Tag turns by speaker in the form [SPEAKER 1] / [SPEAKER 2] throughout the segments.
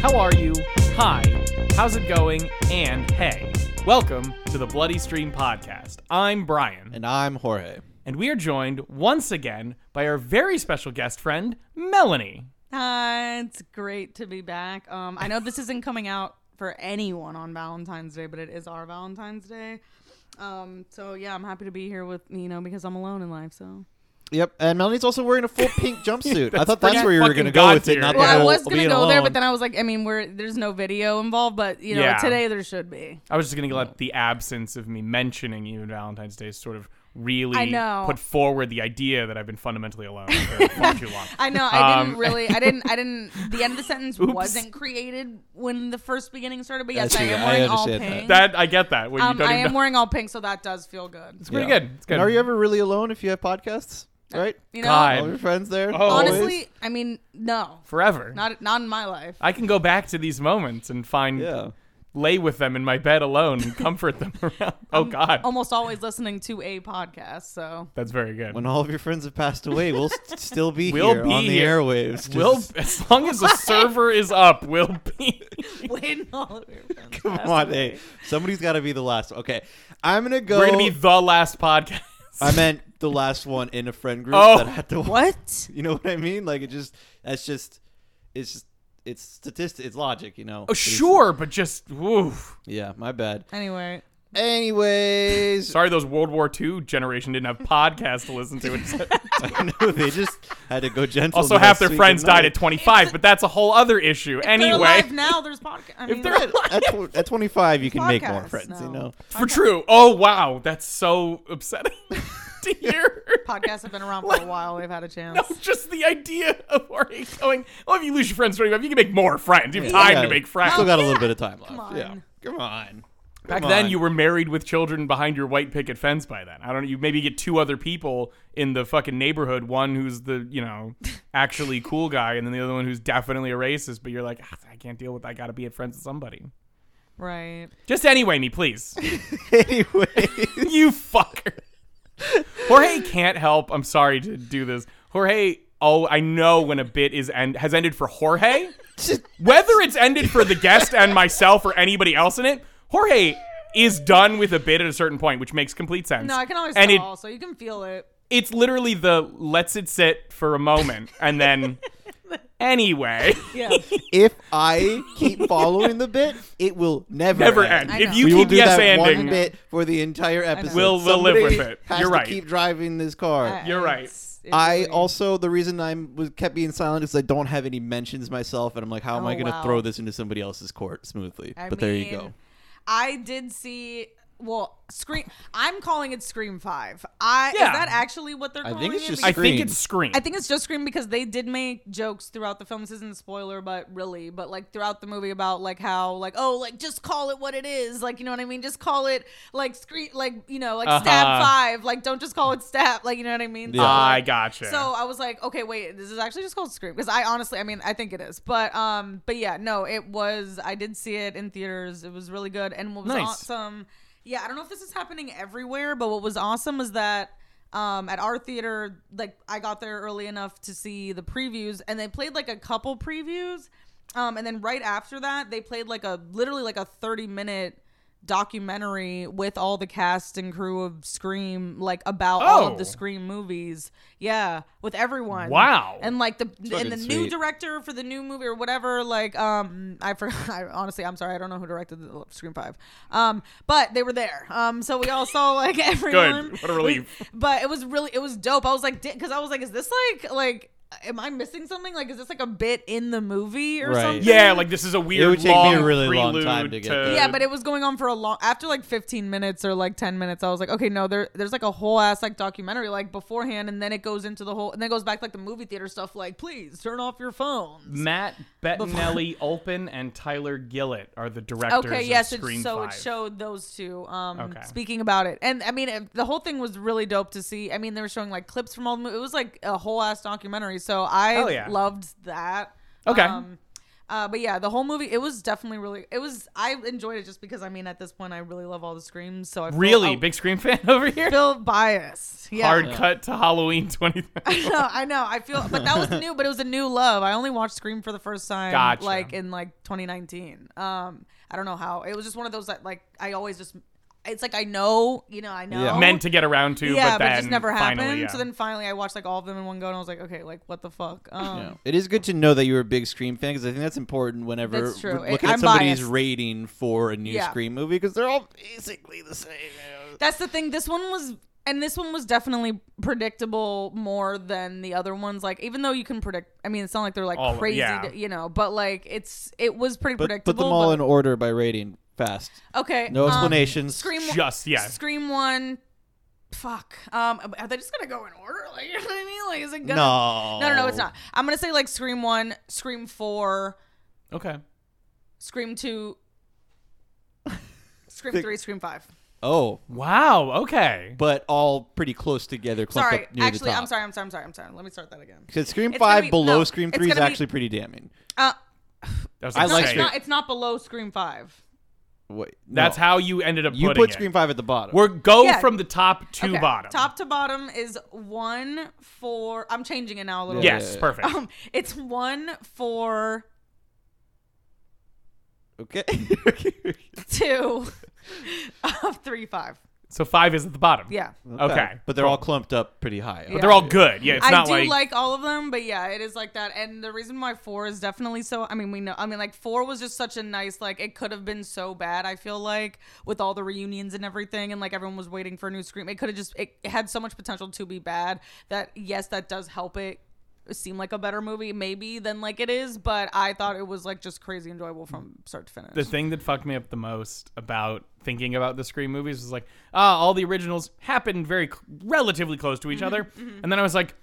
[SPEAKER 1] How are you? Hi. How's it going? And hey. Welcome to the Bloody Stream Podcast. I'm Brian,
[SPEAKER 2] And I'm Jorge.
[SPEAKER 1] and we are joined once again by our very special guest friend, Melanie.
[SPEAKER 3] Hi, it's great to be back. Um, I know this isn't coming out for anyone on Valentine's Day, but it is our Valentine's Day. Um, so yeah, I'm happy to be here with you know because I'm alone in life. So
[SPEAKER 2] Yep. And Melanie's also wearing a full pink jumpsuit. I thought that's
[SPEAKER 1] pretty
[SPEAKER 2] where you were
[SPEAKER 1] fucking
[SPEAKER 2] going to go with
[SPEAKER 1] God-tier.
[SPEAKER 2] it, not
[SPEAKER 1] Well,
[SPEAKER 2] the
[SPEAKER 3] well, I
[SPEAKER 2] whole
[SPEAKER 3] was gonna
[SPEAKER 2] being
[SPEAKER 3] go
[SPEAKER 2] alone.
[SPEAKER 3] there, but then I was like, I mean, we're there's no video involved, but you know,
[SPEAKER 1] Yeah.
[SPEAKER 3] today there should be.
[SPEAKER 1] I was just going to let the absence of me mentioning even Valentine's Day sort of really
[SPEAKER 3] I know.
[SPEAKER 1] put forward the idea that I've been fundamentally alone for far too long.
[SPEAKER 3] I know I
[SPEAKER 1] Um,
[SPEAKER 3] didn't really, I didn't, I didn't. The end of the sentence
[SPEAKER 1] Oops.
[SPEAKER 3] wasn't created when the first beginning started, but
[SPEAKER 2] I
[SPEAKER 3] yes, I,
[SPEAKER 2] see that.
[SPEAKER 3] am
[SPEAKER 2] I
[SPEAKER 3] wearing all
[SPEAKER 2] understand that.
[SPEAKER 3] pink.
[SPEAKER 1] That I get that. Where you
[SPEAKER 3] um,
[SPEAKER 1] don't
[SPEAKER 3] I
[SPEAKER 1] even
[SPEAKER 3] am
[SPEAKER 1] know.
[SPEAKER 3] wearing all pink, so that does feel good.
[SPEAKER 1] It's pretty
[SPEAKER 2] Yeah.
[SPEAKER 1] good. It's good.
[SPEAKER 2] And are you ever really alone if you have podcasts? Right?
[SPEAKER 3] You know,
[SPEAKER 1] God.
[SPEAKER 2] All your friends there?
[SPEAKER 1] Oh.
[SPEAKER 2] always?
[SPEAKER 3] honestly, I mean, no,
[SPEAKER 1] Forever.
[SPEAKER 3] Not not in my life.
[SPEAKER 1] I can go back to these moments and find
[SPEAKER 2] Yeah.
[SPEAKER 1] lay with them in my bed alone and comfort them around. Oh God,
[SPEAKER 3] Almost always listening to a podcast, so
[SPEAKER 1] that's very good.
[SPEAKER 2] When all of your friends have passed away, we'll s- still be
[SPEAKER 1] We'll
[SPEAKER 2] here
[SPEAKER 1] be
[SPEAKER 2] on the
[SPEAKER 1] here.
[SPEAKER 2] airwaves. Just,
[SPEAKER 1] We'll, as long as the server is up, we'll be.
[SPEAKER 3] when all of your friends
[SPEAKER 2] come
[SPEAKER 3] pass
[SPEAKER 2] on,
[SPEAKER 3] away.
[SPEAKER 2] hey. Somebody's got to be the last. Okay. I'm going to go.
[SPEAKER 1] We're gonna be the last podcast.
[SPEAKER 2] I meant the last one in a friend group
[SPEAKER 1] Oh.
[SPEAKER 2] that had to
[SPEAKER 3] What?
[SPEAKER 2] You know what I mean? Like, it just, that's just, it's just, it's statistic, it's logic, you know?
[SPEAKER 1] oh
[SPEAKER 2] It's-
[SPEAKER 1] sure, but just woof.
[SPEAKER 2] Yeah, my bad.
[SPEAKER 3] Anyway,
[SPEAKER 2] Anyways,
[SPEAKER 1] Sorry, those World War II generation didn't have podcasts to listen to.
[SPEAKER 2] I know they just had to go gentle.
[SPEAKER 1] also, half their friends died at 25, but that's a whole other issue.
[SPEAKER 3] they're
[SPEAKER 1] Anyway,
[SPEAKER 3] alive now. There's podcast. I
[SPEAKER 1] If
[SPEAKER 3] mean,
[SPEAKER 1] they're
[SPEAKER 3] like,
[SPEAKER 2] at, tw- at 25, you can make more
[SPEAKER 3] podcasts
[SPEAKER 2] friends, you
[SPEAKER 3] now.
[SPEAKER 2] know?
[SPEAKER 1] for true. Oh wow, that's so upsetting to hear.
[SPEAKER 3] podcasts have been around for a while. They've had a chance.
[SPEAKER 1] No, just the idea of already going. Well, if you lose your friends for you can make more friends. You have time
[SPEAKER 2] Yeah,
[SPEAKER 1] to make friends.
[SPEAKER 2] Still got a little bit of time left.
[SPEAKER 3] Come
[SPEAKER 2] Yeah.
[SPEAKER 3] on.
[SPEAKER 2] Come on.
[SPEAKER 1] Back
[SPEAKER 2] Come
[SPEAKER 1] then,
[SPEAKER 2] on.
[SPEAKER 1] you were married with children behind your white picket fence. By then, I don't know. You maybe get two other people in the fucking neighborhood. One who's the you know actually cool guy, and then the other one who's definitely a racist. But you're like, "Ah, I can't deal with. That. I got to be at friends with somebody.
[SPEAKER 3] Right.
[SPEAKER 1] Just anyway me, please.
[SPEAKER 2] Anyway.
[SPEAKER 1] you fucker. Jorge can't help. I'm sorry to do this. Jorge. Oh, I know when a bit is end has ended for Jorge. Whether it's ended for the guest and myself or anybody else in it, Jorge is done with a bit at a certain point, which makes complete sense.
[SPEAKER 3] No, I can always
[SPEAKER 1] and it,
[SPEAKER 3] tell, so you can feel it.
[SPEAKER 1] it's literally the lets it sit for a moment and then anyway
[SPEAKER 3] Yeah.
[SPEAKER 2] if I keep following the bit, it will never,
[SPEAKER 1] never end.
[SPEAKER 3] I
[SPEAKER 1] If
[SPEAKER 3] know.
[SPEAKER 1] you
[SPEAKER 2] we will
[SPEAKER 1] keep
[SPEAKER 2] do
[SPEAKER 1] yes
[SPEAKER 2] that one
[SPEAKER 1] ending,
[SPEAKER 2] bit for the entire episode.
[SPEAKER 1] We'll- we'll live with
[SPEAKER 2] Somebody
[SPEAKER 1] it.
[SPEAKER 2] Has
[SPEAKER 1] You're
[SPEAKER 2] to
[SPEAKER 1] right.
[SPEAKER 2] keep driving this car.
[SPEAKER 1] You're right.
[SPEAKER 3] It's- it's
[SPEAKER 2] I
[SPEAKER 3] really-
[SPEAKER 2] also the reason I'm was kept being silent is I don't have any mentions myself, and I'm like, how am I
[SPEAKER 3] Oh,
[SPEAKER 2] going to
[SPEAKER 3] wow.
[SPEAKER 2] throw this into somebody else's court smoothly?
[SPEAKER 3] I
[SPEAKER 2] but there you go.
[SPEAKER 3] mean, I did see. Well, scream. I'm calling it Scream Five. I
[SPEAKER 1] Yeah.
[SPEAKER 3] is that actually what they're
[SPEAKER 2] I
[SPEAKER 3] calling
[SPEAKER 2] think it's
[SPEAKER 3] it?
[SPEAKER 2] just
[SPEAKER 1] I
[SPEAKER 3] Because-
[SPEAKER 1] think
[SPEAKER 2] Scream.
[SPEAKER 1] it's scream.
[SPEAKER 3] I think it's just Scream because they did make jokes throughout the film. This isn't a spoiler, but really, but like throughout the movie about like how like oh like just call it what it is, like you know what I mean? Just call it like Scream, like you know like Stab
[SPEAKER 1] Uh-huh.
[SPEAKER 3] Five, like don't just call it Stab, like you know what I mean?
[SPEAKER 2] Yeah.
[SPEAKER 1] I
[SPEAKER 3] like-
[SPEAKER 1] gotcha.
[SPEAKER 3] So I was like, okay, wait, this is actually just called Scream because I honestly, I mean, I think it is, but um, but yeah, no, it was. I did see it in theaters. It was really good, and what was
[SPEAKER 1] Nice.
[SPEAKER 3] awesome. Yeah, I don't know if this is happening everywhere, but what was awesome was that um, at our theater, like I got there early enough to see the previews, and they played like a couple previews, um, and then right after that, they played like a literally like a thirty minute documentary with all the cast and crew of Scream, like about all
[SPEAKER 1] Oh.
[SPEAKER 3] of the Scream movies. Yeah, with everyone.
[SPEAKER 1] Wow.
[SPEAKER 3] And like the
[SPEAKER 2] fucking
[SPEAKER 3] and the new
[SPEAKER 2] sweet.
[SPEAKER 3] director for the new movie or whatever. Like um, I forgot. I, honestly, I'm sorry. I don't know who directed the Scream Five. Um, but they were there. Um, so we all saw like everyone.
[SPEAKER 1] What a relief.
[SPEAKER 3] But it was really it was dope. I was like, because I was like, is this like like. Am I missing something? Like, is this like a bit in the movie or
[SPEAKER 2] Right.
[SPEAKER 3] something?
[SPEAKER 1] yeah, like this is a weird.
[SPEAKER 2] would take me a
[SPEAKER 1] long
[SPEAKER 2] really long
[SPEAKER 1] prelude
[SPEAKER 2] time to get there.
[SPEAKER 3] yeah, but it was going on for a long after like 15 minutes or like 10 minutes. I was like, okay, no, there there's like a whole ass like documentary like beforehand, and then it goes into the whole and then it goes back to, like the movie theater stuff. Like, please turn off your phones.
[SPEAKER 1] Matt Bettinelli Olpen and Tyler Gillett are the directors.
[SPEAKER 3] Okay, yes,
[SPEAKER 1] of
[SPEAKER 3] it,
[SPEAKER 1] Scream
[SPEAKER 3] so
[SPEAKER 1] 5.
[SPEAKER 3] it showed those two um,
[SPEAKER 1] Okay.
[SPEAKER 3] speaking about it, and I mean it, the whole thing was really dope to see. I mean, they were showing like clips from all the movies. It was like a whole ass documentary, so I
[SPEAKER 1] Hell yeah.
[SPEAKER 3] loved that.
[SPEAKER 1] Oh, Okay.
[SPEAKER 3] Um, Uh, but yeah, the whole movie it was definitely really it was I enjoyed it just because I mean at this point I really love all the screams so I feel-
[SPEAKER 1] Really
[SPEAKER 3] I
[SPEAKER 1] big scream fan over here.
[SPEAKER 3] feel biased. Oh. Yeah.
[SPEAKER 1] Hard cut to Halloween 20.
[SPEAKER 3] I know, I know. I feel, but that was new. But it was a new love. I only watched Scream for the first time,
[SPEAKER 1] Gotcha.
[SPEAKER 3] like in like 2019. Um, I don't know how. It was just one of those that like I always just. It's like I know, you know, I know.
[SPEAKER 2] Yeah.
[SPEAKER 1] Meant to get around to,
[SPEAKER 3] Oh? yeah,
[SPEAKER 1] but
[SPEAKER 3] but,
[SPEAKER 1] then
[SPEAKER 3] it just never happened.
[SPEAKER 1] Finally, yeah.
[SPEAKER 3] So then finally, I watched like all of them in one go, and I was like, okay, like what the fuck? Um,
[SPEAKER 2] Yeah. It is good to know that you're a big Scream fan because I think that's important whenever
[SPEAKER 3] That's true.
[SPEAKER 2] we're looking
[SPEAKER 3] I-
[SPEAKER 2] at
[SPEAKER 3] I'm
[SPEAKER 2] somebody's
[SPEAKER 3] biased.
[SPEAKER 2] rating for a new
[SPEAKER 3] Yeah.
[SPEAKER 2] Scream movie because they're all basically the same. you know.
[SPEAKER 3] That's the thing. This one was, and this one was definitely predictable more than the other ones. Like, even though you can predict, I mean, it's not like they're like
[SPEAKER 1] All-
[SPEAKER 3] crazy,
[SPEAKER 1] yeah.
[SPEAKER 3] to- you know. But like, it's it was pretty
[SPEAKER 2] But
[SPEAKER 3] predictable.
[SPEAKER 2] put them all
[SPEAKER 3] but-
[SPEAKER 2] in order by rating fast.
[SPEAKER 3] Okay.
[SPEAKER 2] No
[SPEAKER 3] um,
[SPEAKER 2] explanations.
[SPEAKER 3] Scream. one-
[SPEAKER 1] Just, yeah.
[SPEAKER 3] Scream one. Fuck. Um, are they just gonna go in order? Like, you know what I mean? Like, is it gonna?
[SPEAKER 2] no.
[SPEAKER 3] No, no, no, it's not. I'm gonna say like Scream one, Scream four,
[SPEAKER 1] Okay.
[SPEAKER 3] Scream two, Scream
[SPEAKER 2] Think-
[SPEAKER 3] three, Scream five.
[SPEAKER 2] Oh,
[SPEAKER 1] Wow. Okay.
[SPEAKER 2] but all pretty close together. clumped
[SPEAKER 3] Sorry,
[SPEAKER 2] up near the
[SPEAKER 3] actually, I'm
[SPEAKER 2] top.
[SPEAKER 3] sorry, I'm sorry, I'm sorry, I'm sorry. Let me start that again.
[SPEAKER 2] Because Scream
[SPEAKER 3] It's gonna
[SPEAKER 2] Five
[SPEAKER 3] be-
[SPEAKER 2] below
[SPEAKER 3] no,
[SPEAKER 2] Scream
[SPEAKER 3] it's
[SPEAKER 2] Three is
[SPEAKER 3] gonna be-
[SPEAKER 2] actually pretty damning.
[SPEAKER 3] Uh,
[SPEAKER 1] That's
[SPEAKER 2] I
[SPEAKER 1] what I'm
[SPEAKER 2] like
[SPEAKER 3] no, it's
[SPEAKER 1] saying.
[SPEAKER 3] not. It's not below Scream five.
[SPEAKER 2] Wait,
[SPEAKER 1] That's
[SPEAKER 2] no.
[SPEAKER 1] how you ended up
[SPEAKER 2] you
[SPEAKER 1] putting
[SPEAKER 2] put
[SPEAKER 1] it.
[SPEAKER 2] Scream Five at the bottom.
[SPEAKER 1] We're go
[SPEAKER 3] Yeah.
[SPEAKER 1] from the top to
[SPEAKER 3] Okay,
[SPEAKER 1] bottom.
[SPEAKER 3] Top to bottom is one four. I'm changing it now a little.
[SPEAKER 2] Yeah.
[SPEAKER 1] Yes, perfect.
[SPEAKER 3] bit. Um, it's one four
[SPEAKER 2] okay.
[SPEAKER 3] two, uh, three five.
[SPEAKER 1] so five is at the bottom.
[SPEAKER 3] Yeah.
[SPEAKER 1] Okay.
[SPEAKER 2] but they're all clumped up pretty high.
[SPEAKER 3] Yeah.
[SPEAKER 1] They're all good. Yeah, it's
[SPEAKER 3] I
[SPEAKER 1] not
[SPEAKER 3] do
[SPEAKER 1] like,
[SPEAKER 3] like... all of them, but yeah, it is like that. And the reason why four is definitely so. I mean, we know. I mean, like four was just such a nice. Like it could have been so bad. I feel like with all the reunions and everything, and like everyone was waiting for a new scream. It could have just. It, it had so much potential to be bad. That yes, that does help it seem like a better movie maybe than like it is. But I thought it was like just crazy enjoyable from start to finish.
[SPEAKER 1] the thing that fucked me up the most about thinking about the Scream movies was like, ah, all the originals happened very cl- relatively close to each
[SPEAKER 3] Mm-hmm,
[SPEAKER 1] other, and then I was like,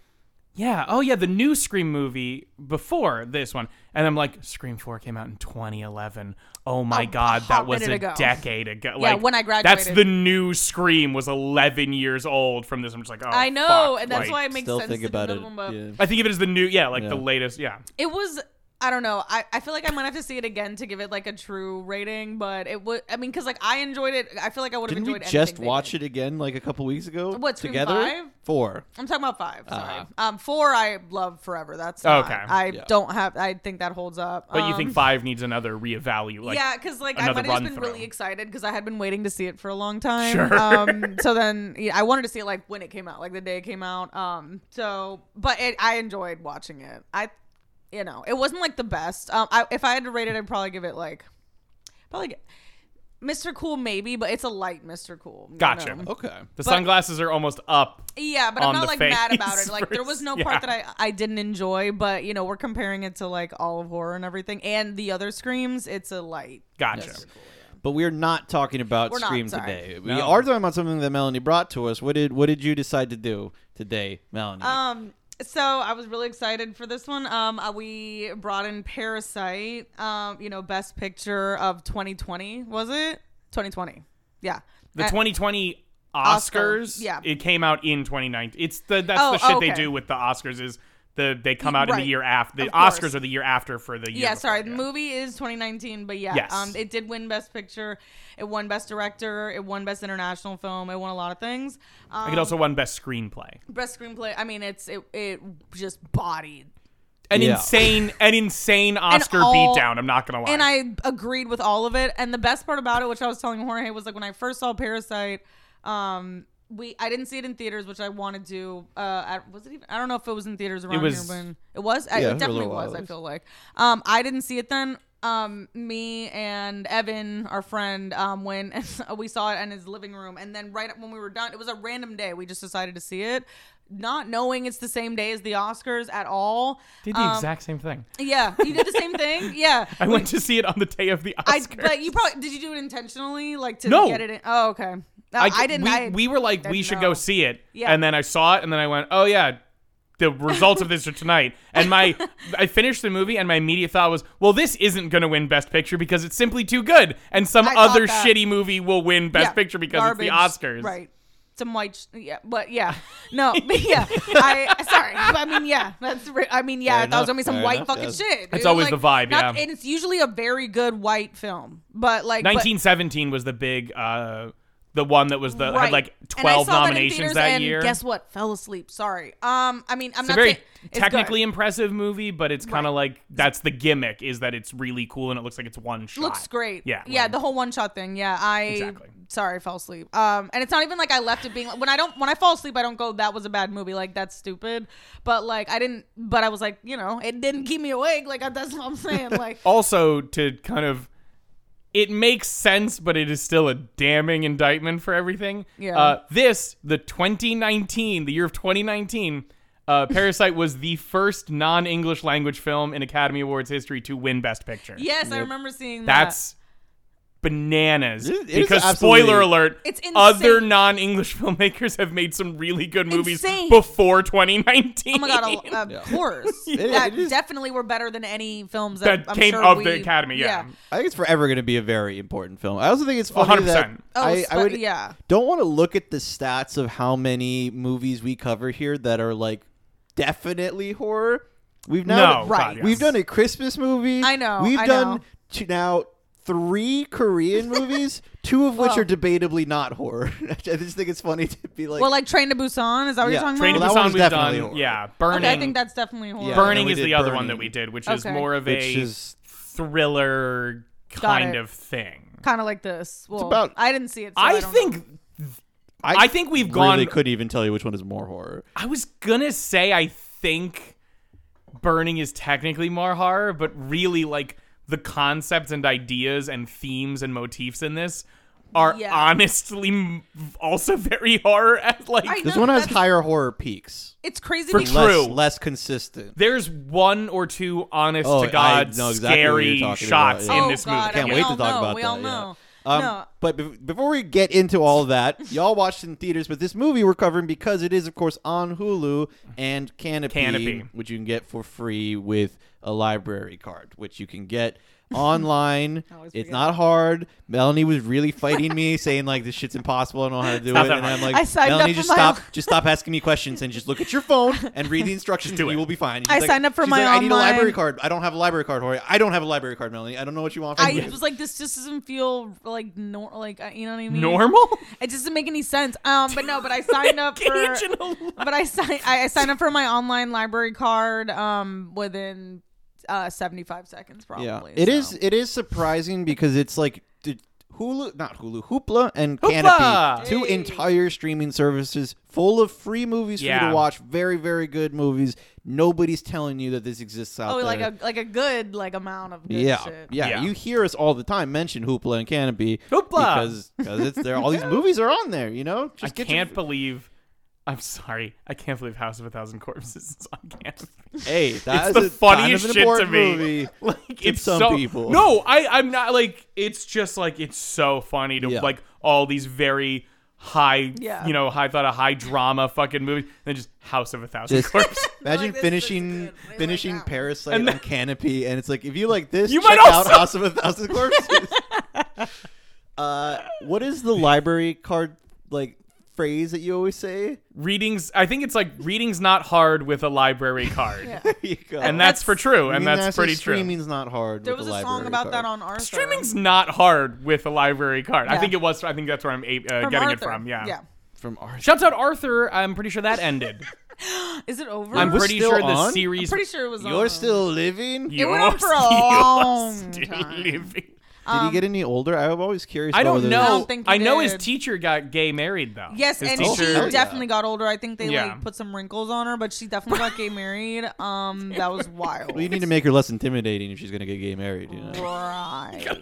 [SPEAKER 1] yeah, oh yeah, the new Scream movie before this one, and I'm like, Scream Four came out in 2011. Oh my
[SPEAKER 3] A
[SPEAKER 1] god,
[SPEAKER 3] hot
[SPEAKER 1] that was
[SPEAKER 3] minute
[SPEAKER 1] a
[SPEAKER 3] ago.
[SPEAKER 1] decade ago.
[SPEAKER 3] Yeah,
[SPEAKER 1] like,
[SPEAKER 3] when I
[SPEAKER 1] that's
[SPEAKER 3] graduated.
[SPEAKER 1] the new Scream was 11 years old from this. I'm just like, oh,
[SPEAKER 3] I know,
[SPEAKER 1] fuck,
[SPEAKER 3] and that's
[SPEAKER 1] like-
[SPEAKER 3] why it makes
[SPEAKER 2] Still
[SPEAKER 3] sense
[SPEAKER 2] think
[SPEAKER 3] to
[SPEAKER 2] about
[SPEAKER 3] do
[SPEAKER 2] it.
[SPEAKER 3] another one, but-
[SPEAKER 2] Yeah.
[SPEAKER 1] I think of it as the new, yeah, like
[SPEAKER 2] Yeah.
[SPEAKER 1] the latest, yeah.
[SPEAKER 3] it was i don't know I, I feel like i might have to see it again to give it like a true rating but it would i mean because like i enjoyed it i feel like i would have
[SPEAKER 2] Didn't
[SPEAKER 3] enjoyed
[SPEAKER 2] we just watch it again like a couple weeks ago?
[SPEAKER 3] What, Scream
[SPEAKER 2] together?
[SPEAKER 3] five?
[SPEAKER 2] Four.
[SPEAKER 3] i'm talking about five sorry
[SPEAKER 2] Uh-huh.
[SPEAKER 3] um four i love forever that's not,
[SPEAKER 1] Okay.
[SPEAKER 3] i
[SPEAKER 2] Yeah.
[SPEAKER 3] don't have i think that holds up
[SPEAKER 1] But you
[SPEAKER 3] Um,
[SPEAKER 1] think five needs another reevaluate? Like,
[SPEAKER 3] yeah, because like I
[SPEAKER 1] another
[SPEAKER 3] might have just been
[SPEAKER 1] run-through.
[SPEAKER 3] really excited because I had been waiting to see it for a long time.
[SPEAKER 1] Sure.
[SPEAKER 3] Um, so then yeah, I wanted to see it like when it came out, like the day it came out. Um, so but it, I enjoyed watching it. I, you know, it wasn't like the best. Um, I, if I had to rate it, I'd probably give it like, probably. Get, Mr. Cool, maybe, but it's a light Mr. Cool. you
[SPEAKER 1] Gotcha.
[SPEAKER 3] know?
[SPEAKER 2] Okay.
[SPEAKER 1] the sunglasses are almost up.
[SPEAKER 3] Yeah, but
[SPEAKER 1] on
[SPEAKER 3] I'm
[SPEAKER 1] the
[SPEAKER 3] not like mad
[SPEAKER 1] face
[SPEAKER 3] about it. Like there was no
[SPEAKER 1] versus-
[SPEAKER 3] part
[SPEAKER 1] yeah.
[SPEAKER 3] that I I didn't enjoy, but you know we're comparing it to like all of horror and everything, and the other screams. It's a light.
[SPEAKER 1] Gotcha.
[SPEAKER 2] But we're not talking about
[SPEAKER 3] We're not,
[SPEAKER 2] Scream
[SPEAKER 3] sorry.
[SPEAKER 2] today. We
[SPEAKER 1] No.
[SPEAKER 2] are talking about something that Melanie brought to us. What did What did you decide to do today, Melanie?
[SPEAKER 3] Um, so I was really excited for this one. Um, uh, we brought in Parasite. Um, you know, best picture of 2020 was it? 2020. Yeah.
[SPEAKER 1] The
[SPEAKER 3] Uh,
[SPEAKER 1] 2020 Oscars.
[SPEAKER 3] Oscar, yeah.
[SPEAKER 1] It came out in 2019. It's the that's
[SPEAKER 3] Oh,
[SPEAKER 1] the shit they
[SPEAKER 3] okay.
[SPEAKER 1] do with the Oscars is the they come out in
[SPEAKER 3] Right.
[SPEAKER 1] the year after. The
[SPEAKER 3] Of course.
[SPEAKER 1] Oscars are the year after for the year.
[SPEAKER 3] yeah,
[SPEAKER 1] before,
[SPEAKER 3] sorry. The movie is 2019, but yeah,
[SPEAKER 1] Yes.
[SPEAKER 3] um, it did win Best Picture. It won Best Director. It won Best International Film. It won a lot of things. Um,
[SPEAKER 1] It also won best screenplay.
[SPEAKER 3] Best Screenplay. I mean, it's it, it just bodied
[SPEAKER 1] An
[SPEAKER 2] Yeah.
[SPEAKER 1] insane, an insane Oscar
[SPEAKER 3] all-
[SPEAKER 1] beatdown. I'm not gonna lie.
[SPEAKER 3] and I agreed with all of it. And the best part about it, which I was telling Jorge, was like when I first saw Parasite, um, we I didn't see it in theaters, which I wanted to. Uh, I, was it even? I don't know if it was in theaters around
[SPEAKER 1] was-
[SPEAKER 3] here when it was. I,
[SPEAKER 2] Yeah, for a
[SPEAKER 3] it definitely
[SPEAKER 2] little while
[SPEAKER 3] was.
[SPEAKER 2] it
[SPEAKER 3] I
[SPEAKER 2] was.
[SPEAKER 3] feel like um, I didn't see it then. Um, me and Evan, our friend, um, when we saw it in his living room, and then right when we were done, it was a random day. We just decided to see it, not knowing it's the same day as the Oscars at all. Um,
[SPEAKER 1] did the exact same thing.
[SPEAKER 3] Yeah, you did the same thing. Yeah,
[SPEAKER 1] I went to see it on the day of the
[SPEAKER 3] I,
[SPEAKER 1] Oscars.
[SPEAKER 3] but you probably did you do it intentionally, like to
[SPEAKER 1] No.
[SPEAKER 3] get it in? Oh, okay. No, I,
[SPEAKER 1] I,
[SPEAKER 3] didn't.
[SPEAKER 1] We,
[SPEAKER 3] I,
[SPEAKER 1] we were like, we
[SPEAKER 3] didn't
[SPEAKER 1] should
[SPEAKER 3] know.
[SPEAKER 1] go see it.
[SPEAKER 3] Yeah.
[SPEAKER 1] And then I saw it, and then I went, oh yeah, the results of this are tonight. And my, I finished the movie, and my immediate thought was, well, this isn't going to win Best Picture because it's simply too good, and some
[SPEAKER 3] I thought
[SPEAKER 1] other
[SPEAKER 3] that.
[SPEAKER 1] shitty movie will win Best
[SPEAKER 3] yeah,
[SPEAKER 1] Picture because it's the
[SPEAKER 3] garbage,
[SPEAKER 1] Oscars.
[SPEAKER 3] right? some white. Sh- yeah, but yeah, no, but yeah. I sorry. I mean, yeah, that's. Re- I mean, yeah.
[SPEAKER 2] Fair
[SPEAKER 3] I thought it was gonna be
[SPEAKER 2] enough,
[SPEAKER 3] some
[SPEAKER 2] fair
[SPEAKER 3] white
[SPEAKER 2] enough,
[SPEAKER 3] fucking
[SPEAKER 2] yes.
[SPEAKER 3] shit.
[SPEAKER 1] It's
[SPEAKER 3] dude.
[SPEAKER 1] always
[SPEAKER 3] Like,
[SPEAKER 1] the vibe,
[SPEAKER 3] not-
[SPEAKER 1] yeah.
[SPEAKER 3] And it's usually a very good white film, but like but-
[SPEAKER 1] 1917 was the big, uh, the one that was the
[SPEAKER 3] Right.
[SPEAKER 1] uh, had like
[SPEAKER 3] And I
[SPEAKER 1] 12
[SPEAKER 3] saw that in
[SPEAKER 1] nominations
[SPEAKER 3] theaters
[SPEAKER 1] that,
[SPEAKER 3] and
[SPEAKER 1] year.
[SPEAKER 3] Guess what? Fell asleep. Sorry. Um, I mean, I'm
[SPEAKER 1] it's a
[SPEAKER 3] not
[SPEAKER 1] very
[SPEAKER 3] saying- it's good.
[SPEAKER 1] technically impressive movie, but it's kind
[SPEAKER 3] Right.
[SPEAKER 1] of like that's the gimmick is that it's really cool and it looks like it's one shot.
[SPEAKER 3] looks great.
[SPEAKER 1] Yeah,
[SPEAKER 3] yeah,
[SPEAKER 1] right.
[SPEAKER 3] the whole one shot thing. Yeah, I
[SPEAKER 1] Exactly.
[SPEAKER 3] sorry, I fell asleep. Um, and it's not even like I left it being when I don't when I fall asleep, I don't go that was a bad movie. Like that's stupid. But like I didn't. But I was like, you know, it didn't keep me awake. Like that's what I'm saying. Like
[SPEAKER 1] Oh, also to kind of it makes sense, but it is still a damning indictment for everything.
[SPEAKER 3] Yeah.
[SPEAKER 1] Uh, this, the 2019, the year of 2019, uh, Parasite was the first non-English language film in Academy Awards history to win Best Picture.
[SPEAKER 3] yes, I remember seeing that.
[SPEAKER 1] That's bananas.
[SPEAKER 2] It- it is
[SPEAKER 1] because
[SPEAKER 2] absolutely-
[SPEAKER 1] spoiler alert,
[SPEAKER 3] It's insane.
[SPEAKER 1] other non-English filmmakers have made some really good movies
[SPEAKER 3] Insane.
[SPEAKER 1] before 2019.
[SPEAKER 3] Oh my god! Of of
[SPEAKER 2] Yeah.
[SPEAKER 3] course,
[SPEAKER 2] It-
[SPEAKER 3] that
[SPEAKER 2] it is-
[SPEAKER 3] definitely were better than any films that,
[SPEAKER 1] that
[SPEAKER 3] I'm
[SPEAKER 1] came
[SPEAKER 3] sure
[SPEAKER 1] of
[SPEAKER 3] we-
[SPEAKER 1] the Academy. Yeah.
[SPEAKER 2] I think it's forever going to be a very important film. I also think it's funny
[SPEAKER 1] 100%.
[SPEAKER 2] that
[SPEAKER 3] Oh,
[SPEAKER 2] I, I
[SPEAKER 3] spe-
[SPEAKER 2] would
[SPEAKER 3] yeah.
[SPEAKER 2] don't want to look at the stats of how many movies we cover here that are like definitely horror. We've now
[SPEAKER 1] No,
[SPEAKER 3] Right.
[SPEAKER 1] God, yes.
[SPEAKER 2] we've done a Christmas movie.
[SPEAKER 3] I know,
[SPEAKER 2] We've
[SPEAKER 3] I
[SPEAKER 2] done
[SPEAKER 3] know.
[SPEAKER 2] T- now three Korean movies, two of which
[SPEAKER 3] Well-
[SPEAKER 2] are debatably not horror. I just think it's funny to be like,
[SPEAKER 3] Well, like Train to Busan. Is that what
[SPEAKER 2] Yeah,
[SPEAKER 3] you're talking
[SPEAKER 1] Train to
[SPEAKER 3] about?
[SPEAKER 2] Well, that
[SPEAKER 1] Busan
[SPEAKER 2] one was
[SPEAKER 1] we've done.
[SPEAKER 2] definitely horror.
[SPEAKER 1] Yeah,
[SPEAKER 3] Okay,
[SPEAKER 1] Burning.
[SPEAKER 3] I think that's definitely horror.
[SPEAKER 2] Yeah.
[SPEAKER 1] Burning
[SPEAKER 2] and we
[SPEAKER 1] is
[SPEAKER 2] did
[SPEAKER 1] the other
[SPEAKER 2] Burning.
[SPEAKER 1] one that we did, which is
[SPEAKER 3] Okay.
[SPEAKER 1] more of
[SPEAKER 2] which
[SPEAKER 1] a
[SPEAKER 2] is
[SPEAKER 1] thriller kind
[SPEAKER 3] it.
[SPEAKER 1] of thing.
[SPEAKER 3] Kind of like this. Well,
[SPEAKER 2] about-
[SPEAKER 3] I didn't see it. So I,
[SPEAKER 1] I,
[SPEAKER 3] don't know.
[SPEAKER 1] think I think we've
[SPEAKER 2] really
[SPEAKER 1] gone.
[SPEAKER 2] couldn't even tell you which one is more horror.
[SPEAKER 1] I was gonna say I think Burning is technically more horror, but really like the concepts and ideas and themes and motifs in this are
[SPEAKER 3] Yeah.
[SPEAKER 1] honestly m- also very horror. As like
[SPEAKER 3] I
[SPEAKER 2] This
[SPEAKER 3] No,
[SPEAKER 2] one has
[SPEAKER 3] that's-
[SPEAKER 2] higher horror peaks.
[SPEAKER 3] it's crazy.
[SPEAKER 1] For
[SPEAKER 3] because-
[SPEAKER 1] True.
[SPEAKER 2] Less, less consistent.
[SPEAKER 1] there's one or two honest
[SPEAKER 2] Oh,
[SPEAKER 1] to
[SPEAKER 2] I
[SPEAKER 1] god
[SPEAKER 2] know exactly what you're
[SPEAKER 1] scary
[SPEAKER 2] talking about,
[SPEAKER 1] shots
[SPEAKER 2] yeah.
[SPEAKER 1] in
[SPEAKER 3] Oh,
[SPEAKER 1] this
[SPEAKER 3] God,
[SPEAKER 1] movie.
[SPEAKER 2] Can't
[SPEAKER 3] We
[SPEAKER 2] wait
[SPEAKER 3] all
[SPEAKER 2] to talk
[SPEAKER 3] know,
[SPEAKER 2] about
[SPEAKER 3] we
[SPEAKER 2] that.
[SPEAKER 3] all
[SPEAKER 2] yeah.
[SPEAKER 3] know.
[SPEAKER 2] Um,
[SPEAKER 3] No.
[SPEAKER 2] But be- before we get into all that, y'all watched in theaters, but this movie we're covering because it is, of course, on Hulu and Canopy,
[SPEAKER 1] Canopy.
[SPEAKER 2] which you can get for free with a library card, which you can get online.
[SPEAKER 3] always
[SPEAKER 2] it's
[SPEAKER 3] forget.
[SPEAKER 2] not hard. Melanie was really fighting me, saying like this shit's impossible. I don't know how to do
[SPEAKER 1] not
[SPEAKER 2] it.
[SPEAKER 1] that
[SPEAKER 2] And
[SPEAKER 1] hard.
[SPEAKER 2] I'm like,
[SPEAKER 3] I signed up
[SPEAKER 2] Melanie,
[SPEAKER 3] for
[SPEAKER 2] just
[SPEAKER 3] my-
[SPEAKER 2] stop, just stop asking me questions and just look at your phone and read the instructions.
[SPEAKER 1] do
[SPEAKER 2] and
[SPEAKER 1] it.
[SPEAKER 2] You will be fine.
[SPEAKER 3] I
[SPEAKER 2] She's like-
[SPEAKER 3] signed up for
[SPEAKER 2] she's
[SPEAKER 3] my
[SPEAKER 2] like, I need a
[SPEAKER 3] online-
[SPEAKER 2] library card. I don't have a library card, Hori. I don't have a library card, Melanie. I don't know what you want from me.
[SPEAKER 3] I was like, this just doesn't feel like nor like uh, you know what I mean.
[SPEAKER 1] Normal?
[SPEAKER 3] It just doesn't make any sense. Um, but no, but I signed up for.
[SPEAKER 1] Cajun alive.
[SPEAKER 3] But I signed. I, I signed up for my online library card. Um, within uh 75 seconds probably.
[SPEAKER 2] it
[SPEAKER 3] so.
[SPEAKER 2] is. It is surprising because it's like d- Hulu, not Hulu, Hoopla and
[SPEAKER 1] Hoopla!
[SPEAKER 2] Canopy, two
[SPEAKER 3] Hey.
[SPEAKER 2] entire streaming services full of free movies for you
[SPEAKER 1] Yeah.
[SPEAKER 2] to watch. Very, very good movies. Nobody's telling you that this exists out
[SPEAKER 3] Oh,
[SPEAKER 2] there.
[SPEAKER 3] like a like a good like amount of good
[SPEAKER 2] yeah,
[SPEAKER 3] shit.
[SPEAKER 2] yeah,
[SPEAKER 1] Yeah.
[SPEAKER 2] You hear us all the time mention Hoopla and Canopy
[SPEAKER 1] Hoopla!
[SPEAKER 2] because because it's there. All these movies are on there. You know,
[SPEAKER 1] I
[SPEAKER 2] just get
[SPEAKER 1] can't
[SPEAKER 2] Your,
[SPEAKER 1] believe. I'm sorry. I can't believe House of a Thousand Corpses is on Canopy.
[SPEAKER 2] hey, that's
[SPEAKER 1] the funniest
[SPEAKER 2] kind of
[SPEAKER 1] shit
[SPEAKER 2] an
[SPEAKER 1] to
[SPEAKER 2] important
[SPEAKER 1] me.
[SPEAKER 2] Movie.
[SPEAKER 1] Like
[SPEAKER 2] To
[SPEAKER 1] it's
[SPEAKER 2] some
[SPEAKER 1] so,
[SPEAKER 2] people.
[SPEAKER 1] No, I I'm not like it's just like it's so funny to
[SPEAKER 2] Yeah.
[SPEAKER 1] like all these very high
[SPEAKER 3] Yeah.
[SPEAKER 1] you know high thought of high drama fucking movies and then just House of a Thousand
[SPEAKER 2] Just-
[SPEAKER 1] Corpses.
[SPEAKER 2] Imagine
[SPEAKER 3] Like, this- this is
[SPEAKER 2] finishing
[SPEAKER 3] good. We like
[SPEAKER 2] finishing
[SPEAKER 3] that one.
[SPEAKER 2] Parasite
[SPEAKER 1] And
[SPEAKER 2] on Canopy, and it's like if you like this,
[SPEAKER 1] You
[SPEAKER 2] check
[SPEAKER 1] might
[SPEAKER 2] out
[SPEAKER 1] also-
[SPEAKER 2] House of a Thousand Corpses. uh, what is the library card like phrase that you always say?
[SPEAKER 1] readings. I think it's like readings not hard with a library card,
[SPEAKER 3] Yeah.
[SPEAKER 2] There you go.
[SPEAKER 1] and that's, for true,
[SPEAKER 2] You
[SPEAKER 1] and
[SPEAKER 2] mean
[SPEAKER 1] that's
[SPEAKER 2] I say
[SPEAKER 1] pretty true.
[SPEAKER 2] Streaming's not hard.
[SPEAKER 3] There
[SPEAKER 2] with
[SPEAKER 3] was
[SPEAKER 2] the
[SPEAKER 3] a
[SPEAKER 2] library
[SPEAKER 3] song about
[SPEAKER 2] card.
[SPEAKER 3] that on Arthur.
[SPEAKER 1] Streaming's not hard with a library card. I
[SPEAKER 3] Yeah.
[SPEAKER 1] think it was. I think that's where I'm uh,
[SPEAKER 3] From
[SPEAKER 1] getting it
[SPEAKER 3] Arthur.
[SPEAKER 1] from.
[SPEAKER 3] Yeah.
[SPEAKER 2] from Arthur.
[SPEAKER 1] Shouts out Arthur. I'm pretty sure that ended.
[SPEAKER 3] Is it over?
[SPEAKER 1] I'm
[SPEAKER 2] It was
[SPEAKER 1] pretty
[SPEAKER 2] still
[SPEAKER 1] sure the
[SPEAKER 2] on?
[SPEAKER 1] series.
[SPEAKER 3] pretty sure it was.
[SPEAKER 2] You're
[SPEAKER 3] over.
[SPEAKER 2] still living.
[SPEAKER 1] You're
[SPEAKER 3] went on for a
[SPEAKER 1] still
[SPEAKER 3] long
[SPEAKER 1] still
[SPEAKER 3] time.
[SPEAKER 1] living.
[SPEAKER 2] Did he get any older? I'm always curious.
[SPEAKER 1] I don't
[SPEAKER 2] whether-
[SPEAKER 1] know. I,
[SPEAKER 3] don't think he
[SPEAKER 1] know his
[SPEAKER 3] did.
[SPEAKER 1] teacher got gay married though.
[SPEAKER 3] Yes,
[SPEAKER 1] his
[SPEAKER 3] and
[SPEAKER 1] teacher.
[SPEAKER 3] she
[SPEAKER 2] Oh, yeah.
[SPEAKER 3] definitely got older. I think they
[SPEAKER 1] Yeah.
[SPEAKER 3] like put some wrinkles on her, but she definitely got gay married. Um, that was wild.
[SPEAKER 2] Well, you need to make her less intimidating if she's gonna get gay married. You know.
[SPEAKER 3] right.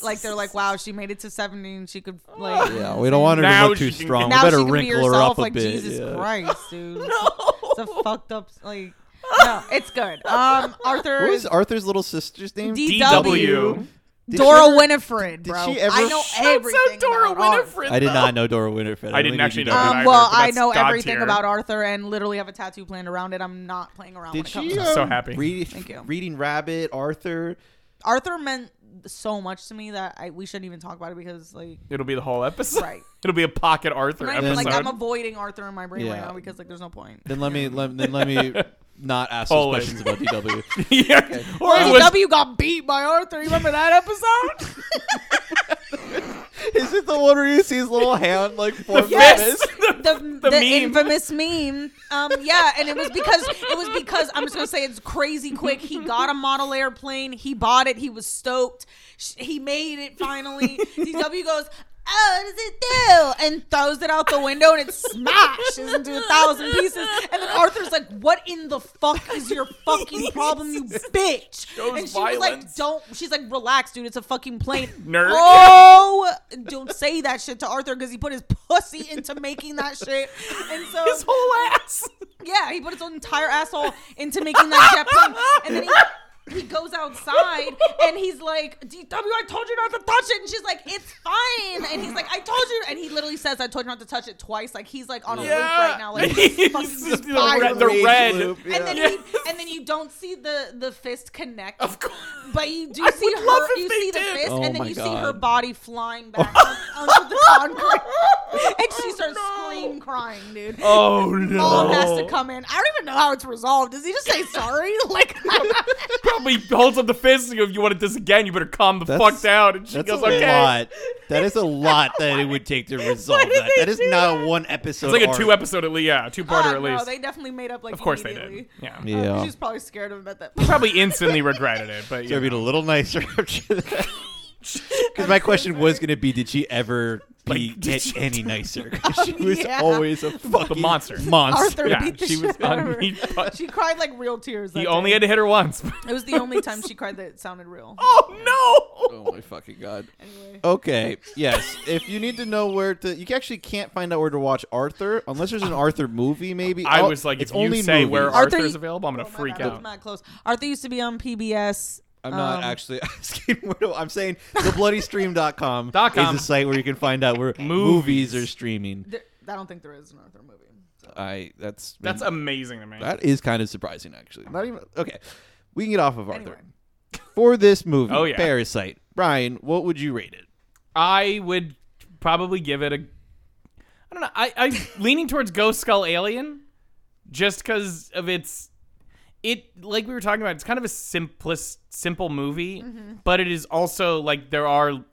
[SPEAKER 3] Like they're like, wow, she made it to seventy, and she could like.
[SPEAKER 2] Yeah, we don't want her
[SPEAKER 1] Now
[SPEAKER 2] to look
[SPEAKER 1] she
[SPEAKER 2] too
[SPEAKER 1] can-
[SPEAKER 2] strong. We
[SPEAKER 3] Now
[SPEAKER 2] better
[SPEAKER 3] she can be
[SPEAKER 2] wrinkle
[SPEAKER 3] herself.
[SPEAKER 2] her up a
[SPEAKER 3] like
[SPEAKER 2] bit.
[SPEAKER 3] Jesus
[SPEAKER 2] yeah.
[SPEAKER 3] Christ, dude. It's a fucked up like. No, it's good. Um, Arthur
[SPEAKER 2] What
[SPEAKER 3] is
[SPEAKER 2] was Arthur's little sister's name?
[SPEAKER 1] DW.
[SPEAKER 3] DW.
[SPEAKER 2] Did
[SPEAKER 3] Dora
[SPEAKER 2] she ever-
[SPEAKER 3] Winifred,
[SPEAKER 2] did
[SPEAKER 3] bro.
[SPEAKER 2] she ever-
[SPEAKER 3] I know
[SPEAKER 2] Shouts
[SPEAKER 3] everything.
[SPEAKER 1] Dora
[SPEAKER 3] about Arthur.
[SPEAKER 1] Winifred.
[SPEAKER 2] I did
[SPEAKER 1] though.
[SPEAKER 2] not know Dora Winifred.
[SPEAKER 1] I didn't
[SPEAKER 2] only
[SPEAKER 1] actually
[SPEAKER 2] knew
[SPEAKER 1] know
[SPEAKER 2] DW.
[SPEAKER 1] that
[SPEAKER 3] Um,
[SPEAKER 1] either,
[SPEAKER 3] well,
[SPEAKER 1] but
[SPEAKER 3] I
[SPEAKER 1] that's
[SPEAKER 3] know
[SPEAKER 1] God
[SPEAKER 3] everything
[SPEAKER 1] tier.
[SPEAKER 3] about Arthur and literally have a tattoo planned around it. I'm not playing around. when
[SPEAKER 2] Um, Did
[SPEAKER 3] it comes
[SPEAKER 2] she? uh,
[SPEAKER 3] to
[SPEAKER 1] so
[SPEAKER 2] um,
[SPEAKER 1] happy.
[SPEAKER 2] read-
[SPEAKER 3] Thank you.
[SPEAKER 2] Reading Rabbit, Arthur.
[SPEAKER 3] Arthur meant so much to me that I we shouldn't even talk about it because like
[SPEAKER 1] It'll be the whole episode.
[SPEAKER 3] Right.
[SPEAKER 1] It'll be a pocket Arthur
[SPEAKER 3] I'm not even-
[SPEAKER 1] episode.
[SPEAKER 3] like I'm avoiding Arthur in my brain right
[SPEAKER 2] Yeah.
[SPEAKER 3] now because like there's no point.
[SPEAKER 2] Then let me let, then let me not ask those
[SPEAKER 1] Hold it.
[SPEAKER 2] questions about DW.
[SPEAKER 1] yeah. Or it was
[SPEAKER 3] W got beat by Arthur. You remember that episode?
[SPEAKER 2] Is it the one where you see his little hand like form of
[SPEAKER 1] Yes.
[SPEAKER 2] fist?
[SPEAKER 3] the, the,
[SPEAKER 1] meme.
[SPEAKER 3] infamous meme. Um, yeah, and it was because it was because I'm just gonna say it's crazy quick. He got a model airplane. He bought it. He was stoked. Sh- He made it finally. DW goes. Oh, what does it do? And throws it out the window and it smashes into a thousand pieces. And then Arthur's like, What in the fuck is your fucking problem, you bitch?
[SPEAKER 1] Shows
[SPEAKER 3] and she was like,
[SPEAKER 1] violence.
[SPEAKER 3] Don't she's like, relax, dude, it's a fucking plane.
[SPEAKER 1] Nerd.
[SPEAKER 3] Oh, Oh, don't say that shit to Arthur because he put his pussy into making that shit. And so,
[SPEAKER 1] his whole ass.
[SPEAKER 3] yeah, he put his entire asshole into making that shit. happen. And then he, he goes outside and he's like, DW, I told you not to touch it. And she's like, it's fine. And he's like, I told you. And he literally says, I told you not to touch it twice. Like, he's like on a loop right now. Like,
[SPEAKER 1] He's
[SPEAKER 3] he's fucking
[SPEAKER 1] just
[SPEAKER 3] just
[SPEAKER 1] the red- the
[SPEAKER 2] Rage
[SPEAKER 1] red.
[SPEAKER 2] loop, yeah.
[SPEAKER 3] and then
[SPEAKER 1] Yeah.
[SPEAKER 3] he, and then you don't see the the fist connect.
[SPEAKER 1] Of course.
[SPEAKER 3] But you do
[SPEAKER 1] I
[SPEAKER 3] see
[SPEAKER 1] would love
[SPEAKER 3] her.
[SPEAKER 1] if
[SPEAKER 3] You
[SPEAKER 1] they
[SPEAKER 3] see the
[SPEAKER 1] did.
[SPEAKER 3] fist,
[SPEAKER 2] Oh
[SPEAKER 3] and then
[SPEAKER 2] my
[SPEAKER 3] you see her
[SPEAKER 2] God. Oh
[SPEAKER 3] body flying back on- onto the concrete, and she starts
[SPEAKER 1] Oh, no.
[SPEAKER 3] scream crying, dude.
[SPEAKER 1] Oh no.
[SPEAKER 3] Mom has to come in. I don't even know how it's resolved. Does he just say sorry? Like,
[SPEAKER 1] Probably holds up the fist and goes, if you wanted this again, you better calm the
[SPEAKER 2] That's-
[SPEAKER 1] fuck down. And she
[SPEAKER 2] That's
[SPEAKER 1] goes,
[SPEAKER 2] a
[SPEAKER 1] okay.
[SPEAKER 2] lot. That is a lot that it would take to resolve
[SPEAKER 3] did
[SPEAKER 2] that.
[SPEAKER 3] they
[SPEAKER 2] That is
[SPEAKER 3] do
[SPEAKER 2] not a one episode.
[SPEAKER 1] It's like a
[SPEAKER 2] arc.
[SPEAKER 1] two episode at least. Yeah, two parter
[SPEAKER 3] Ah,
[SPEAKER 1] at
[SPEAKER 3] no,
[SPEAKER 1] least.
[SPEAKER 3] they definitely made up. Like,
[SPEAKER 1] of course they did.
[SPEAKER 3] immediately.
[SPEAKER 1] Yeah.
[SPEAKER 3] Um,
[SPEAKER 2] Yeah.
[SPEAKER 3] she's probably scared of him at that point.
[SPEAKER 1] Probably instantly regretted it, but
[SPEAKER 2] Should
[SPEAKER 1] yeah.
[SPEAKER 2] have been a little nicer after that. Because my question was going to be, did she ever be
[SPEAKER 1] Like, did
[SPEAKER 2] get
[SPEAKER 1] she-
[SPEAKER 2] any nicer? 'Cause she was
[SPEAKER 3] Yeah.
[SPEAKER 2] always a fucking
[SPEAKER 1] monster.
[SPEAKER 2] Monster.
[SPEAKER 3] Arthur
[SPEAKER 1] Yeah,
[SPEAKER 3] beat the
[SPEAKER 1] she
[SPEAKER 3] shit
[SPEAKER 1] was
[SPEAKER 3] out of her.
[SPEAKER 1] unbeatable.
[SPEAKER 3] She cried like real tears.
[SPEAKER 1] He
[SPEAKER 3] that
[SPEAKER 1] only
[SPEAKER 3] day.
[SPEAKER 1] had to hit her once.
[SPEAKER 3] It was the only time she cried that it sounded real.
[SPEAKER 1] oh no!
[SPEAKER 2] Oh my fucking god.
[SPEAKER 3] Anyway.
[SPEAKER 2] Okay. Yes. If you need to know where to, you actually can't find out where to watch Arthur unless there's an Arthur movie. Maybe
[SPEAKER 1] I
[SPEAKER 2] I'll-
[SPEAKER 1] was like,
[SPEAKER 2] Oh, it's
[SPEAKER 1] if you
[SPEAKER 2] only
[SPEAKER 1] say where
[SPEAKER 2] movies.
[SPEAKER 3] Arthur-
[SPEAKER 1] Arthur's available, I'm gonna
[SPEAKER 3] Oh my
[SPEAKER 1] freak
[SPEAKER 3] God,
[SPEAKER 1] out.
[SPEAKER 3] I'm not close. Arthur used to be on PBS.
[SPEAKER 2] I'm not
[SPEAKER 3] um,
[SPEAKER 2] actually asking where to. I'm saying thebloodystream.com
[SPEAKER 1] Dot com.
[SPEAKER 2] is a site where you can find out where
[SPEAKER 1] Movies.
[SPEAKER 2] movies are streaming.
[SPEAKER 3] There, I don't think there is an Arthur movie. So.
[SPEAKER 2] I that's
[SPEAKER 1] That's amazing to me.
[SPEAKER 2] that is kind of surprising actually. Not even okay. We can get off of Arthur
[SPEAKER 3] Anyway.
[SPEAKER 2] for this movie.
[SPEAKER 1] Oh, yeah.
[SPEAKER 2] Parasite. Brian, what would you rate it?
[SPEAKER 1] I would probably give it a. I don't know. I I'm leaning towards Ghost Skull Alien, just because of its. It like we were talking about. It's kind of a simplest, simple movie, but it is also like there are.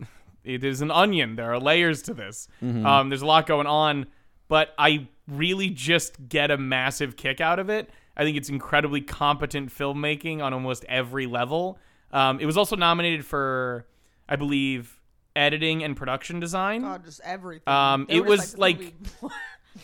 [SPEAKER 1] It is an onion. There are layers to this. Um, there's a lot going on, but I really just get a massive kick out of it. I think it's incredibly competent filmmaking on almost every level. Um, it was also nominated for, I believe, editing and production design.
[SPEAKER 3] God, just everything.
[SPEAKER 1] Um,
[SPEAKER 3] They
[SPEAKER 1] it
[SPEAKER 3] were just
[SPEAKER 1] was
[SPEAKER 3] this movie-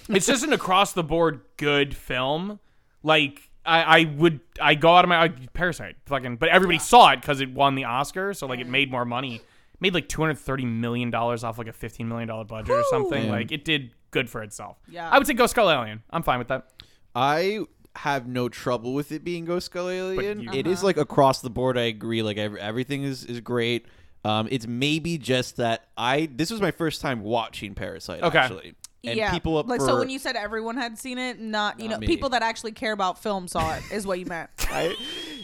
[SPEAKER 1] it's just an across the board good film. Like I, I would I go out of my I, Parasite fucking, but everybody saw it because it won the Oscar, so like
[SPEAKER 3] Mm-hmm.
[SPEAKER 1] it made more money, made like two hundred thirty million dollars off like a fifteen million dollar budget or something.
[SPEAKER 2] Yeah.
[SPEAKER 1] Like it did good for itself.
[SPEAKER 3] Yeah.
[SPEAKER 1] I would say Ghost Skull Alien. I'm fine with that.
[SPEAKER 2] I have no trouble with it being Ghost Skull Alien.
[SPEAKER 1] you-
[SPEAKER 2] It
[SPEAKER 3] Uh-huh.
[SPEAKER 2] is like across the board. I agree. Like ev- everything is is great. Um, it's maybe just that I this was my first time watching Parasite
[SPEAKER 1] Okay.
[SPEAKER 2] actually, and
[SPEAKER 3] yeah.
[SPEAKER 2] people up
[SPEAKER 3] like
[SPEAKER 2] for
[SPEAKER 3] so when you said everyone had seen it, not you
[SPEAKER 2] Not
[SPEAKER 3] know
[SPEAKER 2] me.
[SPEAKER 3] people that actually care about film saw it is what you meant.
[SPEAKER 2] I-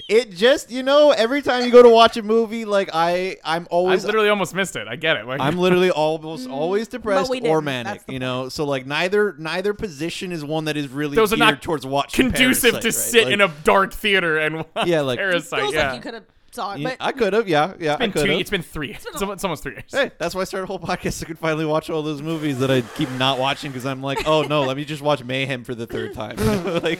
[SPEAKER 2] it just you know every time you go to watch a movie like I I'm
[SPEAKER 1] I
[SPEAKER 2] always
[SPEAKER 1] literally almost missed it. I get it. Like
[SPEAKER 2] uh, I'm literally almost always depressed
[SPEAKER 3] Mm. we
[SPEAKER 2] or
[SPEAKER 3] didn't.
[SPEAKER 2] manic,
[SPEAKER 3] That's the
[SPEAKER 2] you know. So like neither neither position is one that is really
[SPEAKER 1] Those are
[SPEAKER 2] geared
[SPEAKER 1] not
[SPEAKER 2] towards watching
[SPEAKER 1] conducive
[SPEAKER 2] Parasite,
[SPEAKER 1] to
[SPEAKER 2] right?
[SPEAKER 1] sit
[SPEAKER 2] Like,
[SPEAKER 1] in a dark theater and watch
[SPEAKER 2] Yeah, like-
[SPEAKER 1] Parasite.
[SPEAKER 3] Feels
[SPEAKER 1] yeah.
[SPEAKER 3] like you could have saw it,
[SPEAKER 2] yeah,
[SPEAKER 3] but
[SPEAKER 2] I could have, yeah, yeah. I
[SPEAKER 1] it's been
[SPEAKER 2] could
[SPEAKER 1] two.
[SPEAKER 2] have.
[SPEAKER 1] It's been three. It's,
[SPEAKER 3] been a-
[SPEAKER 1] it's almost three years.
[SPEAKER 2] Hey, that's why I started a whole podcast so I could finally watch all those movies that I keep not watching because I'm like, oh no, let me just watch Mayhem for the third time. like,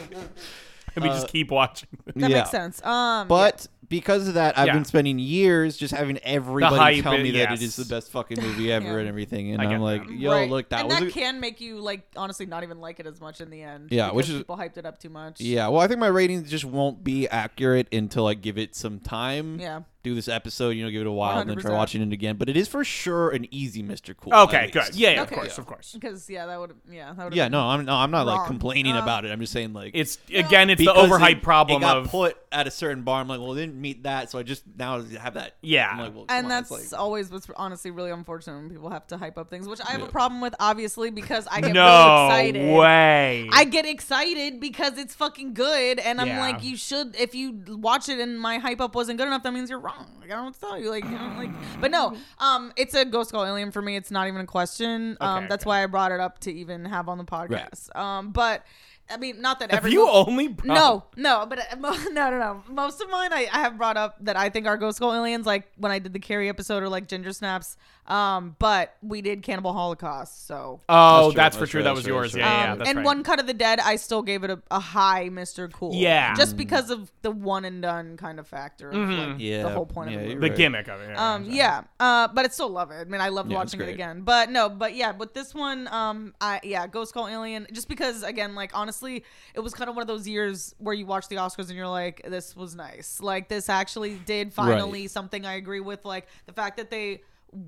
[SPEAKER 1] Let me
[SPEAKER 2] uh,
[SPEAKER 1] just keep watching.
[SPEAKER 3] that
[SPEAKER 2] yeah.
[SPEAKER 3] makes sense. Um,
[SPEAKER 2] But because of that, I've
[SPEAKER 1] Yeah.
[SPEAKER 2] been spending years just having everybody
[SPEAKER 1] hype,
[SPEAKER 2] tell me that
[SPEAKER 1] yes.
[SPEAKER 2] it is the best fucking movie ever
[SPEAKER 3] Yeah.
[SPEAKER 2] and everything, and
[SPEAKER 1] I get
[SPEAKER 2] I'm like,
[SPEAKER 1] that.
[SPEAKER 2] yo,
[SPEAKER 3] right.
[SPEAKER 2] look, that
[SPEAKER 3] and
[SPEAKER 2] was
[SPEAKER 3] that
[SPEAKER 2] a-
[SPEAKER 3] can make you like honestly not even like it as much in the end.
[SPEAKER 2] Yeah,
[SPEAKER 3] because
[SPEAKER 2] which is-
[SPEAKER 3] people hyped it up too much.
[SPEAKER 2] yeah. Well, I think my ratings just won't be accurate until I give it some time.
[SPEAKER 3] Yeah.
[SPEAKER 2] Do this episode, you know, give it a while, and then try
[SPEAKER 3] 100%.
[SPEAKER 2] watching it again. But it is for sure an easy Mr. Cool. at
[SPEAKER 1] Okay, good.
[SPEAKER 2] least.
[SPEAKER 1] Yeah, yeah, of
[SPEAKER 3] Okay.
[SPEAKER 1] course, of course.
[SPEAKER 3] because yeah, that would yeah that would
[SPEAKER 2] Yeah. No, I'm no, I'm not like
[SPEAKER 3] Wrong.
[SPEAKER 2] complaining
[SPEAKER 3] Um,
[SPEAKER 2] about it. I'm just saying like
[SPEAKER 1] It's again, it's
[SPEAKER 2] Because
[SPEAKER 1] the overhype
[SPEAKER 2] it-
[SPEAKER 1] problem
[SPEAKER 2] it got
[SPEAKER 1] of
[SPEAKER 2] put at a certain bar. I'm like, well, it didn't meet that, so I just now have that.
[SPEAKER 1] Yeah.
[SPEAKER 2] I'm like, well,
[SPEAKER 3] and
[SPEAKER 2] come on, it's
[SPEAKER 3] that's
[SPEAKER 2] like,
[SPEAKER 3] always what's honestly really unfortunate when people have to hype up things, which I have a
[SPEAKER 2] Yeah.
[SPEAKER 3] problem with, obviously, because I get
[SPEAKER 1] no
[SPEAKER 3] really excited.
[SPEAKER 1] way.
[SPEAKER 3] I get excited because it's fucking good, and I'm
[SPEAKER 1] Yeah.
[SPEAKER 3] like, you should. If you watch it and my hype up wasn't good enough, that means you're wrong. don't, like, I don't know what to tell you. Like, you know, like, but no, um, it's a ghost skull alien for me. It's not even a question. Um,
[SPEAKER 1] Okay,
[SPEAKER 3] that's
[SPEAKER 1] okay.
[SPEAKER 3] why I brought it up to even have on the podcast. Um, but I mean, not that
[SPEAKER 1] Have
[SPEAKER 3] every
[SPEAKER 1] you Oh. only brought-
[SPEAKER 3] no, no, but uh, mo- no, no, no. Most of mine I, I have brought up that I think are ghost skull aliens, like when I did the Carrie episode or like Ginger Snaps. Um, but we did Cannibal Holocaust, so.
[SPEAKER 1] Oh, that's, for
[SPEAKER 2] That's true, that's
[SPEAKER 1] sure.
[SPEAKER 2] true,
[SPEAKER 1] That was
[SPEAKER 2] that's true,
[SPEAKER 1] yours.
[SPEAKER 2] that's true.
[SPEAKER 1] Yeah, yeah, yeah,
[SPEAKER 3] Um,
[SPEAKER 1] that's
[SPEAKER 3] and
[SPEAKER 1] right.
[SPEAKER 3] one cut of the dead, I still gave it a, a high Mr. Cool.
[SPEAKER 1] Yeah. Mm-hmm.
[SPEAKER 3] Just because of the one and done kind of factor. Of, like,
[SPEAKER 2] Yeah.
[SPEAKER 3] The whole point
[SPEAKER 2] Yeah,
[SPEAKER 3] of the
[SPEAKER 2] you're
[SPEAKER 3] movie.
[SPEAKER 1] the
[SPEAKER 2] right.
[SPEAKER 1] gimmick of it. Yeah,
[SPEAKER 3] Um,
[SPEAKER 1] yeah.
[SPEAKER 3] yeah, uh, but I still love it. I mean, I love
[SPEAKER 2] Yeah, it's
[SPEAKER 3] watching it
[SPEAKER 2] great.
[SPEAKER 3] again. But no, but yeah, but this one, um, I yeah, Ghost Call Alien, just because again, like honestly, it was kind of one of those years where you watch the Oscars and you're like, this was nice. Like this actually did finally something I agree with. Like the fact that they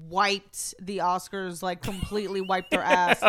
[SPEAKER 3] wiped the Oscars, like completely wiped their ass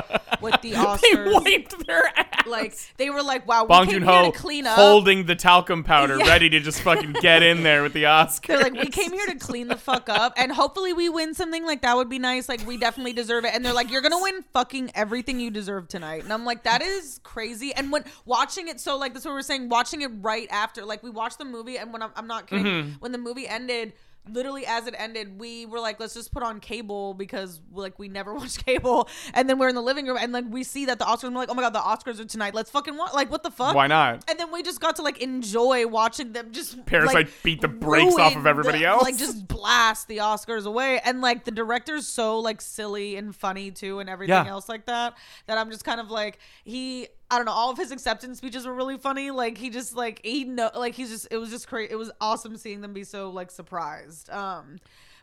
[SPEAKER 3] with the
[SPEAKER 1] They
[SPEAKER 3] Oscars.
[SPEAKER 1] wiped their ass.
[SPEAKER 3] like they were like, wow, we
[SPEAKER 1] Bong
[SPEAKER 3] came
[SPEAKER 1] Joon
[SPEAKER 3] here to
[SPEAKER 1] Ho
[SPEAKER 3] clean up.
[SPEAKER 1] holding the talcum powder,
[SPEAKER 3] Yeah.
[SPEAKER 1] ready to just fucking get in there with the Oscar.
[SPEAKER 3] They're like, we came here to clean the fuck up, and hopefully we win something. Like that would be nice. Like we definitely deserve it. And they're like, you're gonna win fucking everything you deserve tonight. And I'm like, that is crazy. And when watching it, so like that's what we we're saying. Watching it right after, like we watched the movie, and when I'm, I'm not kidding,
[SPEAKER 1] Mm-hmm.
[SPEAKER 3] when the movie ended. Literally, as it ended, we were like, "Let's just put on cable because, like, we never watch cable." And then we're in the living room, and like, we see that the Oscars. And we're like, "Oh my god, the Oscars are tonight! Let's fucking watch!" Like, what the fuck?
[SPEAKER 1] Why not?
[SPEAKER 3] And then we just got to like enjoy watching them just
[SPEAKER 1] Parasite
[SPEAKER 3] like,
[SPEAKER 1] beat the brakes off of
[SPEAKER 3] ruin
[SPEAKER 1] everybody
[SPEAKER 3] the-
[SPEAKER 1] else.
[SPEAKER 3] Like just blast the Oscars away, and like the director's so like silly and funny too, and everything
[SPEAKER 1] Yeah.
[SPEAKER 3] else like that. That I'm just kind of like he. I don't know. All of his acceptance speeches were really funny. Like he just like he know like he's just it was just crazy. It was awesome seeing them be so like surprised. Um.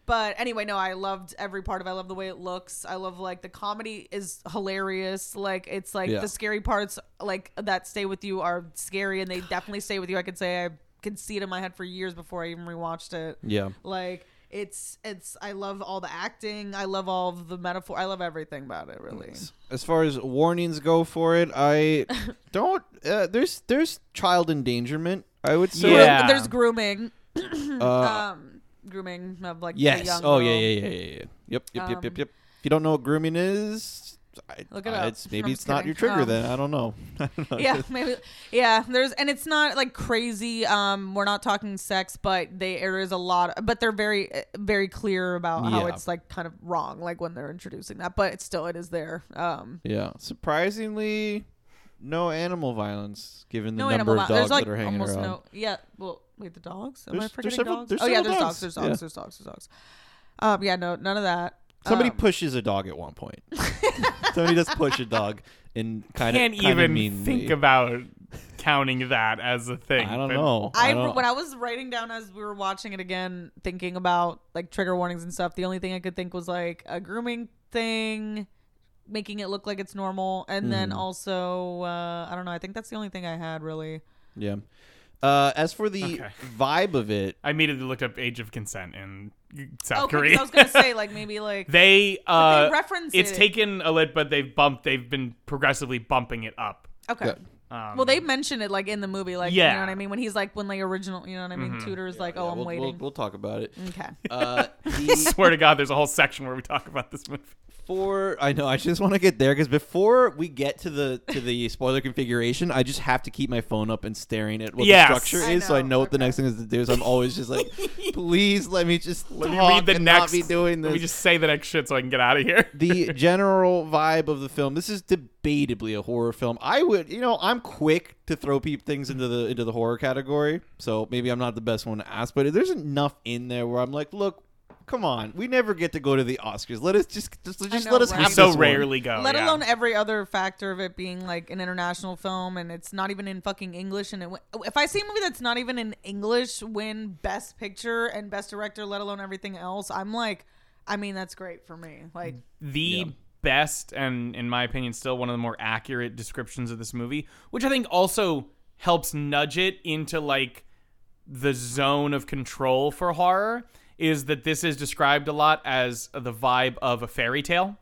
[SPEAKER 3] But anyway, no, I loved every part of. it. I love the way it looks. I love like the comedy is hilarious. Like it's like
[SPEAKER 2] Yeah.
[SPEAKER 3] the scary parts like that stay with you are scary and they definitely stay with you. I could say I could see it in my head for years before I even rewatched it.
[SPEAKER 2] Yeah.
[SPEAKER 3] Like it's it's I love all the acting. I love all of the metaphor. I love everything about it really.
[SPEAKER 2] As far as warnings go for it, I don't. Uh, there's there's child endangerment. I would say.
[SPEAKER 1] Yeah.
[SPEAKER 3] Groom- there's grooming.
[SPEAKER 2] Uh,
[SPEAKER 3] Um grooming of like the
[SPEAKER 2] yes.
[SPEAKER 3] young
[SPEAKER 2] Oh
[SPEAKER 3] girl.
[SPEAKER 2] yeah, yeah, yeah, yeah, yeah. Yep. Yep. yep.
[SPEAKER 3] Um,
[SPEAKER 2] Yep. Yep. If you don't know what grooming is, I,
[SPEAKER 3] Look it
[SPEAKER 2] I-
[SPEAKER 3] up.
[SPEAKER 2] It's, maybe
[SPEAKER 3] I'm
[SPEAKER 2] it's
[SPEAKER 3] just
[SPEAKER 2] not
[SPEAKER 3] kidding.
[SPEAKER 2] your trigger.
[SPEAKER 3] Um,
[SPEAKER 2] then I don't know. I don't know.
[SPEAKER 3] yeah maybe yeah there's and it's not like crazy um we're not talking sex but they there is a lot but they're very uh, very clear about how
[SPEAKER 2] Yeah.
[SPEAKER 3] it's like kind of wrong like when they're introducing that but it's still it is there um
[SPEAKER 2] Yeah. Surprisingly, no animal violence given the
[SPEAKER 3] no
[SPEAKER 2] number
[SPEAKER 3] animal
[SPEAKER 2] of
[SPEAKER 3] violence.
[SPEAKER 2] dogs
[SPEAKER 3] there's like
[SPEAKER 2] that are hanging
[SPEAKER 3] almost
[SPEAKER 2] around.
[SPEAKER 3] no yeah well wait the dogs am
[SPEAKER 2] There's-
[SPEAKER 3] i
[SPEAKER 2] there's
[SPEAKER 3] forgetting
[SPEAKER 2] several-
[SPEAKER 3] dogs
[SPEAKER 2] there's
[SPEAKER 3] oh yeah
[SPEAKER 2] several
[SPEAKER 3] there's dogs
[SPEAKER 2] dogs.
[SPEAKER 3] there's dogs
[SPEAKER 2] Yeah.
[SPEAKER 3] there's dogs there's dogs um yeah no none of that
[SPEAKER 2] Somebody
[SPEAKER 3] Um,
[SPEAKER 2] pushes a dog at one point. Somebody does push a dog and kind
[SPEAKER 1] Can't
[SPEAKER 2] of kind of
[SPEAKER 1] even
[SPEAKER 2] meanly.
[SPEAKER 1] think about counting that as a thing.
[SPEAKER 2] I don't
[SPEAKER 1] but-
[SPEAKER 2] know.
[SPEAKER 3] I,
[SPEAKER 2] don't,
[SPEAKER 3] when I was writing down as we were watching it again, thinking about like trigger warnings and stuff, the only thing I could think was like a grooming thing, making it look like it's normal, and then
[SPEAKER 2] Mm-hmm.
[SPEAKER 3] also uh, I don't know. I think that's the only thing I had really.
[SPEAKER 2] yeah. Uh, as for the
[SPEAKER 1] Okay.
[SPEAKER 2] vibe of it,
[SPEAKER 1] I immediately looked up age of consent in South
[SPEAKER 3] Oh,
[SPEAKER 1] Korea.
[SPEAKER 3] I was gonna say like maybe like
[SPEAKER 1] they
[SPEAKER 3] But
[SPEAKER 1] uh,
[SPEAKER 3] they reference
[SPEAKER 1] it's
[SPEAKER 3] it.
[SPEAKER 1] taken a lit, but they've bumped. They've been progressively bumping it up.
[SPEAKER 3] okay.
[SPEAKER 2] Yeah.
[SPEAKER 1] Um,
[SPEAKER 3] Well, they mention it like in the movie, like you
[SPEAKER 1] Yeah. Mm-hmm.
[SPEAKER 3] know what I mean. When he's like, when like original, you know what I mean. Tutor's like, oh,
[SPEAKER 2] yeah,
[SPEAKER 3] I'm
[SPEAKER 2] we'll,
[SPEAKER 3] waiting. Mm.
[SPEAKER 2] We'll, we'll talk about it.
[SPEAKER 3] okay.
[SPEAKER 2] Uh, the,
[SPEAKER 1] swear to God, there's a whole section where we talk about this movie.
[SPEAKER 2] for I know I just want to get there because before we get to the to the spoiler configuration, I just have to keep my phone up and staring at what
[SPEAKER 1] Yes.
[SPEAKER 2] the structure
[SPEAKER 3] I
[SPEAKER 2] is, so I
[SPEAKER 3] know,
[SPEAKER 2] know what the
[SPEAKER 3] okay.
[SPEAKER 2] next thing is to do. So I'm always just like, please let me just
[SPEAKER 1] Let me
[SPEAKER 2] talk
[SPEAKER 1] read the
[SPEAKER 2] and
[SPEAKER 1] next.
[SPEAKER 2] Not be doing this.
[SPEAKER 1] Let me just say the next shit so I can get out of here.
[SPEAKER 2] the general vibe of the film. This is debatably a horror film. I would, you know, I'm quick to throw peep things into the into the horror category, so maybe I'm not the best one to ask, but there's enough in there where I'm like, look, come on, we never get to go to the Oscars. Let us just just, just
[SPEAKER 3] know,
[SPEAKER 2] let us
[SPEAKER 3] right?
[SPEAKER 1] we
[SPEAKER 2] have
[SPEAKER 1] so
[SPEAKER 2] this one.
[SPEAKER 1] rarely go.
[SPEAKER 3] Let
[SPEAKER 1] Oh, yeah.
[SPEAKER 3] alone every other factor of it being like an international film and it's not even in fucking English. And it, w- oh, if I see a movie that's not even in English win Best Picture and Best Director, let alone everything else, I'm like, I mean, that's great for me. Like,
[SPEAKER 1] the best and in my opinion still one of the more accurate descriptions of this movie which i think also helps nudge it into like the zone of control for horror is that this is described a lot as the vibe of a fairy tale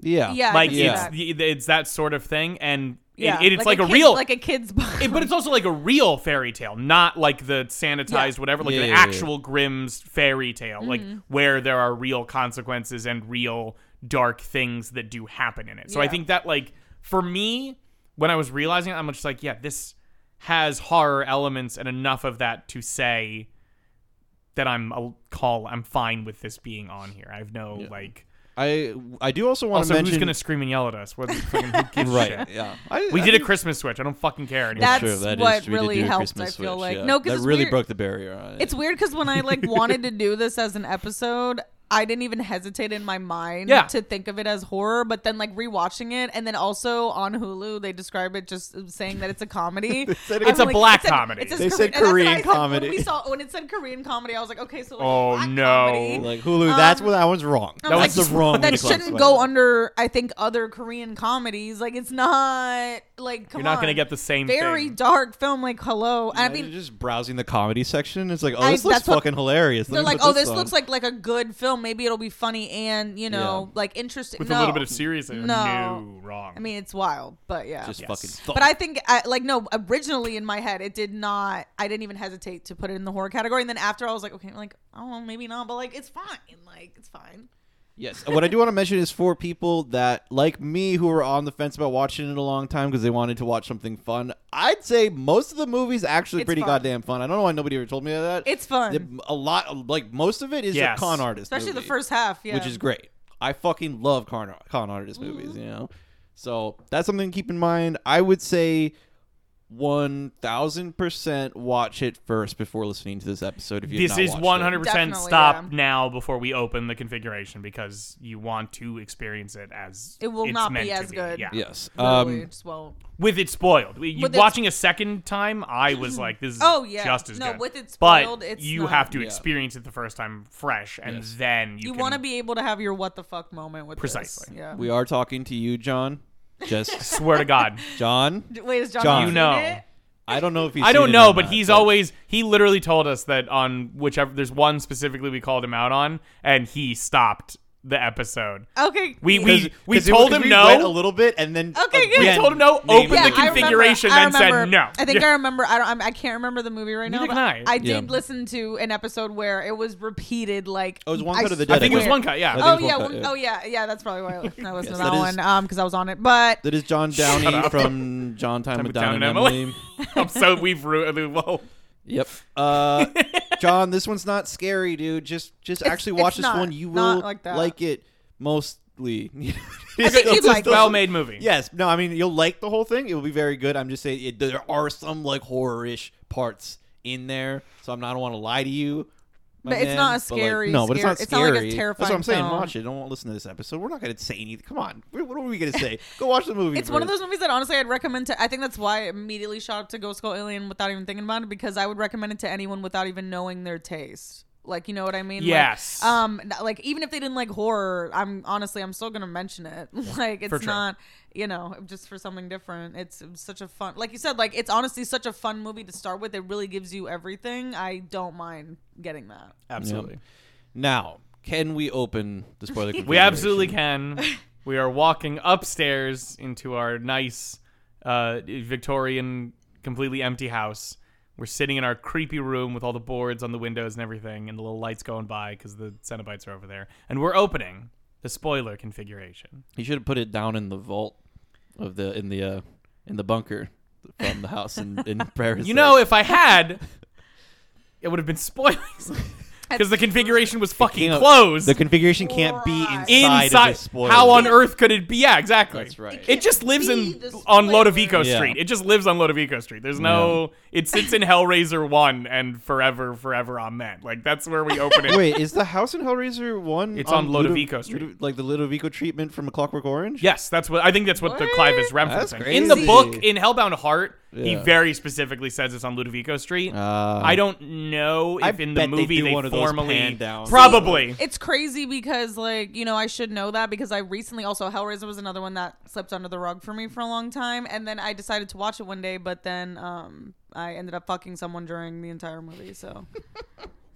[SPEAKER 2] Yeah.
[SPEAKER 3] yeah, I
[SPEAKER 1] like
[SPEAKER 3] can see
[SPEAKER 2] yeah.
[SPEAKER 1] it's
[SPEAKER 3] that.
[SPEAKER 1] the- it's that sort of thing and it-
[SPEAKER 3] yeah,
[SPEAKER 1] it, it's like, a,
[SPEAKER 3] kid-
[SPEAKER 1] real
[SPEAKER 3] like a kid's book.
[SPEAKER 1] it- but it's also like a real fairy tale, not like the sanitized
[SPEAKER 3] Yeah. Mm-hmm.
[SPEAKER 1] whatever, like
[SPEAKER 2] Yeah,
[SPEAKER 1] the
[SPEAKER 2] yeah, yeah.
[SPEAKER 1] actual Grimm's fairy tale, like where there are real consequences and real dark things that do happen in it. So I
[SPEAKER 3] Yeah.
[SPEAKER 1] think that like for me, when I was realizing it, I'm just like, yeah, this has horror elements and enough of that to say that I'm a call. I'm fine with this being on here. I have no like.
[SPEAKER 2] I I do also want
[SPEAKER 1] Also,
[SPEAKER 2] to mention.
[SPEAKER 1] who's gonna scream and yell at us? What the fucking who gives
[SPEAKER 2] right?
[SPEAKER 1] shit?
[SPEAKER 2] Yeah, I,
[SPEAKER 1] We
[SPEAKER 2] I
[SPEAKER 1] did a
[SPEAKER 2] think
[SPEAKER 1] Christmas switch. I don't fucking care anymore.
[SPEAKER 3] That's
[SPEAKER 2] true, that is
[SPEAKER 3] what
[SPEAKER 2] true. We did
[SPEAKER 3] really
[SPEAKER 2] do a
[SPEAKER 3] helped,
[SPEAKER 2] Christmas
[SPEAKER 3] I feel
[SPEAKER 2] switch,
[SPEAKER 3] like.
[SPEAKER 2] yeah.
[SPEAKER 3] No, 'cause
[SPEAKER 2] that
[SPEAKER 3] it's
[SPEAKER 2] really
[SPEAKER 3] weird.
[SPEAKER 2] broke the barrier on it.
[SPEAKER 3] It's weird because when I like wanted to do this as an episode, I didn't even hesitate in my mind
[SPEAKER 1] Yeah.
[SPEAKER 3] to think of it as horror. But then like rewatching it, and then also on Hulu, they describe it just saying that it's a comedy.
[SPEAKER 2] said
[SPEAKER 3] I'm
[SPEAKER 1] it's a black comedy.
[SPEAKER 3] it's a
[SPEAKER 2] They
[SPEAKER 3] Kore-
[SPEAKER 2] said
[SPEAKER 3] and that's what I
[SPEAKER 2] Korean
[SPEAKER 3] said when
[SPEAKER 2] comedy.
[SPEAKER 3] we saw when it said Korean comedy, I was like, okay, so like,
[SPEAKER 1] Oh,
[SPEAKER 3] black
[SPEAKER 1] no.
[SPEAKER 3] comedy.
[SPEAKER 2] like Hulu. that's
[SPEAKER 3] Um,
[SPEAKER 2] what that one's wrong.
[SPEAKER 3] I'm
[SPEAKER 1] That
[SPEAKER 3] like,
[SPEAKER 1] was the
[SPEAKER 2] wrong way
[SPEAKER 3] That
[SPEAKER 2] to
[SPEAKER 3] shouldn't
[SPEAKER 2] classify
[SPEAKER 3] go
[SPEAKER 2] it.
[SPEAKER 3] under, I think, other Korean comedies. Like, it's not like come
[SPEAKER 1] You're not
[SPEAKER 3] on.
[SPEAKER 1] gonna get the same
[SPEAKER 3] very
[SPEAKER 1] thing.
[SPEAKER 3] dark film. Like, hello. I mean,
[SPEAKER 2] just browsing the comedy section, it's like, oh,
[SPEAKER 3] I-
[SPEAKER 2] this looks
[SPEAKER 3] that's what-
[SPEAKER 2] fucking hilarious. Let
[SPEAKER 3] they're
[SPEAKER 2] me
[SPEAKER 3] like,
[SPEAKER 2] put
[SPEAKER 3] oh, this
[SPEAKER 2] on."
[SPEAKER 3] looks like like a good film. Maybe it'll be funny and you know
[SPEAKER 2] Yeah.
[SPEAKER 3] like interesting
[SPEAKER 1] with a
[SPEAKER 3] no.
[SPEAKER 1] little bit of serious. No,
[SPEAKER 3] No.
[SPEAKER 1] wrong.
[SPEAKER 3] I mean, it's wild, but yeah.
[SPEAKER 2] just
[SPEAKER 1] Yes.
[SPEAKER 2] fucking.
[SPEAKER 3] but I think, I, like, no. Originally in my head, it did not. I didn't even hesitate to put it in the horror category. And then after, I was like, okay, like, oh, maybe not, but like, it's fine. Like, it's fine.
[SPEAKER 2] Yes. what I do want to mention is for people that, like me, who were on the fence about watching it a long time because they wanted to watch something fun, I'd say most of the movie's actually
[SPEAKER 3] It's
[SPEAKER 2] pretty
[SPEAKER 3] fun.
[SPEAKER 2] goddamn fun. I don't know why nobody ever told me that.
[SPEAKER 3] It's fun,
[SPEAKER 2] The- a lot, like most of it is
[SPEAKER 1] Yes.
[SPEAKER 2] a con artist,
[SPEAKER 3] especially the
[SPEAKER 2] movie,
[SPEAKER 3] first half. Yeah, Mm-hmm.
[SPEAKER 2] which is great. I fucking love con, con artist movies. You know, so that's something to keep in mind. I would say. One thousand percent, watch it first before listening to this episode. If you
[SPEAKER 1] this is
[SPEAKER 2] one
[SPEAKER 1] 100 percent
[SPEAKER 3] Definitely,
[SPEAKER 1] stop
[SPEAKER 3] yeah.
[SPEAKER 1] now before we open the configuration because you want to experience it as
[SPEAKER 3] It will
[SPEAKER 1] it's
[SPEAKER 3] not
[SPEAKER 1] meant
[SPEAKER 3] be
[SPEAKER 1] to
[SPEAKER 3] as good.
[SPEAKER 1] Yeah.
[SPEAKER 2] Yes.
[SPEAKER 3] Literally,
[SPEAKER 2] Um,
[SPEAKER 3] just, well,
[SPEAKER 1] with it spoiled. You
[SPEAKER 3] With it-
[SPEAKER 1] watching a second time, I was like, "This is
[SPEAKER 3] Oh, yeah.
[SPEAKER 1] just as
[SPEAKER 3] No,
[SPEAKER 1] good."
[SPEAKER 3] with it spoiled,
[SPEAKER 1] but
[SPEAKER 3] it's
[SPEAKER 1] you
[SPEAKER 3] not-
[SPEAKER 1] have to
[SPEAKER 2] Yeah.
[SPEAKER 1] experience it the first time fresh, and then you,
[SPEAKER 3] you
[SPEAKER 1] can-
[SPEAKER 3] want to be able to have your what the fuck moment with this.
[SPEAKER 1] Precisely.
[SPEAKER 3] Yeah.
[SPEAKER 2] We are talking to you, John. Just
[SPEAKER 1] Swear to God,
[SPEAKER 2] John.
[SPEAKER 3] D- Wait, is John?
[SPEAKER 2] John.
[SPEAKER 3] seen
[SPEAKER 1] You know.
[SPEAKER 3] it?
[SPEAKER 2] I don't know if he's.
[SPEAKER 1] I
[SPEAKER 2] seen
[SPEAKER 1] don't
[SPEAKER 2] it
[SPEAKER 1] know,
[SPEAKER 2] or
[SPEAKER 1] but
[SPEAKER 2] not,
[SPEAKER 1] he's always he literally told us that on whichever there's one specifically we called him out on, and he stopped the episode.
[SPEAKER 3] Okay.
[SPEAKER 1] We- we-
[SPEAKER 3] yeah.
[SPEAKER 2] 'Cause- 'cause
[SPEAKER 1] we
[SPEAKER 2] it was-
[SPEAKER 1] told
[SPEAKER 2] 'cause
[SPEAKER 1] him
[SPEAKER 2] we
[SPEAKER 1] no.
[SPEAKER 2] went a little bit, and then
[SPEAKER 3] Okay,
[SPEAKER 2] again,
[SPEAKER 3] good.
[SPEAKER 1] We told him no,
[SPEAKER 2] named
[SPEAKER 1] open the
[SPEAKER 2] it.
[SPEAKER 3] I remember-
[SPEAKER 1] configuration
[SPEAKER 3] I
[SPEAKER 1] and said
[SPEAKER 3] remember-
[SPEAKER 1] no.
[SPEAKER 3] I think
[SPEAKER 1] Yeah.
[SPEAKER 3] I remember. I don't. I'm, I can't remember the movie right now.
[SPEAKER 1] Neither
[SPEAKER 3] but
[SPEAKER 1] can I.
[SPEAKER 3] I did
[SPEAKER 2] Yeah.
[SPEAKER 3] listen to an episode where it was repeated. Like
[SPEAKER 2] Oh, It was One
[SPEAKER 3] I
[SPEAKER 2] Cut of the
[SPEAKER 3] swear.
[SPEAKER 1] I think it was
[SPEAKER 2] Yeah.
[SPEAKER 1] one cut. Yeah,
[SPEAKER 2] I
[SPEAKER 3] Oh
[SPEAKER 2] think it was
[SPEAKER 3] yeah,
[SPEAKER 2] One
[SPEAKER 3] one-
[SPEAKER 2] Cut, yeah.
[SPEAKER 3] oh yeah, yeah. That's probably why I listened to
[SPEAKER 2] Yes,
[SPEAKER 3] that
[SPEAKER 2] that is-
[SPEAKER 3] one um because I was on it. But
[SPEAKER 2] That is John Downey from John Time, with Down and Emily.
[SPEAKER 1] Um, so we've ruined. Whoa.
[SPEAKER 2] Yep. Uh, John, this one's not scary, dude. Just just actually watch
[SPEAKER 3] it's
[SPEAKER 2] this
[SPEAKER 3] not-
[SPEAKER 2] one. You
[SPEAKER 3] not
[SPEAKER 2] will
[SPEAKER 3] like that.
[SPEAKER 2] like it mostly.
[SPEAKER 3] think you'd
[SPEAKER 1] It's
[SPEAKER 3] like
[SPEAKER 1] a
[SPEAKER 3] it.
[SPEAKER 1] well-made movie.
[SPEAKER 2] Yes. No, I mean you'll like the whole thing. It will be very good. I'm just saying it, there are some like horror-ish parts in there, so I'm not, I don't want to lie to you. my
[SPEAKER 3] But it's
[SPEAKER 2] man,
[SPEAKER 3] not a
[SPEAKER 2] but, like-
[SPEAKER 3] scary-
[SPEAKER 2] no, but it's
[SPEAKER 3] scare-
[SPEAKER 2] not
[SPEAKER 3] it's not like a
[SPEAKER 2] scary. That's
[SPEAKER 3] terrifying
[SPEAKER 2] what I'm saying.
[SPEAKER 3] film.
[SPEAKER 2] Watch it. Don't listen to this episode. We're not going to say anything. Come on. What what are we going to say? Go watch the movie.
[SPEAKER 3] it's one of
[SPEAKER 2] first.
[SPEAKER 3] those movies that honestly I'd recommend to. I think that's why I immediately shot up to Ghost Skull Alien without even thinking about it because I would recommend it to anyone without even knowing their taste. Like you know what I mean? Like,
[SPEAKER 1] Yes.
[SPEAKER 3] um, n- like even if they didn't like horror, I'm honestly I'm still gonna mention it. like it's
[SPEAKER 1] For sure.
[SPEAKER 3] not, you know, just for something different. It's such a fun, like you said, like it's honestly such a fun movie to start with. It really gives you everything. I don't mind getting that.
[SPEAKER 1] Absolutely.
[SPEAKER 2] Now, can we open the spoiler?
[SPEAKER 1] We absolutely can. We are walking upstairs into our nice uh, Victorian, completely empty house. We're sitting in our creepy room with all the boards on the windows and everything, and the little lights going by because the Cenobites are over there. And we're opening the spoiler configuration.
[SPEAKER 2] You should have put it down in the vault of the in the uh, in the bunker from the house in, in Paris.
[SPEAKER 1] You know, if I had, it would have been spoilers because the configuration was fucking
[SPEAKER 2] Can't-
[SPEAKER 1] closed.
[SPEAKER 2] the configuration can't be
[SPEAKER 3] Right.
[SPEAKER 2] inside,
[SPEAKER 1] inside.
[SPEAKER 2] of the spoiler.
[SPEAKER 1] How on earth could it be? Yeah, exactly.
[SPEAKER 2] That's right. It
[SPEAKER 1] It
[SPEAKER 3] can't
[SPEAKER 1] just lives
[SPEAKER 3] be
[SPEAKER 1] in
[SPEAKER 3] the
[SPEAKER 1] on
[SPEAKER 3] spoiler.
[SPEAKER 1] Lodovico
[SPEAKER 2] Yeah.
[SPEAKER 1] Street. It just lives on Lodovico Street. There's no. It sits in Hellraiser One and forever, forever amen. Like that's where we open it.
[SPEAKER 2] Wait, is the house in Hellraiser one?
[SPEAKER 1] It's on
[SPEAKER 2] Ludo-
[SPEAKER 1] Ludovico Street.
[SPEAKER 2] Ludo- like the Ludovico treatment from A Clockwork Orange.
[SPEAKER 1] Yes, that's what I think. That's what the Clive is referencing.
[SPEAKER 2] That's
[SPEAKER 1] In the
[SPEAKER 2] crazy.
[SPEAKER 1] book, in Hellbound Heart, he
[SPEAKER 2] Yeah.
[SPEAKER 1] very specifically says it's on Ludovico Street.
[SPEAKER 2] Ah.
[SPEAKER 1] I don't know if
[SPEAKER 2] I
[SPEAKER 1] in the
[SPEAKER 2] bet they
[SPEAKER 1] movie
[SPEAKER 2] do
[SPEAKER 1] they
[SPEAKER 2] one of those
[SPEAKER 1] formally
[SPEAKER 2] pan downs.
[SPEAKER 1] probably.
[SPEAKER 3] It's crazy because like, you know, I should know that because I recently also Hellraiser was another one that slipped under the rug for me for a long time and then I decided to watch it one day but then um I ended up fucking someone during the entire movie, so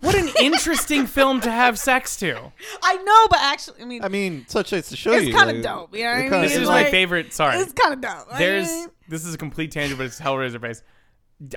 [SPEAKER 1] what an interesting film to have sex to.
[SPEAKER 3] I know, but actually I mean,
[SPEAKER 2] I mean, such it's to show
[SPEAKER 3] It's
[SPEAKER 2] you.
[SPEAKER 3] kinda
[SPEAKER 2] like,
[SPEAKER 3] dope, you know
[SPEAKER 2] it
[SPEAKER 3] what I
[SPEAKER 2] kinda-
[SPEAKER 3] mean?
[SPEAKER 1] This is my
[SPEAKER 3] Like,
[SPEAKER 1] favorite. Sorry,
[SPEAKER 3] it's kind of dumb. I
[SPEAKER 1] There's
[SPEAKER 3] mean,
[SPEAKER 1] this is a complete tangent, but it's Hellraiser based.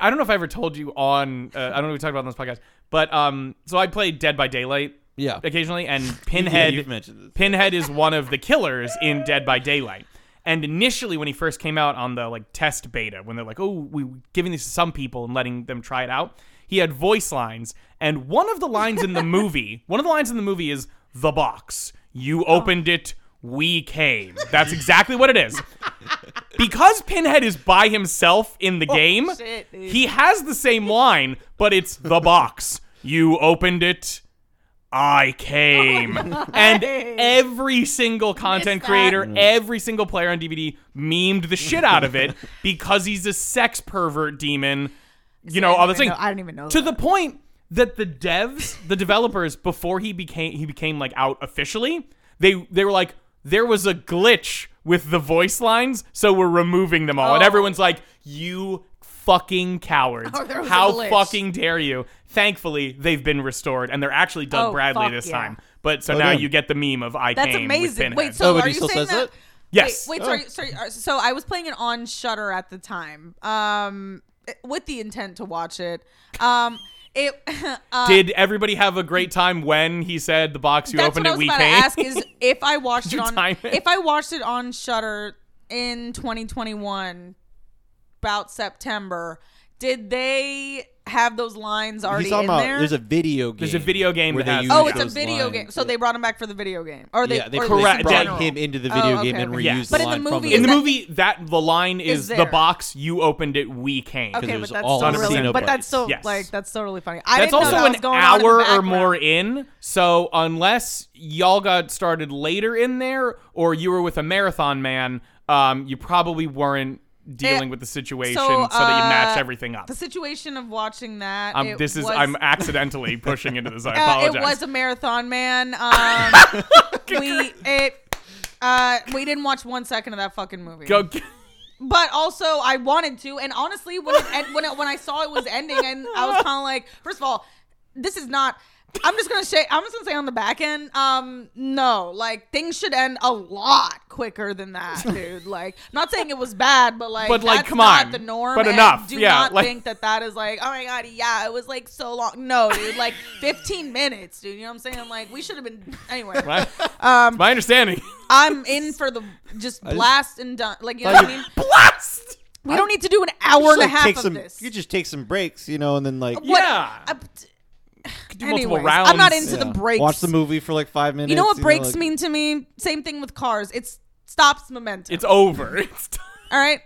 [SPEAKER 1] I don't know if I ever told you on. Uh, I don't know if we talked about it on this podcast, but um, so I played Dead by Daylight
[SPEAKER 2] Yeah.
[SPEAKER 1] occasionally, and
[SPEAKER 2] Yeah,
[SPEAKER 1] Pinhead.
[SPEAKER 2] you've mentioned this.
[SPEAKER 1] Pinhead is one of the killers in Dead by Daylight. And initially, when he first came out on the like test beta, when they're like, "Oh, we're giving this to some people and letting them try it out," He had voice lines, and one of the lines in the movie, one of the lines in the movie is the box. You opened it. We came. That's exactly what it is. Because Pinhead is by himself in the game,
[SPEAKER 3] Oh, shit, dude.
[SPEAKER 1] he has the same line, but it's the box. You opened it. I came. and every single content
[SPEAKER 3] that.
[SPEAKER 1] creator, every single player on DVD memed the shit out of it because he's a sex pervert demon. You know, all the thing.
[SPEAKER 3] I don't even know.
[SPEAKER 1] To
[SPEAKER 3] that.
[SPEAKER 1] the point that the devs, the developers, before he became he became like out officially, they they were like, there was a glitch with the voice lines, so we're removing them all. And
[SPEAKER 3] Oh.
[SPEAKER 1] everyone's like, you fucking cowards.
[SPEAKER 3] Oh, there was a
[SPEAKER 1] How
[SPEAKER 3] glitch.
[SPEAKER 1] fucking dare you? Thankfully, they've been restored and they're actually Doug
[SPEAKER 3] Oh,
[SPEAKER 1] Bradley
[SPEAKER 3] fuck
[SPEAKER 1] this
[SPEAKER 3] yeah.
[SPEAKER 1] time. But so
[SPEAKER 2] Oh,
[SPEAKER 1] now
[SPEAKER 2] damn.
[SPEAKER 1] you get the meme of I
[SPEAKER 3] That's
[SPEAKER 1] came with
[SPEAKER 3] amazing.
[SPEAKER 1] Pinhead.
[SPEAKER 3] Wait, so
[SPEAKER 2] Oh, but
[SPEAKER 3] are
[SPEAKER 2] he
[SPEAKER 3] you
[SPEAKER 2] still
[SPEAKER 3] saying
[SPEAKER 2] says
[SPEAKER 3] that?
[SPEAKER 2] it?
[SPEAKER 1] Yes.
[SPEAKER 3] Wait,
[SPEAKER 2] Oh.
[SPEAKER 3] wait sorry, sorry. So I was playing it on Shutter at the time, um, with the intent to watch it. Um, it uh,
[SPEAKER 1] Did everybody have a great time when he said the box you
[SPEAKER 3] that's
[SPEAKER 1] opened
[SPEAKER 3] what
[SPEAKER 1] it
[SPEAKER 3] I was
[SPEAKER 1] we
[SPEAKER 3] about
[SPEAKER 1] came?
[SPEAKER 3] to ask is if I watched it
[SPEAKER 1] you
[SPEAKER 3] on
[SPEAKER 1] time it?
[SPEAKER 3] if I watched it on Shutter in 2021, about September. Did they have those lines already
[SPEAKER 2] He's talking
[SPEAKER 3] in
[SPEAKER 2] about
[SPEAKER 3] there?
[SPEAKER 2] there's a video game.
[SPEAKER 1] There's a video game
[SPEAKER 2] where
[SPEAKER 1] that
[SPEAKER 2] they
[SPEAKER 1] has-
[SPEAKER 2] use
[SPEAKER 3] oh, it's a
[SPEAKER 2] those
[SPEAKER 3] video
[SPEAKER 2] lines.
[SPEAKER 3] game. So they brought him back for the video game, or they
[SPEAKER 2] yeah, they
[SPEAKER 3] or
[SPEAKER 1] Correct,
[SPEAKER 2] correct,
[SPEAKER 1] yeah.
[SPEAKER 2] brought him into the
[SPEAKER 3] Oh,
[SPEAKER 2] video
[SPEAKER 3] okay,
[SPEAKER 2] game and
[SPEAKER 3] okay.
[SPEAKER 2] reused
[SPEAKER 1] Yeah.
[SPEAKER 2] the
[SPEAKER 3] But in the
[SPEAKER 2] line from
[SPEAKER 3] movie,
[SPEAKER 2] the
[SPEAKER 1] in the
[SPEAKER 3] that-
[SPEAKER 1] movie that the line is,
[SPEAKER 3] Is
[SPEAKER 1] the
[SPEAKER 3] there.
[SPEAKER 1] box you opened it we came
[SPEAKER 3] Okay,
[SPEAKER 2] it
[SPEAKER 3] but
[SPEAKER 2] was
[SPEAKER 3] that's
[SPEAKER 2] all
[SPEAKER 3] still
[SPEAKER 1] on a
[SPEAKER 3] really,
[SPEAKER 1] Casino
[SPEAKER 3] but
[SPEAKER 1] Party.
[SPEAKER 3] that's still
[SPEAKER 1] Yes.
[SPEAKER 3] like that's totally funny. I
[SPEAKER 1] that's
[SPEAKER 3] didn't know
[SPEAKER 1] also
[SPEAKER 3] that
[SPEAKER 1] an
[SPEAKER 3] was going on in the
[SPEAKER 1] hour or
[SPEAKER 3] background.
[SPEAKER 1] more in so unless y'all got started later in there or you were with a marathon man um, you probably weren't dealing
[SPEAKER 3] Eh,
[SPEAKER 1] with the situation so,
[SPEAKER 3] so,
[SPEAKER 1] that you matched
[SPEAKER 3] uh,
[SPEAKER 1] everything up
[SPEAKER 3] The situation of watching that.
[SPEAKER 1] um,
[SPEAKER 3] it
[SPEAKER 1] this is
[SPEAKER 3] was,
[SPEAKER 1] i'm accidentally pushing into this i
[SPEAKER 3] Uh,
[SPEAKER 1] apologize
[SPEAKER 3] it was a marathon, man. Um, we it. Uh, we didn't watch one second of that fucking movie,
[SPEAKER 1] Go g-
[SPEAKER 3] but also I wanted to. And honestly, when it end, when it, when I saw it was ending, and I was kind of like, first of all, this is not. I'm just gonna say. I'm just gonna say on the back end. Um, no, like things should end a lot quicker than that, dude. Like, not saying it was bad, but like,
[SPEAKER 1] But, like,
[SPEAKER 3] that's
[SPEAKER 1] come
[SPEAKER 3] not
[SPEAKER 1] on.
[SPEAKER 3] the norm.
[SPEAKER 1] But
[SPEAKER 3] and
[SPEAKER 1] enough.
[SPEAKER 3] Do
[SPEAKER 1] Yeah,
[SPEAKER 3] not
[SPEAKER 1] like-
[SPEAKER 3] think that that is like, oh my god, yeah, it was like so long. No, dude, like 15 minutes, dude. You know what I'm saying? Like, we should have been anyway.
[SPEAKER 1] my, um, my understanding
[SPEAKER 3] I'm in for the just blast and done. Like, you know
[SPEAKER 2] Like-
[SPEAKER 3] what I mean?
[SPEAKER 1] blast
[SPEAKER 3] We don't need to do an hour
[SPEAKER 2] Just,
[SPEAKER 3] and a
[SPEAKER 2] like, take
[SPEAKER 3] half of
[SPEAKER 2] some-
[SPEAKER 3] this.
[SPEAKER 2] You just take some breaks, you know, and then like
[SPEAKER 3] What-
[SPEAKER 1] Yeah.
[SPEAKER 3] I-
[SPEAKER 1] Could do multiple
[SPEAKER 3] Anyways,
[SPEAKER 1] rounds
[SPEAKER 3] I'm not into the breaks.
[SPEAKER 2] Watch the movie for like five minutes.
[SPEAKER 3] You know what breaks
[SPEAKER 2] like-
[SPEAKER 3] mean to me? Same thing with cars. It's stops momentum.
[SPEAKER 1] it's over it's t-
[SPEAKER 3] all right.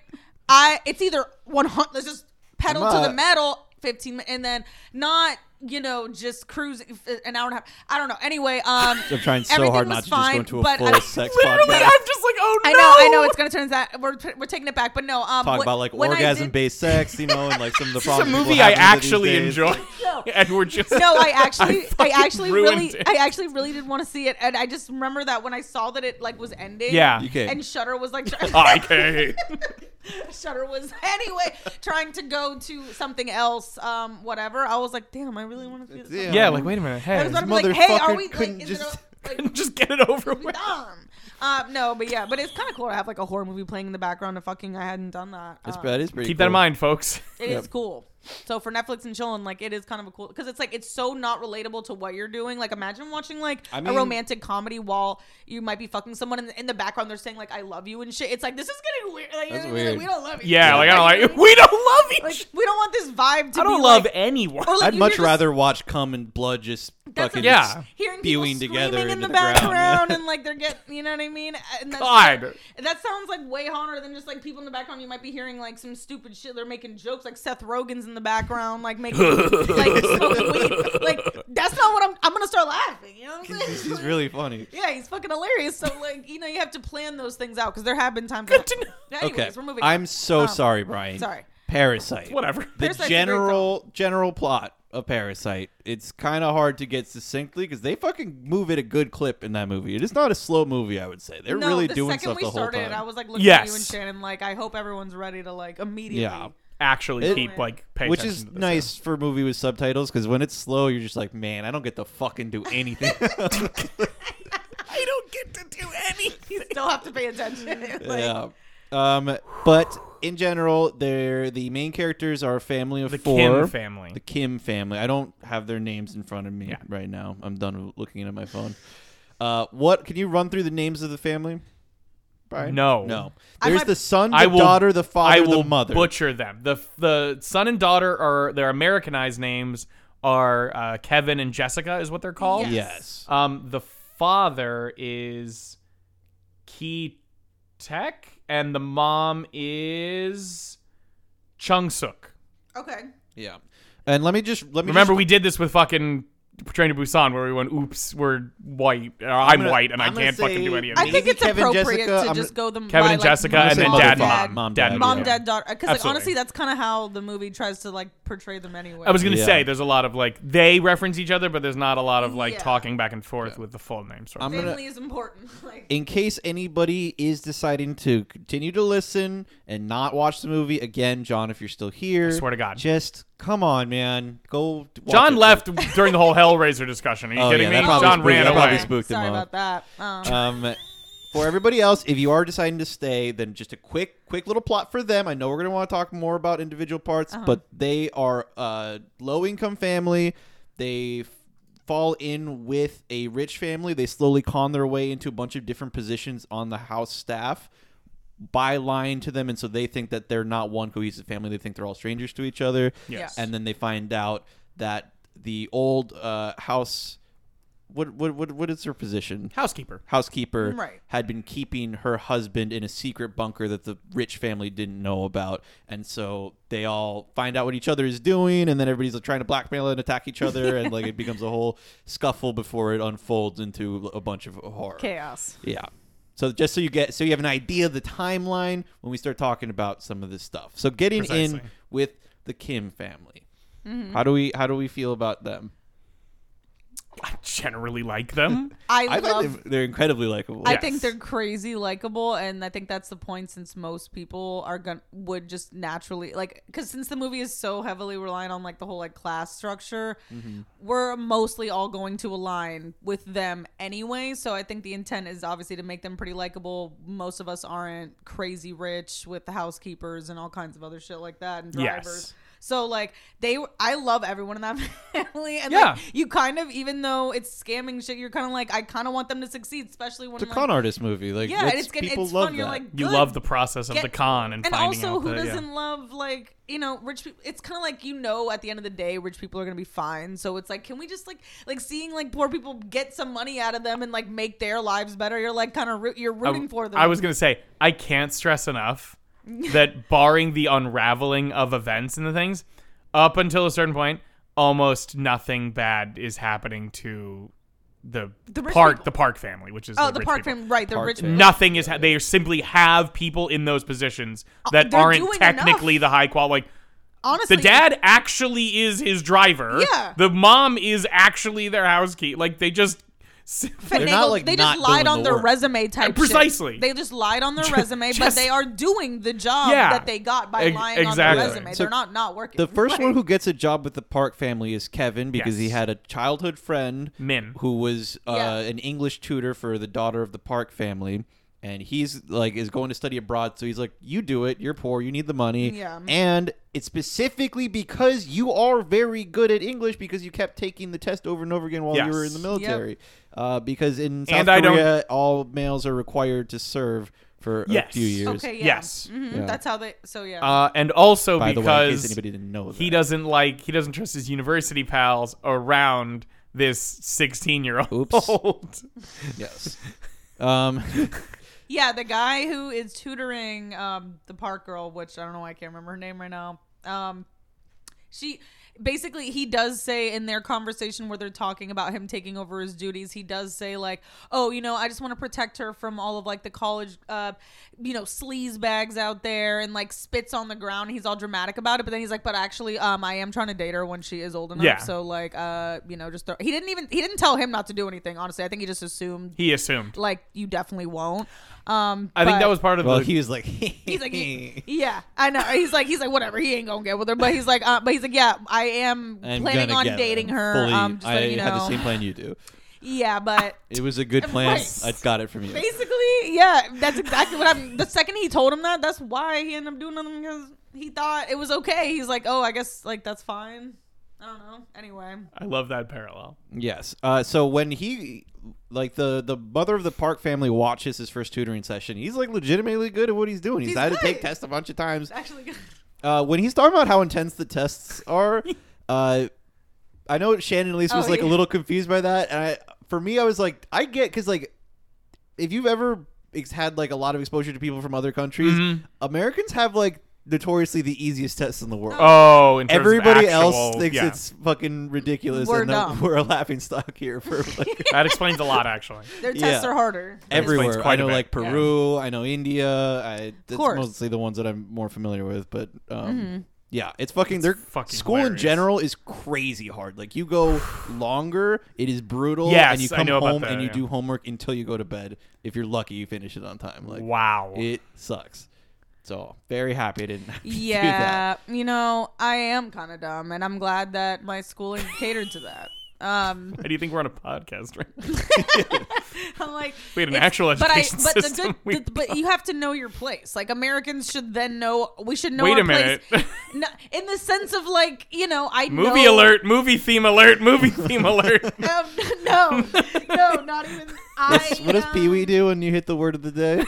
[SPEAKER 3] I it's either one hundred. Let's just pedal
[SPEAKER 2] I'm
[SPEAKER 3] to the
[SPEAKER 2] not-
[SPEAKER 3] metal. Fifteen mi- and then not you know just cruising f- uh, an hour and a half. I don't know. Anyway, um,
[SPEAKER 2] I'm trying so
[SPEAKER 3] everything
[SPEAKER 2] hard
[SPEAKER 3] was
[SPEAKER 2] not to
[SPEAKER 3] fine,
[SPEAKER 2] just go into a
[SPEAKER 3] but
[SPEAKER 2] full
[SPEAKER 3] I-
[SPEAKER 2] sex
[SPEAKER 1] literally
[SPEAKER 2] podcast.
[SPEAKER 1] i'm just like oh no
[SPEAKER 3] I know, I know, it's gonna turn into that. We're we're taking it back, but no. Um,
[SPEAKER 2] Talk
[SPEAKER 3] wh-
[SPEAKER 2] about like
[SPEAKER 3] when I did-
[SPEAKER 2] orgasm-based sex, you know, and like some of the
[SPEAKER 1] This is a
[SPEAKER 2] problems. people
[SPEAKER 1] movie
[SPEAKER 2] have
[SPEAKER 1] I
[SPEAKER 2] with it these
[SPEAKER 1] actually
[SPEAKER 2] days.
[SPEAKER 1] enjoy, and we're just
[SPEAKER 3] No, I actually, I,
[SPEAKER 1] fucking
[SPEAKER 3] actually
[SPEAKER 1] ruined
[SPEAKER 3] really,
[SPEAKER 1] it.
[SPEAKER 3] I actually really did want to see it, and I just remember that when I saw that it like was ending.
[SPEAKER 1] Yeah. You
[SPEAKER 2] came.
[SPEAKER 3] And Shutter was like,
[SPEAKER 1] I can't.
[SPEAKER 3] Shutter was anyway trying to go to something else, um, whatever. I was like, damn, I really want to see this.
[SPEAKER 2] Yeah.
[SPEAKER 3] fucking-
[SPEAKER 1] Yeah, like wait a minute.
[SPEAKER 3] I
[SPEAKER 1] Hey,
[SPEAKER 3] was about to be like, hey, are
[SPEAKER 2] motherfucker
[SPEAKER 3] we like,
[SPEAKER 2] couldn't
[SPEAKER 3] is it
[SPEAKER 2] just-
[SPEAKER 3] a- like
[SPEAKER 1] just get it over
[SPEAKER 3] we
[SPEAKER 1] with.
[SPEAKER 3] done? Um, no, but yeah, but it's kind of cool to have like a horror movie playing in the background. And fucking, I hadn't done that.
[SPEAKER 2] That's
[SPEAKER 3] Um,
[SPEAKER 2] that is pretty.
[SPEAKER 1] Keep that in
[SPEAKER 2] cool.
[SPEAKER 1] mind, folks.
[SPEAKER 3] it is
[SPEAKER 2] Yep.
[SPEAKER 3] cool. So for Netflix and chilling, like it is kind of a cool because it's like it's so not relatable to what you're doing. Like imagine watching like
[SPEAKER 2] I
[SPEAKER 3] a
[SPEAKER 2] mean-
[SPEAKER 3] romantic comedy while you might be fucking someone and in the background they're saying like "I love you" and shit. It's like this is getting weird. Like,
[SPEAKER 2] That's
[SPEAKER 3] it's like,
[SPEAKER 2] weird.
[SPEAKER 3] we don't love each
[SPEAKER 1] Yeah,
[SPEAKER 3] other.
[SPEAKER 1] like I don't like.
[SPEAKER 3] we,
[SPEAKER 1] We don't love each.
[SPEAKER 3] like, we don't want this vibe to.
[SPEAKER 1] I don't
[SPEAKER 3] be,
[SPEAKER 1] love
[SPEAKER 3] like-
[SPEAKER 1] anyone.
[SPEAKER 3] or, like,
[SPEAKER 2] I'd
[SPEAKER 3] you're
[SPEAKER 2] much
[SPEAKER 3] just
[SPEAKER 2] rather watch cum and blood just
[SPEAKER 3] That's
[SPEAKER 2] fucking
[SPEAKER 3] the
[SPEAKER 1] Yeah.
[SPEAKER 2] s-
[SPEAKER 3] Hearing
[SPEAKER 2] spewing
[SPEAKER 3] people
[SPEAKER 2] together
[SPEAKER 3] screaming in
[SPEAKER 2] into
[SPEAKER 3] the,
[SPEAKER 2] the ground, yeah.
[SPEAKER 3] background and like they're getting, you know what I mean? And that's,
[SPEAKER 1] God.
[SPEAKER 3] that sounds like way hotter than just like people in the background. You might be hearing like some stupid shit. They're making jokes, like Seth Rogen's in the background, like making like smoking weed. Like that's not what I'm. I'm gonna start laughing. You know what I'm saying?
[SPEAKER 2] He's, he's really funny.
[SPEAKER 3] yeah, he's fucking hilarious. So like, you know, you have to plan those things out because there have been times.
[SPEAKER 1] Good to know.
[SPEAKER 3] Yeah, anyways,
[SPEAKER 2] Okay,
[SPEAKER 3] we're moving.
[SPEAKER 2] I'm so
[SPEAKER 3] Um,
[SPEAKER 2] sorry, Brian.
[SPEAKER 3] Sorry.
[SPEAKER 2] Parasite.
[SPEAKER 1] Whatever.
[SPEAKER 2] The
[SPEAKER 3] Parasite's a great
[SPEAKER 2] general general plot of Parasite. It's kind of hard to get succinctly because they fucking move at a good clip in that movie. It is not a slow movie. I would say they're
[SPEAKER 3] no,
[SPEAKER 2] really
[SPEAKER 3] the
[SPEAKER 2] doing
[SPEAKER 3] second
[SPEAKER 2] stuff
[SPEAKER 3] we
[SPEAKER 2] the whole
[SPEAKER 3] started,
[SPEAKER 2] time.
[SPEAKER 3] I was like looking at you and
[SPEAKER 1] Yes.
[SPEAKER 3] Shannon, like I hope everyone's ready to like immediately.
[SPEAKER 2] yeah,
[SPEAKER 1] Actually,
[SPEAKER 2] It-
[SPEAKER 1] keep like pay
[SPEAKER 2] which
[SPEAKER 1] attention
[SPEAKER 2] is
[SPEAKER 1] to this.
[SPEAKER 2] nice for a movie with subtitles because when it's slow, you're just like, man, I don't get to fucking do anything.
[SPEAKER 1] I don't get to do anything.
[SPEAKER 3] Still have to pay attention. like,
[SPEAKER 2] yeah. Um, but in general, they're the main characters are a family of
[SPEAKER 1] The
[SPEAKER 2] four.
[SPEAKER 1] Kim family.
[SPEAKER 2] The Kim family. I don't have their names in front of me
[SPEAKER 1] Yeah.
[SPEAKER 2] right now. I'm done looking at my phone. Uh, what can you run through the names of the family? Brian?
[SPEAKER 1] No.
[SPEAKER 2] no.
[SPEAKER 3] I
[SPEAKER 2] There's
[SPEAKER 3] might-
[SPEAKER 2] the son, the
[SPEAKER 1] I will-
[SPEAKER 2] daughter, the father,
[SPEAKER 1] I will
[SPEAKER 2] the mother.
[SPEAKER 1] butcher them. The the son and daughter are their Americanized names are uh, Kevin and Jessica is what they're called.
[SPEAKER 3] Yes.
[SPEAKER 2] yes.
[SPEAKER 1] Um, the father is Key Tech, and the mom is Chung Suk.
[SPEAKER 3] Okay.
[SPEAKER 2] Yeah. And let me just let me
[SPEAKER 1] Remember,
[SPEAKER 2] just-
[SPEAKER 1] we did this with fucking Train to Busan, where we went, "Oops, we're white. Or I'm,
[SPEAKER 2] gonna-
[SPEAKER 1] white, and I'm
[SPEAKER 2] I'm
[SPEAKER 1] I can
[SPEAKER 2] gonna
[SPEAKER 1] not fucking
[SPEAKER 2] say-
[SPEAKER 1] do any of
[SPEAKER 2] I
[SPEAKER 1] these."
[SPEAKER 3] I think
[SPEAKER 2] Easy
[SPEAKER 3] it's
[SPEAKER 2] Kevin,
[SPEAKER 3] appropriate
[SPEAKER 2] Jessica,
[SPEAKER 3] to
[SPEAKER 2] I'm-
[SPEAKER 3] just go them
[SPEAKER 1] Kevin
[SPEAKER 3] by,
[SPEAKER 1] and
[SPEAKER 3] like,
[SPEAKER 1] Jessica,
[SPEAKER 3] mom,
[SPEAKER 1] and then
[SPEAKER 3] mom,
[SPEAKER 1] dad,
[SPEAKER 3] dad,
[SPEAKER 1] mom,
[SPEAKER 2] mom,
[SPEAKER 1] dad,
[SPEAKER 2] dad.
[SPEAKER 1] and
[SPEAKER 3] mom,
[SPEAKER 2] Yeah.
[SPEAKER 3] dad, daughter. Because like
[SPEAKER 1] Absolutely.
[SPEAKER 3] honestly, that's kind of how the movie tries to like portray them anyway.
[SPEAKER 1] I was gonna
[SPEAKER 2] Yeah.
[SPEAKER 1] say there's a lot of like they reference each other, but there's not a lot of like
[SPEAKER 3] Yeah.
[SPEAKER 1] talking back and forth with the full name. Sort of.
[SPEAKER 2] I'm
[SPEAKER 1] thing.
[SPEAKER 2] gonna-
[SPEAKER 3] Family is important. Like,
[SPEAKER 2] in case anybody is deciding to continue to listen and not watch the movie again, John, if you're still here,
[SPEAKER 1] I swear to God.
[SPEAKER 2] just come on, man, go. watch
[SPEAKER 1] John
[SPEAKER 2] it.
[SPEAKER 1] left during the whole Hellraiser discussion. Are you
[SPEAKER 2] Oh,
[SPEAKER 1] kidding
[SPEAKER 2] yeah,
[SPEAKER 1] me?
[SPEAKER 2] that probably
[SPEAKER 1] John
[SPEAKER 2] spooked-
[SPEAKER 1] ran
[SPEAKER 2] that probably
[SPEAKER 1] away.
[SPEAKER 2] spooked- spooked
[SPEAKER 3] Sorry
[SPEAKER 2] him
[SPEAKER 3] about that. Um,
[SPEAKER 2] Um, for everybody else, if you are deciding to stay, then just a quick, quick little plot for them. I know we're gonna want to talk more about individual parts, but they are a low-income family. They f- fall in with a rich family. They slowly con their way into a bunch of different positions on the house staff by lying to them, and so they think that they're not one cohesive family. They think they're all strangers to each other.
[SPEAKER 1] Yes.
[SPEAKER 2] and then they find out that the old uh, house. What, what what what is her position?
[SPEAKER 1] Housekeeper.
[SPEAKER 2] housekeeper
[SPEAKER 3] Mm, Right.
[SPEAKER 2] had been keeping her husband in a secret bunker that the rich family didn't know about and so they all find out what each other is doing and then everybody's like, trying to blackmail and attack each other and like it becomes a whole scuffle before it unfolds into a bunch of horror
[SPEAKER 3] chaos.
[SPEAKER 2] yeah so just so you get so you have an idea of the timeline when we start talking about some of this stuff so getting
[SPEAKER 1] Precisely.
[SPEAKER 2] in with the kim family
[SPEAKER 3] Mm-hmm.
[SPEAKER 2] how do we how do we feel about them
[SPEAKER 1] I generally like them.
[SPEAKER 3] I,
[SPEAKER 2] i
[SPEAKER 3] love.
[SPEAKER 2] think they're incredibly likable
[SPEAKER 3] I
[SPEAKER 1] Yes.
[SPEAKER 3] think they're crazy likable, and I think that's the point. Since most people are going would just naturally like, because since the movie is so heavily reliant on like the whole like class structure,
[SPEAKER 1] Mm-hmm.
[SPEAKER 3] we're mostly all going to align with them anyway. So I think the intent is obviously to make them pretty likable. Most of us aren't crazy rich with the housekeepers and all kinds of other shit like that and
[SPEAKER 1] Yes.
[SPEAKER 3] drivers. So like they, I love everyone in that family, and
[SPEAKER 1] Yeah.
[SPEAKER 3] like, you kind of, even though it's scamming shit, you're kind of like, I kind of want them to succeed, especially when
[SPEAKER 2] It's a
[SPEAKER 3] like,
[SPEAKER 2] con artist movie. Like
[SPEAKER 3] yeah,
[SPEAKER 2] that's-
[SPEAKER 3] and it's gonna,
[SPEAKER 2] people
[SPEAKER 3] it's
[SPEAKER 2] love
[SPEAKER 3] fun. You're
[SPEAKER 2] that.
[SPEAKER 3] like,
[SPEAKER 1] You
[SPEAKER 3] good.
[SPEAKER 1] love the process of
[SPEAKER 3] Get-
[SPEAKER 1] the con and,
[SPEAKER 3] and
[SPEAKER 1] finding
[SPEAKER 3] also
[SPEAKER 1] out
[SPEAKER 3] who
[SPEAKER 1] that, yeah.
[SPEAKER 3] doesn't love like you know rich people? It's kind of like you know at the end of the day, rich people are gonna be fine. So it's like, can we just like like seeing like poor people get some money out of them and like make their lives better? You're like kind of root you're rooting for them.
[SPEAKER 1] I was gonna say I can't stress enough that barring the unraveling of events and the things, up until a certain point, almost nothing bad is happening to the,
[SPEAKER 3] The rich
[SPEAKER 1] park
[SPEAKER 3] people.
[SPEAKER 1] the park family, which is
[SPEAKER 3] oh
[SPEAKER 1] the,
[SPEAKER 3] the
[SPEAKER 1] rich
[SPEAKER 3] park
[SPEAKER 1] people.
[SPEAKER 3] family, right? The
[SPEAKER 2] Park
[SPEAKER 3] rich
[SPEAKER 2] family.
[SPEAKER 1] Nothing is. Ha- they simply have people in those positions that
[SPEAKER 3] Uh, they're
[SPEAKER 1] aren't
[SPEAKER 3] doing
[SPEAKER 1] technically
[SPEAKER 3] enough.
[SPEAKER 1] the high quality. Like the
[SPEAKER 3] honestly
[SPEAKER 1] dad actually is his driver.
[SPEAKER 3] Yeah.
[SPEAKER 1] The mom is actually their housekeeper. Like they just.
[SPEAKER 3] Finagle,
[SPEAKER 2] They're not, like,
[SPEAKER 3] they
[SPEAKER 2] not
[SPEAKER 3] just lied
[SPEAKER 2] doing
[SPEAKER 3] on
[SPEAKER 2] the
[SPEAKER 3] their
[SPEAKER 2] work.
[SPEAKER 3] resume type. shit.
[SPEAKER 1] Precisely.
[SPEAKER 3] They just lied on their resume, but
[SPEAKER 1] just-
[SPEAKER 3] they are doing the job
[SPEAKER 1] Yeah.
[SPEAKER 3] that they got by
[SPEAKER 1] Ex-
[SPEAKER 3] lying
[SPEAKER 1] exactly.
[SPEAKER 3] on their resume.
[SPEAKER 2] So
[SPEAKER 3] They're not not working.
[SPEAKER 2] The first
[SPEAKER 3] Like,
[SPEAKER 2] one who gets a job with the Park family is Kevin because he
[SPEAKER 1] Yes.
[SPEAKER 2] had a childhood friend
[SPEAKER 1] Min.
[SPEAKER 2] who was uh,
[SPEAKER 3] Yeah.
[SPEAKER 2] an English tutor for the daughter of the Park family, and he's like is going to study abroad. So he's like, "You do it. You're poor. You need the money."
[SPEAKER 3] Yeah.
[SPEAKER 2] And it's specifically because you are very good at English because you kept taking the test over and over again while you
[SPEAKER 1] Yes.
[SPEAKER 2] were in the military. Uh, because in South
[SPEAKER 1] I don't-
[SPEAKER 2] Korea, all males are required to serve for a
[SPEAKER 1] Yes.
[SPEAKER 2] few years.
[SPEAKER 3] Okay. Yeah.
[SPEAKER 1] Yes.
[SPEAKER 3] Mhm,
[SPEAKER 2] Yeah.
[SPEAKER 3] That's how they. So yeah.
[SPEAKER 1] Uh, and also
[SPEAKER 2] By the
[SPEAKER 1] because
[SPEAKER 2] way, in case anybody didn't know,
[SPEAKER 1] he
[SPEAKER 2] that.
[SPEAKER 1] doesn't like he doesn't trust his university pals around this 16 year
[SPEAKER 2] Oops.
[SPEAKER 1] old
[SPEAKER 2] Yes. Um,
[SPEAKER 3] yeah. The guy who is tutoring um, the park girl, which I don't know. why I can't remember her name right now. Um, she basically he does say in their conversation where they're talking about him taking over his duties he does say like oh you know i just want to protect her from all of like the college uh you know sleaze bags out there and like spits on the ground he's all dramatic about it but then he's like but actually um i am trying to date her when she is old enough
[SPEAKER 1] Yeah.
[SPEAKER 3] so like uh you know just throw- he didn't even he didn't tell him not to do anything honestly i think he just assumed
[SPEAKER 1] he assumed
[SPEAKER 3] like you definitely won't um
[SPEAKER 1] i think
[SPEAKER 3] but-
[SPEAKER 1] that was part of
[SPEAKER 2] well,
[SPEAKER 1] the
[SPEAKER 2] he was like,
[SPEAKER 3] he's like "Y- yeah i know he's like he's like whatever he ain't gonna get with her but he's like uh, but he's like yeah i am
[SPEAKER 2] I'm
[SPEAKER 3] planning
[SPEAKER 2] gonna
[SPEAKER 3] on
[SPEAKER 2] get
[SPEAKER 3] dating
[SPEAKER 2] him.
[SPEAKER 3] her
[SPEAKER 2] Fully,
[SPEAKER 3] um just
[SPEAKER 2] I
[SPEAKER 3] letting you know
[SPEAKER 2] had the same plan you do.
[SPEAKER 3] yeah but
[SPEAKER 2] It was a good plan.
[SPEAKER 3] Right.
[SPEAKER 2] I got it from you.
[SPEAKER 3] basically yeah that's exactly what i'm the second he told him that that's why he ended up doing nothing because he thought it was okay he's like oh i guess like that's fine i don't know anyway
[SPEAKER 1] i love that parallel
[SPEAKER 2] Yes. Uh, so when he Like the the mother of the Park family watches his first tutoring session. He's like legitimately good at what he's doing. He's,
[SPEAKER 3] He's
[SPEAKER 2] had to
[SPEAKER 3] good.
[SPEAKER 2] take tests a bunch of times.
[SPEAKER 3] Actually, good.
[SPEAKER 2] Uh, when he's talking about how intense the tests are, uh, I know Shannon at least was
[SPEAKER 3] Oh,
[SPEAKER 2] like a
[SPEAKER 3] yeah.
[SPEAKER 2] little confused by that, and I for me I was like I get because like if you've ever ex- had like a lot of exposure to people from other countries,
[SPEAKER 3] Mm-hmm.
[SPEAKER 2] Americans have like notoriously the easiest tests in the world.
[SPEAKER 1] Oh, in terms of
[SPEAKER 2] Everybody else
[SPEAKER 1] actual-
[SPEAKER 2] thinks
[SPEAKER 1] yeah.
[SPEAKER 2] it's fucking ridiculous,
[SPEAKER 3] We're
[SPEAKER 2] and that
[SPEAKER 3] dumb.
[SPEAKER 2] we're a laughing stock here for like,
[SPEAKER 1] that explains a lot actually.
[SPEAKER 3] their tests
[SPEAKER 2] Yeah.
[SPEAKER 3] are harder.
[SPEAKER 2] everywhere.
[SPEAKER 1] quite
[SPEAKER 2] I
[SPEAKER 1] a
[SPEAKER 2] know
[SPEAKER 1] bit.
[SPEAKER 2] like Peru, I know India. I that's
[SPEAKER 3] course.
[SPEAKER 2] mostly the ones that I'm more familiar with, but um, yeah, it's fucking. their
[SPEAKER 1] Mm-hmm. fucking
[SPEAKER 2] school in
[SPEAKER 1] hilarious.
[SPEAKER 2] general is crazy hard. Like you go longer, it is brutal.
[SPEAKER 1] Yes,
[SPEAKER 2] and you
[SPEAKER 1] I
[SPEAKER 2] come
[SPEAKER 1] know about
[SPEAKER 2] home
[SPEAKER 1] that,
[SPEAKER 2] and you
[SPEAKER 1] yeah.
[SPEAKER 2] do homework until you go to bed. If you're lucky, you finish it on time. Like
[SPEAKER 1] Wow.
[SPEAKER 2] it sucks. So very happy I didn't. Have to do that.
[SPEAKER 3] Yeah, you know, I am kind of dumb, and I'm glad that my schooling catered to that. Um,
[SPEAKER 1] How do you think we're on a podcast right now?
[SPEAKER 3] I'm like,
[SPEAKER 1] We had an
[SPEAKER 3] it's-
[SPEAKER 1] actual
[SPEAKER 3] but I,
[SPEAKER 1] education
[SPEAKER 3] but the
[SPEAKER 1] system.
[SPEAKER 3] good,
[SPEAKER 1] We-
[SPEAKER 3] the- but you have to know your place. Like Americans should then know. We should know.
[SPEAKER 1] Wait
[SPEAKER 3] our
[SPEAKER 1] a minute.
[SPEAKER 3] Place. No, in the sense of like, you know, I
[SPEAKER 1] movie
[SPEAKER 3] know,
[SPEAKER 1] alert, movie theme alert, movie theme alert.
[SPEAKER 3] Um, no, no, not even. I,
[SPEAKER 2] What does
[SPEAKER 3] um,
[SPEAKER 2] Pee Wee do when you hit the word of the day?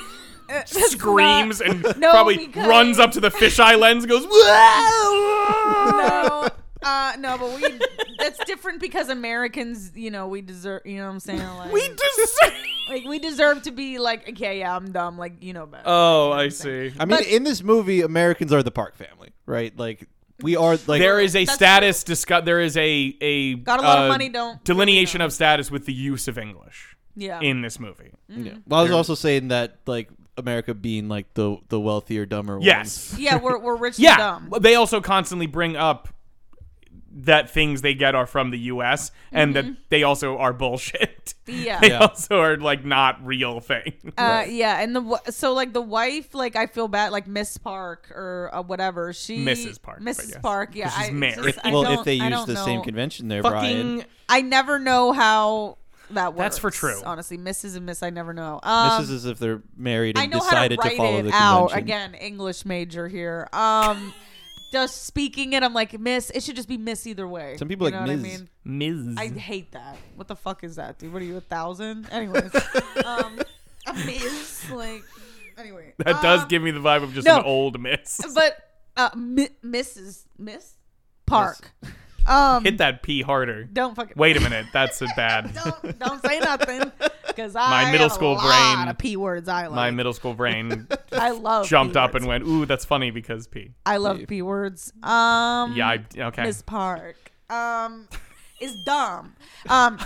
[SPEAKER 3] that's not-
[SPEAKER 1] Screams and
[SPEAKER 3] No,
[SPEAKER 1] probably
[SPEAKER 3] because-
[SPEAKER 1] runs up to the fisheye lens and goes, Whoa!
[SPEAKER 3] no, uh, no, but we. That's different because Americans, you know, we deserve. You know what I'm saying? Like,
[SPEAKER 1] We just.
[SPEAKER 3] like we deserve to be like, okay, yeah, I'm dumb. Like you know better.
[SPEAKER 1] Oh, I see.
[SPEAKER 2] I mean,
[SPEAKER 3] But-
[SPEAKER 2] in this movie, Americans are the Park family, right? Like we are like
[SPEAKER 1] There is a
[SPEAKER 3] That's
[SPEAKER 1] status discuss. There is a a uh,
[SPEAKER 3] Got a lot of money, don't-
[SPEAKER 1] delineation of status with the use of English
[SPEAKER 3] yeah. Mm.
[SPEAKER 1] in this movie.
[SPEAKER 3] Mm-hmm.
[SPEAKER 2] Yeah. Well, I was also saying that like America being like the the wealthier, dumber.
[SPEAKER 1] Yes.
[SPEAKER 3] yeah, we're we're rich
[SPEAKER 1] Yeah.
[SPEAKER 3] and dumb.
[SPEAKER 1] They also constantly bring up that things they get are from the U.S. and that they also are bullshit.
[SPEAKER 3] Mm-hmm. Yeah.
[SPEAKER 1] They
[SPEAKER 2] Yeah.
[SPEAKER 1] also are like not real thing.
[SPEAKER 3] Uh, yeah, and the w- so like the wife, like I feel bad, like Miss Park or uh, whether she
[SPEAKER 1] Mrs. Park, I guess.
[SPEAKER 3] Mrs. Park, yeah,
[SPEAKER 1] Because she's
[SPEAKER 3] I
[SPEAKER 1] married.
[SPEAKER 3] Just, I
[SPEAKER 2] ones. Well,
[SPEAKER 3] don't,
[SPEAKER 2] if they
[SPEAKER 3] I
[SPEAKER 2] use
[SPEAKER 3] don't
[SPEAKER 2] the
[SPEAKER 3] know.
[SPEAKER 2] same convention there,
[SPEAKER 1] Fucking
[SPEAKER 2] Brian.
[SPEAKER 3] I never know how that works.
[SPEAKER 1] That's for true.
[SPEAKER 3] honestly. Mrs. and Miss, I never know. Um,
[SPEAKER 2] this is as if they're married
[SPEAKER 3] I
[SPEAKER 2] and
[SPEAKER 3] know how to
[SPEAKER 2] decided to,
[SPEAKER 3] write
[SPEAKER 2] follow
[SPEAKER 3] it
[SPEAKER 2] the
[SPEAKER 3] out
[SPEAKER 2] convention.
[SPEAKER 3] again. English major here. Um, just speaking it, I'm like Miss. It should just be Miss either way.
[SPEAKER 2] Some people
[SPEAKER 3] you
[SPEAKER 2] like
[SPEAKER 3] know
[SPEAKER 2] Ms.
[SPEAKER 3] What I mean?
[SPEAKER 1] Ms.
[SPEAKER 3] I hate that. What the fuck is that, dude? What are you, a thousand? Anyways, um, a miss, like, anyway.
[SPEAKER 1] that does
[SPEAKER 3] Um,
[SPEAKER 1] give me the vibe of just
[SPEAKER 3] no.
[SPEAKER 1] an old miss.
[SPEAKER 3] But uh, mi- Mrs. Miss Park. Um,
[SPEAKER 1] Hit that P harder.
[SPEAKER 3] Don't fucking
[SPEAKER 1] Wait a minute, that's a bad.
[SPEAKER 3] Don't don't say nothing because I
[SPEAKER 1] My middle
[SPEAKER 3] have
[SPEAKER 1] school
[SPEAKER 3] a lot
[SPEAKER 1] brain-
[SPEAKER 3] of p words. I like.
[SPEAKER 1] My middle school brain
[SPEAKER 3] I love
[SPEAKER 1] jumped
[SPEAKER 3] P
[SPEAKER 1] up
[SPEAKER 3] words.
[SPEAKER 1] and went, "Ooh, that's funny because P."
[SPEAKER 3] I love p words. Um,
[SPEAKER 1] Yeah, I, okay.
[SPEAKER 3] Miss Park. Um. Is dumb. Um,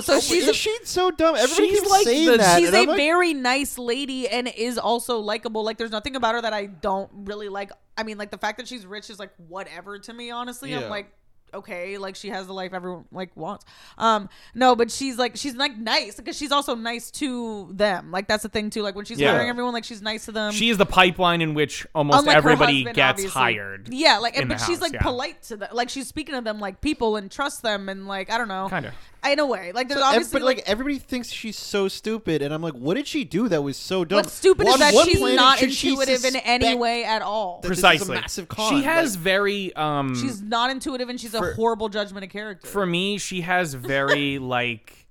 [SPEAKER 3] so she's a
[SPEAKER 2] is she so dumb? Everybody
[SPEAKER 1] she's
[SPEAKER 2] keeps
[SPEAKER 1] like
[SPEAKER 2] saying
[SPEAKER 1] the-
[SPEAKER 2] that.
[SPEAKER 3] She's
[SPEAKER 2] and
[SPEAKER 3] a
[SPEAKER 2] I'm like,
[SPEAKER 3] very nice lady and is also likable. Like, there's nothing about her that I don't really like. I mean, like the fact that she's rich is like whatever to me. Honestly,
[SPEAKER 2] Yeah.
[SPEAKER 3] I'm like, okay, like she has the life everyone like wants. Um, no, but she's like she's like nice because she's also nice to them. Like that's the thing too. Like when she's
[SPEAKER 1] Yeah.
[SPEAKER 3] hiring everyone, like she's nice to them.
[SPEAKER 1] She is the pipeline in which almost
[SPEAKER 3] um, Unlike her
[SPEAKER 1] everybody
[SPEAKER 3] husband,
[SPEAKER 1] gets
[SPEAKER 3] obviously.
[SPEAKER 1] hired.
[SPEAKER 3] Yeah, like
[SPEAKER 1] in
[SPEAKER 3] and, but
[SPEAKER 1] the
[SPEAKER 3] she's
[SPEAKER 1] house,
[SPEAKER 3] like
[SPEAKER 1] yeah.
[SPEAKER 3] polite to them. Like she's speaking to them like people and trust them and like I don't know.
[SPEAKER 1] Kinda.
[SPEAKER 3] In a way. Like there's
[SPEAKER 2] ev-
[SPEAKER 3] obviously
[SPEAKER 2] but like, everybody thinks she's so stupid, and I'm like, what did she do that was so dumb?
[SPEAKER 3] What's stupid
[SPEAKER 2] Well, on
[SPEAKER 3] is that
[SPEAKER 2] what
[SPEAKER 3] she's
[SPEAKER 2] planet
[SPEAKER 3] not
[SPEAKER 2] should she
[SPEAKER 3] intuitive in any
[SPEAKER 2] suspect-
[SPEAKER 3] way at all.
[SPEAKER 2] This is a
[SPEAKER 1] Precisely.
[SPEAKER 2] massive con,
[SPEAKER 1] She has
[SPEAKER 2] like-
[SPEAKER 1] very um
[SPEAKER 3] She's not intuitive and she's a horrible judgment of character.
[SPEAKER 1] for me, she has very like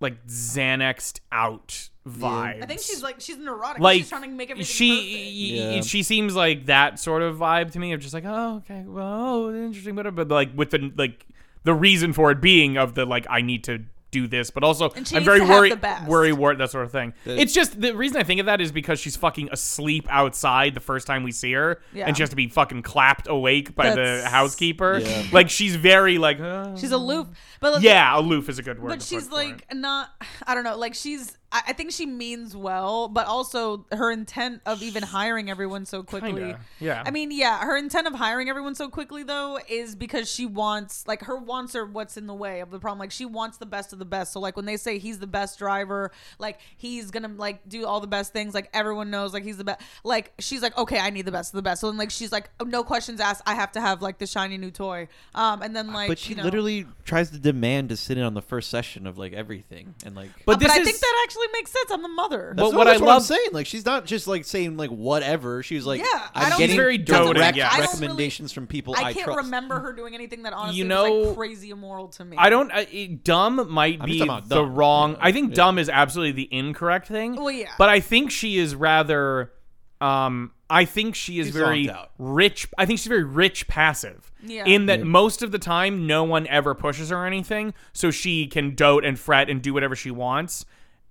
[SPEAKER 1] like Xanaxed out vibes.
[SPEAKER 3] I think she's like she's neurotic.
[SPEAKER 1] like
[SPEAKER 3] she's trying to make everything perfect.
[SPEAKER 1] she y- y-
[SPEAKER 2] Yeah.
[SPEAKER 1] she seems like that sort of vibe to me of just like oh okay well oh, interesting whatever but like with the like the reason for it being of the like I need to do this but also
[SPEAKER 3] And she
[SPEAKER 1] I'm
[SPEAKER 3] needs
[SPEAKER 1] very
[SPEAKER 3] to have
[SPEAKER 1] worried
[SPEAKER 3] the best.
[SPEAKER 1] worry wor- that sort of thing
[SPEAKER 2] The-
[SPEAKER 1] it's just the reason I think of that is because she's fucking asleep outside the first time we see her
[SPEAKER 3] Yeah.
[SPEAKER 1] and she has to be fucking clapped awake by the
[SPEAKER 3] That's-
[SPEAKER 1] housekeeper
[SPEAKER 2] Yeah.
[SPEAKER 1] like she's very like uh,
[SPEAKER 3] She's aloof. But like,
[SPEAKER 1] yeah aloof is a good word to
[SPEAKER 3] But
[SPEAKER 1] put
[SPEAKER 3] she's
[SPEAKER 1] for it.
[SPEAKER 3] like not I don't know, like she's I, I think she means well, but also her intent of even hiring everyone so quickly.
[SPEAKER 1] Kinda, yeah.
[SPEAKER 3] I mean, yeah, her intent of hiring everyone so quickly though is because she wants like her wants are what's in the way of the problem. Like she wants the best of the best. So like when they say he's the best driver, like he's gonna like do all the best things, like everyone knows like he's the best like she's like, Okay, I need the best of the best. So then like she's like, no questions asked, I have to have like the shiny new toy. Um and then like
[SPEAKER 2] But she
[SPEAKER 3] you know-
[SPEAKER 2] literally tries to de- demand to sit in on the first session of like everything and like.
[SPEAKER 1] But
[SPEAKER 3] Uh,
[SPEAKER 1] this
[SPEAKER 3] I
[SPEAKER 1] is-
[SPEAKER 3] think that actually makes sense. I'm the mother.
[SPEAKER 1] Well,
[SPEAKER 2] That's
[SPEAKER 1] what
[SPEAKER 2] that's
[SPEAKER 1] I
[SPEAKER 2] I'm
[SPEAKER 1] love-
[SPEAKER 2] saying like she's not just like saying like whatever. She's like
[SPEAKER 3] Yeah, I
[SPEAKER 2] I'm
[SPEAKER 3] don't-
[SPEAKER 2] getting
[SPEAKER 1] She's very
[SPEAKER 2] direct
[SPEAKER 1] doting, yeah. I don't
[SPEAKER 3] really-
[SPEAKER 2] recommendations from people I,
[SPEAKER 3] I can't
[SPEAKER 2] trust.
[SPEAKER 3] remember her doing anything that honestly
[SPEAKER 1] You
[SPEAKER 3] was
[SPEAKER 1] know-
[SPEAKER 3] like crazy immoral to me.
[SPEAKER 1] I don't. I, it- dumb might
[SPEAKER 2] I'm just
[SPEAKER 1] be
[SPEAKER 2] talking about
[SPEAKER 1] the
[SPEAKER 2] dumb.
[SPEAKER 1] wrong.
[SPEAKER 2] Yeah.
[SPEAKER 1] I think
[SPEAKER 2] Yeah.
[SPEAKER 1] dumb is absolutely the incorrect thing.
[SPEAKER 3] Well, yeah.
[SPEAKER 1] But I think she is rather. Um, I think she is
[SPEAKER 2] She's
[SPEAKER 1] very
[SPEAKER 2] zonked out.
[SPEAKER 1] rich. I think she's very rich passive.
[SPEAKER 3] Yeah.
[SPEAKER 1] In that most of the time, no one ever pushes her or anything, so she can dote and fret and do whatever she wants.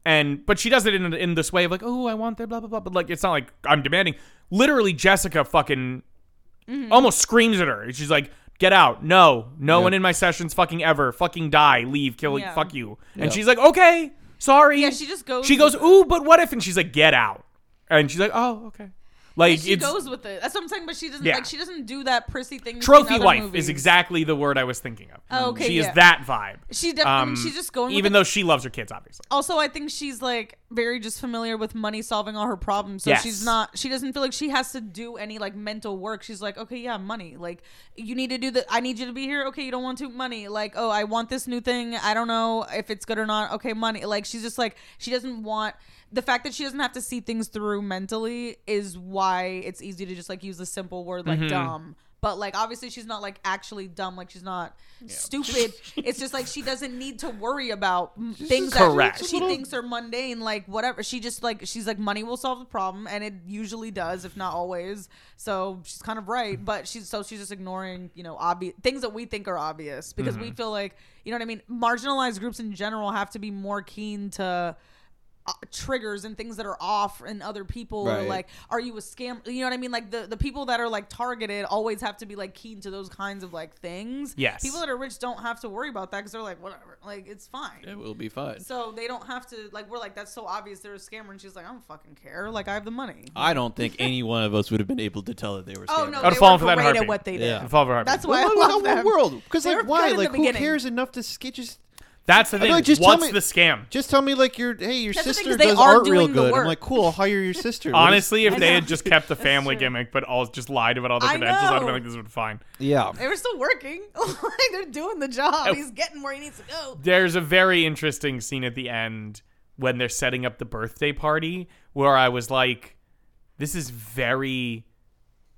[SPEAKER 1] And but she does it in in this way of like, oh, I want that, blah blah blah. But like, it's not like I'm demanding. Literally, Jessica fucking
[SPEAKER 3] Mm-hmm.
[SPEAKER 1] almost screams at her. She's like, "Get out! No, no
[SPEAKER 2] Yeah.
[SPEAKER 1] one in my sessions fucking ever. Fucking die, leave, kill,
[SPEAKER 3] Yeah.
[SPEAKER 1] fuck you." And
[SPEAKER 2] Yeah.
[SPEAKER 1] she's like, "Okay, sorry."
[SPEAKER 3] Yeah, she just goes
[SPEAKER 1] She goes,
[SPEAKER 3] with
[SPEAKER 1] "Ooh, but what if?" And she's like, "Get out!" And she's like, "Oh, okay." Like
[SPEAKER 3] she
[SPEAKER 1] it's
[SPEAKER 3] goes with it. That's what I'm saying. But she doesn't
[SPEAKER 1] Yeah.
[SPEAKER 3] like she doesn't do that prissy thing. you see in
[SPEAKER 1] trophy
[SPEAKER 3] other
[SPEAKER 1] wife
[SPEAKER 3] movies.
[SPEAKER 1] is exactly the word I was thinking of.
[SPEAKER 3] Oh, okay,
[SPEAKER 1] she
[SPEAKER 3] yeah.
[SPEAKER 1] is that vibe.
[SPEAKER 3] She definitely. I mean,
[SPEAKER 1] Um,
[SPEAKER 3] she's just going. With
[SPEAKER 1] even
[SPEAKER 3] it.
[SPEAKER 1] though she loves her kids, obviously.
[SPEAKER 3] Also, I think she's like very just familiar with money solving all her problems. So
[SPEAKER 1] Yes.
[SPEAKER 3] she's not. She doesn't feel like she has to do any like mental work. She's like, okay, yeah, money. Like you need to do the. I need you to be here. Okay, you don't want to. Money. Like oh, I want this new thing. I don't know if it's good or not. Okay, money. Like she's just like she doesn't want. The fact that she doesn't have to see things through mentally is why it's easy to just like use a simple word like dumb. But like obviously she's not like actually dumb. Like she's not stupid. it's just like she doesn't need to worry about m- things
[SPEAKER 1] Correct.
[SPEAKER 3] that
[SPEAKER 1] Just
[SPEAKER 3] she thinks are mundane, like whatever. She just like she's like money will solve the problem, and it usually does, if not always. So she's kind of right, but she's so she's just ignoring you know obvious things that we think are obvious because we feel like you know what I mean. Marginalized groups in general have to be more keen to. Uh, triggers and things that are off in other people or
[SPEAKER 2] Right.
[SPEAKER 3] like are you a scam you know what i mean like the the people that are like targeted always have to be like keen to those kinds of like things
[SPEAKER 1] Yes.
[SPEAKER 3] people that are rich don't have to worry about that because they're like whatever like it's fine
[SPEAKER 2] It will be fine.
[SPEAKER 3] so they don't have to like we're like that's so obvious they're a scammer and she's like I don't fucking care like I have the money.
[SPEAKER 2] I don't think any one of us would have been able to tell that they were.
[SPEAKER 3] oh
[SPEAKER 2] scammers.
[SPEAKER 3] no,
[SPEAKER 1] I'd
[SPEAKER 3] they
[SPEAKER 1] fall
[SPEAKER 3] were
[SPEAKER 1] for that in a
[SPEAKER 3] great at
[SPEAKER 1] heartbeat.
[SPEAKER 3] what they did.
[SPEAKER 2] Yeah.
[SPEAKER 1] Fall for her.
[SPEAKER 3] That's why
[SPEAKER 2] Why,
[SPEAKER 3] I
[SPEAKER 2] why,
[SPEAKER 3] love
[SPEAKER 2] why
[SPEAKER 3] them.
[SPEAKER 2] world? Because
[SPEAKER 3] They were
[SPEAKER 2] like, why?
[SPEAKER 3] good in the
[SPEAKER 2] Like, who
[SPEAKER 3] beginning.
[SPEAKER 2] cares enough to skit? Just,
[SPEAKER 1] That's the thing.
[SPEAKER 2] like, just tell
[SPEAKER 1] What's
[SPEAKER 2] me-
[SPEAKER 1] the scam?
[SPEAKER 2] just tell me like your hey, your
[SPEAKER 3] That's the thing,
[SPEAKER 2] sister
[SPEAKER 3] 'cause they
[SPEAKER 2] does
[SPEAKER 3] are
[SPEAKER 2] art real
[SPEAKER 3] doing the
[SPEAKER 2] good.
[SPEAKER 3] work.
[SPEAKER 2] I'm like, cool. I'll hire your sister. What is-
[SPEAKER 1] Honestly, if
[SPEAKER 3] I
[SPEAKER 1] they
[SPEAKER 3] know.
[SPEAKER 1] had just kept the family
[SPEAKER 3] true.
[SPEAKER 1] gimmick, but all just lied about all the
[SPEAKER 3] I
[SPEAKER 1] credentials, I'd
[SPEAKER 3] know.
[SPEAKER 1] been like, "This would be fine."
[SPEAKER 2] yeah.
[SPEAKER 3] They were still working. like they're doing the job.
[SPEAKER 1] Oh.
[SPEAKER 3] He's getting where he needs to go.
[SPEAKER 1] there's a very interesting scene at the end when they're setting up the birthday party where I was like, this is very.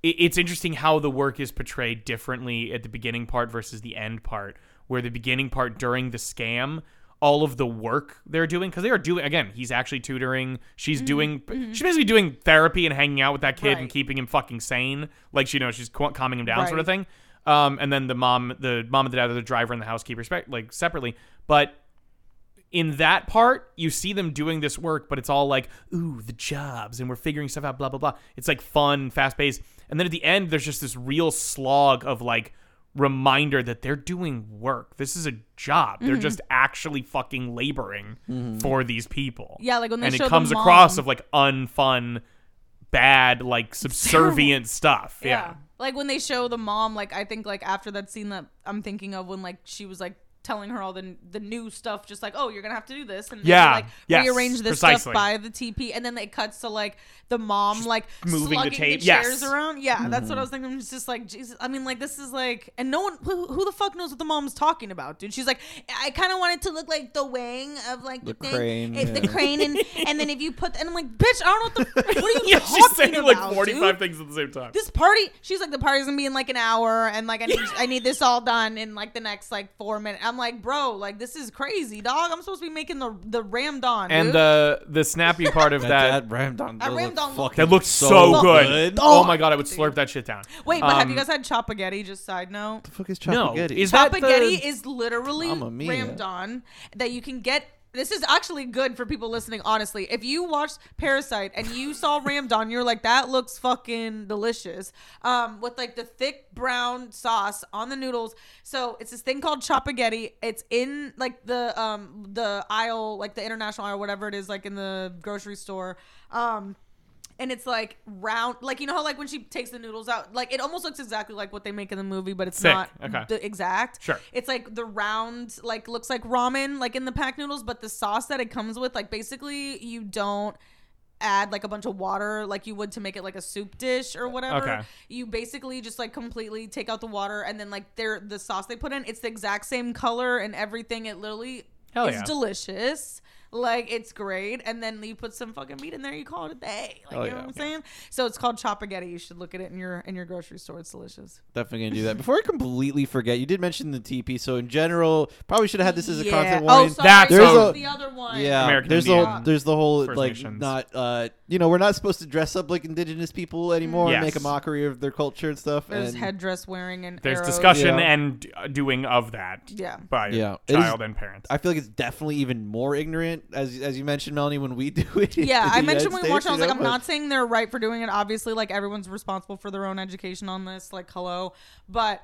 [SPEAKER 1] i- It's interesting how the work is portrayed differently at the beginning part versus the end part, where the beginning part during the scam. All of the work they're doing, because they are doing again. He's actually tutoring. She's doing. She's basically doing therapy and hanging out with that kid and
[SPEAKER 3] Mm-hmm. Right.
[SPEAKER 1] keeping him fucking sane. Like she knows she's cal- calming him down, sort of
[SPEAKER 3] Right.
[SPEAKER 1] thing thing. Um, and then the mom, the mom and the dad, are the driver and the housekeeper, spe- like separately. But in that part, you see them doing this work, but it's all like, ooh, the jobs, and we're figuring stuff out, blah blah blah. It's like fun, fast paced. And then at the end, there's just this real slog of like reminder that they're doing work. This is a job.
[SPEAKER 3] Mm-hmm.
[SPEAKER 1] They're just actually fucking laboring for these people.
[SPEAKER 3] Yeah, like when they
[SPEAKER 1] and
[SPEAKER 3] show
[SPEAKER 1] it
[SPEAKER 3] the
[SPEAKER 1] comes across
[SPEAKER 3] mom.
[SPEAKER 1] of like unfun, bad, like subservient stuff. yeah.
[SPEAKER 3] Like when they show the mom, like I think like after that scene that I'm thinking of when like she was like telling her all the the new stuff, just like oh you're gonna have to do this and then they,
[SPEAKER 1] Yeah.
[SPEAKER 3] like
[SPEAKER 1] Yes.
[SPEAKER 3] rearrange this
[SPEAKER 1] Precisely.
[SPEAKER 3] stuff by the TP, and then it cuts to like the mom like
[SPEAKER 1] moving the
[SPEAKER 3] slugging the,
[SPEAKER 1] tape. Yes. Mm-hmm.
[SPEAKER 3] chairs around. Yeah, that's what I was thinking. It's just like Jesus. I mean, like this is like, and no one who, who the fuck knows what the mom's talking about, dude. She's like, I kind of want it to look like the wing of like
[SPEAKER 2] The
[SPEAKER 3] the, thing,
[SPEAKER 2] crane,
[SPEAKER 3] if the
[SPEAKER 2] yeah.
[SPEAKER 3] crane, and and then if you put, and I'm like, bitch, I don't know what the what are you
[SPEAKER 1] yeah,
[SPEAKER 3] talking
[SPEAKER 1] she's saying
[SPEAKER 3] about,
[SPEAKER 1] like 45
[SPEAKER 3] dude?
[SPEAKER 1] things at the same time.
[SPEAKER 3] this party she's like the party's gonna be in like an hour and like i need i need this all done in like the next like four minutes i'm like bro like this is crazy dog i'm supposed to be making the the ramdon
[SPEAKER 1] and
[SPEAKER 3] dude.
[SPEAKER 1] the the snappy part of
[SPEAKER 2] That,
[SPEAKER 1] that
[SPEAKER 2] that, rammed on.
[SPEAKER 3] That rammed on-
[SPEAKER 2] fucking
[SPEAKER 1] that looked so, good. Oh, my god, I would slurp that shit down.
[SPEAKER 3] wait but have
[SPEAKER 1] Um,
[SPEAKER 3] you guys had chopaghetti just side note
[SPEAKER 2] The fuck is
[SPEAKER 1] No,
[SPEAKER 2] Chopaghetti?
[SPEAKER 1] is that the-
[SPEAKER 3] chopaghetti is literally
[SPEAKER 2] Mamma mia.
[SPEAKER 3] ramdon that you can get this is actually good for people listening honestly if you watched parasite and you saw ramdon you're like that looks fucking delicious um, with like the thick brown sauce on the noodles so it's this thing called chopaghetti it's in like the um, the aisle like the international aisle whatever it is like in the grocery store um, and it's like round like you know how like when she takes the noodles out like it almost looks exactly like what they make in the movie but it's
[SPEAKER 1] Sick.
[SPEAKER 3] not
[SPEAKER 1] Okay.
[SPEAKER 3] the exact
[SPEAKER 1] Sure.
[SPEAKER 3] it's like the round like looks like ramen like in the pack noodles but the sauce that it comes with like basically you don't add like a bunch of water like you would to make it like a soup dish or whatever.
[SPEAKER 1] Okay.
[SPEAKER 3] You basically just like completely take out the water and then like their the sauce they put in, it's the exact same color and everything. It literally
[SPEAKER 1] Hell
[SPEAKER 3] is
[SPEAKER 1] yeah.
[SPEAKER 3] delicious. Like it's great, and then you put some fucking meat in there. You call it a day. Like
[SPEAKER 2] Hell
[SPEAKER 3] you know
[SPEAKER 2] yeah.
[SPEAKER 3] what I'm saying. So it's called chopaghetti. You should look at it in your in your grocery store. It's delicious.
[SPEAKER 2] Definitely gonna do that. Before I completely forget, you did mention the TP. So in general, probably should have had this as a content warning.
[SPEAKER 3] Oh, sorry,
[SPEAKER 1] That's
[SPEAKER 3] there's
[SPEAKER 1] a-
[SPEAKER 3] the other one.
[SPEAKER 2] yeah,
[SPEAKER 1] American
[SPEAKER 2] there's the
[SPEAKER 1] Indian.
[SPEAKER 2] whole, there's the whole
[SPEAKER 1] First
[SPEAKER 2] like
[SPEAKER 1] Nations.
[SPEAKER 2] not uh you know we're not supposed to dress up like indigenous people anymore
[SPEAKER 1] Yes.
[SPEAKER 2] and make a mockery of their culture and stuff.
[SPEAKER 3] There's
[SPEAKER 2] and
[SPEAKER 3] headdress wearing and
[SPEAKER 1] There's
[SPEAKER 3] arrows.
[SPEAKER 1] discussion
[SPEAKER 2] Yeah.
[SPEAKER 1] and uh, doing of that
[SPEAKER 3] Yeah.
[SPEAKER 1] by
[SPEAKER 2] Yeah. It is-
[SPEAKER 1] child and parents.
[SPEAKER 2] I feel like it's definitely even more ignorant as as you mentioned, Melanie, when we do it. in
[SPEAKER 3] Yeah,
[SPEAKER 2] the
[SPEAKER 3] I mentioned
[SPEAKER 2] United
[SPEAKER 3] when we watched.
[SPEAKER 2] States,
[SPEAKER 3] it, I was
[SPEAKER 2] you
[SPEAKER 3] like, I'm
[SPEAKER 2] know, but-
[SPEAKER 3] not saying they're right for doing it. Obviously, like everyone's responsible for their own education on this. Like, hello, but